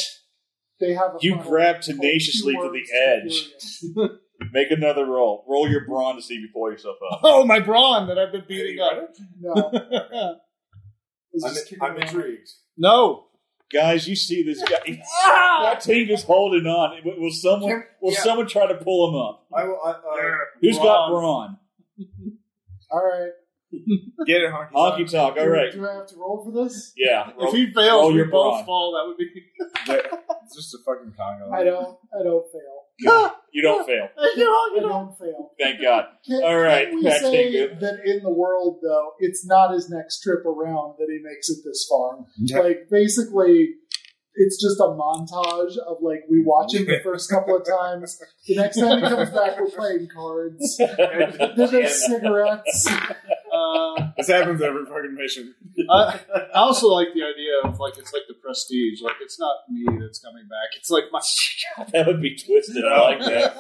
Speaker 4: they have a
Speaker 8: Mm-hmm. You
Speaker 4: funnel
Speaker 8: grab
Speaker 4: called
Speaker 8: tenaciously
Speaker 4: Two
Speaker 8: to the
Speaker 4: Words
Speaker 8: edge.
Speaker 4: <laughs> Furious.
Speaker 8: Make another roll. Roll your brawn to see if you pull yourself up.
Speaker 5: Oh, my brawn that I've been beating
Speaker 4: No,
Speaker 5: up.
Speaker 1: I'm, I'm intrigued.
Speaker 5: no.
Speaker 8: Guys, you see this guy. That team is holding on. Will- Will someone will
Speaker 1: Yeah.
Speaker 8: someone try to pull him up?
Speaker 1: I will. I, uh,
Speaker 8: Who's got brawn?
Speaker 4: all right.
Speaker 11: Get it, honky.
Speaker 8: Honky talk. All
Speaker 4: Do-
Speaker 8: right.
Speaker 4: Do I have to roll for this?
Speaker 8: Yeah.
Speaker 5: If
Speaker 8: Roll-
Speaker 5: he fails,
Speaker 8: roll
Speaker 5: we
Speaker 8: your
Speaker 5: both
Speaker 8: brawn.
Speaker 5: fall. That would be.
Speaker 11: It's just a fucking
Speaker 8: Uh,
Speaker 11: Congo.
Speaker 4: I don't. I don't fail.
Speaker 8: You don't fail.
Speaker 4: I don't fail.
Speaker 8: Thank God. <laughs>
Speaker 4: Can,
Speaker 8: All right,
Speaker 4: Can we
Speaker 8: Pat
Speaker 4: say
Speaker 8: Tinker.
Speaker 4: that in the world, though, it's not his next trip around that he makes it this far. Like basically, it's just a montage of like we watch
Speaker 8: <laughs>
Speaker 4: him the first couple of times. The next time he comes back, we're playing
Speaker 8: <laughs>
Speaker 4: cards. Then there's cigarettes.
Speaker 5: Uh,
Speaker 11: This happens every fucking mission.
Speaker 5: I, I also like the idea of like it's like the prestige. Like it's not me that's coming back. It's like my.
Speaker 8: That would be twisted. I like that.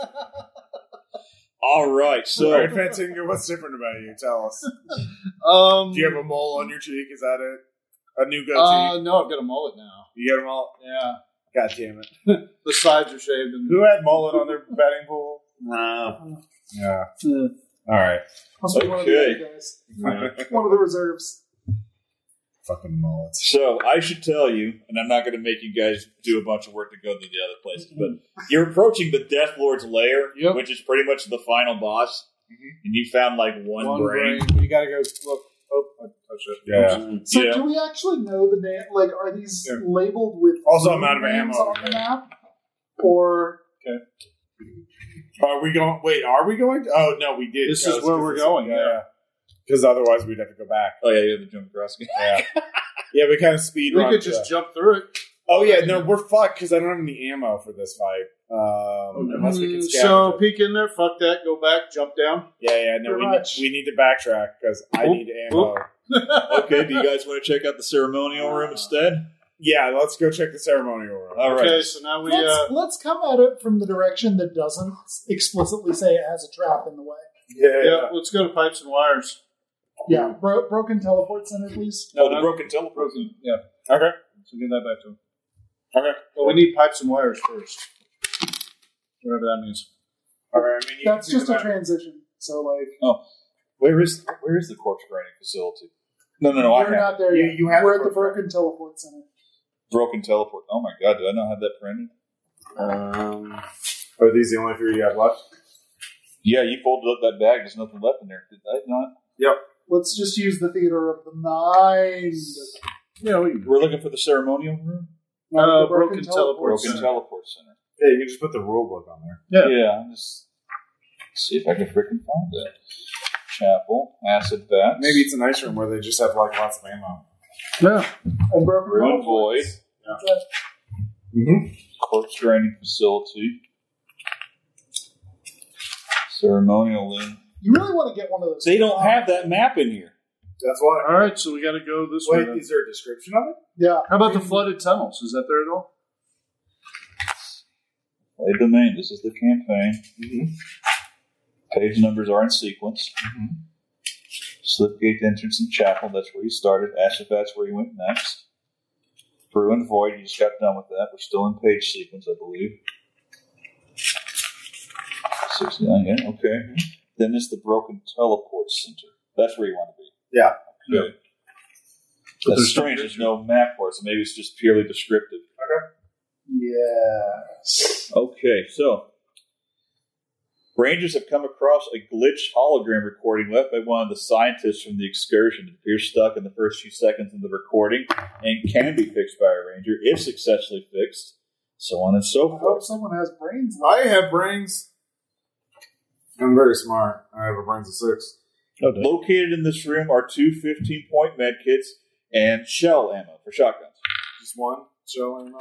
Speaker 8: All right.
Speaker 11: All
Speaker 8: So
Speaker 11: right, Fantinga, what's different about you? Tell us.
Speaker 5: Um.
Speaker 11: Do you have a mole on your cheek? Is that it? A new goatee?
Speaker 5: uh, no, I've got a mullet now.
Speaker 11: you got a mole?
Speaker 5: Yeah,
Speaker 11: God damn it.
Speaker 5: the sides are shaved and
Speaker 11: Who had mullet on their batting pool?
Speaker 3: No.
Speaker 11: Yeah. All right.
Speaker 4: Must be one of the other guys. One of the reserves.
Speaker 11: Fucking mullets.
Speaker 8: So I should tell you, and I'm not going to make you guys do a bunch of work to go to the other places, but you're approaching the Death Lord's lair,
Speaker 5: Yep.
Speaker 8: which is pretty much the final boss, and you found like one,
Speaker 5: one
Speaker 8: brain.
Speaker 5: brain. But you gotta go look. Oh, I touched it.
Speaker 11: Yeah.
Speaker 3: Mm.
Speaker 4: So
Speaker 8: Yeah.
Speaker 4: do we actually know the name? Like, are these
Speaker 11: Yeah.
Speaker 4: labeled with
Speaker 11: Also, I'm out of
Speaker 4: names
Speaker 11: ammo.
Speaker 4: on the map, or
Speaker 11: Are we going? Wait, are we going? Oh, no, we did.
Speaker 5: This
Speaker 11: go.
Speaker 5: is where we're going, yeah.
Speaker 11: Because otherwise we'd have to go back.
Speaker 2: Oh yeah, you have to jump across.
Speaker 11: Yeah. yeah, we kind of speed
Speaker 5: We
Speaker 11: run
Speaker 5: could
Speaker 11: to
Speaker 5: just
Speaker 11: that.
Speaker 5: jump through it.
Speaker 11: Oh, yeah, no, we're fucked because I don't have any ammo for this fight. Um, Unless we can
Speaker 5: Mm,
Speaker 11: scavenge
Speaker 5: so
Speaker 11: it.
Speaker 5: peek in there, fuck that, go back, jump down.
Speaker 11: Yeah, yeah, no,
Speaker 4: Pretty
Speaker 11: we need,
Speaker 4: much.
Speaker 11: we need to backtrack because I
Speaker 5: Oop,
Speaker 11: need ammo.
Speaker 8: <laughs> Okay, do you guys want to check out the ceremonial room instead?
Speaker 11: Yeah, let's go check the ceremonial room.
Speaker 8: All right.
Speaker 5: Okay, so now we
Speaker 4: let's
Speaker 5: uh,
Speaker 4: let's come at it from the direction that doesn't explicitly say it has a trap in the way.
Speaker 11: Yeah, yeah,
Speaker 5: yeah, let's go to pipes and wires.
Speaker 4: Yeah, bro- broken teleport center, please.
Speaker 8: No, the broken teleport.
Speaker 5: Yeah.
Speaker 11: Okay.
Speaker 5: So give that back to him.
Speaker 11: Okay.
Speaker 5: Well, we need pipes and wires first. Whatever that means.
Speaker 11: All right, I mean, you
Speaker 4: That's
Speaker 11: can
Speaker 4: just
Speaker 11: do
Speaker 4: a
Speaker 11: that.
Speaker 4: transition. So like,
Speaker 2: Where is where is the corpse grinding facility? No, no, no. I
Speaker 4: we're
Speaker 2: have
Speaker 4: not there
Speaker 11: You-
Speaker 4: yet.
Speaker 11: you have
Speaker 4: we're
Speaker 11: to
Speaker 4: at the
Speaker 11: work
Speaker 4: broken teleport center.
Speaker 2: broken teleport. Oh my god, did I not have that printed?
Speaker 3: Um,
Speaker 11: Are these the only three you have left?
Speaker 2: Yeah, you folded up that bag. There's nothing left in there. Did I not?
Speaker 4: Let's just use the theater of the mind.
Speaker 11: Uh,
Speaker 5: Yeah, we
Speaker 2: We're looking for the ceremonial room.
Speaker 4: not
Speaker 5: Uh,
Speaker 4: the
Speaker 5: broken teleport
Speaker 2: Broken teleport center.
Speaker 11: Yeah, you can just put the rule book on there.
Speaker 5: Yeah.
Speaker 2: Yeah, I'm just see if I can freaking find that chapel acid bath.
Speaker 11: Maybe it's a nice room where they just have like lots of ammo.
Speaker 5: yeah.
Speaker 4: And broken
Speaker 2: ruined
Speaker 4: teleport.
Speaker 2: void corpse grinding facility ceremonial room.
Speaker 4: You really want to get one of those?
Speaker 8: They don't have that map in here.
Speaker 11: That's why.
Speaker 5: All right, so we got to go this way.
Speaker 11: Wait,
Speaker 5: then.
Speaker 11: is there a description of it?
Speaker 4: Yeah.
Speaker 5: How about the flooded tunnels? Is that there at all?
Speaker 2: Play domain. This is the campaign. Page numbers are in sequence. Slipgate entrance and chapel. That's where you started. Ashafat's where you went next. Brew and void. You just got done with that. We're still in page sequence, I believe. Sixty-nine. Yeah. Okay. Then it's the broken teleport center. That's where you want to be.
Speaker 11: Yeah.
Speaker 2: Okay. That's strange. There's no map for it, so maybe it's just purely descriptive.
Speaker 4: Yes.
Speaker 2: Okay, so Rangers have come across a glitch hologram recording left by one of the scientists from the excursion. It appears stuck in the first few seconds of the recording and can be fixed by a ranger if successfully fixed, so on and
Speaker 4: I
Speaker 2: so
Speaker 4: hope
Speaker 2: forth.
Speaker 4: someone has brains.
Speaker 11: I have brains. I'm very smart. I have a brains of six.
Speaker 2: Located in this room are two 15 point med kits and shell ammo for shotguns.
Speaker 1: Just one shell ammo.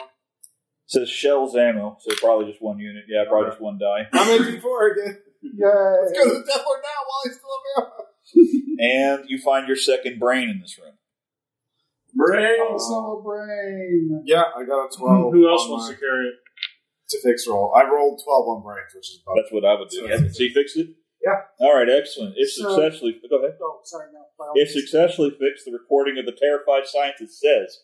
Speaker 2: says shells ammo, so probably just one unit. Yeah, probably just one die.
Speaker 1: I'm at four again.
Speaker 11: Mm-hmm.
Speaker 4: Yay.
Speaker 1: Let's go to the Death Lord now while he's still available.
Speaker 2: And you find your second brain in this room.
Speaker 4: Oh, so brain.
Speaker 1: Yeah, I got a twelve.
Speaker 14: Who else
Speaker 1: on
Speaker 14: wants
Speaker 1: my
Speaker 14: to carry it?
Speaker 1: to fix roll? I rolled twelve on brains, which is about
Speaker 2: Oh, That's what I would do. Yeah, so you fixed it?
Speaker 1: Yeah.
Speaker 2: All right, excellent. It
Speaker 4: So-
Speaker 2: successfully go ahead.
Speaker 4: Oh, sorry, no. by all
Speaker 2: It
Speaker 4: means.
Speaker 2: successfully fixed the recording of the terrified scientist says.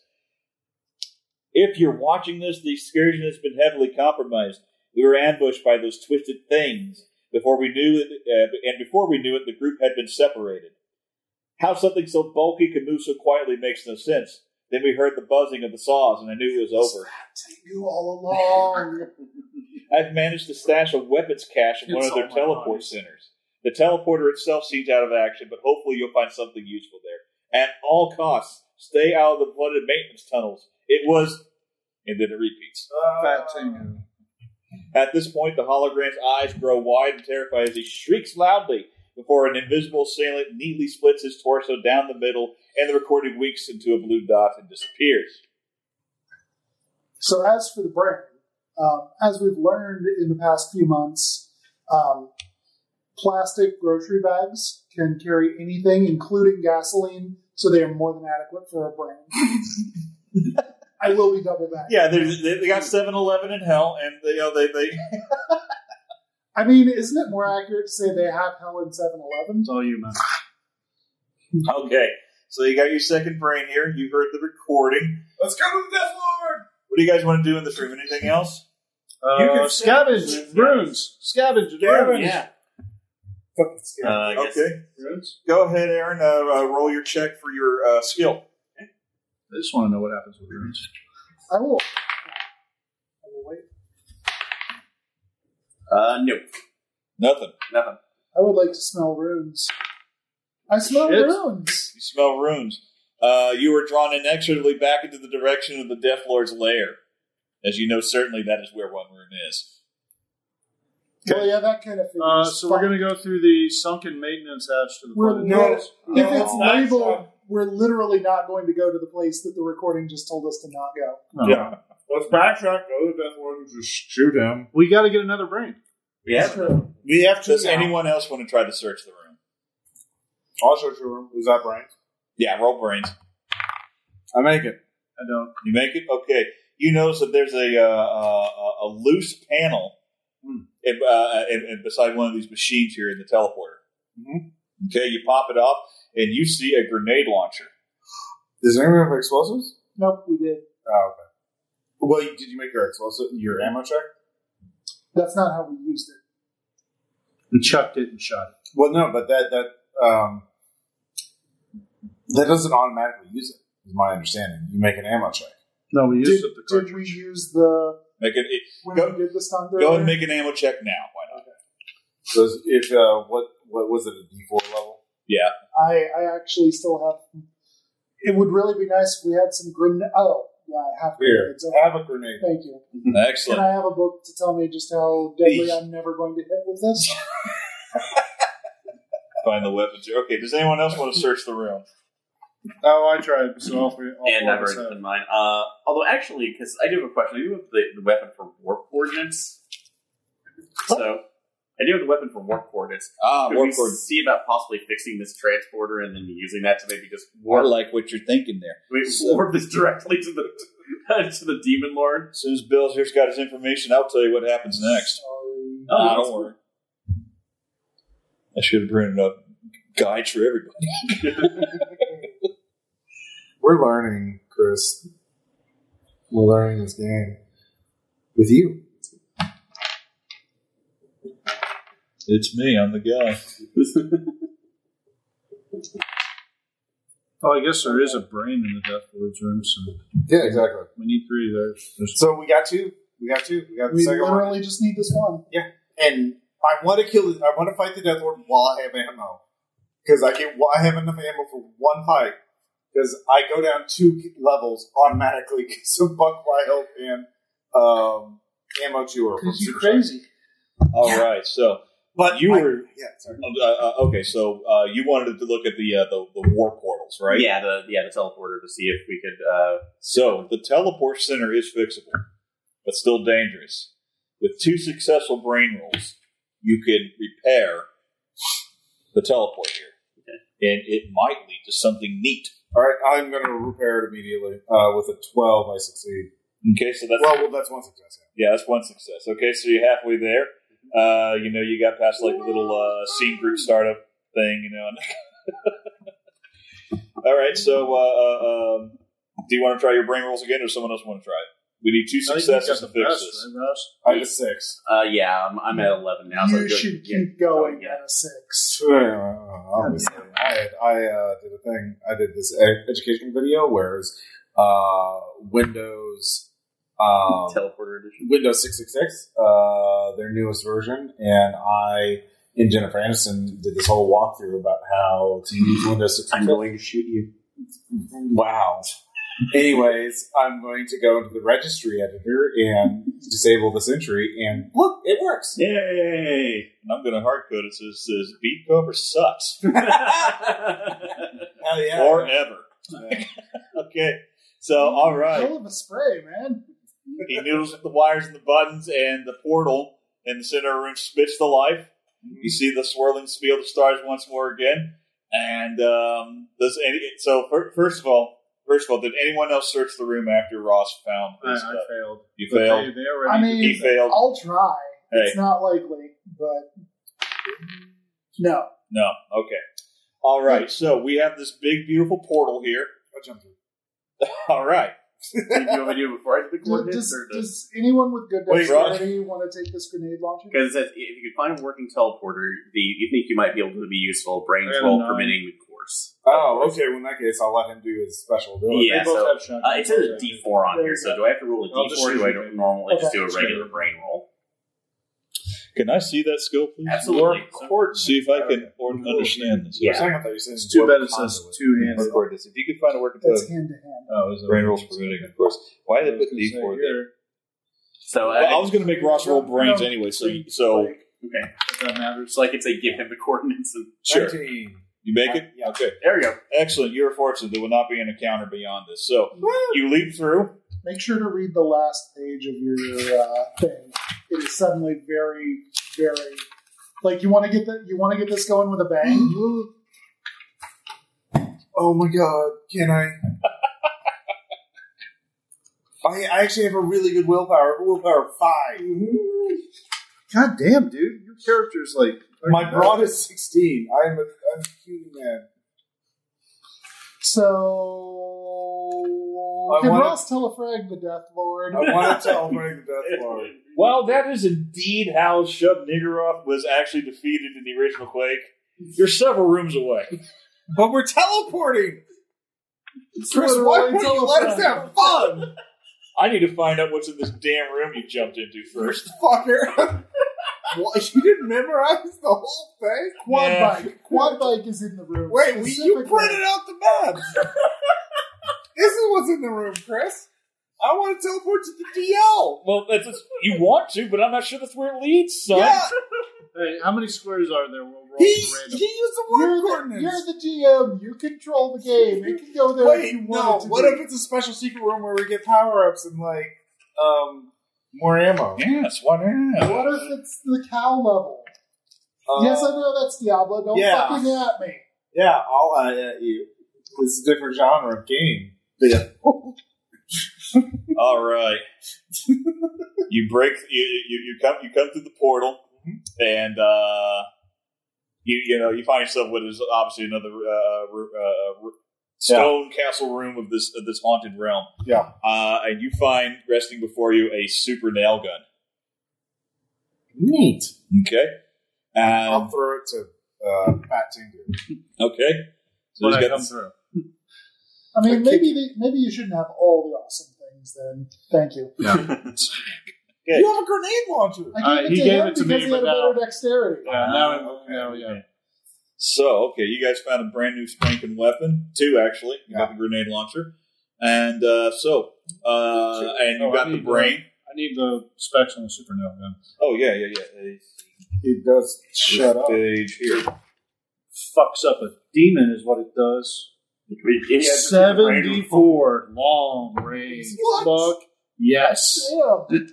Speaker 2: If you're watching this, the excursion has been heavily compromised. We were ambushed by those twisted things. Before we knew it, uh, and before we knew it, the group had been separated. How something so bulky could move so quietly makes no sense. Then we heard the buzzing of the saws, and I knew it was over.
Speaker 4: You all along.
Speaker 2: I've managed to stash a weapons cache in one of their teleport centers. The teleporter itself seems out of action, but hopefully you'll find something useful there. At all costs, stay out of the flooded maintenance tunnels. It was, and then it repeats.
Speaker 5: Fat Tingu.
Speaker 2: At this point, the hologram's eyes grow wide and terrified as he shrieks loudly before an invisible assailant neatly splits his torso down the middle, and the recording winks into a blue dot and disappears.
Speaker 4: So as for the brain, um, as we've learned in the past few months, um, plastic grocery bags can carry anything, including gasoline, so they are more than adequate for a brain. <laughs> I will be double back.
Speaker 2: Yeah, they, they they got 7-Eleven in hell, and they, you know, they, they
Speaker 4: I mean, isn't it more accurate to say they have hell in 7-Eleven?
Speaker 5: It's all you, man.
Speaker 2: Okay, so you got your second brain here. You heard the recording.
Speaker 1: Let's go to the Death Lord.
Speaker 2: What do you guys want to do in this room? Anything else?
Speaker 1: You
Speaker 5: Uh,
Speaker 1: can
Speaker 5: scavenge runes. Scavenge runes.
Speaker 3: Yeah.
Speaker 1: Fucking
Speaker 3: Uh,
Speaker 1: scary.
Speaker 3: I guess
Speaker 2: Okay, go ahead, Aaron. Uh, uh, roll your check for your uh, skill.
Speaker 5: I just want to know what happens with runes.
Speaker 4: I will. I will wait.
Speaker 3: Uh, no.
Speaker 2: Nothing.
Speaker 3: Nothing.
Speaker 4: I would like to smell runes. I smell
Speaker 5: Shit.
Speaker 4: runes.
Speaker 2: You smell runes. Uh, you are drawn inexorably back into the direction of the Death Lord's lair. As you know, certainly that is where one room is.
Speaker 4: Well, yeah, that kind of figures.
Speaker 5: Uh, so we're
Speaker 4: Fuck.
Speaker 5: going to go through the sunken maintenance hatch to the
Speaker 4: We're
Speaker 5: front.
Speaker 4: no,
Speaker 1: No,
Speaker 4: if
Speaker 1: no,
Speaker 4: it's
Speaker 1: it's not.
Speaker 4: labeled, we're literally not going to go to the place that the recording just told us to not go.
Speaker 1: Yeah. Let's backtrack, go to the Death Lord, and just shoot him.
Speaker 5: We got to get another brain.
Speaker 3: Yeah.
Speaker 4: True.
Speaker 1: We have
Speaker 2: Does anyone else want to try to search the room?
Speaker 1: I'll shoot him. Is that brains?
Speaker 2: Yeah, roll brains.
Speaker 1: I make it.
Speaker 5: I don't.
Speaker 2: You make it? Okay. You notice that there's a uh, uh, a loose panel in, uh, in, in beside one of these machines here in the teleporter.
Speaker 1: Mhm.
Speaker 2: Okay, you pop it off, and you see a grenade launcher.
Speaker 1: Does anyone have explosives?
Speaker 4: Nope, we did.
Speaker 1: Oh, okay. Well, you- did you make your explosive, your ammo check?
Speaker 4: That's not how we used it.
Speaker 5: We chucked it and shot it.
Speaker 1: Well, no, but that that um, that doesn't automatically use it. Is my understanding. You make an ammo check.
Speaker 5: No, we
Speaker 4: Did,
Speaker 5: used it the cartridge.
Speaker 4: did we use the
Speaker 2: Make it, it-
Speaker 4: when
Speaker 2: Go-
Speaker 4: we did this time?
Speaker 2: go ahead and make an ammo check now. Why not?
Speaker 1: So is- if uh, what what was it a D four level?
Speaker 4: I I actually still have. It would really be nice if we had some grenade. Oh, yeah, I have
Speaker 1: Here.
Speaker 4: grenades. Okay,
Speaker 1: I have a grenade.
Speaker 4: Thank you. Can
Speaker 2: Excellent.
Speaker 4: I have a book to tell me just how deadly
Speaker 2: Eesh.
Speaker 4: I'm never going to hit
Speaker 2: <laughs>
Speaker 4: with this?
Speaker 2: Find the weapons. here. Okay. Does anyone else want to search the room?
Speaker 5: Oh, I tried. So all three. All
Speaker 3: And
Speaker 5: four
Speaker 3: I've
Speaker 5: of us
Speaker 3: already
Speaker 5: had
Speaker 3: done mine. Uh, although, actually, because I do have a question. I do have the, the weapon for warp coordinates. So, I do have the weapon for warp coordinates.
Speaker 2: Ah,
Speaker 3: Could we
Speaker 2: warp cord.
Speaker 3: see about possibly fixing this transporter and then using that to maybe just
Speaker 2: I <laughs>
Speaker 3: warp,
Speaker 2: like what you're thinking there.
Speaker 3: wait, warp this directly to the <laughs> to the demon lord?
Speaker 2: As soon as Bill's here's got his information, I'll tell you what happens next.
Speaker 4: Sorry.
Speaker 3: Oh,
Speaker 2: Ah,
Speaker 3: that's
Speaker 2: don't worry. I should have printed up guides for everybody.
Speaker 1: We're learning, Chris. We're learning this game with you.
Speaker 2: It's me. I'm the guy.
Speaker 5: Oh, I guess there is a brain in the Death Lord's room, so
Speaker 1: Yeah, exactly.
Speaker 5: we need three there. There's
Speaker 1: So we got two. We got two. We got the
Speaker 4: We
Speaker 1: second one.
Speaker 4: literally just need this one.
Speaker 1: and I want to kill. The, I want to fight the Death Lord while I have ammo because I get. I have enough ammo for one fight because I go down two levels automatically <laughs> because of Buck Wild and um, ammo chewer. from
Speaker 4: Because you're
Speaker 1: Super Shine.
Speaker 4: crazy.
Speaker 2: All right. So But you
Speaker 1: I-
Speaker 2: were
Speaker 1: Yeah, sorry.
Speaker 2: uh, uh, okay. So uh, you wanted to look at the uh, the, the war portals, right?
Speaker 3: Yeah, the yeah the teleporter to see if we could. Uh,
Speaker 2: So the teleport center is fixable, but still dangerous. With two successful brain rolls, you could repair the teleport here, and it might lead to something neat.
Speaker 1: All right, I'm going to repair it immediately. Uh, with a 12, I succeed.
Speaker 2: Okay, so that's
Speaker 1: Well, well that's one success.
Speaker 2: yeah, that's one success. Okay, so you're halfway there. Uh, you know, you got past like the little uh, scene group startup thing, you know. And <laughs> All right, so uh, uh, um, do you want to try your brain rolls again, or does someone else want to try it? We need two successes to fix this.
Speaker 1: I had a 6.
Speaker 3: uh, yeah, I'm, I'm at eleven now. so
Speaker 4: you
Speaker 3: I'm good.
Speaker 4: should
Speaker 3: Yeah.
Speaker 4: keep going
Speaker 3: Yeah.
Speaker 4: at a six.
Speaker 1: Uh, obviously, I, had, I uh, did a thing. I did this e- education video where it's uh, Windows. Um,
Speaker 3: teleporter
Speaker 1: <laughs>
Speaker 3: edition.
Speaker 1: Windows 666, uh, their newest version, and I and Jennifer Anderson did this whole walkthrough about how to use Windows 666. I'm going to shoot you. Wow. Anyways, I'm going to go into the registry editor and disable this entry, and look, it works.
Speaker 2: Yay! And I'm going to hard code it so it says beat cover sucks
Speaker 1: Hell yeah.
Speaker 2: forever. <laughs> okay, so all right.
Speaker 4: Hell of a spray, man.
Speaker 2: he noodles with the wires and the buttons and the portal in the center of the room spits to life. You see the swirling spiel of stars once more again. And um, does any, so fir- first of all, first of all, did anyone else search the room after Ross found
Speaker 5: Uh, I, I
Speaker 2: his stuff?
Speaker 5: failed.
Speaker 2: You
Speaker 5: But
Speaker 2: failed.
Speaker 5: They, they already
Speaker 4: I mean-
Speaker 2: he failed.
Speaker 4: I'll try.
Speaker 2: Hey,
Speaker 4: It's not likely, but no.
Speaker 2: no, okay. All right, so we have this big, beautiful portal here. <laughs> All right,
Speaker 3: Do you want me to do it before I do the
Speaker 4: Does,
Speaker 3: coordinates?
Speaker 4: does,
Speaker 3: or the-
Speaker 4: does anyone with good
Speaker 2: Wait, Ross.
Speaker 4: dexterity want to take this grenade launcher?
Speaker 3: Because it says if you could find a working teleporter, the you think you might be able to be useful. Brains
Speaker 5: I got a
Speaker 3: roll
Speaker 5: nine.
Speaker 3: permitting, of course.
Speaker 1: Oh, okay. Well, in that case, I'll let him do his special ability.
Speaker 3: Yeah,
Speaker 5: both
Speaker 3: so
Speaker 5: have shotguns.
Speaker 3: uh, it says a D four on here. So do I have to roll a
Speaker 5: I'll
Speaker 3: D
Speaker 5: just
Speaker 3: four? or Do I
Speaker 5: use it.
Speaker 3: normally just do a
Speaker 5: Okay.
Speaker 3: regular brain roll?
Speaker 2: can I see that skill, please?
Speaker 3: Absolutely.
Speaker 2: Or see if I can or understand this.
Speaker 1: For a
Speaker 3: Yeah.
Speaker 1: second, I thought you said
Speaker 5: It's too bad it says two hands.
Speaker 2: Or this. If you could find a working
Speaker 4: That's hand to hand.
Speaker 5: Oh, is it-
Speaker 2: brain rolls permitting, of course. Why did they put
Speaker 5: I was
Speaker 2: D
Speaker 5: gonna
Speaker 2: four
Speaker 5: say,
Speaker 2: there?
Speaker 5: here,
Speaker 3: So
Speaker 2: Well, I
Speaker 3: uh,
Speaker 2: was going to make Ross roll brains anyway, so so
Speaker 5: like,
Speaker 3: if that matters. So I could say give him the coordinates. And,
Speaker 2: sure you make it.
Speaker 1: Yeah.
Speaker 2: Okay,
Speaker 3: there we go.
Speaker 2: excellent. You're fortunate. There will not be an encounter beyond this. So you leap through.
Speaker 4: Make sure to read the last page of your uh, thing. It is suddenly very, very like you want to get the, you want to get this going with a bang.
Speaker 2: <gasps>
Speaker 1: Oh my god, can
Speaker 5: <laughs>
Speaker 1: I? I, I actually have a really good willpower. Willpower 5.
Speaker 5: Mm-hmm. God damn, dude, your character's like
Speaker 1: My broad is 16. I'm a, I'm a cutie man.
Speaker 4: So
Speaker 1: I
Speaker 4: can
Speaker 1: wanna-
Speaker 4: Ross telefrag the Death Lord?
Speaker 1: I
Speaker 5: <laughs>
Speaker 1: want to tell him the Death Lord.
Speaker 2: Well, that is indeed how Shub Niggurath was actually defeated in the original Quake. You're several rooms away.
Speaker 1: But we're teleporting! Chris, why
Speaker 4: literally
Speaker 1: would you let us
Speaker 4: teleporting.
Speaker 1: have fun,
Speaker 2: I need to find out what's in this damn room you jumped into first.
Speaker 1: fucker? <laughs> what, you didn't memorize the whole thing?
Speaker 4: Quad
Speaker 2: Yeah.
Speaker 4: bike. Quad bike is in the room.
Speaker 1: Wait, we, you
Speaker 4: Specifically-
Speaker 1: printed out the
Speaker 4: <laughs>
Speaker 1: map! this is what's in the room, Chris. I want to teleport to the DL!
Speaker 2: Well, that's just, you want to, but I'm not sure that's where it leads. Son.
Speaker 1: Yeah,
Speaker 5: Hey, how many squares are there? We'll roll
Speaker 1: he,
Speaker 5: random.
Speaker 1: he used the
Speaker 4: You're
Speaker 1: word
Speaker 4: the,
Speaker 1: coordinates.
Speaker 4: you're the GM. You control the game. It can go there if you
Speaker 1: Wait,
Speaker 4: want
Speaker 1: no.
Speaker 4: it to.
Speaker 1: What
Speaker 4: be.
Speaker 1: if it's a special secret room where we get power ups and like um more ammo?
Speaker 2: Yes, what? Yeah.
Speaker 4: What if it's the cow level?
Speaker 1: Uh,
Speaker 4: yes, I know that's Diablo. Don't
Speaker 1: yeah.
Speaker 4: fucking at me.
Speaker 1: yeah, I'll eye at you. It's a different genre of game. Yeah.
Speaker 2: All right. you break. You, you you come you come through the portal,
Speaker 5: Mm-hmm.
Speaker 2: and uh, you you know you find yourself what is obviously another uh, ru- uh, ru- stone castle room of this of this haunted realm.
Speaker 1: Yeah.
Speaker 2: Uh, and you find resting before you a super nail gun.
Speaker 1: Neat.
Speaker 2: Okay.
Speaker 1: I'll
Speaker 2: Um,
Speaker 1: throw it to uh, Pat Tinker.
Speaker 2: okay. So
Speaker 5: When
Speaker 2: he's
Speaker 5: I
Speaker 2: got
Speaker 5: come
Speaker 2: this-
Speaker 5: through.
Speaker 4: I mean, maybe they, maybe you shouldn't have all the awesome things. Then, thank you.
Speaker 2: Okay.
Speaker 1: You have a grenade launcher.
Speaker 4: I
Speaker 5: Uh,
Speaker 4: gave it
Speaker 5: he
Speaker 4: to
Speaker 5: gave
Speaker 4: him
Speaker 5: it to
Speaker 4: because
Speaker 5: me,
Speaker 4: he had
Speaker 5: but
Speaker 4: a
Speaker 5: now-
Speaker 4: better dexterity.
Speaker 5: Yeah, now,
Speaker 1: Ah, okay.
Speaker 5: now, yeah.
Speaker 2: So, okay, you guys found a brand new spanking weapon, two actually. You got the grenade launcher, and uh, so uh, and you
Speaker 5: Oh, I
Speaker 2: got the
Speaker 5: need
Speaker 2: brain.
Speaker 5: I I need the specs on the Super Nail gun.
Speaker 15: Oh yeah, yeah, yeah.
Speaker 16: He does shut up.
Speaker 15: Page here.
Speaker 5: Fucks up a demon is what it does.
Speaker 2: He has
Speaker 5: It's seventy-four long range.
Speaker 4: What?
Speaker 5: Fuck yes.
Speaker 4: Yeah.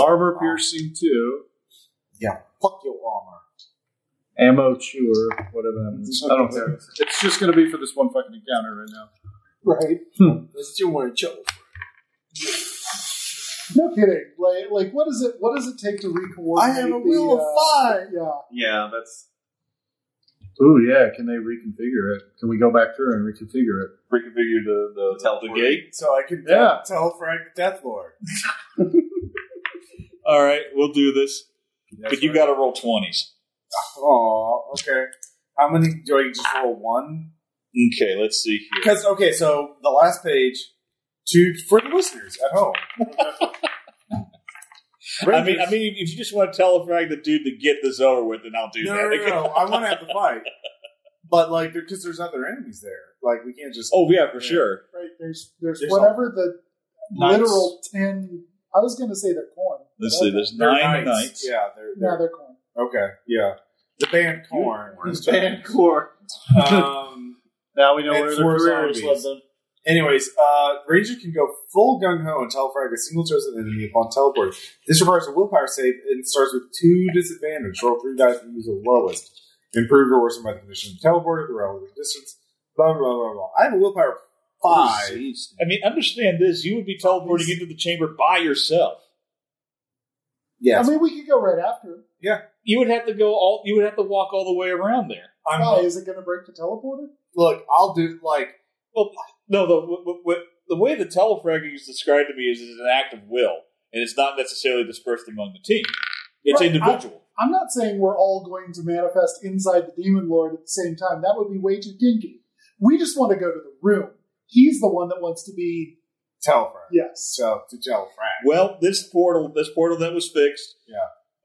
Speaker 5: Armor piercing too.
Speaker 1: Fuck your armor.
Speaker 5: Ammo chewer, whatever that means. I don't care. It's just going to be for this one fucking encounter right now.
Speaker 4: Right.
Speaker 1: Let's do one joke.
Speaker 4: No kidding. Like, like what is it? What does it take to
Speaker 1: I
Speaker 4: re-coordinate?
Speaker 1: have a
Speaker 4: the,
Speaker 1: wheel
Speaker 4: uh,
Speaker 1: of five.
Speaker 4: Yeah.
Speaker 3: Yeah, that's
Speaker 5: Ooh, yeah. Can they reconfigure it? Can we go back through and reconfigure it?
Speaker 2: reconfigured the the,
Speaker 3: The teleport.
Speaker 2: the gate.
Speaker 1: So I can
Speaker 5: Yeah.
Speaker 1: tell Frank the Death Lord.
Speaker 2: All right, we'll do this. but you got to roll twenties.
Speaker 1: Oh, okay. How many do I just roll one?
Speaker 2: Okay, let's see here.
Speaker 1: Because okay, so the last page to for the listeners at
Speaker 2: <laughs>
Speaker 1: home.
Speaker 2: I mean, I mean, if you just want to telefrag the dude to get this over with, then I'll do
Speaker 1: no,
Speaker 2: that.
Speaker 1: no, no, no. I want to have the fight, but like, because there's other enemies there. Like, we can't just.
Speaker 2: <laughs> oh yeah, for sure.
Speaker 4: Right. There's there's,
Speaker 1: There's
Speaker 4: whatever the
Speaker 2: Knights.
Speaker 4: literal ten. I was going to say they're corn.
Speaker 2: Let's
Speaker 4: but
Speaker 2: see. There's
Speaker 1: they're
Speaker 2: nine knights.
Speaker 1: Yeah, they're,
Speaker 4: No,
Speaker 1: they're
Speaker 4: they're corn.
Speaker 1: okay. Yeah, the band
Speaker 2: <laughs>
Speaker 1: Corn.
Speaker 5: core.
Speaker 1: Um,
Speaker 5: Now we know
Speaker 1: And
Speaker 5: where their
Speaker 1: four
Speaker 5: careers led
Speaker 1: zombies.
Speaker 5: them.
Speaker 1: Anyways, uh, Ranger can go full gung ho and telefrag a single chosen enemy upon teleport. This requires a willpower save and starts with two disadvantage. Roll three dice and use the lowest. Improved or worsened by the condition of teleported, the relative distance, blah, blah, blah, blah. I have a willpower of five.
Speaker 2: I mean, understand this. You would be teleporting into the chamber by yourself.
Speaker 1: Yes.
Speaker 4: I mean, we could go right after. him.
Speaker 2: You would have to go all. You would have to walk all the way around there.
Speaker 1: I'm,
Speaker 4: Why is it going to break the teleporter?
Speaker 1: look, I'll do, like,
Speaker 2: No, the w- w- the way the telefragging is described to me is it's an act of will, and it's not necessarily dispersed among the team. It's
Speaker 4: Right,
Speaker 2: individual.
Speaker 4: I'm not saying we're all going to manifest inside the Demon Lord at the same time. That would be way too kinky. We just want to go to the room. He's the one that wants to be.
Speaker 1: telefrag.
Speaker 4: Yes.
Speaker 1: So, to telefrag.
Speaker 2: well, this portal, this portal that was fixed,
Speaker 1: Yeah.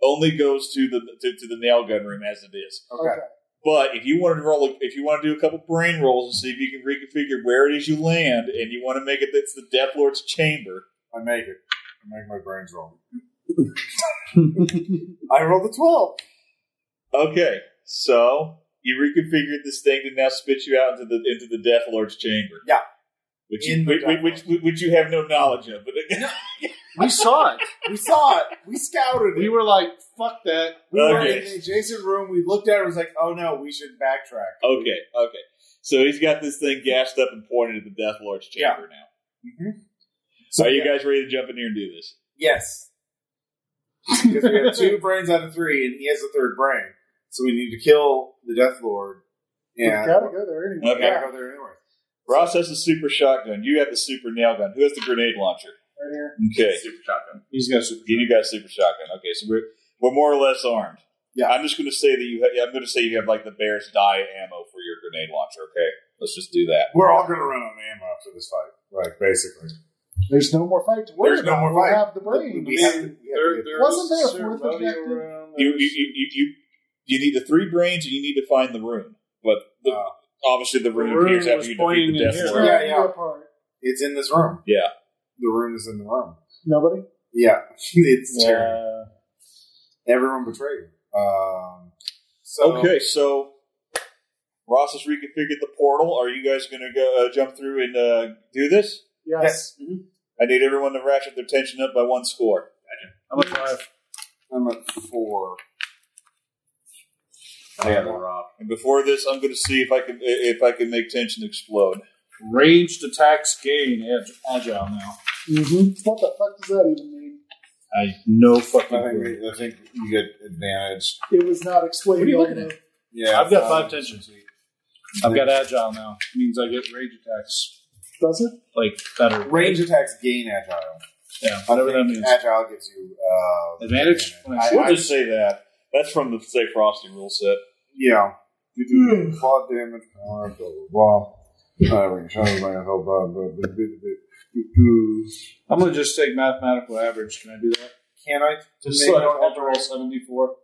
Speaker 2: only goes to the to, to the nail gun room as it is.
Speaker 1: Okay.
Speaker 2: But if you want to roll, if you want to do a couple brain rolls and see if you can reconfigure where it is you land, and you want to make it that's the Death Lord's chamber.
Speaker 1: I make it. I make my brains roll. I rolled a 12.
Speaker 2: Okay, so you reconfigured this thing to now spit you out into the into the Death Lord's chamber.
Speaker 1: Yeah.
Speaker 2: which
Speaker 1: In
Speaker 2: you,
Speaker 1: the
Speaker 2: which,
Speaker 1: Death
Speaker 2: which, which, which you have no knowledge of. But
Speaker 5: We saw it.
Speaker 1: We saw it. We scouted it.
Speaker 5: We were like, fuck that.
Speaker 1: We were
Speaker 2: Okay.
Speaker 1: in the adjacent room. We looked at it. and was like, oh no, we should backtrack.
Speaker 2: <laughs> okay, okay. So he's got this thing gassed up and pointed at the Death Lord's chamber now. So are you guys ready to jump in here and do this?
Speaker 1: Yes. Because we <laughs> have two brains out of three, and he has a third brain. So we need to kill the Death Lord. Yeah.
Speaker 4: We gotta go there anyway.
Speaker 2: Okay.
Speaker 1: gotta go there anyway.
Speaker 2: Ross has the super shotgun. You have the super nail gun. Who has the grenade launcher?
Speaker 4: Right here.
Speaker 2: Okay.
Speaker 3: super shotgun.
Speaker 5: He's got super.
Speaker 2: You do got super shotgun. Okay, so we're we're more or less armed.
Speaker 1: Yeah.
Speaker 2: I'm just going to say that you. Ha- I'm going to say you have like the bear's die ammo for your grenade launcher. Okay, let's just do that.
Speaker 1: We're all gonna run on ammo after this fight. Like basically,
Speaker 4: There's no more fight to worry
Speaker 1: There's no
Speaker 4: about.
Speaker 1: more
Speaker 4: we'll
Speaker 1: fight.
Speaker 4: have the brain.
Speaker 1: we have to. We have to
Speaker 5: There,
Speaker 1: get-
Speaker 5: there
Speaker 4: Wasn't
Speaker 5: is
Speaker 4: there a fourth
Speaker 5: ceremonial
Speaker 4: objective?
Speaker 5: room.
Speaker 2: You you, you you you you need the three brains and you need to find the rune. But the,
Speaker 1: Oh.
Speaker 2: obviously the
Speaker 5: The
Speaker 2: rune,
Speaker 5: rune
Speaker 2: appears
Speaker 5: was
Speaker 2: after you defeat
Speaker 5: pointing
Speaker 2: the
Speaker 5: in
Speaker 2: Death
Speaker 5: here.
Speaker 2: Lord.
Speaker 1: Yeah, yeah.
Speaker 4: Apart.
Speaker 1: it's in this room.
Speaker 2: Yeah.
Speaker 1: The rune is in the room.
Speaker 4: Nobody.
Speaker 1: Yeah, <laughs> it's Terry.
Speaker 5: Yeah.
Speaker 1: Everyone betrayed. him. Um. So
Speaker 2: Okay, so Ross has reconfigured the portal. Are you guys going to go uh, jump through and uh, do this?
Speaker 4: Yes.
Speaker 1: Yes.
Speaker 2: I need everyone to ratchet their tension up by one score.
Speaker 5: I'm a five.
Speaker 1: I'm at four.
Speaker 3: I got more
Speaker 5: <laughs>
Speaker 3: off. <laughs>
Speaker 2: And before this, I'm going to see if I can if I can make tension explode.
Speaker 5: Ranged attacks gain edge, agile now.
Speaker 4: Mm-hmm. What the fuck does that even mean?
Speaker 5: I no
Speaker 1: I
Speaker 5: fucking.
Speaker 1: think,
Speaker 5: clue.
Speaker 1: I think you get advantage.
Speaker 4: It was not explained.
Speaker 5: What are you
Speaker 4: well
Speaker 5: looking
Speaker 4: enough.
Speaker 1: Yeah,
Speaker 5: I've got
Speaker 1: um,
Speaker 5: five tensions. I've got agile now. Means I get rage attacks
Speaker 4: Does it?
Speaker 5: like better.
Speaker 1: Range attacks gain agile.
Speaker 5: Yeah,
Speaker 1: I
Speaker 5: whatever that
Speaker 1: think
Speaker 5: means.
Speaker 1: Agile gives you uh,
Speaker 5: Advantage?
Speaker 1: I,
Speaker 2: We'll
Speaker 1: I,
Speaker 2: just say that. That's from the Safe Frosty rule set.
Speaker 1: yeah, you do claw damage. Blah blah. blah. Uh, range, uh, blah, blah, blah, blah, blah, blah, blah.
Speaker 5: I'm gonna just take mathematical average. Can I do that?
Speaker 1: Can I?
Speaker 5: Just
Speaker 1: make
Speaker 5: so I don't have to roll
Speaker 1: agile?
Speaker 5: seventy four.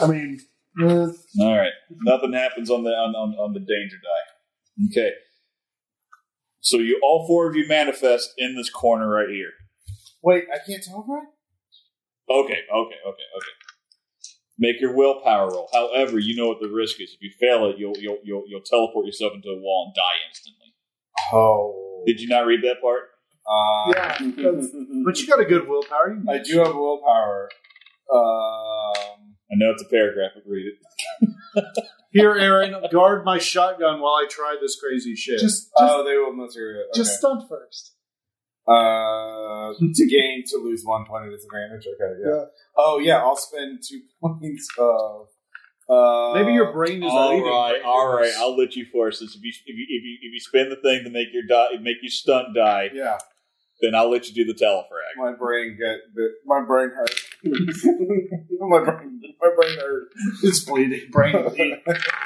Speaker 4: I mean, uh,
Speaker 2: All right. Nothing happens on the on, on, on the danger die. Okay. So you all four of you manifest in this corner right here.
Speaker 1: Wait, I can't tell right?
Speaker 2: Okay, okay, okay, okay. Make your willpower roll. However, you know what the risk is. If you fail it, you'll you'll you'll, you'll teleport yourself into a wall and die instantly.
Speaker 1: Oh.
Speaker 2: Did you not read that part?
Speaker 1: Uh,
Speaker 4: Yeah,
Speaker 1: <laughs>
Speaker 4: that's-
Speaker 5: But you got a good willpower. You
Speaker 1: I do have willpower. Um,
Speaker 2: I know it's a paragraph, but read it.
Speaker 5: Here, Aaron, guard my shotgun while I try this crazy shit.
Speaker 4: Just, just,
Speaker 1: oh, they will material. Okay.
Speaker 4: just stunt first.
Speaker 1: uh, to gain to lose one point at disadvantage. Okay, yeah.
Speaker 4: Yeah.
Speaker 1: Oh yeah, I'll spend two <laughs> points of. Uh,
Speaker 5: Maybe your brain is
Speaker 2: all
Speaker 5: eating
Speaker 2: right,
Speaker 5: right
Speaker 2: all
Speaker 5: now.
Speaker 2: right. I'll let you force this. If you if you if you, if you spin the thing to make your die, make you stunt die,
Speaker 1: Yeah,
Speaker 2: then I'll let you do the telefrag.
Speaker 1: my brain get the, my brain hurts. <laughs> my brain, my brain hurts.
Speaker 5: It's bleeding. Brain bleeding.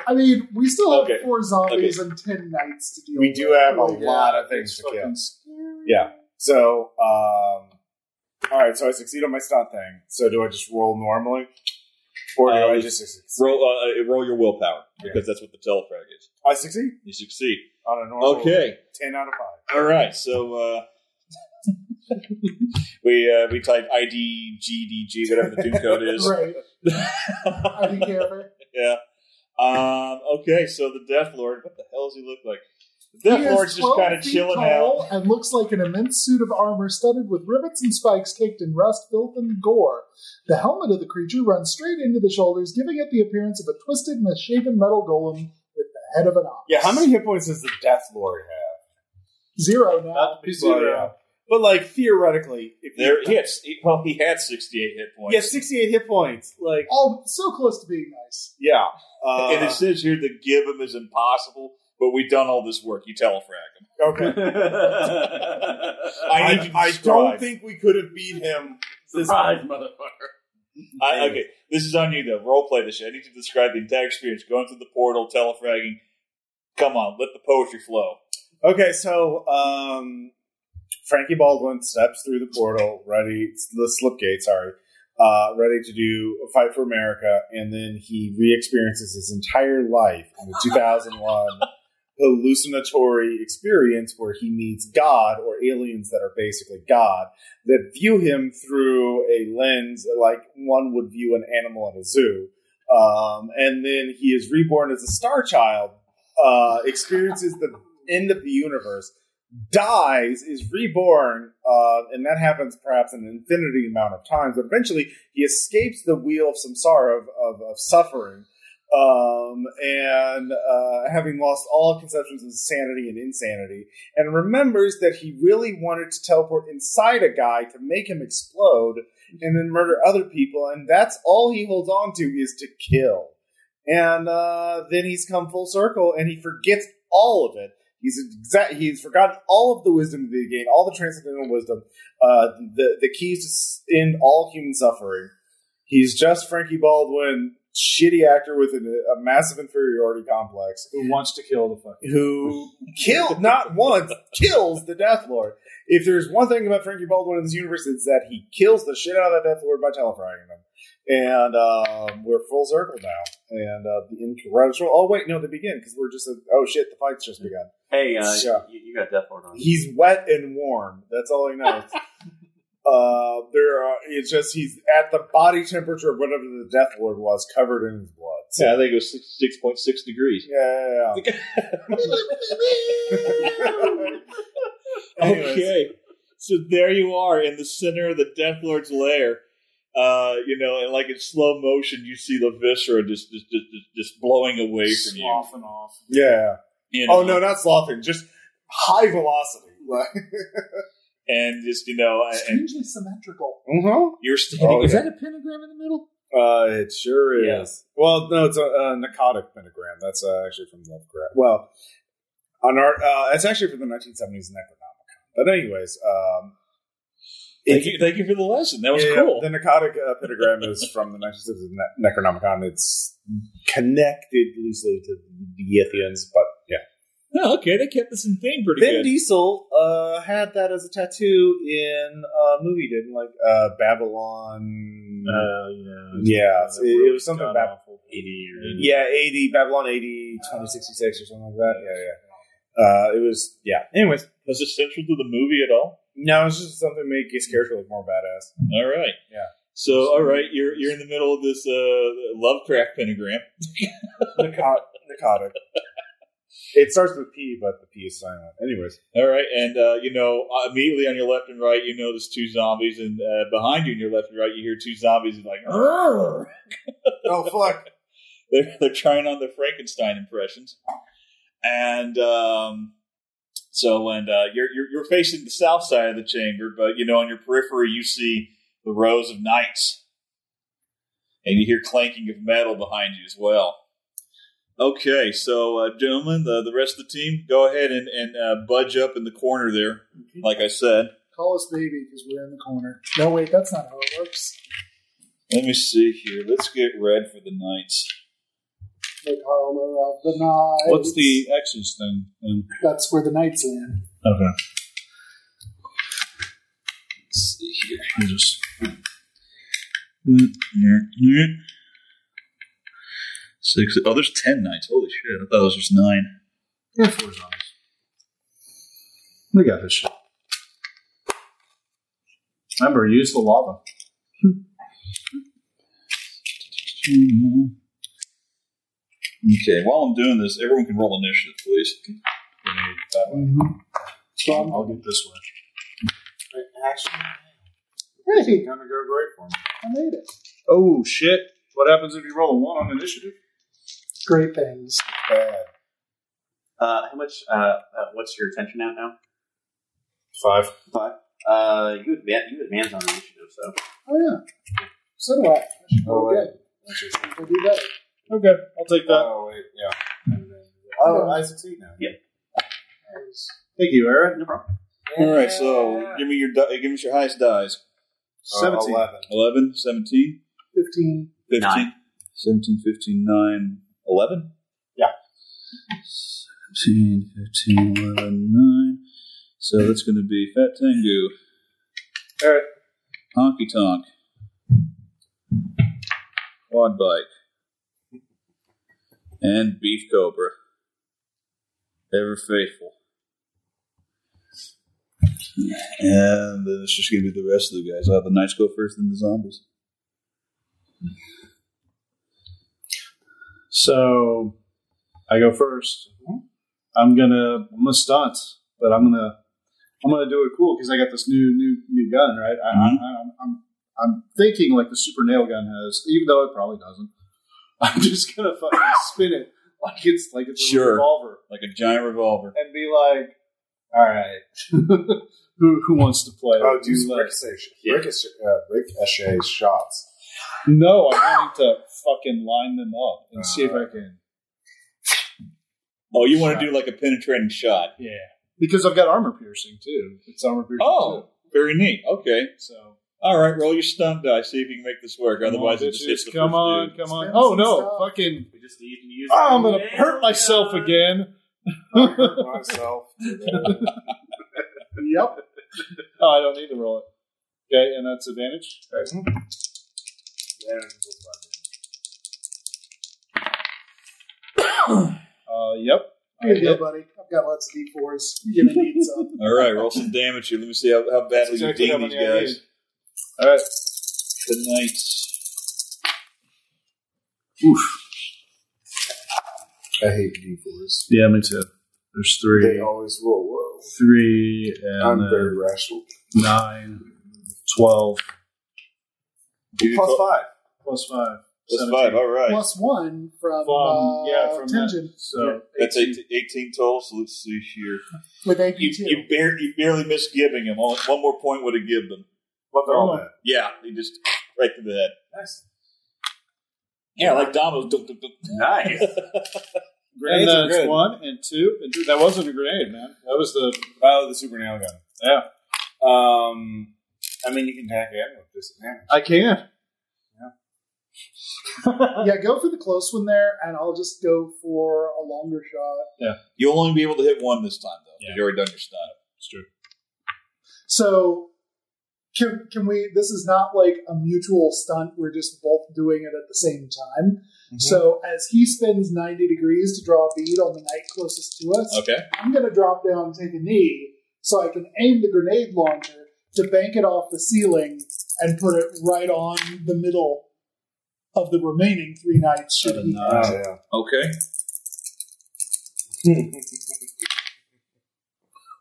Speaker 4: I mean, we still have
Speaker 2: Okay.
Speaker 4: four zombies and ten knights to deal
Speaker 1: We
Speaker 4: with.
Speaker 1: do have a
Speaker 4: Like,
Speaker 1: lot of things to kill. Yeah. So, um, all right. So I succeed on my stunt thing. So do I just roll normally, or do
Speaker 2: Uh,
Speaker 1: I
Speaker 2: let's-
Speaker 1: just succeed?
Speaker 2: Roll uh, uh, roll your willpower because that's what the telefrag is.
Speaker 1: I succeed
Speaker 2: You succeed.
Speaker 1: on a normal.
Speaker 2: Okay.
Speaker 1: Ten out of five.
Speaker 2: All right, so
Speaker 4: <laughs>
Speaker 2: uh, we uh, we type ID GDG whatever the Doom code is.
Speaker 4: Right. I think ever.
Speaker 2: <laughs> yeah. Um, okay, so the Death Lord. What the hell does he look like? The Death
Speaker 4: He is
Speaker 2: Lord's just
Speaker 4: 12
Speaker 2: kind of
Speaker 4: feet
Speaker 2: chilling out.
Speaker 4: tall And looks like an immense suit of armor studded with rivets and spikes caked in rust, filth, and gore. The helmet of the creature runs straight into the shoulders, giving it the appearance of a twisted, misshapen metal golem with the head of an ox.
Speaker 1: Yeah. How many hit points does the Death Lord have?
Speaker 4: Zero now.
Speaker 1: Well, yeah. But like theoretically, if
Speaker 2: There,
Speaker 1: you,
Speaker 2: he had, he- well, he had sixty-eight hit points.
Speaker 1: he has sixty-eight hit points. Like,
Speaker 4: All so close to being nice.
Speaker 1: yeah, uh,
Speaker 2: and it says here to give him is impossible, but we've done all this work. You telefrag him.
Speaker 1: okay.
Speaker 2: I need
Speaker 1: I,
Speaker 2: you to
Speaker 1: I
Speaker 2: describe.
Speaker 1: don't think we could have beat him. This
Speaker 3: Surprise, motherfucker.
Speaker 2: I, okay, this is on you though. Role play this shit. I need you to describe the entire experience going through the portal, telefragging. Come on, let the poetry flow.
Speaker 1: Okay, so um, Frankie Baldwin steps through the portal, ready the slip gate. Sorry, uh, ready to do a fight for America, and then he re-experiences his entire life in the 2001 hallucinatory experience where he meets God or aliens that are basically God that view him through a lens like one would view an animal at a zoo. Um, and then he is reborn as a star child, uh, experiences the end of the universe, dies, is reborn, uh, and that happens perhaps an infinity amount of times. But eventually, he escapes the wheel of samsara of, of, of suffering, um, and uh, having lost all conceptions of sanity and insanity, and remembers that he really wanted to teleport inside a guy to make him explode and then murder other people, and that's all he holds on to is to kill. And uh, then he's come full circle, and he forgets all of it. He's exact. He's forgotten all of the wisdom of the game, all the transcendental wisdom, uh, the the keys to end all human suffering. He's just Frankie Baldwin, shitty actor with an, a massive inferiority complex,
Speaker 5: Who wants to kill the fuck?
Speaker 1: who killed not once kills the Death Lord. If there's one thing about Frankie Baldwin in this universe, it's that he kills the shit out of the Death Lord by telefragging him. And um, we're full circle now. And uh, the incorruptible. Oh wait, no, they begin because we're just a, oh shit, the fight's just begun.
Speaker 3: Hey, uh,
Speaker 1: Sure.
Speaker 3: you, you got Death Lord on.
Speaker 1: He's wet and warm. That's all he knows. uh, there, are, it's just he's at the body temperature of whatever the Death Lord was, covered in his blood. So,
Speaker 2: I think it was six point six degrees.
Speaker 1: yeah, yeah, yeah. Anyways.
Speaker 2: Okay, so there you are in the center of the Death Lord's lair. Uh, you know, and like in slow motion, you see the viscera just just just, just- just blowing away from you.
Speaker 7: Slough and off.
Speaker 1: Yeah.
Speaker 2: you
Speaker 1: Oh
Speaker 2: know,
Speaker 1: no, not sloughing, just high velocity. Like,
Speaker 2: And just you know, and- and
Speaker 4: Strangely symmetrical.
Speaker 1: uh-huh.
Speaker 2: you're standing.
Speaker 1: Oh, yeah.
Speaker 2: that a pentagram in the middle?
Speaker 1: Uh, it sure is.
Speaker 2: Yeah.
Speaker 1: Well, no, it's a, a narcotic pentagram. That's uh, actually from Lovecraft. Well, on our, uh, it's actually from the 1970s Necronomicon. But anyways, um,
Speaker 2: Thank you, thank you for the lesson. That was
Speaker 1: yeah,
Speaker 2: cool.
Speaker 1: The narcotic uh, pentagram is from the 1970s ne- Necronomicon. It's connected loosely to the Ethians, but yeah.
Speaker 2: Oh, okay, they kept this in theme pretty
Speaker 1: Vin
Speaker 2: good.
Speaker 1: Diesel uh, had that as a tattoo in a movie, didn't like uh, Babylon.
Speaker 5: Uh, yeah.
Speaker 1: yeah,
Speaker 2: uh,
Speaker 1: it, it was something about
Speaker 5: awful.
Speaker 1: yeah, eighty Babylon 80, 2066 or something like that. Yeah, yeah. Uh, it was yeah. Anyways,
Speaker 2: Is it central to the movie at all?
Speaker 1: no, it's just something to make his character look more badass.
Speaker 2: All right.
Speaker 1: Yeah.
Speaker 2: So, all right, you're you're in the middle of this uh, Lovecraft pentagram.
Speaker 1: Narcot- narcotic. It starts with P, but the P is silent. Anyways,
Speaker 2: All right, and uh, you know uh, immediately on your left and right, you know there's two zombies, and uh, behind you on your left and right, you hear two zombies and like, "Arr!"
Speaker 17: Oh fuck!
Speaker 2: they're they're trying on their Frankenstein impressions, and um, so and uh, you're, you're you're facing the south side of the chamber, but you know on your periphery you see the rows of knights, and you hear clanking of metal behind you as well. Okay, so uh, gentlemen, the the rest of the team, go ahead and and uh, budge up in the corner there, like I said.
Speaker 4: Call us baby because we're in the corner. No, wait, that's not how it works.
Speaker 2: Let me see here. Let's get red for the knights.
Speaker 4: The color of the night.
Speaker 5: What's the X's thing? then? Um,
Speaker 4: That's where the knights land.
Speaker 5: Okay.
Speaker 2: Let's see here.
Speaker 5: I'm just
Speaker 2: Six. Oh, there's ten knights. Holy shit! I thought it was just nine.
Speaker 5: yeah, four zombies. We got this shit. Remember, use the lava.
Speaker 2: Okay. While I'm doing this, everyone can roll initiative, please.
Speaker 5: Grenade that way. I'll, I'll get this way.
Speaker 4: Hey,
Speaker 1: gonna go great for him.
Speaker 4: I made it.
Speaker 5: Oh shit! What happens if you roll a one on initiative?
Speaker 4: Great things.
Speaker 5: Bad.
Speaker 3: Uh, how much? Uh, uh, what's your attention at now?
Speaker 5: Five.
Speaker 3: Uh, you advance. You advance on initiative, so
Speaker 4: Oh yeah. So do I. I should go
Speaker 1: Oh, wait.
Speaker 4: again. We'll do better.
Speaker 5: Okay, I'll take that.
Speaker 1: Oh wait, yeah. Oh, I succeed now.
Speaker 5: Thank you, Aaron.
Speaker 3: no problem.
Speaker 18: All right, so
Speaker 2: Give me your di- give me your highest dies.
Speaker 1: Uh,
Speaker 5: Seventeen.
Speaker 1: 11.
Speaker 18: 11, 17,
Speaker 4: Fifteen.
Speaker 18: 15,
Speaker 3: Nine.
Speaker 18: 17, 15, 9, 11?
Speaker 1: Yeah.
Speaker 18: 17, 15, 11, 9. So that's going to be Fat Tengu.
Speaker 5: All right.
Speaker 18: Honky Tonk. Quad Bike. And Beef Cobra. Ever faithful. And then it's just going to be the rest of the guys. I'll have the knights go first, then the zombies.
Speaker 5: So I go 1st i I'm gonna I'm gonna stunt, but I'm gonna I'm gonna do it cool because I got this new new new gun, right? I, I, I'm, I'm I'm thinking like the super nail gun has, even though it probably doesn't. <laughs> I'm just gonna fucking spin it like it's like it's a
Speaker 18: Sure.
Speaker 5: revolver
Speaker 18: like a giant revolver.
Speaker 5: and be like, all right, <laughs> who who wants to play?
Speaker 1: Oh, do
Speaker 5: Who's
Speaker 1: some
Speaker 5: left?
Speaker 1: ricochet, sh- ricochet, uh, ricochet shots. <laughs>
Speaker 5: No, I'm wanting to fucking line them up and see if I can.
Speaker 18: Oh, you want to do like a penetrating shot?
Speaker 5: Yeah, because I've got armor piercing too. It's armor piercing.
Speaker 18: Oh, very neat. Okay,
Speaker 5: too. so
Speaker 18: all right. Roll your stunt die. See if you can make this work. Otherwise,
Speaker 5: Come on,
Speaker 18: it just hits
Speaker 5: bitches.
Speaker 18: the
Speaker 5: come
Speaker 18: first
Speaker 5: on,
Speaker 18: dude.
Speaker 5: come on.
Speaker 4: Spend
Speaker 5: Oh
Speaker 4: some
Speaker 5: no,
Speaker 4: stuff.
Speaker 5: fucking!
Speaker 3: We just need to use.
Speaker 5: Oh, I'm gonna hurt myself again.
Speaker 1: I hurt myself.
Speaker 4: Yep.
Speaker 5: Oh, I don't need to roll it. Okay, and that's advantage. Mm-hmm. <coughs> Uh, yep.
Speaker 4: Here you
Speaker 5: I
Speaker 4: go,
Speaker 5: hit.
Speaker 4: buddy. I've got lots of D4s. You're gonna need some.
Speaker 18: All right, roll some damage here. Let me see how, how
Speaker 5: That's
Speaker 18: badly
Speaker 5: exactly
Speaker 18: you
Speaker 5: how
Speaker 18: ding these
Speaker 5: many I
Speaker 18: guys.
Speaker 5: need. All right.
Speaker 18: Good night.
Speaker 1: I hate D4s.
Speaker 5: Yeah, me too. There's
Speaker 1: They always roll low.
Speaker 5: three,
Speaker 1: I'm very rational.
Speaker 5: nine, twelve.
Speaker 1: Plus five.
Speaker 5: Plus five.
Speaker 18: That's five. All right.
Speaker 4: Plus one from, uh,
Speaker 5: From, yeah, from
Speaker 4: tension
Speaker 5: that. So
Speaker 18: That's 18, 18 total. So let's see here.
Speaker 4: with AP
Speaker 18: You,
Speaker 4: two.
Speaker 18: you, bar- you barely missed giving him. Only One more point would have given them.
Speaker 1: But they're all dead.
Speaker 18: Yeah, he just right to the head.
Speaker 1: Oh, Nice.
Speaker 18: Yeah, like Domino's. Dunk, dunk, dunk.
Speaker 3: Nice. <laughs>
Speaker 5: and uh, it's one and two and three. That wasn't a grenade, man. That was the
Speaker 1: Oh, the super nail gun.
Speaker 5: yeah.
Speaker 1: Um, I mean, you can hack in with disadvantage.
Speaker 5: I can.
Speaker 4: Yeah, go for the close one there, and I'll just go for a longer shot.
Speaker 18: You'll only be able to hit one this time, though. 'cause
Speaker 5: Yeah.
Speaker 18: You already done your stunt.
Speaker 5: It's true.
Speaker 4: So can can we? This is not like a mutual stunt. We're just both doing it at the same time.
Speaker 1: Mm-hmm.
Speaker 4: So as he spins 90 degrees to draw a bead on the knight closest to us,
Speaker 2: Okay.
Speaker 4: I'm going to drop down and take a knee so I can aim the grenade launcher to bank it off the ceiling and put it right on the middle of the remaining three knights should he
Speaker 1: Oh,
Speaker 5: Nice.
Speaker 1: Um,
Speaker 2: Okay.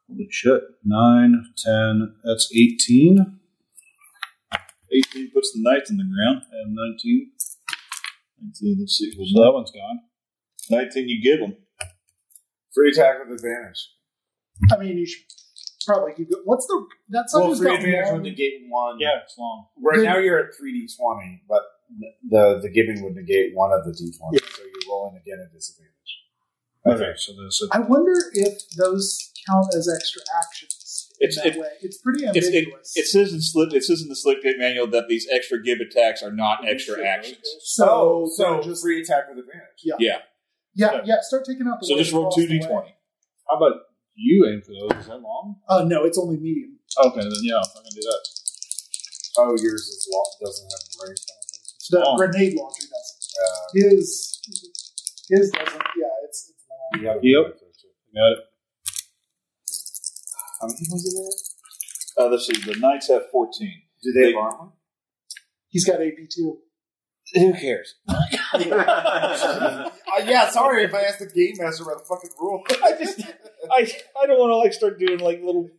Speaker 5: Holy shit. 9, 10, that's 18.
Speaker 2: 18 puts the knights in the ground.
Speaker 5: And 19.
Speaker 2: 19, let's see.
Speaker 5: So that one's gone.
Speaker 2: 19, you give them.
Speaker 1: <laughs> Free attack with advantage.
Speaker 4: I mean, you should probably keep it. What's the. That's
Speaker 1: Well,
Speaker 4: something's
Speaker 1: free
Speaker 4: got
Speaker 1: advantage would
Speaker 4: long-
Speaker 1: negate one.
Speaker 3: <laughs>
Speaker 5: it's long.
Speaker 1: Right
Speaker 4: Good.
Speaker 1: now you're at three d twenty, but the the giving would negate one of the d twenty, so you're rolling again at disadvantage.
Speaker 5: Okay, so there's a.
Speaker 4: I wonder if those count as extra actions. in
Speaker 2: It's-
Speaker 4: that
Speaker 2: it-
Speaker 4: way. it's pretty
Speaker 2: it's-
Speaker 4: ambiguous.
Speaker 2: it- It says in slip. It says in the slip kit manual that these extra give attacks are not extra actions.
Speaker 4: so,
Speaker 1: Oh, so
Speaker 2: Oh,
Speaker 4: they're just
Speaker 1: free attack with advantage.
Speaker 4: yeah, yeah. Start taking out the.
Speaker 2: So
Speaker 4: ones
Speaker 2: just roll
Speaker 4: across
Speaker 2: two
Speaker 4: the
Speaker 2: d
Speaker 4: way.
Speaker 2: twenty.
Speaker 5: How about you aim for those? Is that long?
Speaker 4: Uh, no, it's only medium.
Speaker 5: Okay, then yeah, I'm gonna do that.
Speaker 1: Oh, yours is long, doesn't have range.
Speaker 4: The
Speaker 5: long.
Speaker 4: grenade launcher doesn't.
Speaker 1: Uh,
Speaker 4: His his doesn't. Yeah, it's it's long.
Speaker 1: you gotta
Speaker 5: Yep. Got it.
Speaker 1: How many ones are there?
Speaker 2: Uh, let's see. The knights have fourteen.
Speaker 1: Do they,
Speaker 2: They-
Speaker 1: have armor?
Speaker 4: He's got AP two.
Speaker 2: Who cares?
Speaker 1: Uh, yeah, sorry if I asked the game master about the fucking rule.
Speaker 2: I just I I don't want to like start doing like <laughs> little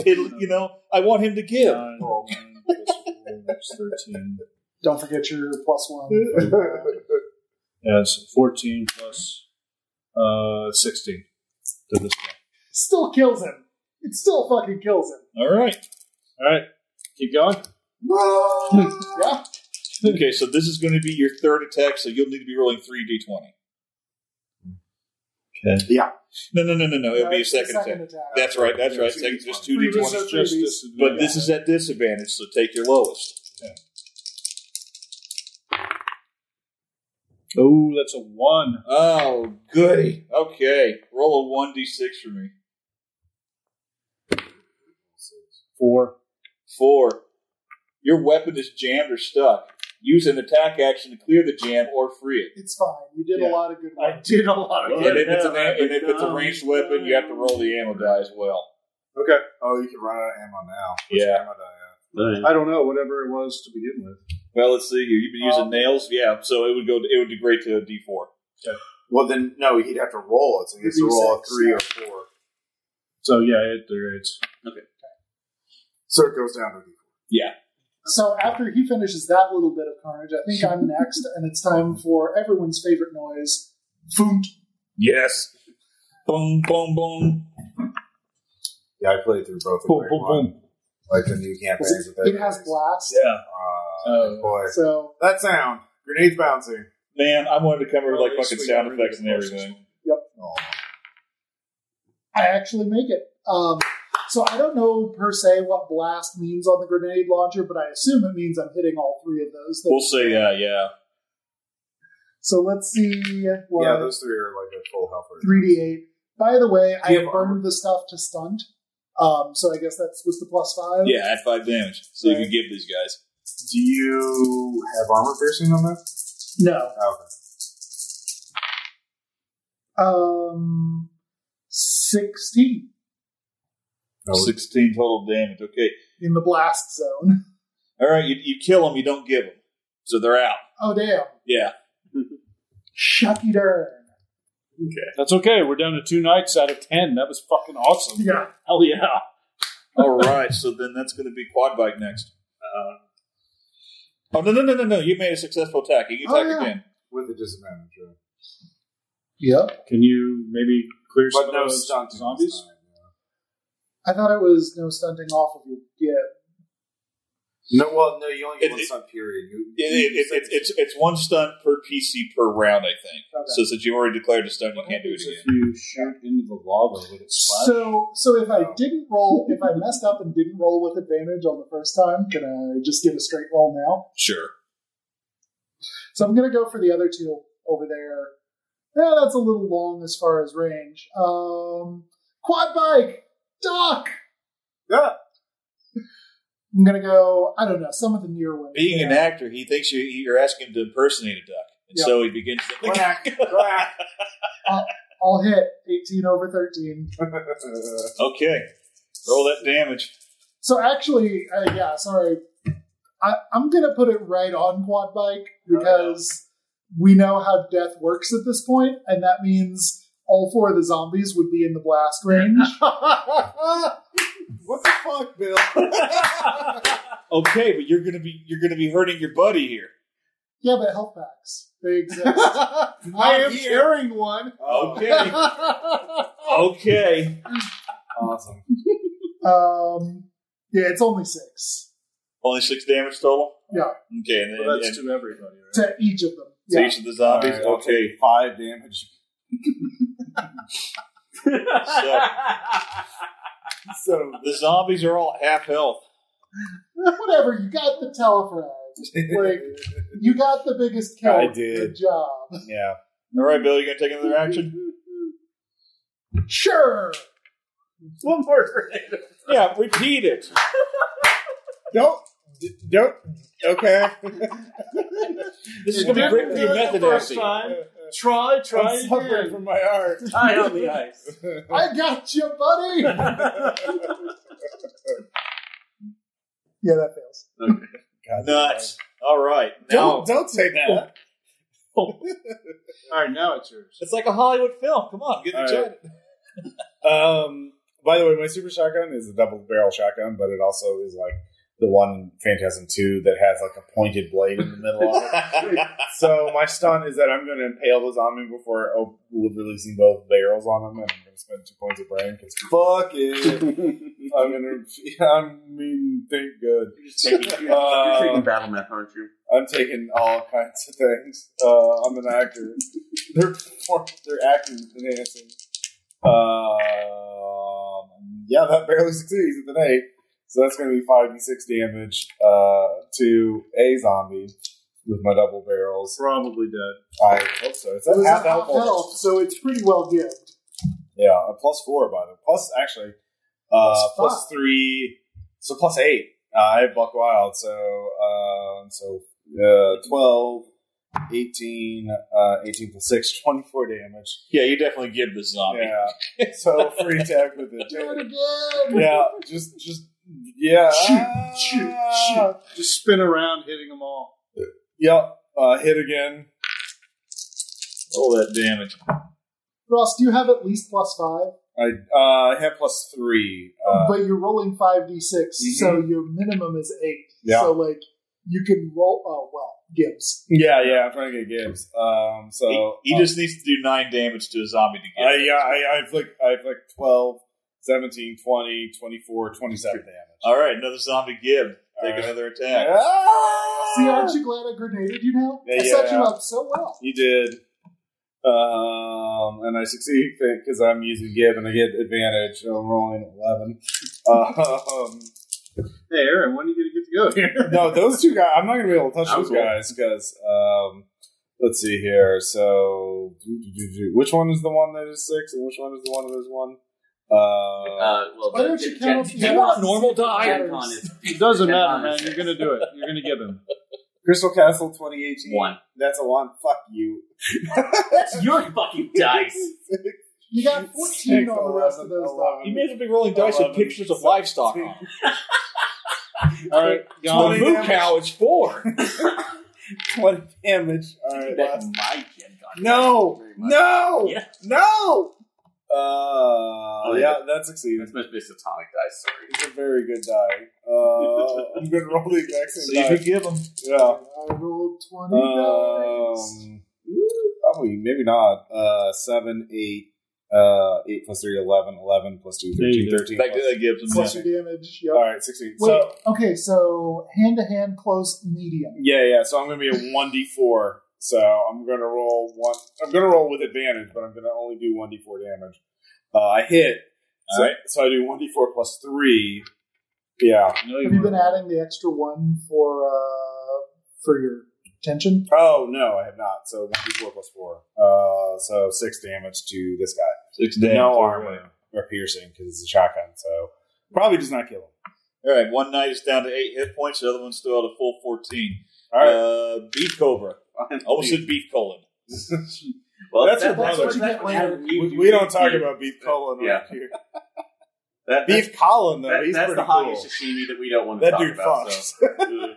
Speaker 2: piddle, you know. I want him to give.
Speaker 5: Nine, nine plus four, that's 13.
Speaker 4: Don't forget your plus
Speaker 2: <laughs>
Speaker 4: one.
Speaker 5: Yeah, it's 14 plus uh, 16 to this guy.
Speaker 4: Still kills him. It still fucking kills him.
Speaker 2: All right.
Speaker 5: All right, keep going.
Speaker 4: Yeah.
Speaker 2: Okay. So this is going to be your third attack. So you'll need to be rolling three d twenty.
Speaker 5: Okay.
Speaker 2: No, no, no, no, no. It'll be a
Speaker 4: It's the
Speaker 2: second attack.
Speaker 4: attack.
Speaker 2: That's right. That's right.
Speaker 1: Two
Speaker 2: Second,
Speaker 1: D20.
Speaker 2: just two d twenty.
Speaker 4: Previous-
Speaker 5: Just
Speaker 4: freebies.
Speaker 5: this
Speaker 2: But this is at disadvantage, so take your lowest.
Speaker 5: Oh, that's a one.
Speaker 2: Oh, goody. Okay, roll a 1d6 for me.
Speaker 5: Four.
Speaker 2: Four. Your weapon is jammed or stuck. Use an attack action to clear the jam or free it.
Speaker 4: It's fine. You did
Speaker 5: Yeah.
Speaker 4: a lot of good work.
Speaker 3: did a lot
Speaker 2: and if it's, an, and if it's a ranged weapon, you have to roll the ammo die as well.
Speaker 1: <laughs> oh, you can run out of ammo now.
Speaker 2: Yeah.
Speaker 1: Ammo die.
Speaker 5: I don't know, whatever it was to begin with.
Speaker 2: Well, let's see. You've been using
Speaker 4: Um,
Speaker 2: nails, yeah. So it would go. It would degrade to a d4.
Speaker 1: Well, then no, he'd have to roll it. So he has to roll a three or four.
Speaker 5: So yeah, it degrades.
Speaker 1: So it goes down to
Speaker 4: So after he finishes that little bit of carnage, I think
Speaker 2: <laughs>
Speaker 4: I'm next, and it's time for everyone's favorite noise. Foont.
Speaker 2: Yes. Boom, boom, boom.
Speaker 1: Yeah, I played through both of
Speaker 5: Boom,
Speaker 1: them.
Speaker 5: boom, boom.
Speaker 1: Like the new campaigns. with
Speaker 4: It has
Speaker 1: everybody's-
Speaker 4: blast.
Speaker 5: Yeah.
Speaker 1: Uh,
Speaker 5: Oh.
Speaker 1: boy,
Speaker 4: So
Speaker 1: that sound. Grenades bouncing.
Speaker 2: Man, I wanted to come up with like
Speaker 5: Oh,
Speaker 2: fucking
Speaker 5: sweet.
Speaker 2: sound
Speaker 5: I'm really
Speaker 2: effects and
Speaker 5: close.
Speaker 2: everything.
Speaker 1: Oh.
Speaker 4: I actually make it. Um, so I don't know per se what blast means on the grenade launcher, but I assume it means I'm hitting all three of those.
Speaker 2: We'll say, uh, yeah.
Speaker 4: So let's see what
Speaker 1: Yeah, those three are like a full health. rate.
Speaker 4: 3d8. By the way, I
Speaker 1: you have
Speaker 4: burned
Speaker 1: armor?
Speaker 4: the stuff to stunt. Um, so I guess that's was the plus five.
Speaker 2: Yeah, add five damage. So you can give these guys.
Speaker 1: Do you have armor piercing on that?
Speaker 4: No.
Speaker 1: Oh, Okay.
Speaker 4: Um, sixteen
Speaker 2: Oh.
Speaker 1: No,
Speaker 2: 16 total damage. Okay.
Speaker 4: in the blast zone.
Speaker 2: All right, you, you kill them, you don't give them. So they're out.
Speaker 4: Oh damn!
Speaker 2: Yeah.
Speaker 4: Shucky darn.
Speaker 5: That's okay. We're down to two nights out of ten. That was fucking awesome.
Speaker 4: Yeah.
Speaker 5: Hell yeah.
Speaker 2: All right, so then that's going to be quad bike next. Uh, oh, no, no, no, no, no. You made a successful attack. You can
Speaker 4: Oh,
Speaker 2: attack
Speaker 4: yeah.
Speaker 2: again.
Speaker 1: with a disadvantage. yeah.
Speaker 4: Yep.
Speaker 5: Can you maybe clear some
Speaker 1: But
Speaker 5: of
Speaker 1: no
Speaker 5: those
Speaker 1: stunt
Speaker 5: zombies?
Speaker 4: I thought it was no stunting off of you. Yeah.
Speaker 1: No, well, no, you only get
Speaker 2: It-
Speaker 1: one
Speaker 2: it-
Speaker 1: stunt period. You,
Speaker 2: It, it, it, it's- it's, it's one stunt per PC per round, I think.
Speaker 4: Okay.
Speaker 2: So since you already declared a stunt, you can't do it again.
Speaker 5: If you shoot into the lava, would it splash?
Speaker 4: So, so if I didn't roll, if I messed up and didn't roll with advantage on the first time, can I just give a straight roll now?
Speaker 2: Sure.
Speaker 4: So I'm going to go for the other two over there. Yeah, that's a little long as far as range. Um, quad bike, doc.
Speaker 1: Yeah.
Speaker 4: I'm going to go. I don't know. Some of the near ones.
Speaker 2: Being an
Speaker 4: Yeah.
Speaker 2: actor, he thinks you, you're asking him to impersonate a duck. And so he begins to.
Speaker 4: I'll hit 18 over 13.
Speaker 1: <laughs>
Speaker 19: Okay. Roll that damage.
Speaker 4: So actually, uh, yeah, sorry. I, I'm going to put it right on quad bike because we know how death works at this point, and that means all four of the zombies would be in the blast range.
Speaker 20: what the fuck, Bill?
Speaker 2: Okay, but you're gonna be you're gonna be hurting your buddy here.
Speaker 4: <laughs> yeah, but health packs. They
Speaker 1: <laughs>
Speaker 4: exist.
Speaker 20: I am carrying one.
Speaker 2: Okay. okay.
Speaker 20: Awesome.
Speaker 4: um, yeah, it's only six
Speaker 19: Only six damage total.
Speaker 4: Yeah.
Speaker 19: Okay, and,
Speaker 5: Well,
Speaker 19: and,
Speaker 5: that's to everybody, right?
Speaker 4: to each of them.
Speaker 19: to
Speaker 4: Yeah.
Speaker 19: each of the zombies.
Speaker 20: All right, I'll
Speaker 19: okay.
Speaker 20: take Five
Speaker 1: <laughs>
Speaker 20: damage.
Speaker 19: So
Speaker 20: So
Speaker 19: the zombies are all at half health.
Speaker 4: <laughs> Whatever, you got the telephone. Like, you got the biggest kill.
Speaker 1: I did.
Speaker 4: Good job.
Speaker 1: Yeah.
Speaker 19: All right, Bill, you gonna take another action?
Speaker 4: Sure.
Speaker 20: one more grenade.
Speaker 2: Yeah, repeat it.
Speaker 1: Don't. d- Don't. Okay.
Speaker 2: This is gonna be great for your method acting.
Speaker 21: Try, try
Speaker 1: I'm suffering
Speaker 21: again.
Speaker 1: from my art.
Speaker 3: High on the ice.
Speaker 4: I got you,
Speaker 1: <laughs>
Speaker 4: buddy. yeah, that fails.
Speaker 1: God,
Speaker 19: Nuts. All right. Now
Speaker 1: Don't, don't say <laughs> that.
Speaker 5: All right, now it's yours.
Speaker 2: It's like a Hollywood film. Come on, get in the
Speaker 1: All
Speaker 2: chat.
Speaker 1: Um. By the way, my super shotgun is a double barrel shotgun, but it also is like the one in Phantasm Two that has like a pointed blade in the middle of it.
Speaker 5: <laughs>
Speaker 1: So my stunt is that I'm going to impale the zombie before op- releasing both barrels on him, and I'm going to spend two points of brain because fuck <laughs> it. I'm going to. <laughs> I mean, think good.
Speaker 3: <laughs> You're taking
Speaker 1: Uh,
Speaker 3: battle map, aren't you?
Speaker 1: I'm taking all kinds of things. Uh, I'm an actor. They're perform- they're acting and dancing. Um, yeah, that barely succeeds with an eight. So that's going to be five and six damage uh, to a zombie with my double barrels.
Speaker 5: Probably dead.
Speaker 1: I hope so. It's
Speaker 4: It was
Speaker 1: half
Speaker 4: at half
Speaker 1: health.
Speaker 4: health, so it's pretty well gibbed.
Speaker 1: Yeah, a plus four by the plus actually uh,
Speaker 4: Plus
Speaker 1: plus
Speaker 4: five.
Speaker 1: three, so plus eight. Uh, I have Buck Wild, so um, so uh, 12, 18, uh, 18 plus 6, 24 damage.
Speaker 2: Yeah, you definitely give the zombie.
Speaker 1: Yeah,
Speaker 4: <laughs>
Speaker 1: so free attack with
Speaker 4: Do it
Speaker 1: it.
Speaker 4: again.
Speaker 1: Yeah, just just yeah,
Speaker 5: Shoot, shoot, shoot. Just spin around, hitting them all.
Speaker 1: Yep, uh, hit again.
Speaker 2: All that damage.
Speaker 4: Ross, do you have at least plus five?
Speaker 1: I uh, I have plus three. Uh,
Speaker 4: Oh,
Speaker 1: mhm.
Speaker 4: but you're rolling 5d6, so your minimum is 8.
Speaker 1: Yeah.
Speaker 4: So, like, you can roll. Oh, well, gibbs.
Speaker 1: yeah, yeah, I'm trying to get Gibbs. Um, so
Speaker 2: He, he
Speaker 1: uh,
Speaker 2: just needs to do nine damage to a zombie to get.
Speaker 1: I, yeah, I, I've like I've like 12, 17, 20, 24, 27 damage.
Speaker 3: Oh,
Speaker 2: All right, another zombie give. Take
Speaker 1: All right.
Speaker 2: another attack.
Speaker 1: Ah!
Speaker 4: See, aren't you glad I grenaded you now?
Speaker 1: Yeah,
Speaker 4: I set
Speaker 1: yeah.
Speaker 4: you up so well.
Speaker 1: You did. Um, and I succeed because I'm using Gib and I get advantage. So I'm rolling
Speaker 3: <laughs>
Speaker 1: 11. Um,
Speaker 5: Hey, Aaron, when are you going to get to go here?
Speaker 1: no, those two guys, I'm not going to be able to touch
Speaker 3: That
Speaker 1: those
Speaker 3: was cool.
Speaker 1: guys because, um, let's see here. So, do, do, do, do. which one is the one that is six and which one is the one that is one? Uh,
Speaker 3: Uh, well,
Speaker 4: Why
Speaker 3: the-
Speaker 4: don't you
Speaker 3: the- Gen-
Speaker 4: count up the
Speaker 3: Gen-
Speaker 4: others?
Speaker 3: Gen-
Speaker 4: normal
Speaker 3: Gen-
Speaker 4: die.
Speaker 3: Gen- Con is-
Speaker 5: It doesn't
Speaker 3: Gen-
Speaker 5: matter,
Speaker 3: Con
Speaker 5: man.
Speaker 3: is
Speaker 5: You're
Speaker 3: six.
Speaker 5: going to do it. You're going to give him.
Speaker 1: Crystal Castle 2018.
Speaker 3: One.
Speaker 1: That's a one. Fuck you.
Speaker 3: <laughs> It's your fucking dice.
Speaker 4: <laughs> You got 14
Speaker 1: Six,
Speaker 4: on the rest of
Speaker 1: 11,
Speaker 4: those. though.
Speaker 1: 11.
Speaker 2: You may as well be rolling dice with
Speaker 1: Eleven,
Speaker 2: pictures of
Speaker 1: seven,
Speaker 2: livestock on.
Speaker 1: two. <laughs>
Speaker 2: it. On a
Speaker 5: All right,
Speaker 3: Uh,
Speaker 5: gone.
Speaker 1: Twenty-
Speaker 2: moo cow, it's four.
Speaker 1: 20 damage. All right,
Speaker 3: That's <laughs>
Speaker 1: last.
Speaker 3: my Gen Con.
Speaker 1: No!
Speaker 3: Very much.
Speaker 1: No!
Speaker 3: Yeah.
Speaker 1: No! Uh,
Speaker 3: yeah.
Speaker 1: yeah, that succeeded.
Speaker 3: That's supposed to be atomic dice. Sorry.
Speaker 1: It's a very good die. Uh, I'm gonna roll the exact
Speaker 2: So
Speaker 1: same
Speaker 2: you could
Speaker 1: die.
Speaker 2: give them.
Speaker 1: Yeah.
Speaker 4: I rolled 20 dice.
Speaker 1: Um, probably, maybe not. Uh, 7, 8, uh, 8 plus 3, 11, 11 plus 2,
Speaker 5: There
Speaker 1: 13,
Speaker 5: you go.
Speaker 1: 13
Speaker 2: Back to uh,
Speaker 1: plus-
Speaker 2: that gives them.
Speaker 4: Plus
Speaker 2: yeah.
Speaker 4: your damage. Yep.
Speaker 1: Alright, 16.
Speaker 4: Wait,
Speaker 1: So,
Speaker 4: okay, so hand to hand, close, medium.
Speaker 1: Yeah, yeah. So I'm gonna be a one d four. So I'm gonna roll one. I'm gonna roll with advantage, but I'm gonna only do one d four damage. Uh, I hit. So,
Speaker 2: Alright.
Speaker 1: so I do one d four plus three. Yeah.
Speaker 4: Have
Speaker 5: No,
Speaker 4: you been
Speaker 5: weren't.
Speaker 4: adding the extra one for uh, for your tension?
Speaker 1: Oh no, I have not. So one d four plus four. Uh, so six damage to this guy.
Speaker 2: Six damage.
Speaker 1: no armor or piercing because it's a shotgun. So probably does not kill him.
Speaker 2: All right, one knight is down to eight hit points. The other one's still at a full fourteen.
Speaker 1: All right.
Speaker 2: Uh, beat Cobra. Almost said beef colon.
Speaker 3: well,
Speaker 1: That's
Speaker 3: that-
Speaker 1: your
Speaker 3: Oh, that's
Speaker 1: brother.
Speaker 3: what you get when you-
Speaker 1: We,
Speaker 3: you-
Speaker 1: we don't talk
Speaker 3: you-
Speaker 1: about beef colon
Speaker 3: Yeah.
Speaker 1: around here.
Speaker 3: that,
Speaker 1: Beef Colin though,
Speaker 3: that-
Speaker 1: he's
Speaker 3: that's
Speaker 1: pretty
Speaker 3: the
Speaker 1: cool.
Speaker 3: hoggish sashimi that we don't want to
Speaker 1: That
Speaker 3: talk
Speaker 1: dude
Speaker 3: about.
Speaker 1: fucks.
Speaker 3: so. <laughs>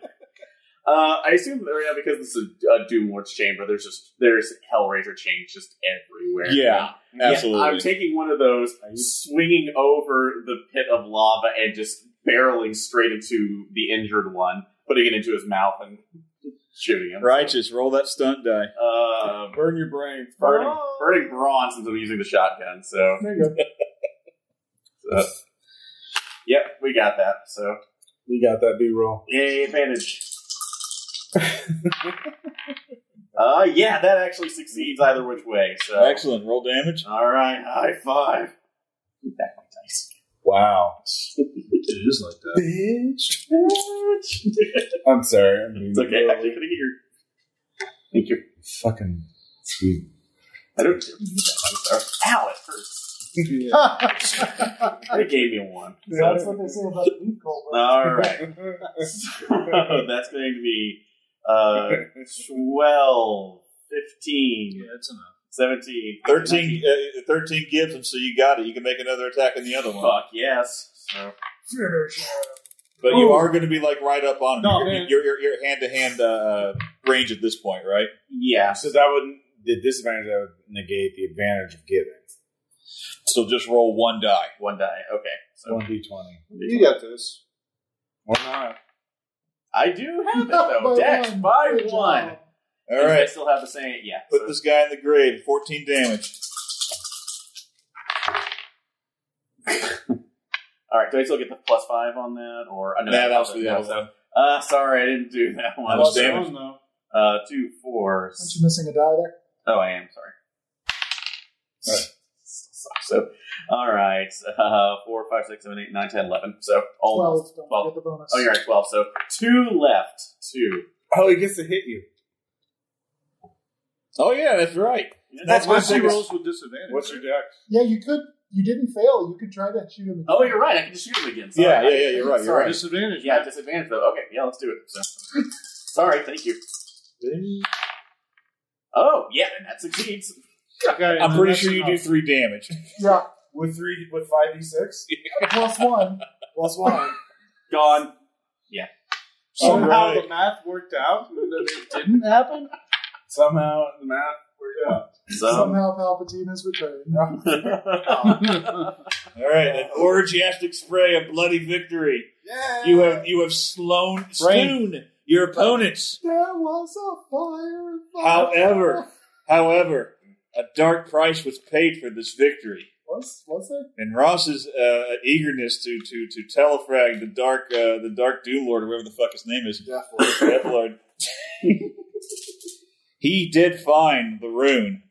Speaker 3: Uh, I assume that, yeah, because this is a Doom Lord's chamber. There's just there's Hellraiser chains just everywhere.
Speaker 2: Yeah,
Speaker 3: Yeah,
Speaker 2: absolutely.
Speaker 3: I'm taking one of those, swinging over the pit of lava and just barreling straight into the injured one, putting it into his mouth and shooting him.
Speaker 2: Righteous, roll that stunt die.
Speaker 3: Um,
Speaker 1: Burn your brain.
Speaker 3: burning, burning bronze since I'm using the shotgun. So,
Speaker 4: There you go.
Speaker 3: uh, yep, we got that. So,
Speaker 1: You got that B roll.
Speaker 3: yay, advantage. uh, yeah, that actually succeeds either which way. So,
Speaker 2: Uh, Excellent. Roll damage.
Speaker 3: all right, high five. Back my dice.
Speaker 5: Wow. it is like
Speaker 11: <laughs>
Speaker 5: that.
Speaker 1: Bitch.
Speaker 3: it's
Speaker 1: I'm sorry. I'm being
Speaker 3: okay. Actually, can I get your? Thank you.
Speaker 1: fucking sweet.
Speaker 11: <laughs>
Speaker 3: I don't. I'm sorry. Ow, it hurts. It gave me a one.
Speaker 4: That's what they say about the beef culprit.
Speaker 3: All right. So <laughs> that's going to be uh, 12, 15,
Speaker 5: that's enough.
Speaker 3: 17,
Speaker 2: 13, uh, 13 gives him, so you got it. You can make another attack on the other one.
Speaker 3: Fuck yes. So,
Speaker 4: Finish him.
Speaker 2: But you
Speaker 5: Ooh.
Speaker 2: are going to be like right up on him.
Speaker 5: No,
Speaker 2: you're,
Speaker 5: man.
Speaker 2: you're, you're, you're hand-to-hand uh, range at this point, right?
Speaker 3: yeah.
Speaker 11: So that would the disadvantage that would negate the advantage of giving.
Speaker 2: So just roll one die.
Speaker 3: One die. Okay. So
Speaker 11: One d twenty.
Speaker 5: You got this.
Speaker 11: Why not?
Speaker 3: I do have
Speaker 4: <laughs>
Speaker 3: it though.
Speaker 4: By
Speaker 3: Dex
Speaker 4: one.
Speaker 3: by
Speaker 4: Good
Speaker 3: one.
Speaker 4: job.
Speaker 2: All
Speaker 3: I
Speaker 2: right.
Speaker 3: still have the same. Yeah.
Speaker 2: Put
Speaker 3: so-
Speaker 2: this guy in the grave. 14 damage.
Speaker 3: All right. Do I still get the plus five on that, or uh, no,
Speaker 2: That
Speaker 3: no,
Speaker 2: also-
Speaker 3: no,
Speaker 2: yeah,
Speaker 3: no,
Speaker 2: also.
Speaker 3: Uh, sorry, I didn't do that one.
Speaker 2: Plus
Speaker 3: So,
Speaker 2: damage.
Speaker 3: Uh, two, four.
Speaker 4: Aren't you missing a die there?
Speaker 3: Oh, I am. Sorry. So, all right. Uh, four, five, six, seven, eight, nine, ten, eleven. So almost.
Speaker 4: Twelve. Don't
Speaker 3: Twelve.
Speaker 4: forget the bonus.
Speaker 3: Oh, you're at twelve. So two left. Two.
Speaker 11: Oh, he gets to hit you.
Speaker 2: Oh, yeah, that's right. That's my
Speaker 5: Unless he
Speaker 2: biggest-
Speaker 5: rolls with disadvantage.
Speaker 11: What's your deck?
Speaker 4: Yeah, you could. You didn't fail. You could try to shoot him.
Speaker 3: Oh, you're right. I can just shoot him again. Sorry.
Speaker 2: Yeah, yeah, yeah, you're right, you're
Speaker 3: Sorry.
Speaker 2: right.
Speaker 5: Disadvantage.
Speaker 3: Yeah, disadvantage though. Okay, yeah, let's do it. So, sorry, thank you. Oh, yeah, and that succeeds.
Speaker 5: Okay,
Speaker 2: I'm
Speaker 5: then
Speaker 2: pretty
Speaker 5: that's
Speaker 2: sure you do
Speaker 5: enough.
Speaker 2: three damage.
Speaker 4: Yeah,
Speaker 1: With three, with five d six
Speaker 4: plus one.
Speaker 1: plus
Speaker 11: <laughs>
Speaker 1: one.
Speaker 3: Gone.
Speaker 5: Somehow
Speaker 2: Alright.
Speaker 5: the math worked out, and then it didn't happen.
Speaker 1: Somehow the math worked out.
Speaker 3: <laughs> <laughs> So,
Speaker 4: Somehow Palpatine has returned.
Speaker 2: All right, an orgiastic spray of bloody victory.
Speaker 1: Yeah.
Speaker 2: You have you have slown, slewn your opponents.
Speaker 4: There was a fire.
Speaker 2: However- However, a dark price was paid for this victory.
Speaker 4: was was there?
Speaker 2: And Ross's uh, eagerness to to to telefrag the dark uh, the dark Doom Lord, or whatever the fuck his name is,
Speaker 4: <laughs>
Speaker 2: Death Lord. <laughs> he did find the rune,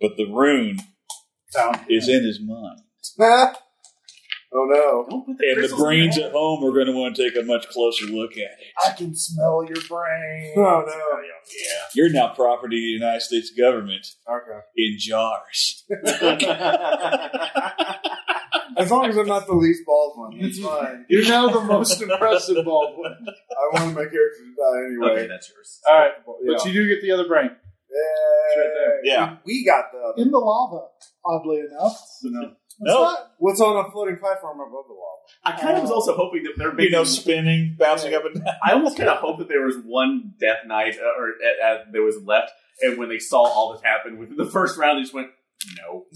Speaker 2: but the rune is in his mind,
Speaker 1: oh no.
Speaker 3: <laughs> don't put
Speaker 2: and the
Speaker 3: crystals in
Speaker 2: brains
Speaker 3: there.
Speaker 2: at home are going to want to take a much closer look at it.
Speaker 4: I can smell your brain.
Speaker 1: Oh no.
Speaker 2: You're now property of the United States government
Speaker 1: Okay.
Speaker 2: in jars.
Speaker 1: <laughs> As long as I'm not the least bald one, that's
Speaker 3: <laughs>
Speaker 1: fine.
Speaker 5: You're now the
Speaker 2: <laughs>
Speaker 5: most impressive bald one.
Speaker 1: I want my character to die anyway.
Speaker 3: okay, that's yours.
Speaker 5: All right,
Speaker 1: Yeah.
Speaker 5: but you do get the other brain.
Speaker 1: Yay.
Speaker 2: Yeah.
Speaker 1: We got the.
Speaker 4: In the lava, oddly enough. <laughs>
Speaker 1: No.
Speaker 4: What's
Speaker 2: No.
Speaker 4: that?
Speaker 1: What's on a floating platform above the lava?
Speaker 3: I kind of was also hoping that there,
Speaker 2: You know, spinning, bouncing up and down.
Speaker 3: I almost kind of hoped that there was one Death Knight uh, or uh, uh, that was left, and when they saw all this happen within the first round, they just went, "No,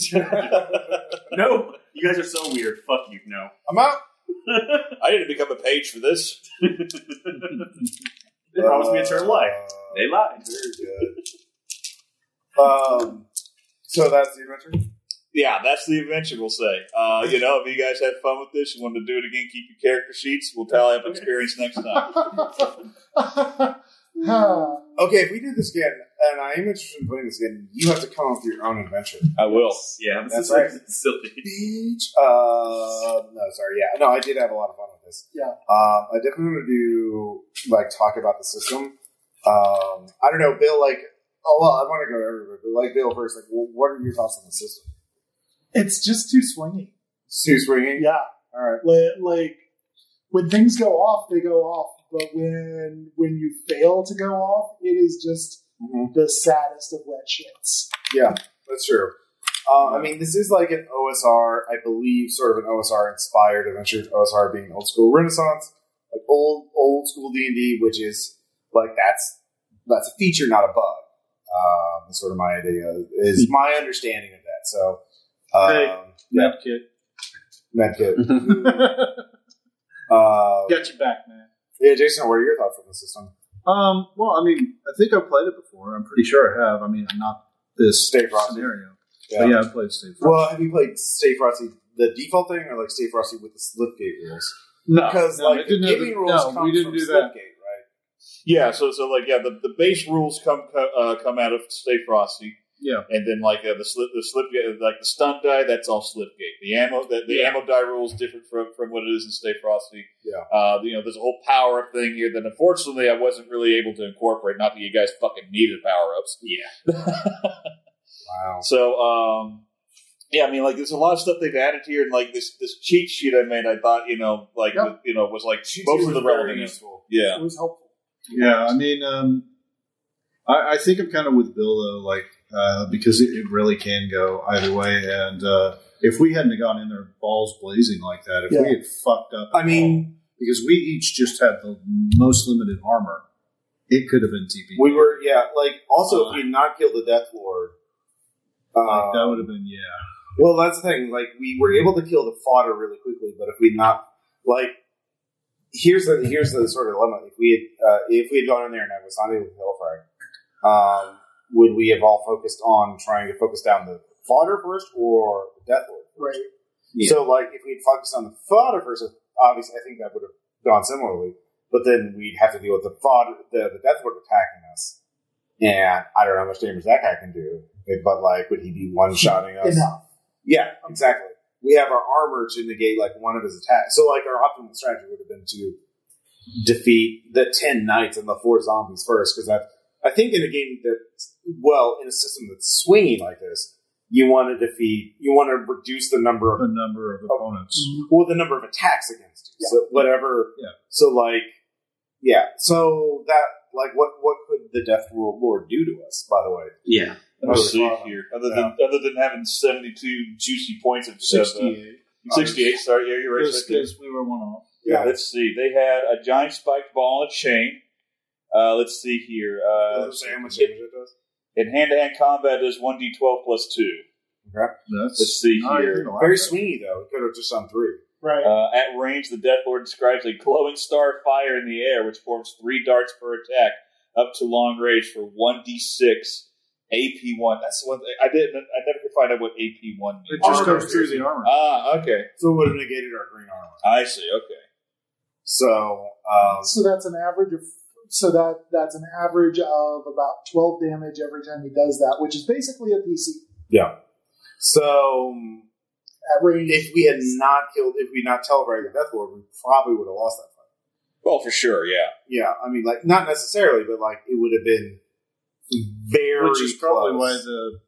Speaker 3: no, you guys are so weird. Fuck you, no." <laughs>
Speaker 1: I'm out.
Speaker 2: <laughs> I need to become a page for this.
Speaker 3: They promised me eternal life. They lied.
Speaker 1: Uh, Very good. um, so that's the adventure.
Speaker 2: yeah, that's the adventure. We'll say, uh, you know, if you guys had fun with this, you want to do it again, keep your character sheets. We'll tally up experience next time.
Speaker 4: Huh.
Speaker 1: Okay, if we do this again, and I am interested in playing this again, you have to come up with your own adventure.
Speaker 2: I will.
Speaker 3: Yeah, this
Speaker 1: That's
Speaker 3: is
Speaker 1: right.
Speaker 3: <laughs> silly.
Speaker 1: Beach. Uh, no, sorry. Yeah, no, I did have a lot of fun with this.
Speaker 4: Yeah.
Speaker 1: Um, I definitely want to do like talk about the system. Um, I don't know, Bill. Like, oh well, I want to go to everybody, but like Bill first. Like, well, what are your thoughts on the system?
Speaker 4: it's just too swingy.
Speaker 1: Sue swinging.
Speaker 4: Yeah.
Speaker 1: All right.
Speaker 4: Li- like when things go off, they go off. But when when you fail to go off, it is just
Speaker 1: Mm-hmm.
Speaker 4: the saddest of wet shits.
Speaker 1: That's true. Uh, I mean, this is like an OSR, I believe, sort of an OSR inspired adventure. OSR being old school Renaissance, like old old school D and D, which is like that's that's a feature, not a bug. Um, is sort of my idea is my understanding of that. So, um,
Speaker 5: Hey.
Speaker 1: yeah,
Speaker 5: kid.
Speaker 1: medkit. Uh,
Speaker 5: Got your back, man.
Speaker 1: yeah, Jason, what are your thoughts on the system?
Speaker 5: Um, well, I mean, I think I've played it before. I'm pretty sure I have. I mean, not this
Speaker 1: Stay frosty.
Speaker 5: scenario.
Speaker 1: Yeah.
Speaker 5: But Oh, yeah, I've played Stay Frosty.
Speaker 1: Well, have you played Stay Frosty the default thing, or like Stay Frosty with the Slipgate rules?
Speaker 5: no,
Speaker 1: Because
Speaker 5: no,
Speaker 1: like the
Speaker 5: it didn't have
Speaker 1: giving
Speaker 5: the-
Speaker 1: rules
Speaker 5: no,
Speaker 1: come
Speaker 5: we didn't
Speaker 1: from
Speaker 5: do
Speaker 1: Slipgate,
Speaker 5: that.
Speaker 1: right?
Speaker 2: Yeah, so so like yeah, the, the base rules come co- uh, come out of Stay Frosty.
Speaker 5: Yeah.
Speaker 2: and then like uh, the slip the slip like the stunt die that's all Slipgate. The ammo the, the
Speaker 5: Yeah.
Speaker 2: ammo die rule is different from, from what it is in Stay Frosty.
Speaker 1: Yeah.
Speaker 2: uh, you know there's a whole power up thing here that unfortunately I wasn't really able to incorporate. Not that you guys fucking needed power ups. Yeah.
Speaker 1: Wow.
Speaker 2: So um, yeah, I mean like there's a lot of stuff they've added here, and like this this cheat sheet I made, I thought you know like
Speaker 4: Yeah.
Speaker 2: you know was like
Speaker 1: She-
Speaker 2: most
Speaker 1: she
Speaker 2: of
Speaker 1: was
Speaker 2: the
Speaker 1: very
Speaker 2: relevant. info.
Speaker 1: useful.
Speaker 2: Yeah.
Speaker 4: It was helpful.
Speaker 5: Yeah, I mean, um, I, I think I'm kind of with Bill though, like uh, because it, it really can go either way. And uh, if we hadn't have gone in there balls blazing like that, if
Speaker 4: Yeah.
Speaker 5: we had fucked up,
Speaker 1: I
Speaker 5: at all,
Speaker 1: mean,
Speaker 5: because we each just had the most limited armor, it could have been TP.
Speaker 1: we were yeah. Like also, if we had not killed the Death Lord,
Speaker 5: like, that
Speaker 1: uh,
Speaker 5: would have been yeah.
Speaker 1: well, that's the thing. Like we were able to kill the fodder really quickly, but if we not like here's the here's the sort of dilemma. If we had uh, if we had gone in there and I was not able to kill Frank, um, would we have all focused on trying to focus down the fodder first or the Death Lord?
Speaker 4: Right.
Speaker 1: So, like, if we'd focused on the fodder first, obviously, I think that would have gone similarly. But then we'd have to deal with the fodder, the, the Death Lord attacking us. And I don't know how much damage that guy can do. eh, But, like, would he be one shotting us?
Speaker 4: Enough.
Speaker 1: Yeah, exactly. We have our armor to negate, like, one of his attacks. So, like, our optimal strategy would have been to defeat the 10 knights and the four zombies first. Because I, I think in a game that, well, in a system that's swinging like this, you want to defeat, you want to reduce the number of
Speaker 5: The number of opponents.
Speaker 4: Mm-hmm.
Speaker 1: well, the number of attacks against you. So whatever.
Speaker 5: Yeah.
Speaker 1: So like, yeah. So that like, what what could the Death Rule Lord do to us? By the way,
Speaker 3: Yeah.
Speaker 1: That was
Speaker 2: Let's see
Speaker 1: awesome.
Speaker 2: here. Other than other than having seventy two juicy points of of,
Speaker 5: Sixty-eight.
Speaker 2: uh, sixty eight. Sorry, yeah, you're right. right there.
Speaker 5: Because we were one off.
Speaker 1: yeah.
Speaker 2: Let's see. They had a giant spiked ball and chain. Uh, let's see here. Uh,
Speaker 1: Does it say how much damage it does?
Speaker 2: in hand to hand combat, does one d twelve plus two. Let's
Speaker 5: That's
Speaker 2: see
Speaker 5: not even
Speaker 2: here.
Speaker 5: allowed.
Speaker 1: Very swingy though. It could have just done three.
Speaker 4: Right.
Speaker 2: Uh, at range, the Death Lord describes a glowing star of fire in the air, which forms three darts per attack, up to long range for one d six AP one. That's the one thing I didn't. I never could find out what AP one means.
Speaker 5: It just
Speaker 1: Armor.
Speaker 5: goes through the armor.
Speaker 2: Ah, okay.
Speaker 1: So it would have negated our green armor.
Speaker 2: I see. Okay.
Speaker 1: So um,
Speaker 4: So that's an average of. So that that's an average of about twelve damage every time he does that, which is basically a PC
Speaker 1: so um,
Speaker 4: at range.
Speaker 1: if we had not killed, if we had not teleported the Death Lord, we probably would have lost that fight.
Speaker 2: Well, for sure. Yeah.
Speaker 1: Yeah, I mean, like not necessarily, but like it would have been very.
Speaker 5: which is probably
Speaker 1: close.
Speaker 5: why the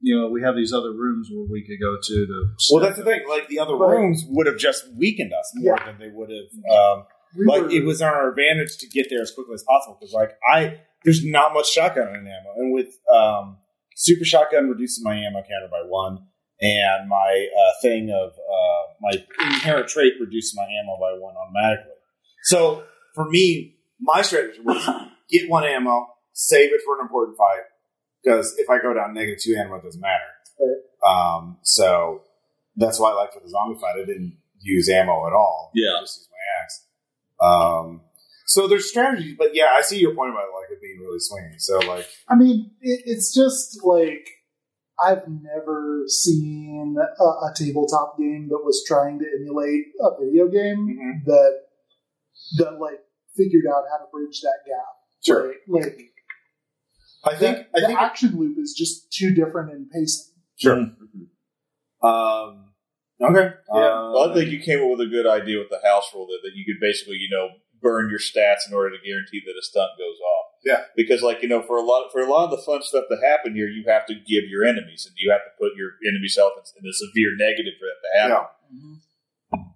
Speaker 5: you know we have these other rooms where we could go to to
Speaker 1: Well, that's the thing. Like the other
Speaker 4: Right.
Speaker 1: rooms would have just weakened us more than they would have. Um,
Speaker 4: we
Speaker 1: like
Speaker 4: were-
Speaker 1: it was our advantage to get there as quickly as possible because, like, I there's not much shotgun in ammo, and with um, super shotgun reduces my ammo counter by one, and my uh, thing of uh, my inherent trait reduces my ammo by one automatically. So for me, my strategy was get one ammo, save it for an important fight because if I go down negative two ammo, it doesn't matter. Um, so that's why, like for the zombie fight, I didn't use ammo at all.
Speaker 2: Yeah.
Speaker 1: I just used my axe. Um, so there's strategies, but yeah, I see your point about like it being really swinging. So like,
Speaker 4: I mean, it, it's just like I've never seen a, a tabletop game that was trying to emulate a video game
Speaker 1: Mm-hmm.
Speaker 4: that that like figured out how to bridge that gap.
Speaker 1: Sure.
Speaker 4: right? Like
Speaker 1: I think
Speaker 4: the
Speaker 1: I think
Speaker 4: action loop is just too different in pacing.
Speaker 1: sure.
Speaker 2: Mm-hmm.
Speaker 1: Um, okay. Um,
Speaker 2: well, I think you came up with a good idea with the house rule that, that you could basically, you know, burn your stats in order to guarantee that a stunt goes off.
Speaker 1: Yeah.
Speaker 2: Because, like, you know, for a lot for a lot of the fun stuff to happen here, you have to give your enemies and you have to put your enemy's health in, in a severe negative for that to happen.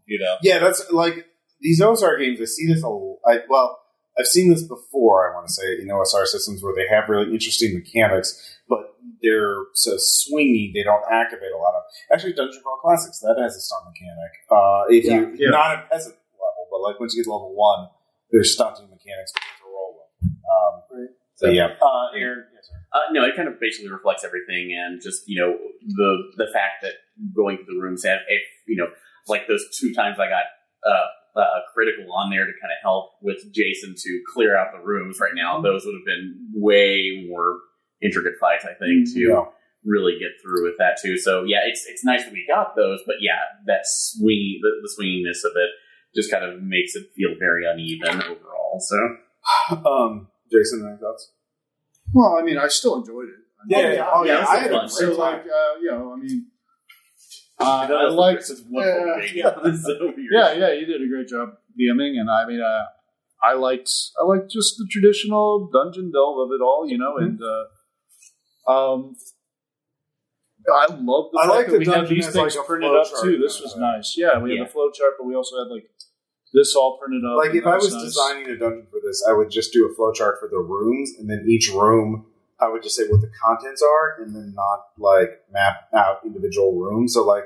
Speaker 2: You know,
Speaker 1: Yeah, that's like these OSR games. I see this a I, well. I've seen this before. I want to say in OSR systems where they have really interesting mechanics, but they're so swingy they don't activate a lot of. Actually, Dungeon Crawl Classics that has a stunt mechanic. Uh, if you
Speaker 5: Yeah.
Speaker 1: not at peasant level, but like once you get to level one, there's stunting mechanics that you have to roll with. Um, So yeah,
Speaker 3: Uh, Aaron, uh, no, it kind of basically reflects everything, and just you know the the fact that going through the rooms and if you know like those two times I got uh, a critical on there to kind of help with Jason to clear out the rooms. Right now, those would have been way more intricate fights, I think, to
Speaker 1: Yeah.
Speaker 3: really get through with that too. So yeah, it's it's nice that we got those, but yeah, that swingy the, the swinginess of it just kind of makes it feel very uneven overall. So
Speaker 1: um, Jason, any thoughts?
Speaker 5: Well, I mean, I still enjoyed it. I
Speaker 1: Yeah,
Speaker 5: mean,
Speaker 1: yeah, oh yeah,
Speaker 3: yeah,
Speaker 1: I had a
Speaker 3: fun.
Speaker 1: great
Speaker 5: So,
Speaker 1: time.
Speaker 5: like, uh, you know, I mean, uh,
Speaker 3: That
Speaker 5: I
Speaker 3: was the
Speaker 5: liked.
Speaker 3: Chris's wonderful
Speaker 5: Uh, yeah.
Speaker 3: thing. <laughs> So weird.
Speaker 5: Yeah, yeah, you did a great job DMing, and I mean, uh, I liked, I liked just the traditional dungeon delve of it all, you know, and uh, um, I love the
Speaker 1: I
Speaker 5: fact
Speaker 1: like
Speaker 5: that
Speaker 1: the
Speaker 5: we had
Speaker 1: dungeon
Speaker 5: these
Speaker 1: as,
Speaker 5: things
Speaker 1: like, a
Speaker 5: printed
Speaker 1: flow
Speaker 5: up
Speaker 1: chart
Speaker 5: too. This
Speaker 1: kind of
Speaker 5: was
Speaker 1: thing.
Speaker 5: nice. Yeah, we had
Speaker 3: Yeah.
Speaker 5: the flow chart, but we also had like this all printed up.
Speaker 1: Like
Speaker 5: and
Speaker 1: if
Speaker 5: that
Speaker 1: I was
Speaker 5: nice.
Speaker 1: designing a dungeon for this, I would just do a flowchart for the rooms, and then each room I would just say what the contents are, and then not like map out individual rooms. So like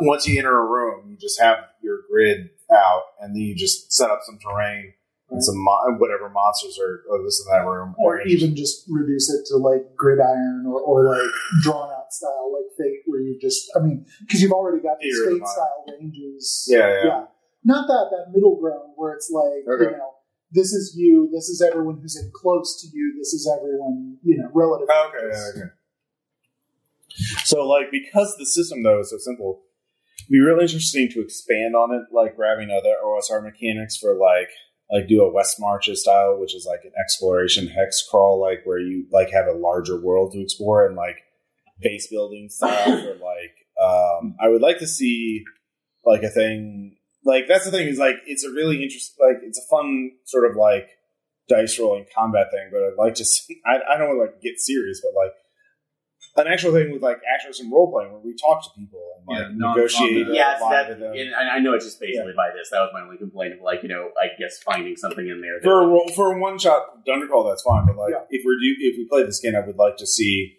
Speaker 1: once you enter a room, you just have your grid out, and then you just set up some terrain and some mo- whatever monsters are oh, this in that room,
Speaker 4: or
Speaker 1: you
Speaker 4: even just reduce it to like gridiron or, or like drawn out style, like fate, where you just, I mean, because you've already got these
Speaker 1: Theory of
Speaker 4: fate
Speaker 1: mind.
Speaker 4: style ranges.
Speaker 1: Yeah, yeah.
Speaker 4: Not that that middle ground where it's like you
Speaker 1: Okay.
Speaker 4: know, this is you, this is everyone who's in close to you, this is everyone you know relative.
Speaker 1: Oh, Okay, okay. So, like, because the system though is so simple, it'd be really interesting to expand on it, like grabbing other OSR mechanics for like, like do a West Marches style, which is like an exploration hex crawl, like where you like have a larger world to explore and like base building style, or like um, I would like to see like a thing. Like that's the thing is like it's a really interesting, like it's a fun sort of like dice rolling combat thing, but I'd like to <laughs> see. I, I don't want to like get serious, but like an actual thing with like actually some role playing where we talk to people and like
Speaker 5: Yeah, non-combat.
Speaker 1: negotiate. a
Speaker 3: yeah, it's
Speaker 1: vibe
Speaker 3: that,
Speaker 1: with them.
Speaker 3: and I I know it's just basically by this. That was my only complaint of like you know, I guess finding something in there. That,
Speaker 1: for a ro- for a one shot Thunder Call, that's fine. But like
Speaker 4: Yeah.
Speaker 1: if we do if we play this game, I would like to see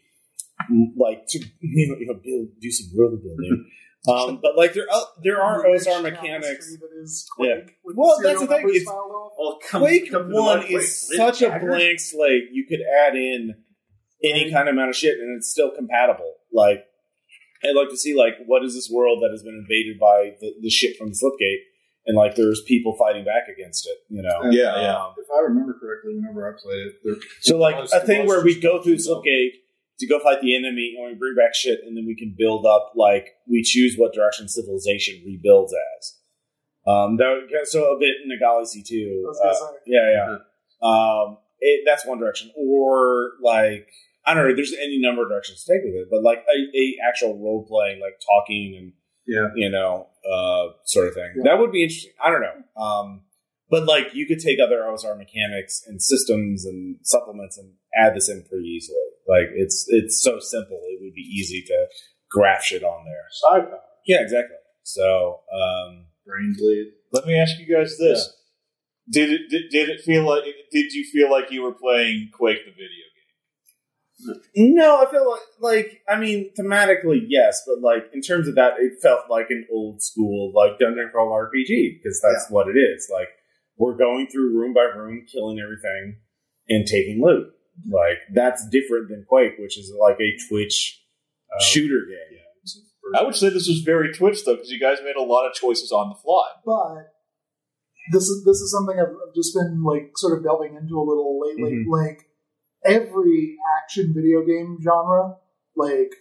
Speaker 1: mm, like to <laughs> you know, you know build do some world building. um, but like there are, there are OSR mechanics.
Speaker 4: That is
Speaker 1: Yeah.
Speaker 4: Quake with
Speaker 1: Well,
Speaker 4: serial
Speaker 1: that's the thing,
Speaker 4: numbers
Speaker 1: it's-
Speaker 4: filed off.
Speaker 3: Well, come-
Speaker 1: Quake
Speaker 3: come to the
Speaker 1: One
Speaker 3: right place.
Speaker 1: is
Speaker 3: Flint
Speaker 1: such a
Speaker 3: Dagger?
Speaker 1: blank slate. You could add in any kind of amount of shit, and it's still compatible. Like, I'd like to see like what is this world that has been invaded by the, the shit from Slipgate, and like there's people fighting back against it. You know,
Speaker 5: Yeah,
Speaker 1: yeah.
Speaker 22: If I remember correctly, whenever I played it, there,
Speaker 1: So like
Speaker 22: Plus-
Speaker 1: a thing where we go through
Speaker 22: plus-
Speaker 1: Slipgate to go fight the enemy, and we bring back shit, and then we can build up. Like we choose what direction civilization rebuilds as. Um, that would, so a bit in Nagalisi
Speaker 4: I
Speaker 1: too.
Speaker 4: was gonna
Speaker 1: Uh,
Speaker 4: say.
Speaker 1: yeah, yeah. Um, it, that's one direction, or like I don't know. There's any number of directions to take with it, but like a, a actual role playing, like talking and
Speaker 5: Yeah.
Speaker 1: you know, uh, sort of thing. That would be interesting. I don't know. Um, but like you could take other OSR mechanics and systems and supplements and add this in pretty easily. Like it's it's so simple. It would be easy to graph shit on there.
Speaker 22: side power,
Speaker 1: Yeah, exactly. So um,
Speaker 22: brain bleed.
Speaker 2: Let me ask you guys this: Did it did, did it feel like did you feel like you were playing Quake the video game?
Speaker 1: No, I feel like, like I mean, thematically, yes, but like in terms of that, it felt like an old school like dungeon crawl RPG because that's what it is. Like we're going through room by room, killing everything and taking loot. Like that's different than Quake, which is like a Twitch uh, shooter game.
Speaker 2: I would say this was very Twitch though, because you guys made a lot of choices on the
Speaker 5: <laughs>
Speaker 2: fly.
Speaker 4: but this is this is something I've, I've just been like sort of delving into a little lately.
Speaker 1: Mhm.
Speaker 4: Like every action video game genre, like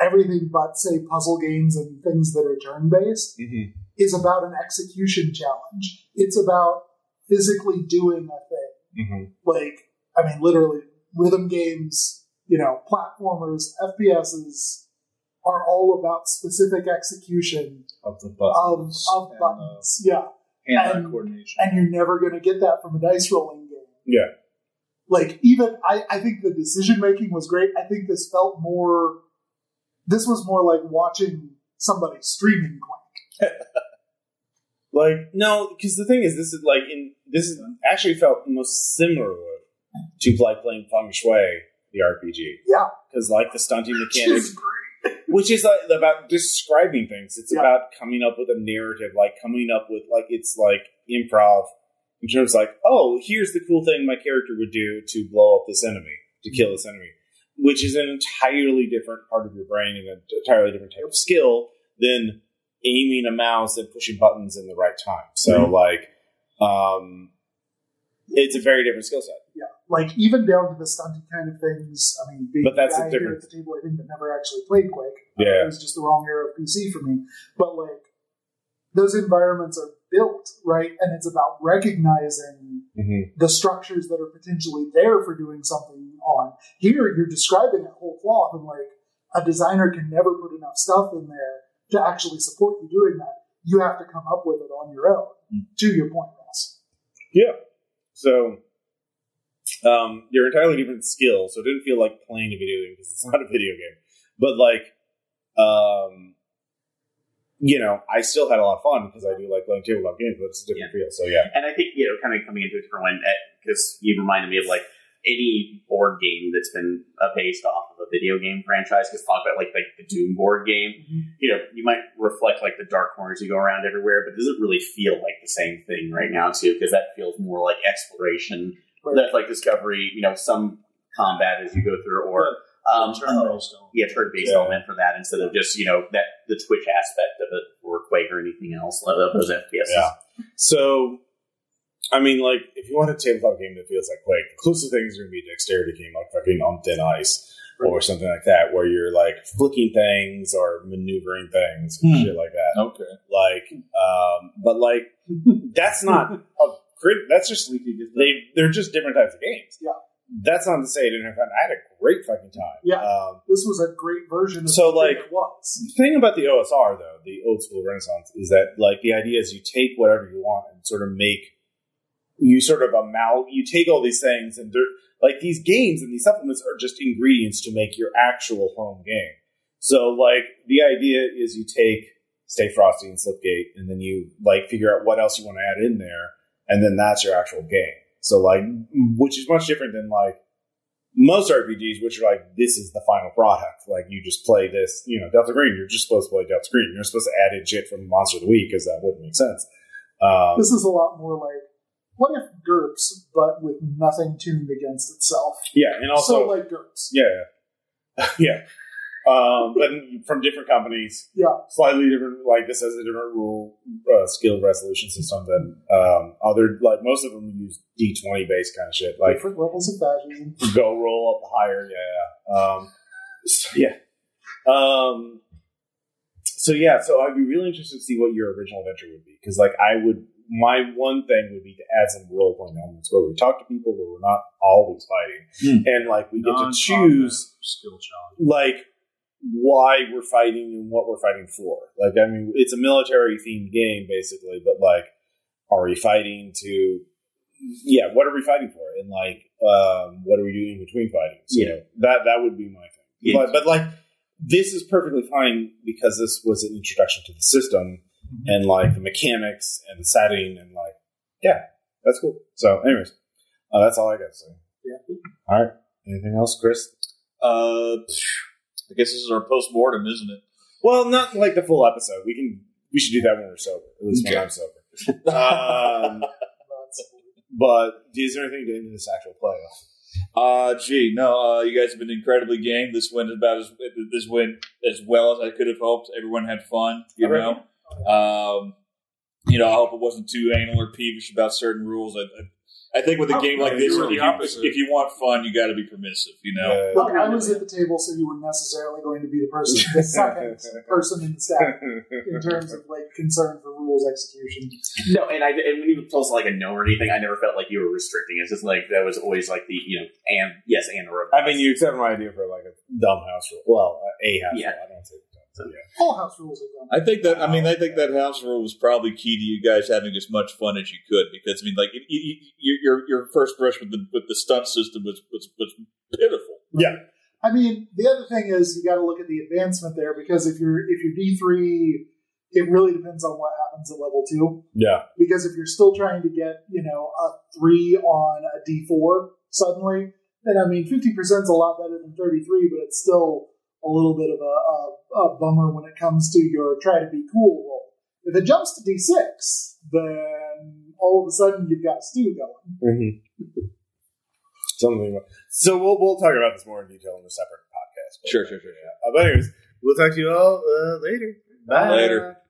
Speaker 4: everything but say puzzle games and things that are turn based,
Speaker 1: Mhm.
Speaker 4: is about an execution challenge. It's about physically doing a thing like I mean, literally rhythm games, you know, platformers, FPSs are all about specific execution
Speaker 22: Of the
Speaker 4: of,
Speaker 22: buttons.
Speaker 4: of
Speaker 22: and,
Speaker 4: buttons. Yeah,
Speaker 22: Uh, hand-eye
Speaker 4: And-
Speaker 22: coordination.
Speaker 4: and you're never going to get that from a dice rolling game.
Speaker 1: Yeah.
Speaker 4: Like even I, I think the decision making was great. I think this felt more. This was more like watching somebody streaming Quake.
Speaker 23: Like,
Speaker 1: No, because the thing is, this is like in this is actually felt most similar to like playing Feng Shui, the RPG.
Speaker 23: Yeah.
Speaker 1: because like the stunting mechanics, which is like about describing things. It's
Speaker 23: Yeah.
Speaker 1: about coming up with a narrative, like coming up with like it's like improv in terms of like, oh, here's the cool thing my character would do to blow up this enemy, to kill this enemy, which is an entirely different part of your brain and an entirely different type of skill than aiming a mouse and pushing buttons in the right time. So like, um, it's a very different skill set.
Speaker 4: <laughs> like even down to the stunted kind of things. I mean, being
Speaker 1: But that's
Speaker 4: the
Speaker 1: the
Speaker 4: guy here
Speaker 1: difference.
Speaker 4: at the table, I think that never actually played Quake.
Speaker 1: Yeah.
Speaker 4: it was just the wrong era of PC for me. But like those environments are built right, and it's about recognizing
Speaker 1: Mm-hmm.
Speaker 4: the structures that are potentially there for doing something on. Here, you're describing a whole cloth, and like a designer can never put enough stuff in there to actually support you doing that. You have to come up with it on your own.
Speaker 1: Mm.
Speaker 4: To your point, Ross.
Speaker 1: So um, you're entirely different skill, so it didn't feel like playing a video game because it's <laughs> not a video game. But like, um, you know, I still had a lot of fun because I do like playing tabletop games, but it's a different feel. So yeah,
Speaker 3: And I think you know, kind of coming into a different one because you reminded me of like any board game that's been uh, based off of a video game franchise. Because talk about like like the Doom board game, you know, you might reflect like the dark corners you go around everywhere, but it doesn't really feel like the same thing right now too, because that feels more like exploration.
Speaker 4: Right.
Speaker 3: That's like discovery, you know, some combat as you go through, or um,
Speaker 5: Turn-based element.
Speaker 3: yeah, turn-based
Speaker 5: Yeah.
Speaker 3: element for that instead of just you know that the Twitch aspect of it or Quake or anything else of those FPSs.
Speaker 1: Yeah. so I mean, like, if you want a tabletop game that feels like Quake, the closest thing is going to be a dexterity game, like fucking on thin ice or something like that, where you're like flicking things or maneuvering things and
Speaker 4: Hmm.
Speaker 1: shit like that.
Speaker 24: Okay.
Speaker 1: like um but like
Speaker 4: <laughs>
Speaker 1: that's not a great that's just they they're just different types of games
Speaker 4: Yeah.
Speaker 1: that's not to say i didn't have fun i had a great fucking time
Speaker 4: Yeah.
Speaker 1: um
Speaker 4: this was a great version of
Speaker 1: So,
Speaker 4: the thing
Speaker 1: like-
Speaker 4: it was.
Speaker 1: the thing about the osr though the old school renaissance is that like the idea is you take whatever you want and sort of make you sort of amal you take all these things and they're like these games and these supplements are just ingredients to make your actual home game so like the idea is you take Stay Frosty and Slipgate, and then you like figure out what else you want to add in there, and then that's your actual game. So like, which is much different than like most RPGs, which are like this is the final product. Like you just play this, you know, Delta Green. You're just supposed to play Delta Green. You're not supposed to add in shit from Monster of the Week because that wouldn't make sense. Um,
Speaker 4: This is a lot more like what if GURPS, but with nothing tuned against itself.
Speaker 1: yeah, and also
Speaker 4: so like GURPS.
Speaker 1: yeah, yeah. <laughs> Um, but from different companies,
Speaker 4: Yeah.
Speaker 1: slightly different. Like this has a different rule uh, skill resolution system than um, other. Like most of them use D twenty based kind of shit. Like
Speaker 4: different levels of fascism.
Speaker 1: go roll up higher. Yeah, yeah. Um, so, yeah. Um, so yeah, so I'd be really interested to see what your original adventure would be because, like, I would my one thing would be to add some role playing elements where we talk to people where we're not always fighting, and like we get to choose
Speaker 5: skill challenge.
Speaker 1: like why we're fighting and what we're fighting for. Like, I mean, it's a military themed game basically, but like, are we fighting to? Yeah, what are we fighting for? And like, um, what are we doing in between fighting? So
Speaker 3: Yeah.
Speaker 1: that that would be my thing.
Speaker 3: Yeah.
Speaker 1: But but like, this is perfectly fine because this was an introduction to the system
Speaker 3: Mm-hmm.
Speaker 1: and like the mechanics and the setting and like, yeah, that's cool. So, anyways, uh, that's all I got to say. Yeah. All right. Anything else, Chris?
Speaker 2: Uh, I guess this is our post mortem, isn't it?
Speaker 1: Well, not like the full episode. We can we should do that when we're sober. At least when I'm sober.
Speaker 2: Uh,
Speaker 1: um, but is there anything to end this actual playoff?
Speaker 2: Uh, gee, no, uh, you guys have been incredibly game. This went about as this went as well as I could have hoped. Everyone had fun, you
Speaker 1: All right.
Speaker 2: know. Um, you know, I hope it wasn't too anal or peevish about certain rules. I, I, I think with a
Speaker 5: Oh,
Speaker 2: game
Speaker 5: no,
Speaker 2: like this,
Speaker 5: you were
Speaker 2: if
Speaker 5: the
Speaker 2: you,
Speaker 5: opposite.
Speaker 2: if you want fun, you got to be permissive, you know.
Speaker 1: Uh, <laughs>
Speaker 4: Look, I was at the table, so you were necessarily going to be the person, the second person in the stack in terms of like concern for rules execution.
Speaker 3: No, and I and when you told us like a no or anything, I never felt like you were restricting. It's just like that was always like the you know and yes and or
Speaker 1: I mean, you accept my idea for like a dumb house rule. Well, a house
Speaker 3: Yeah.
Speaker 1: rule. I don't say dumb. So, yeah.
Speaker 4: All house rules are done.
Speaker 2: I think that I mean I think that house rule was probably key to you guys having as much fun as you could because I mean like you, you, you, your your first brush with the with the stunt system was was, was pitiful.
Speaker 4: I mean, the other thing is you got to look at the advancement there because if you're if you're D three it really depends on what happens at level two.
Speaker 1: Yeah.
Speaker 4: Because if you're still trying to get, you know, a three on a D four suddenly, then I mean fifty percent is a lot better than thirty three, but it's still a little bit of a, a, a bummer when it comes to your try to be cool roll. If it jumps to D six, then all of a sudden you've got stew going.
Speaker 1: Mhm.
Speaker 2: Mm-hmm.
Speaker 1: Something. So we'll we'll talk about this more in detail in a separate podcast.
Speaker 2: Sure, sure, sure.
Speaker 1: Uh, but anyways, we'll talk to you all uh, later.
Speaker 2: Later.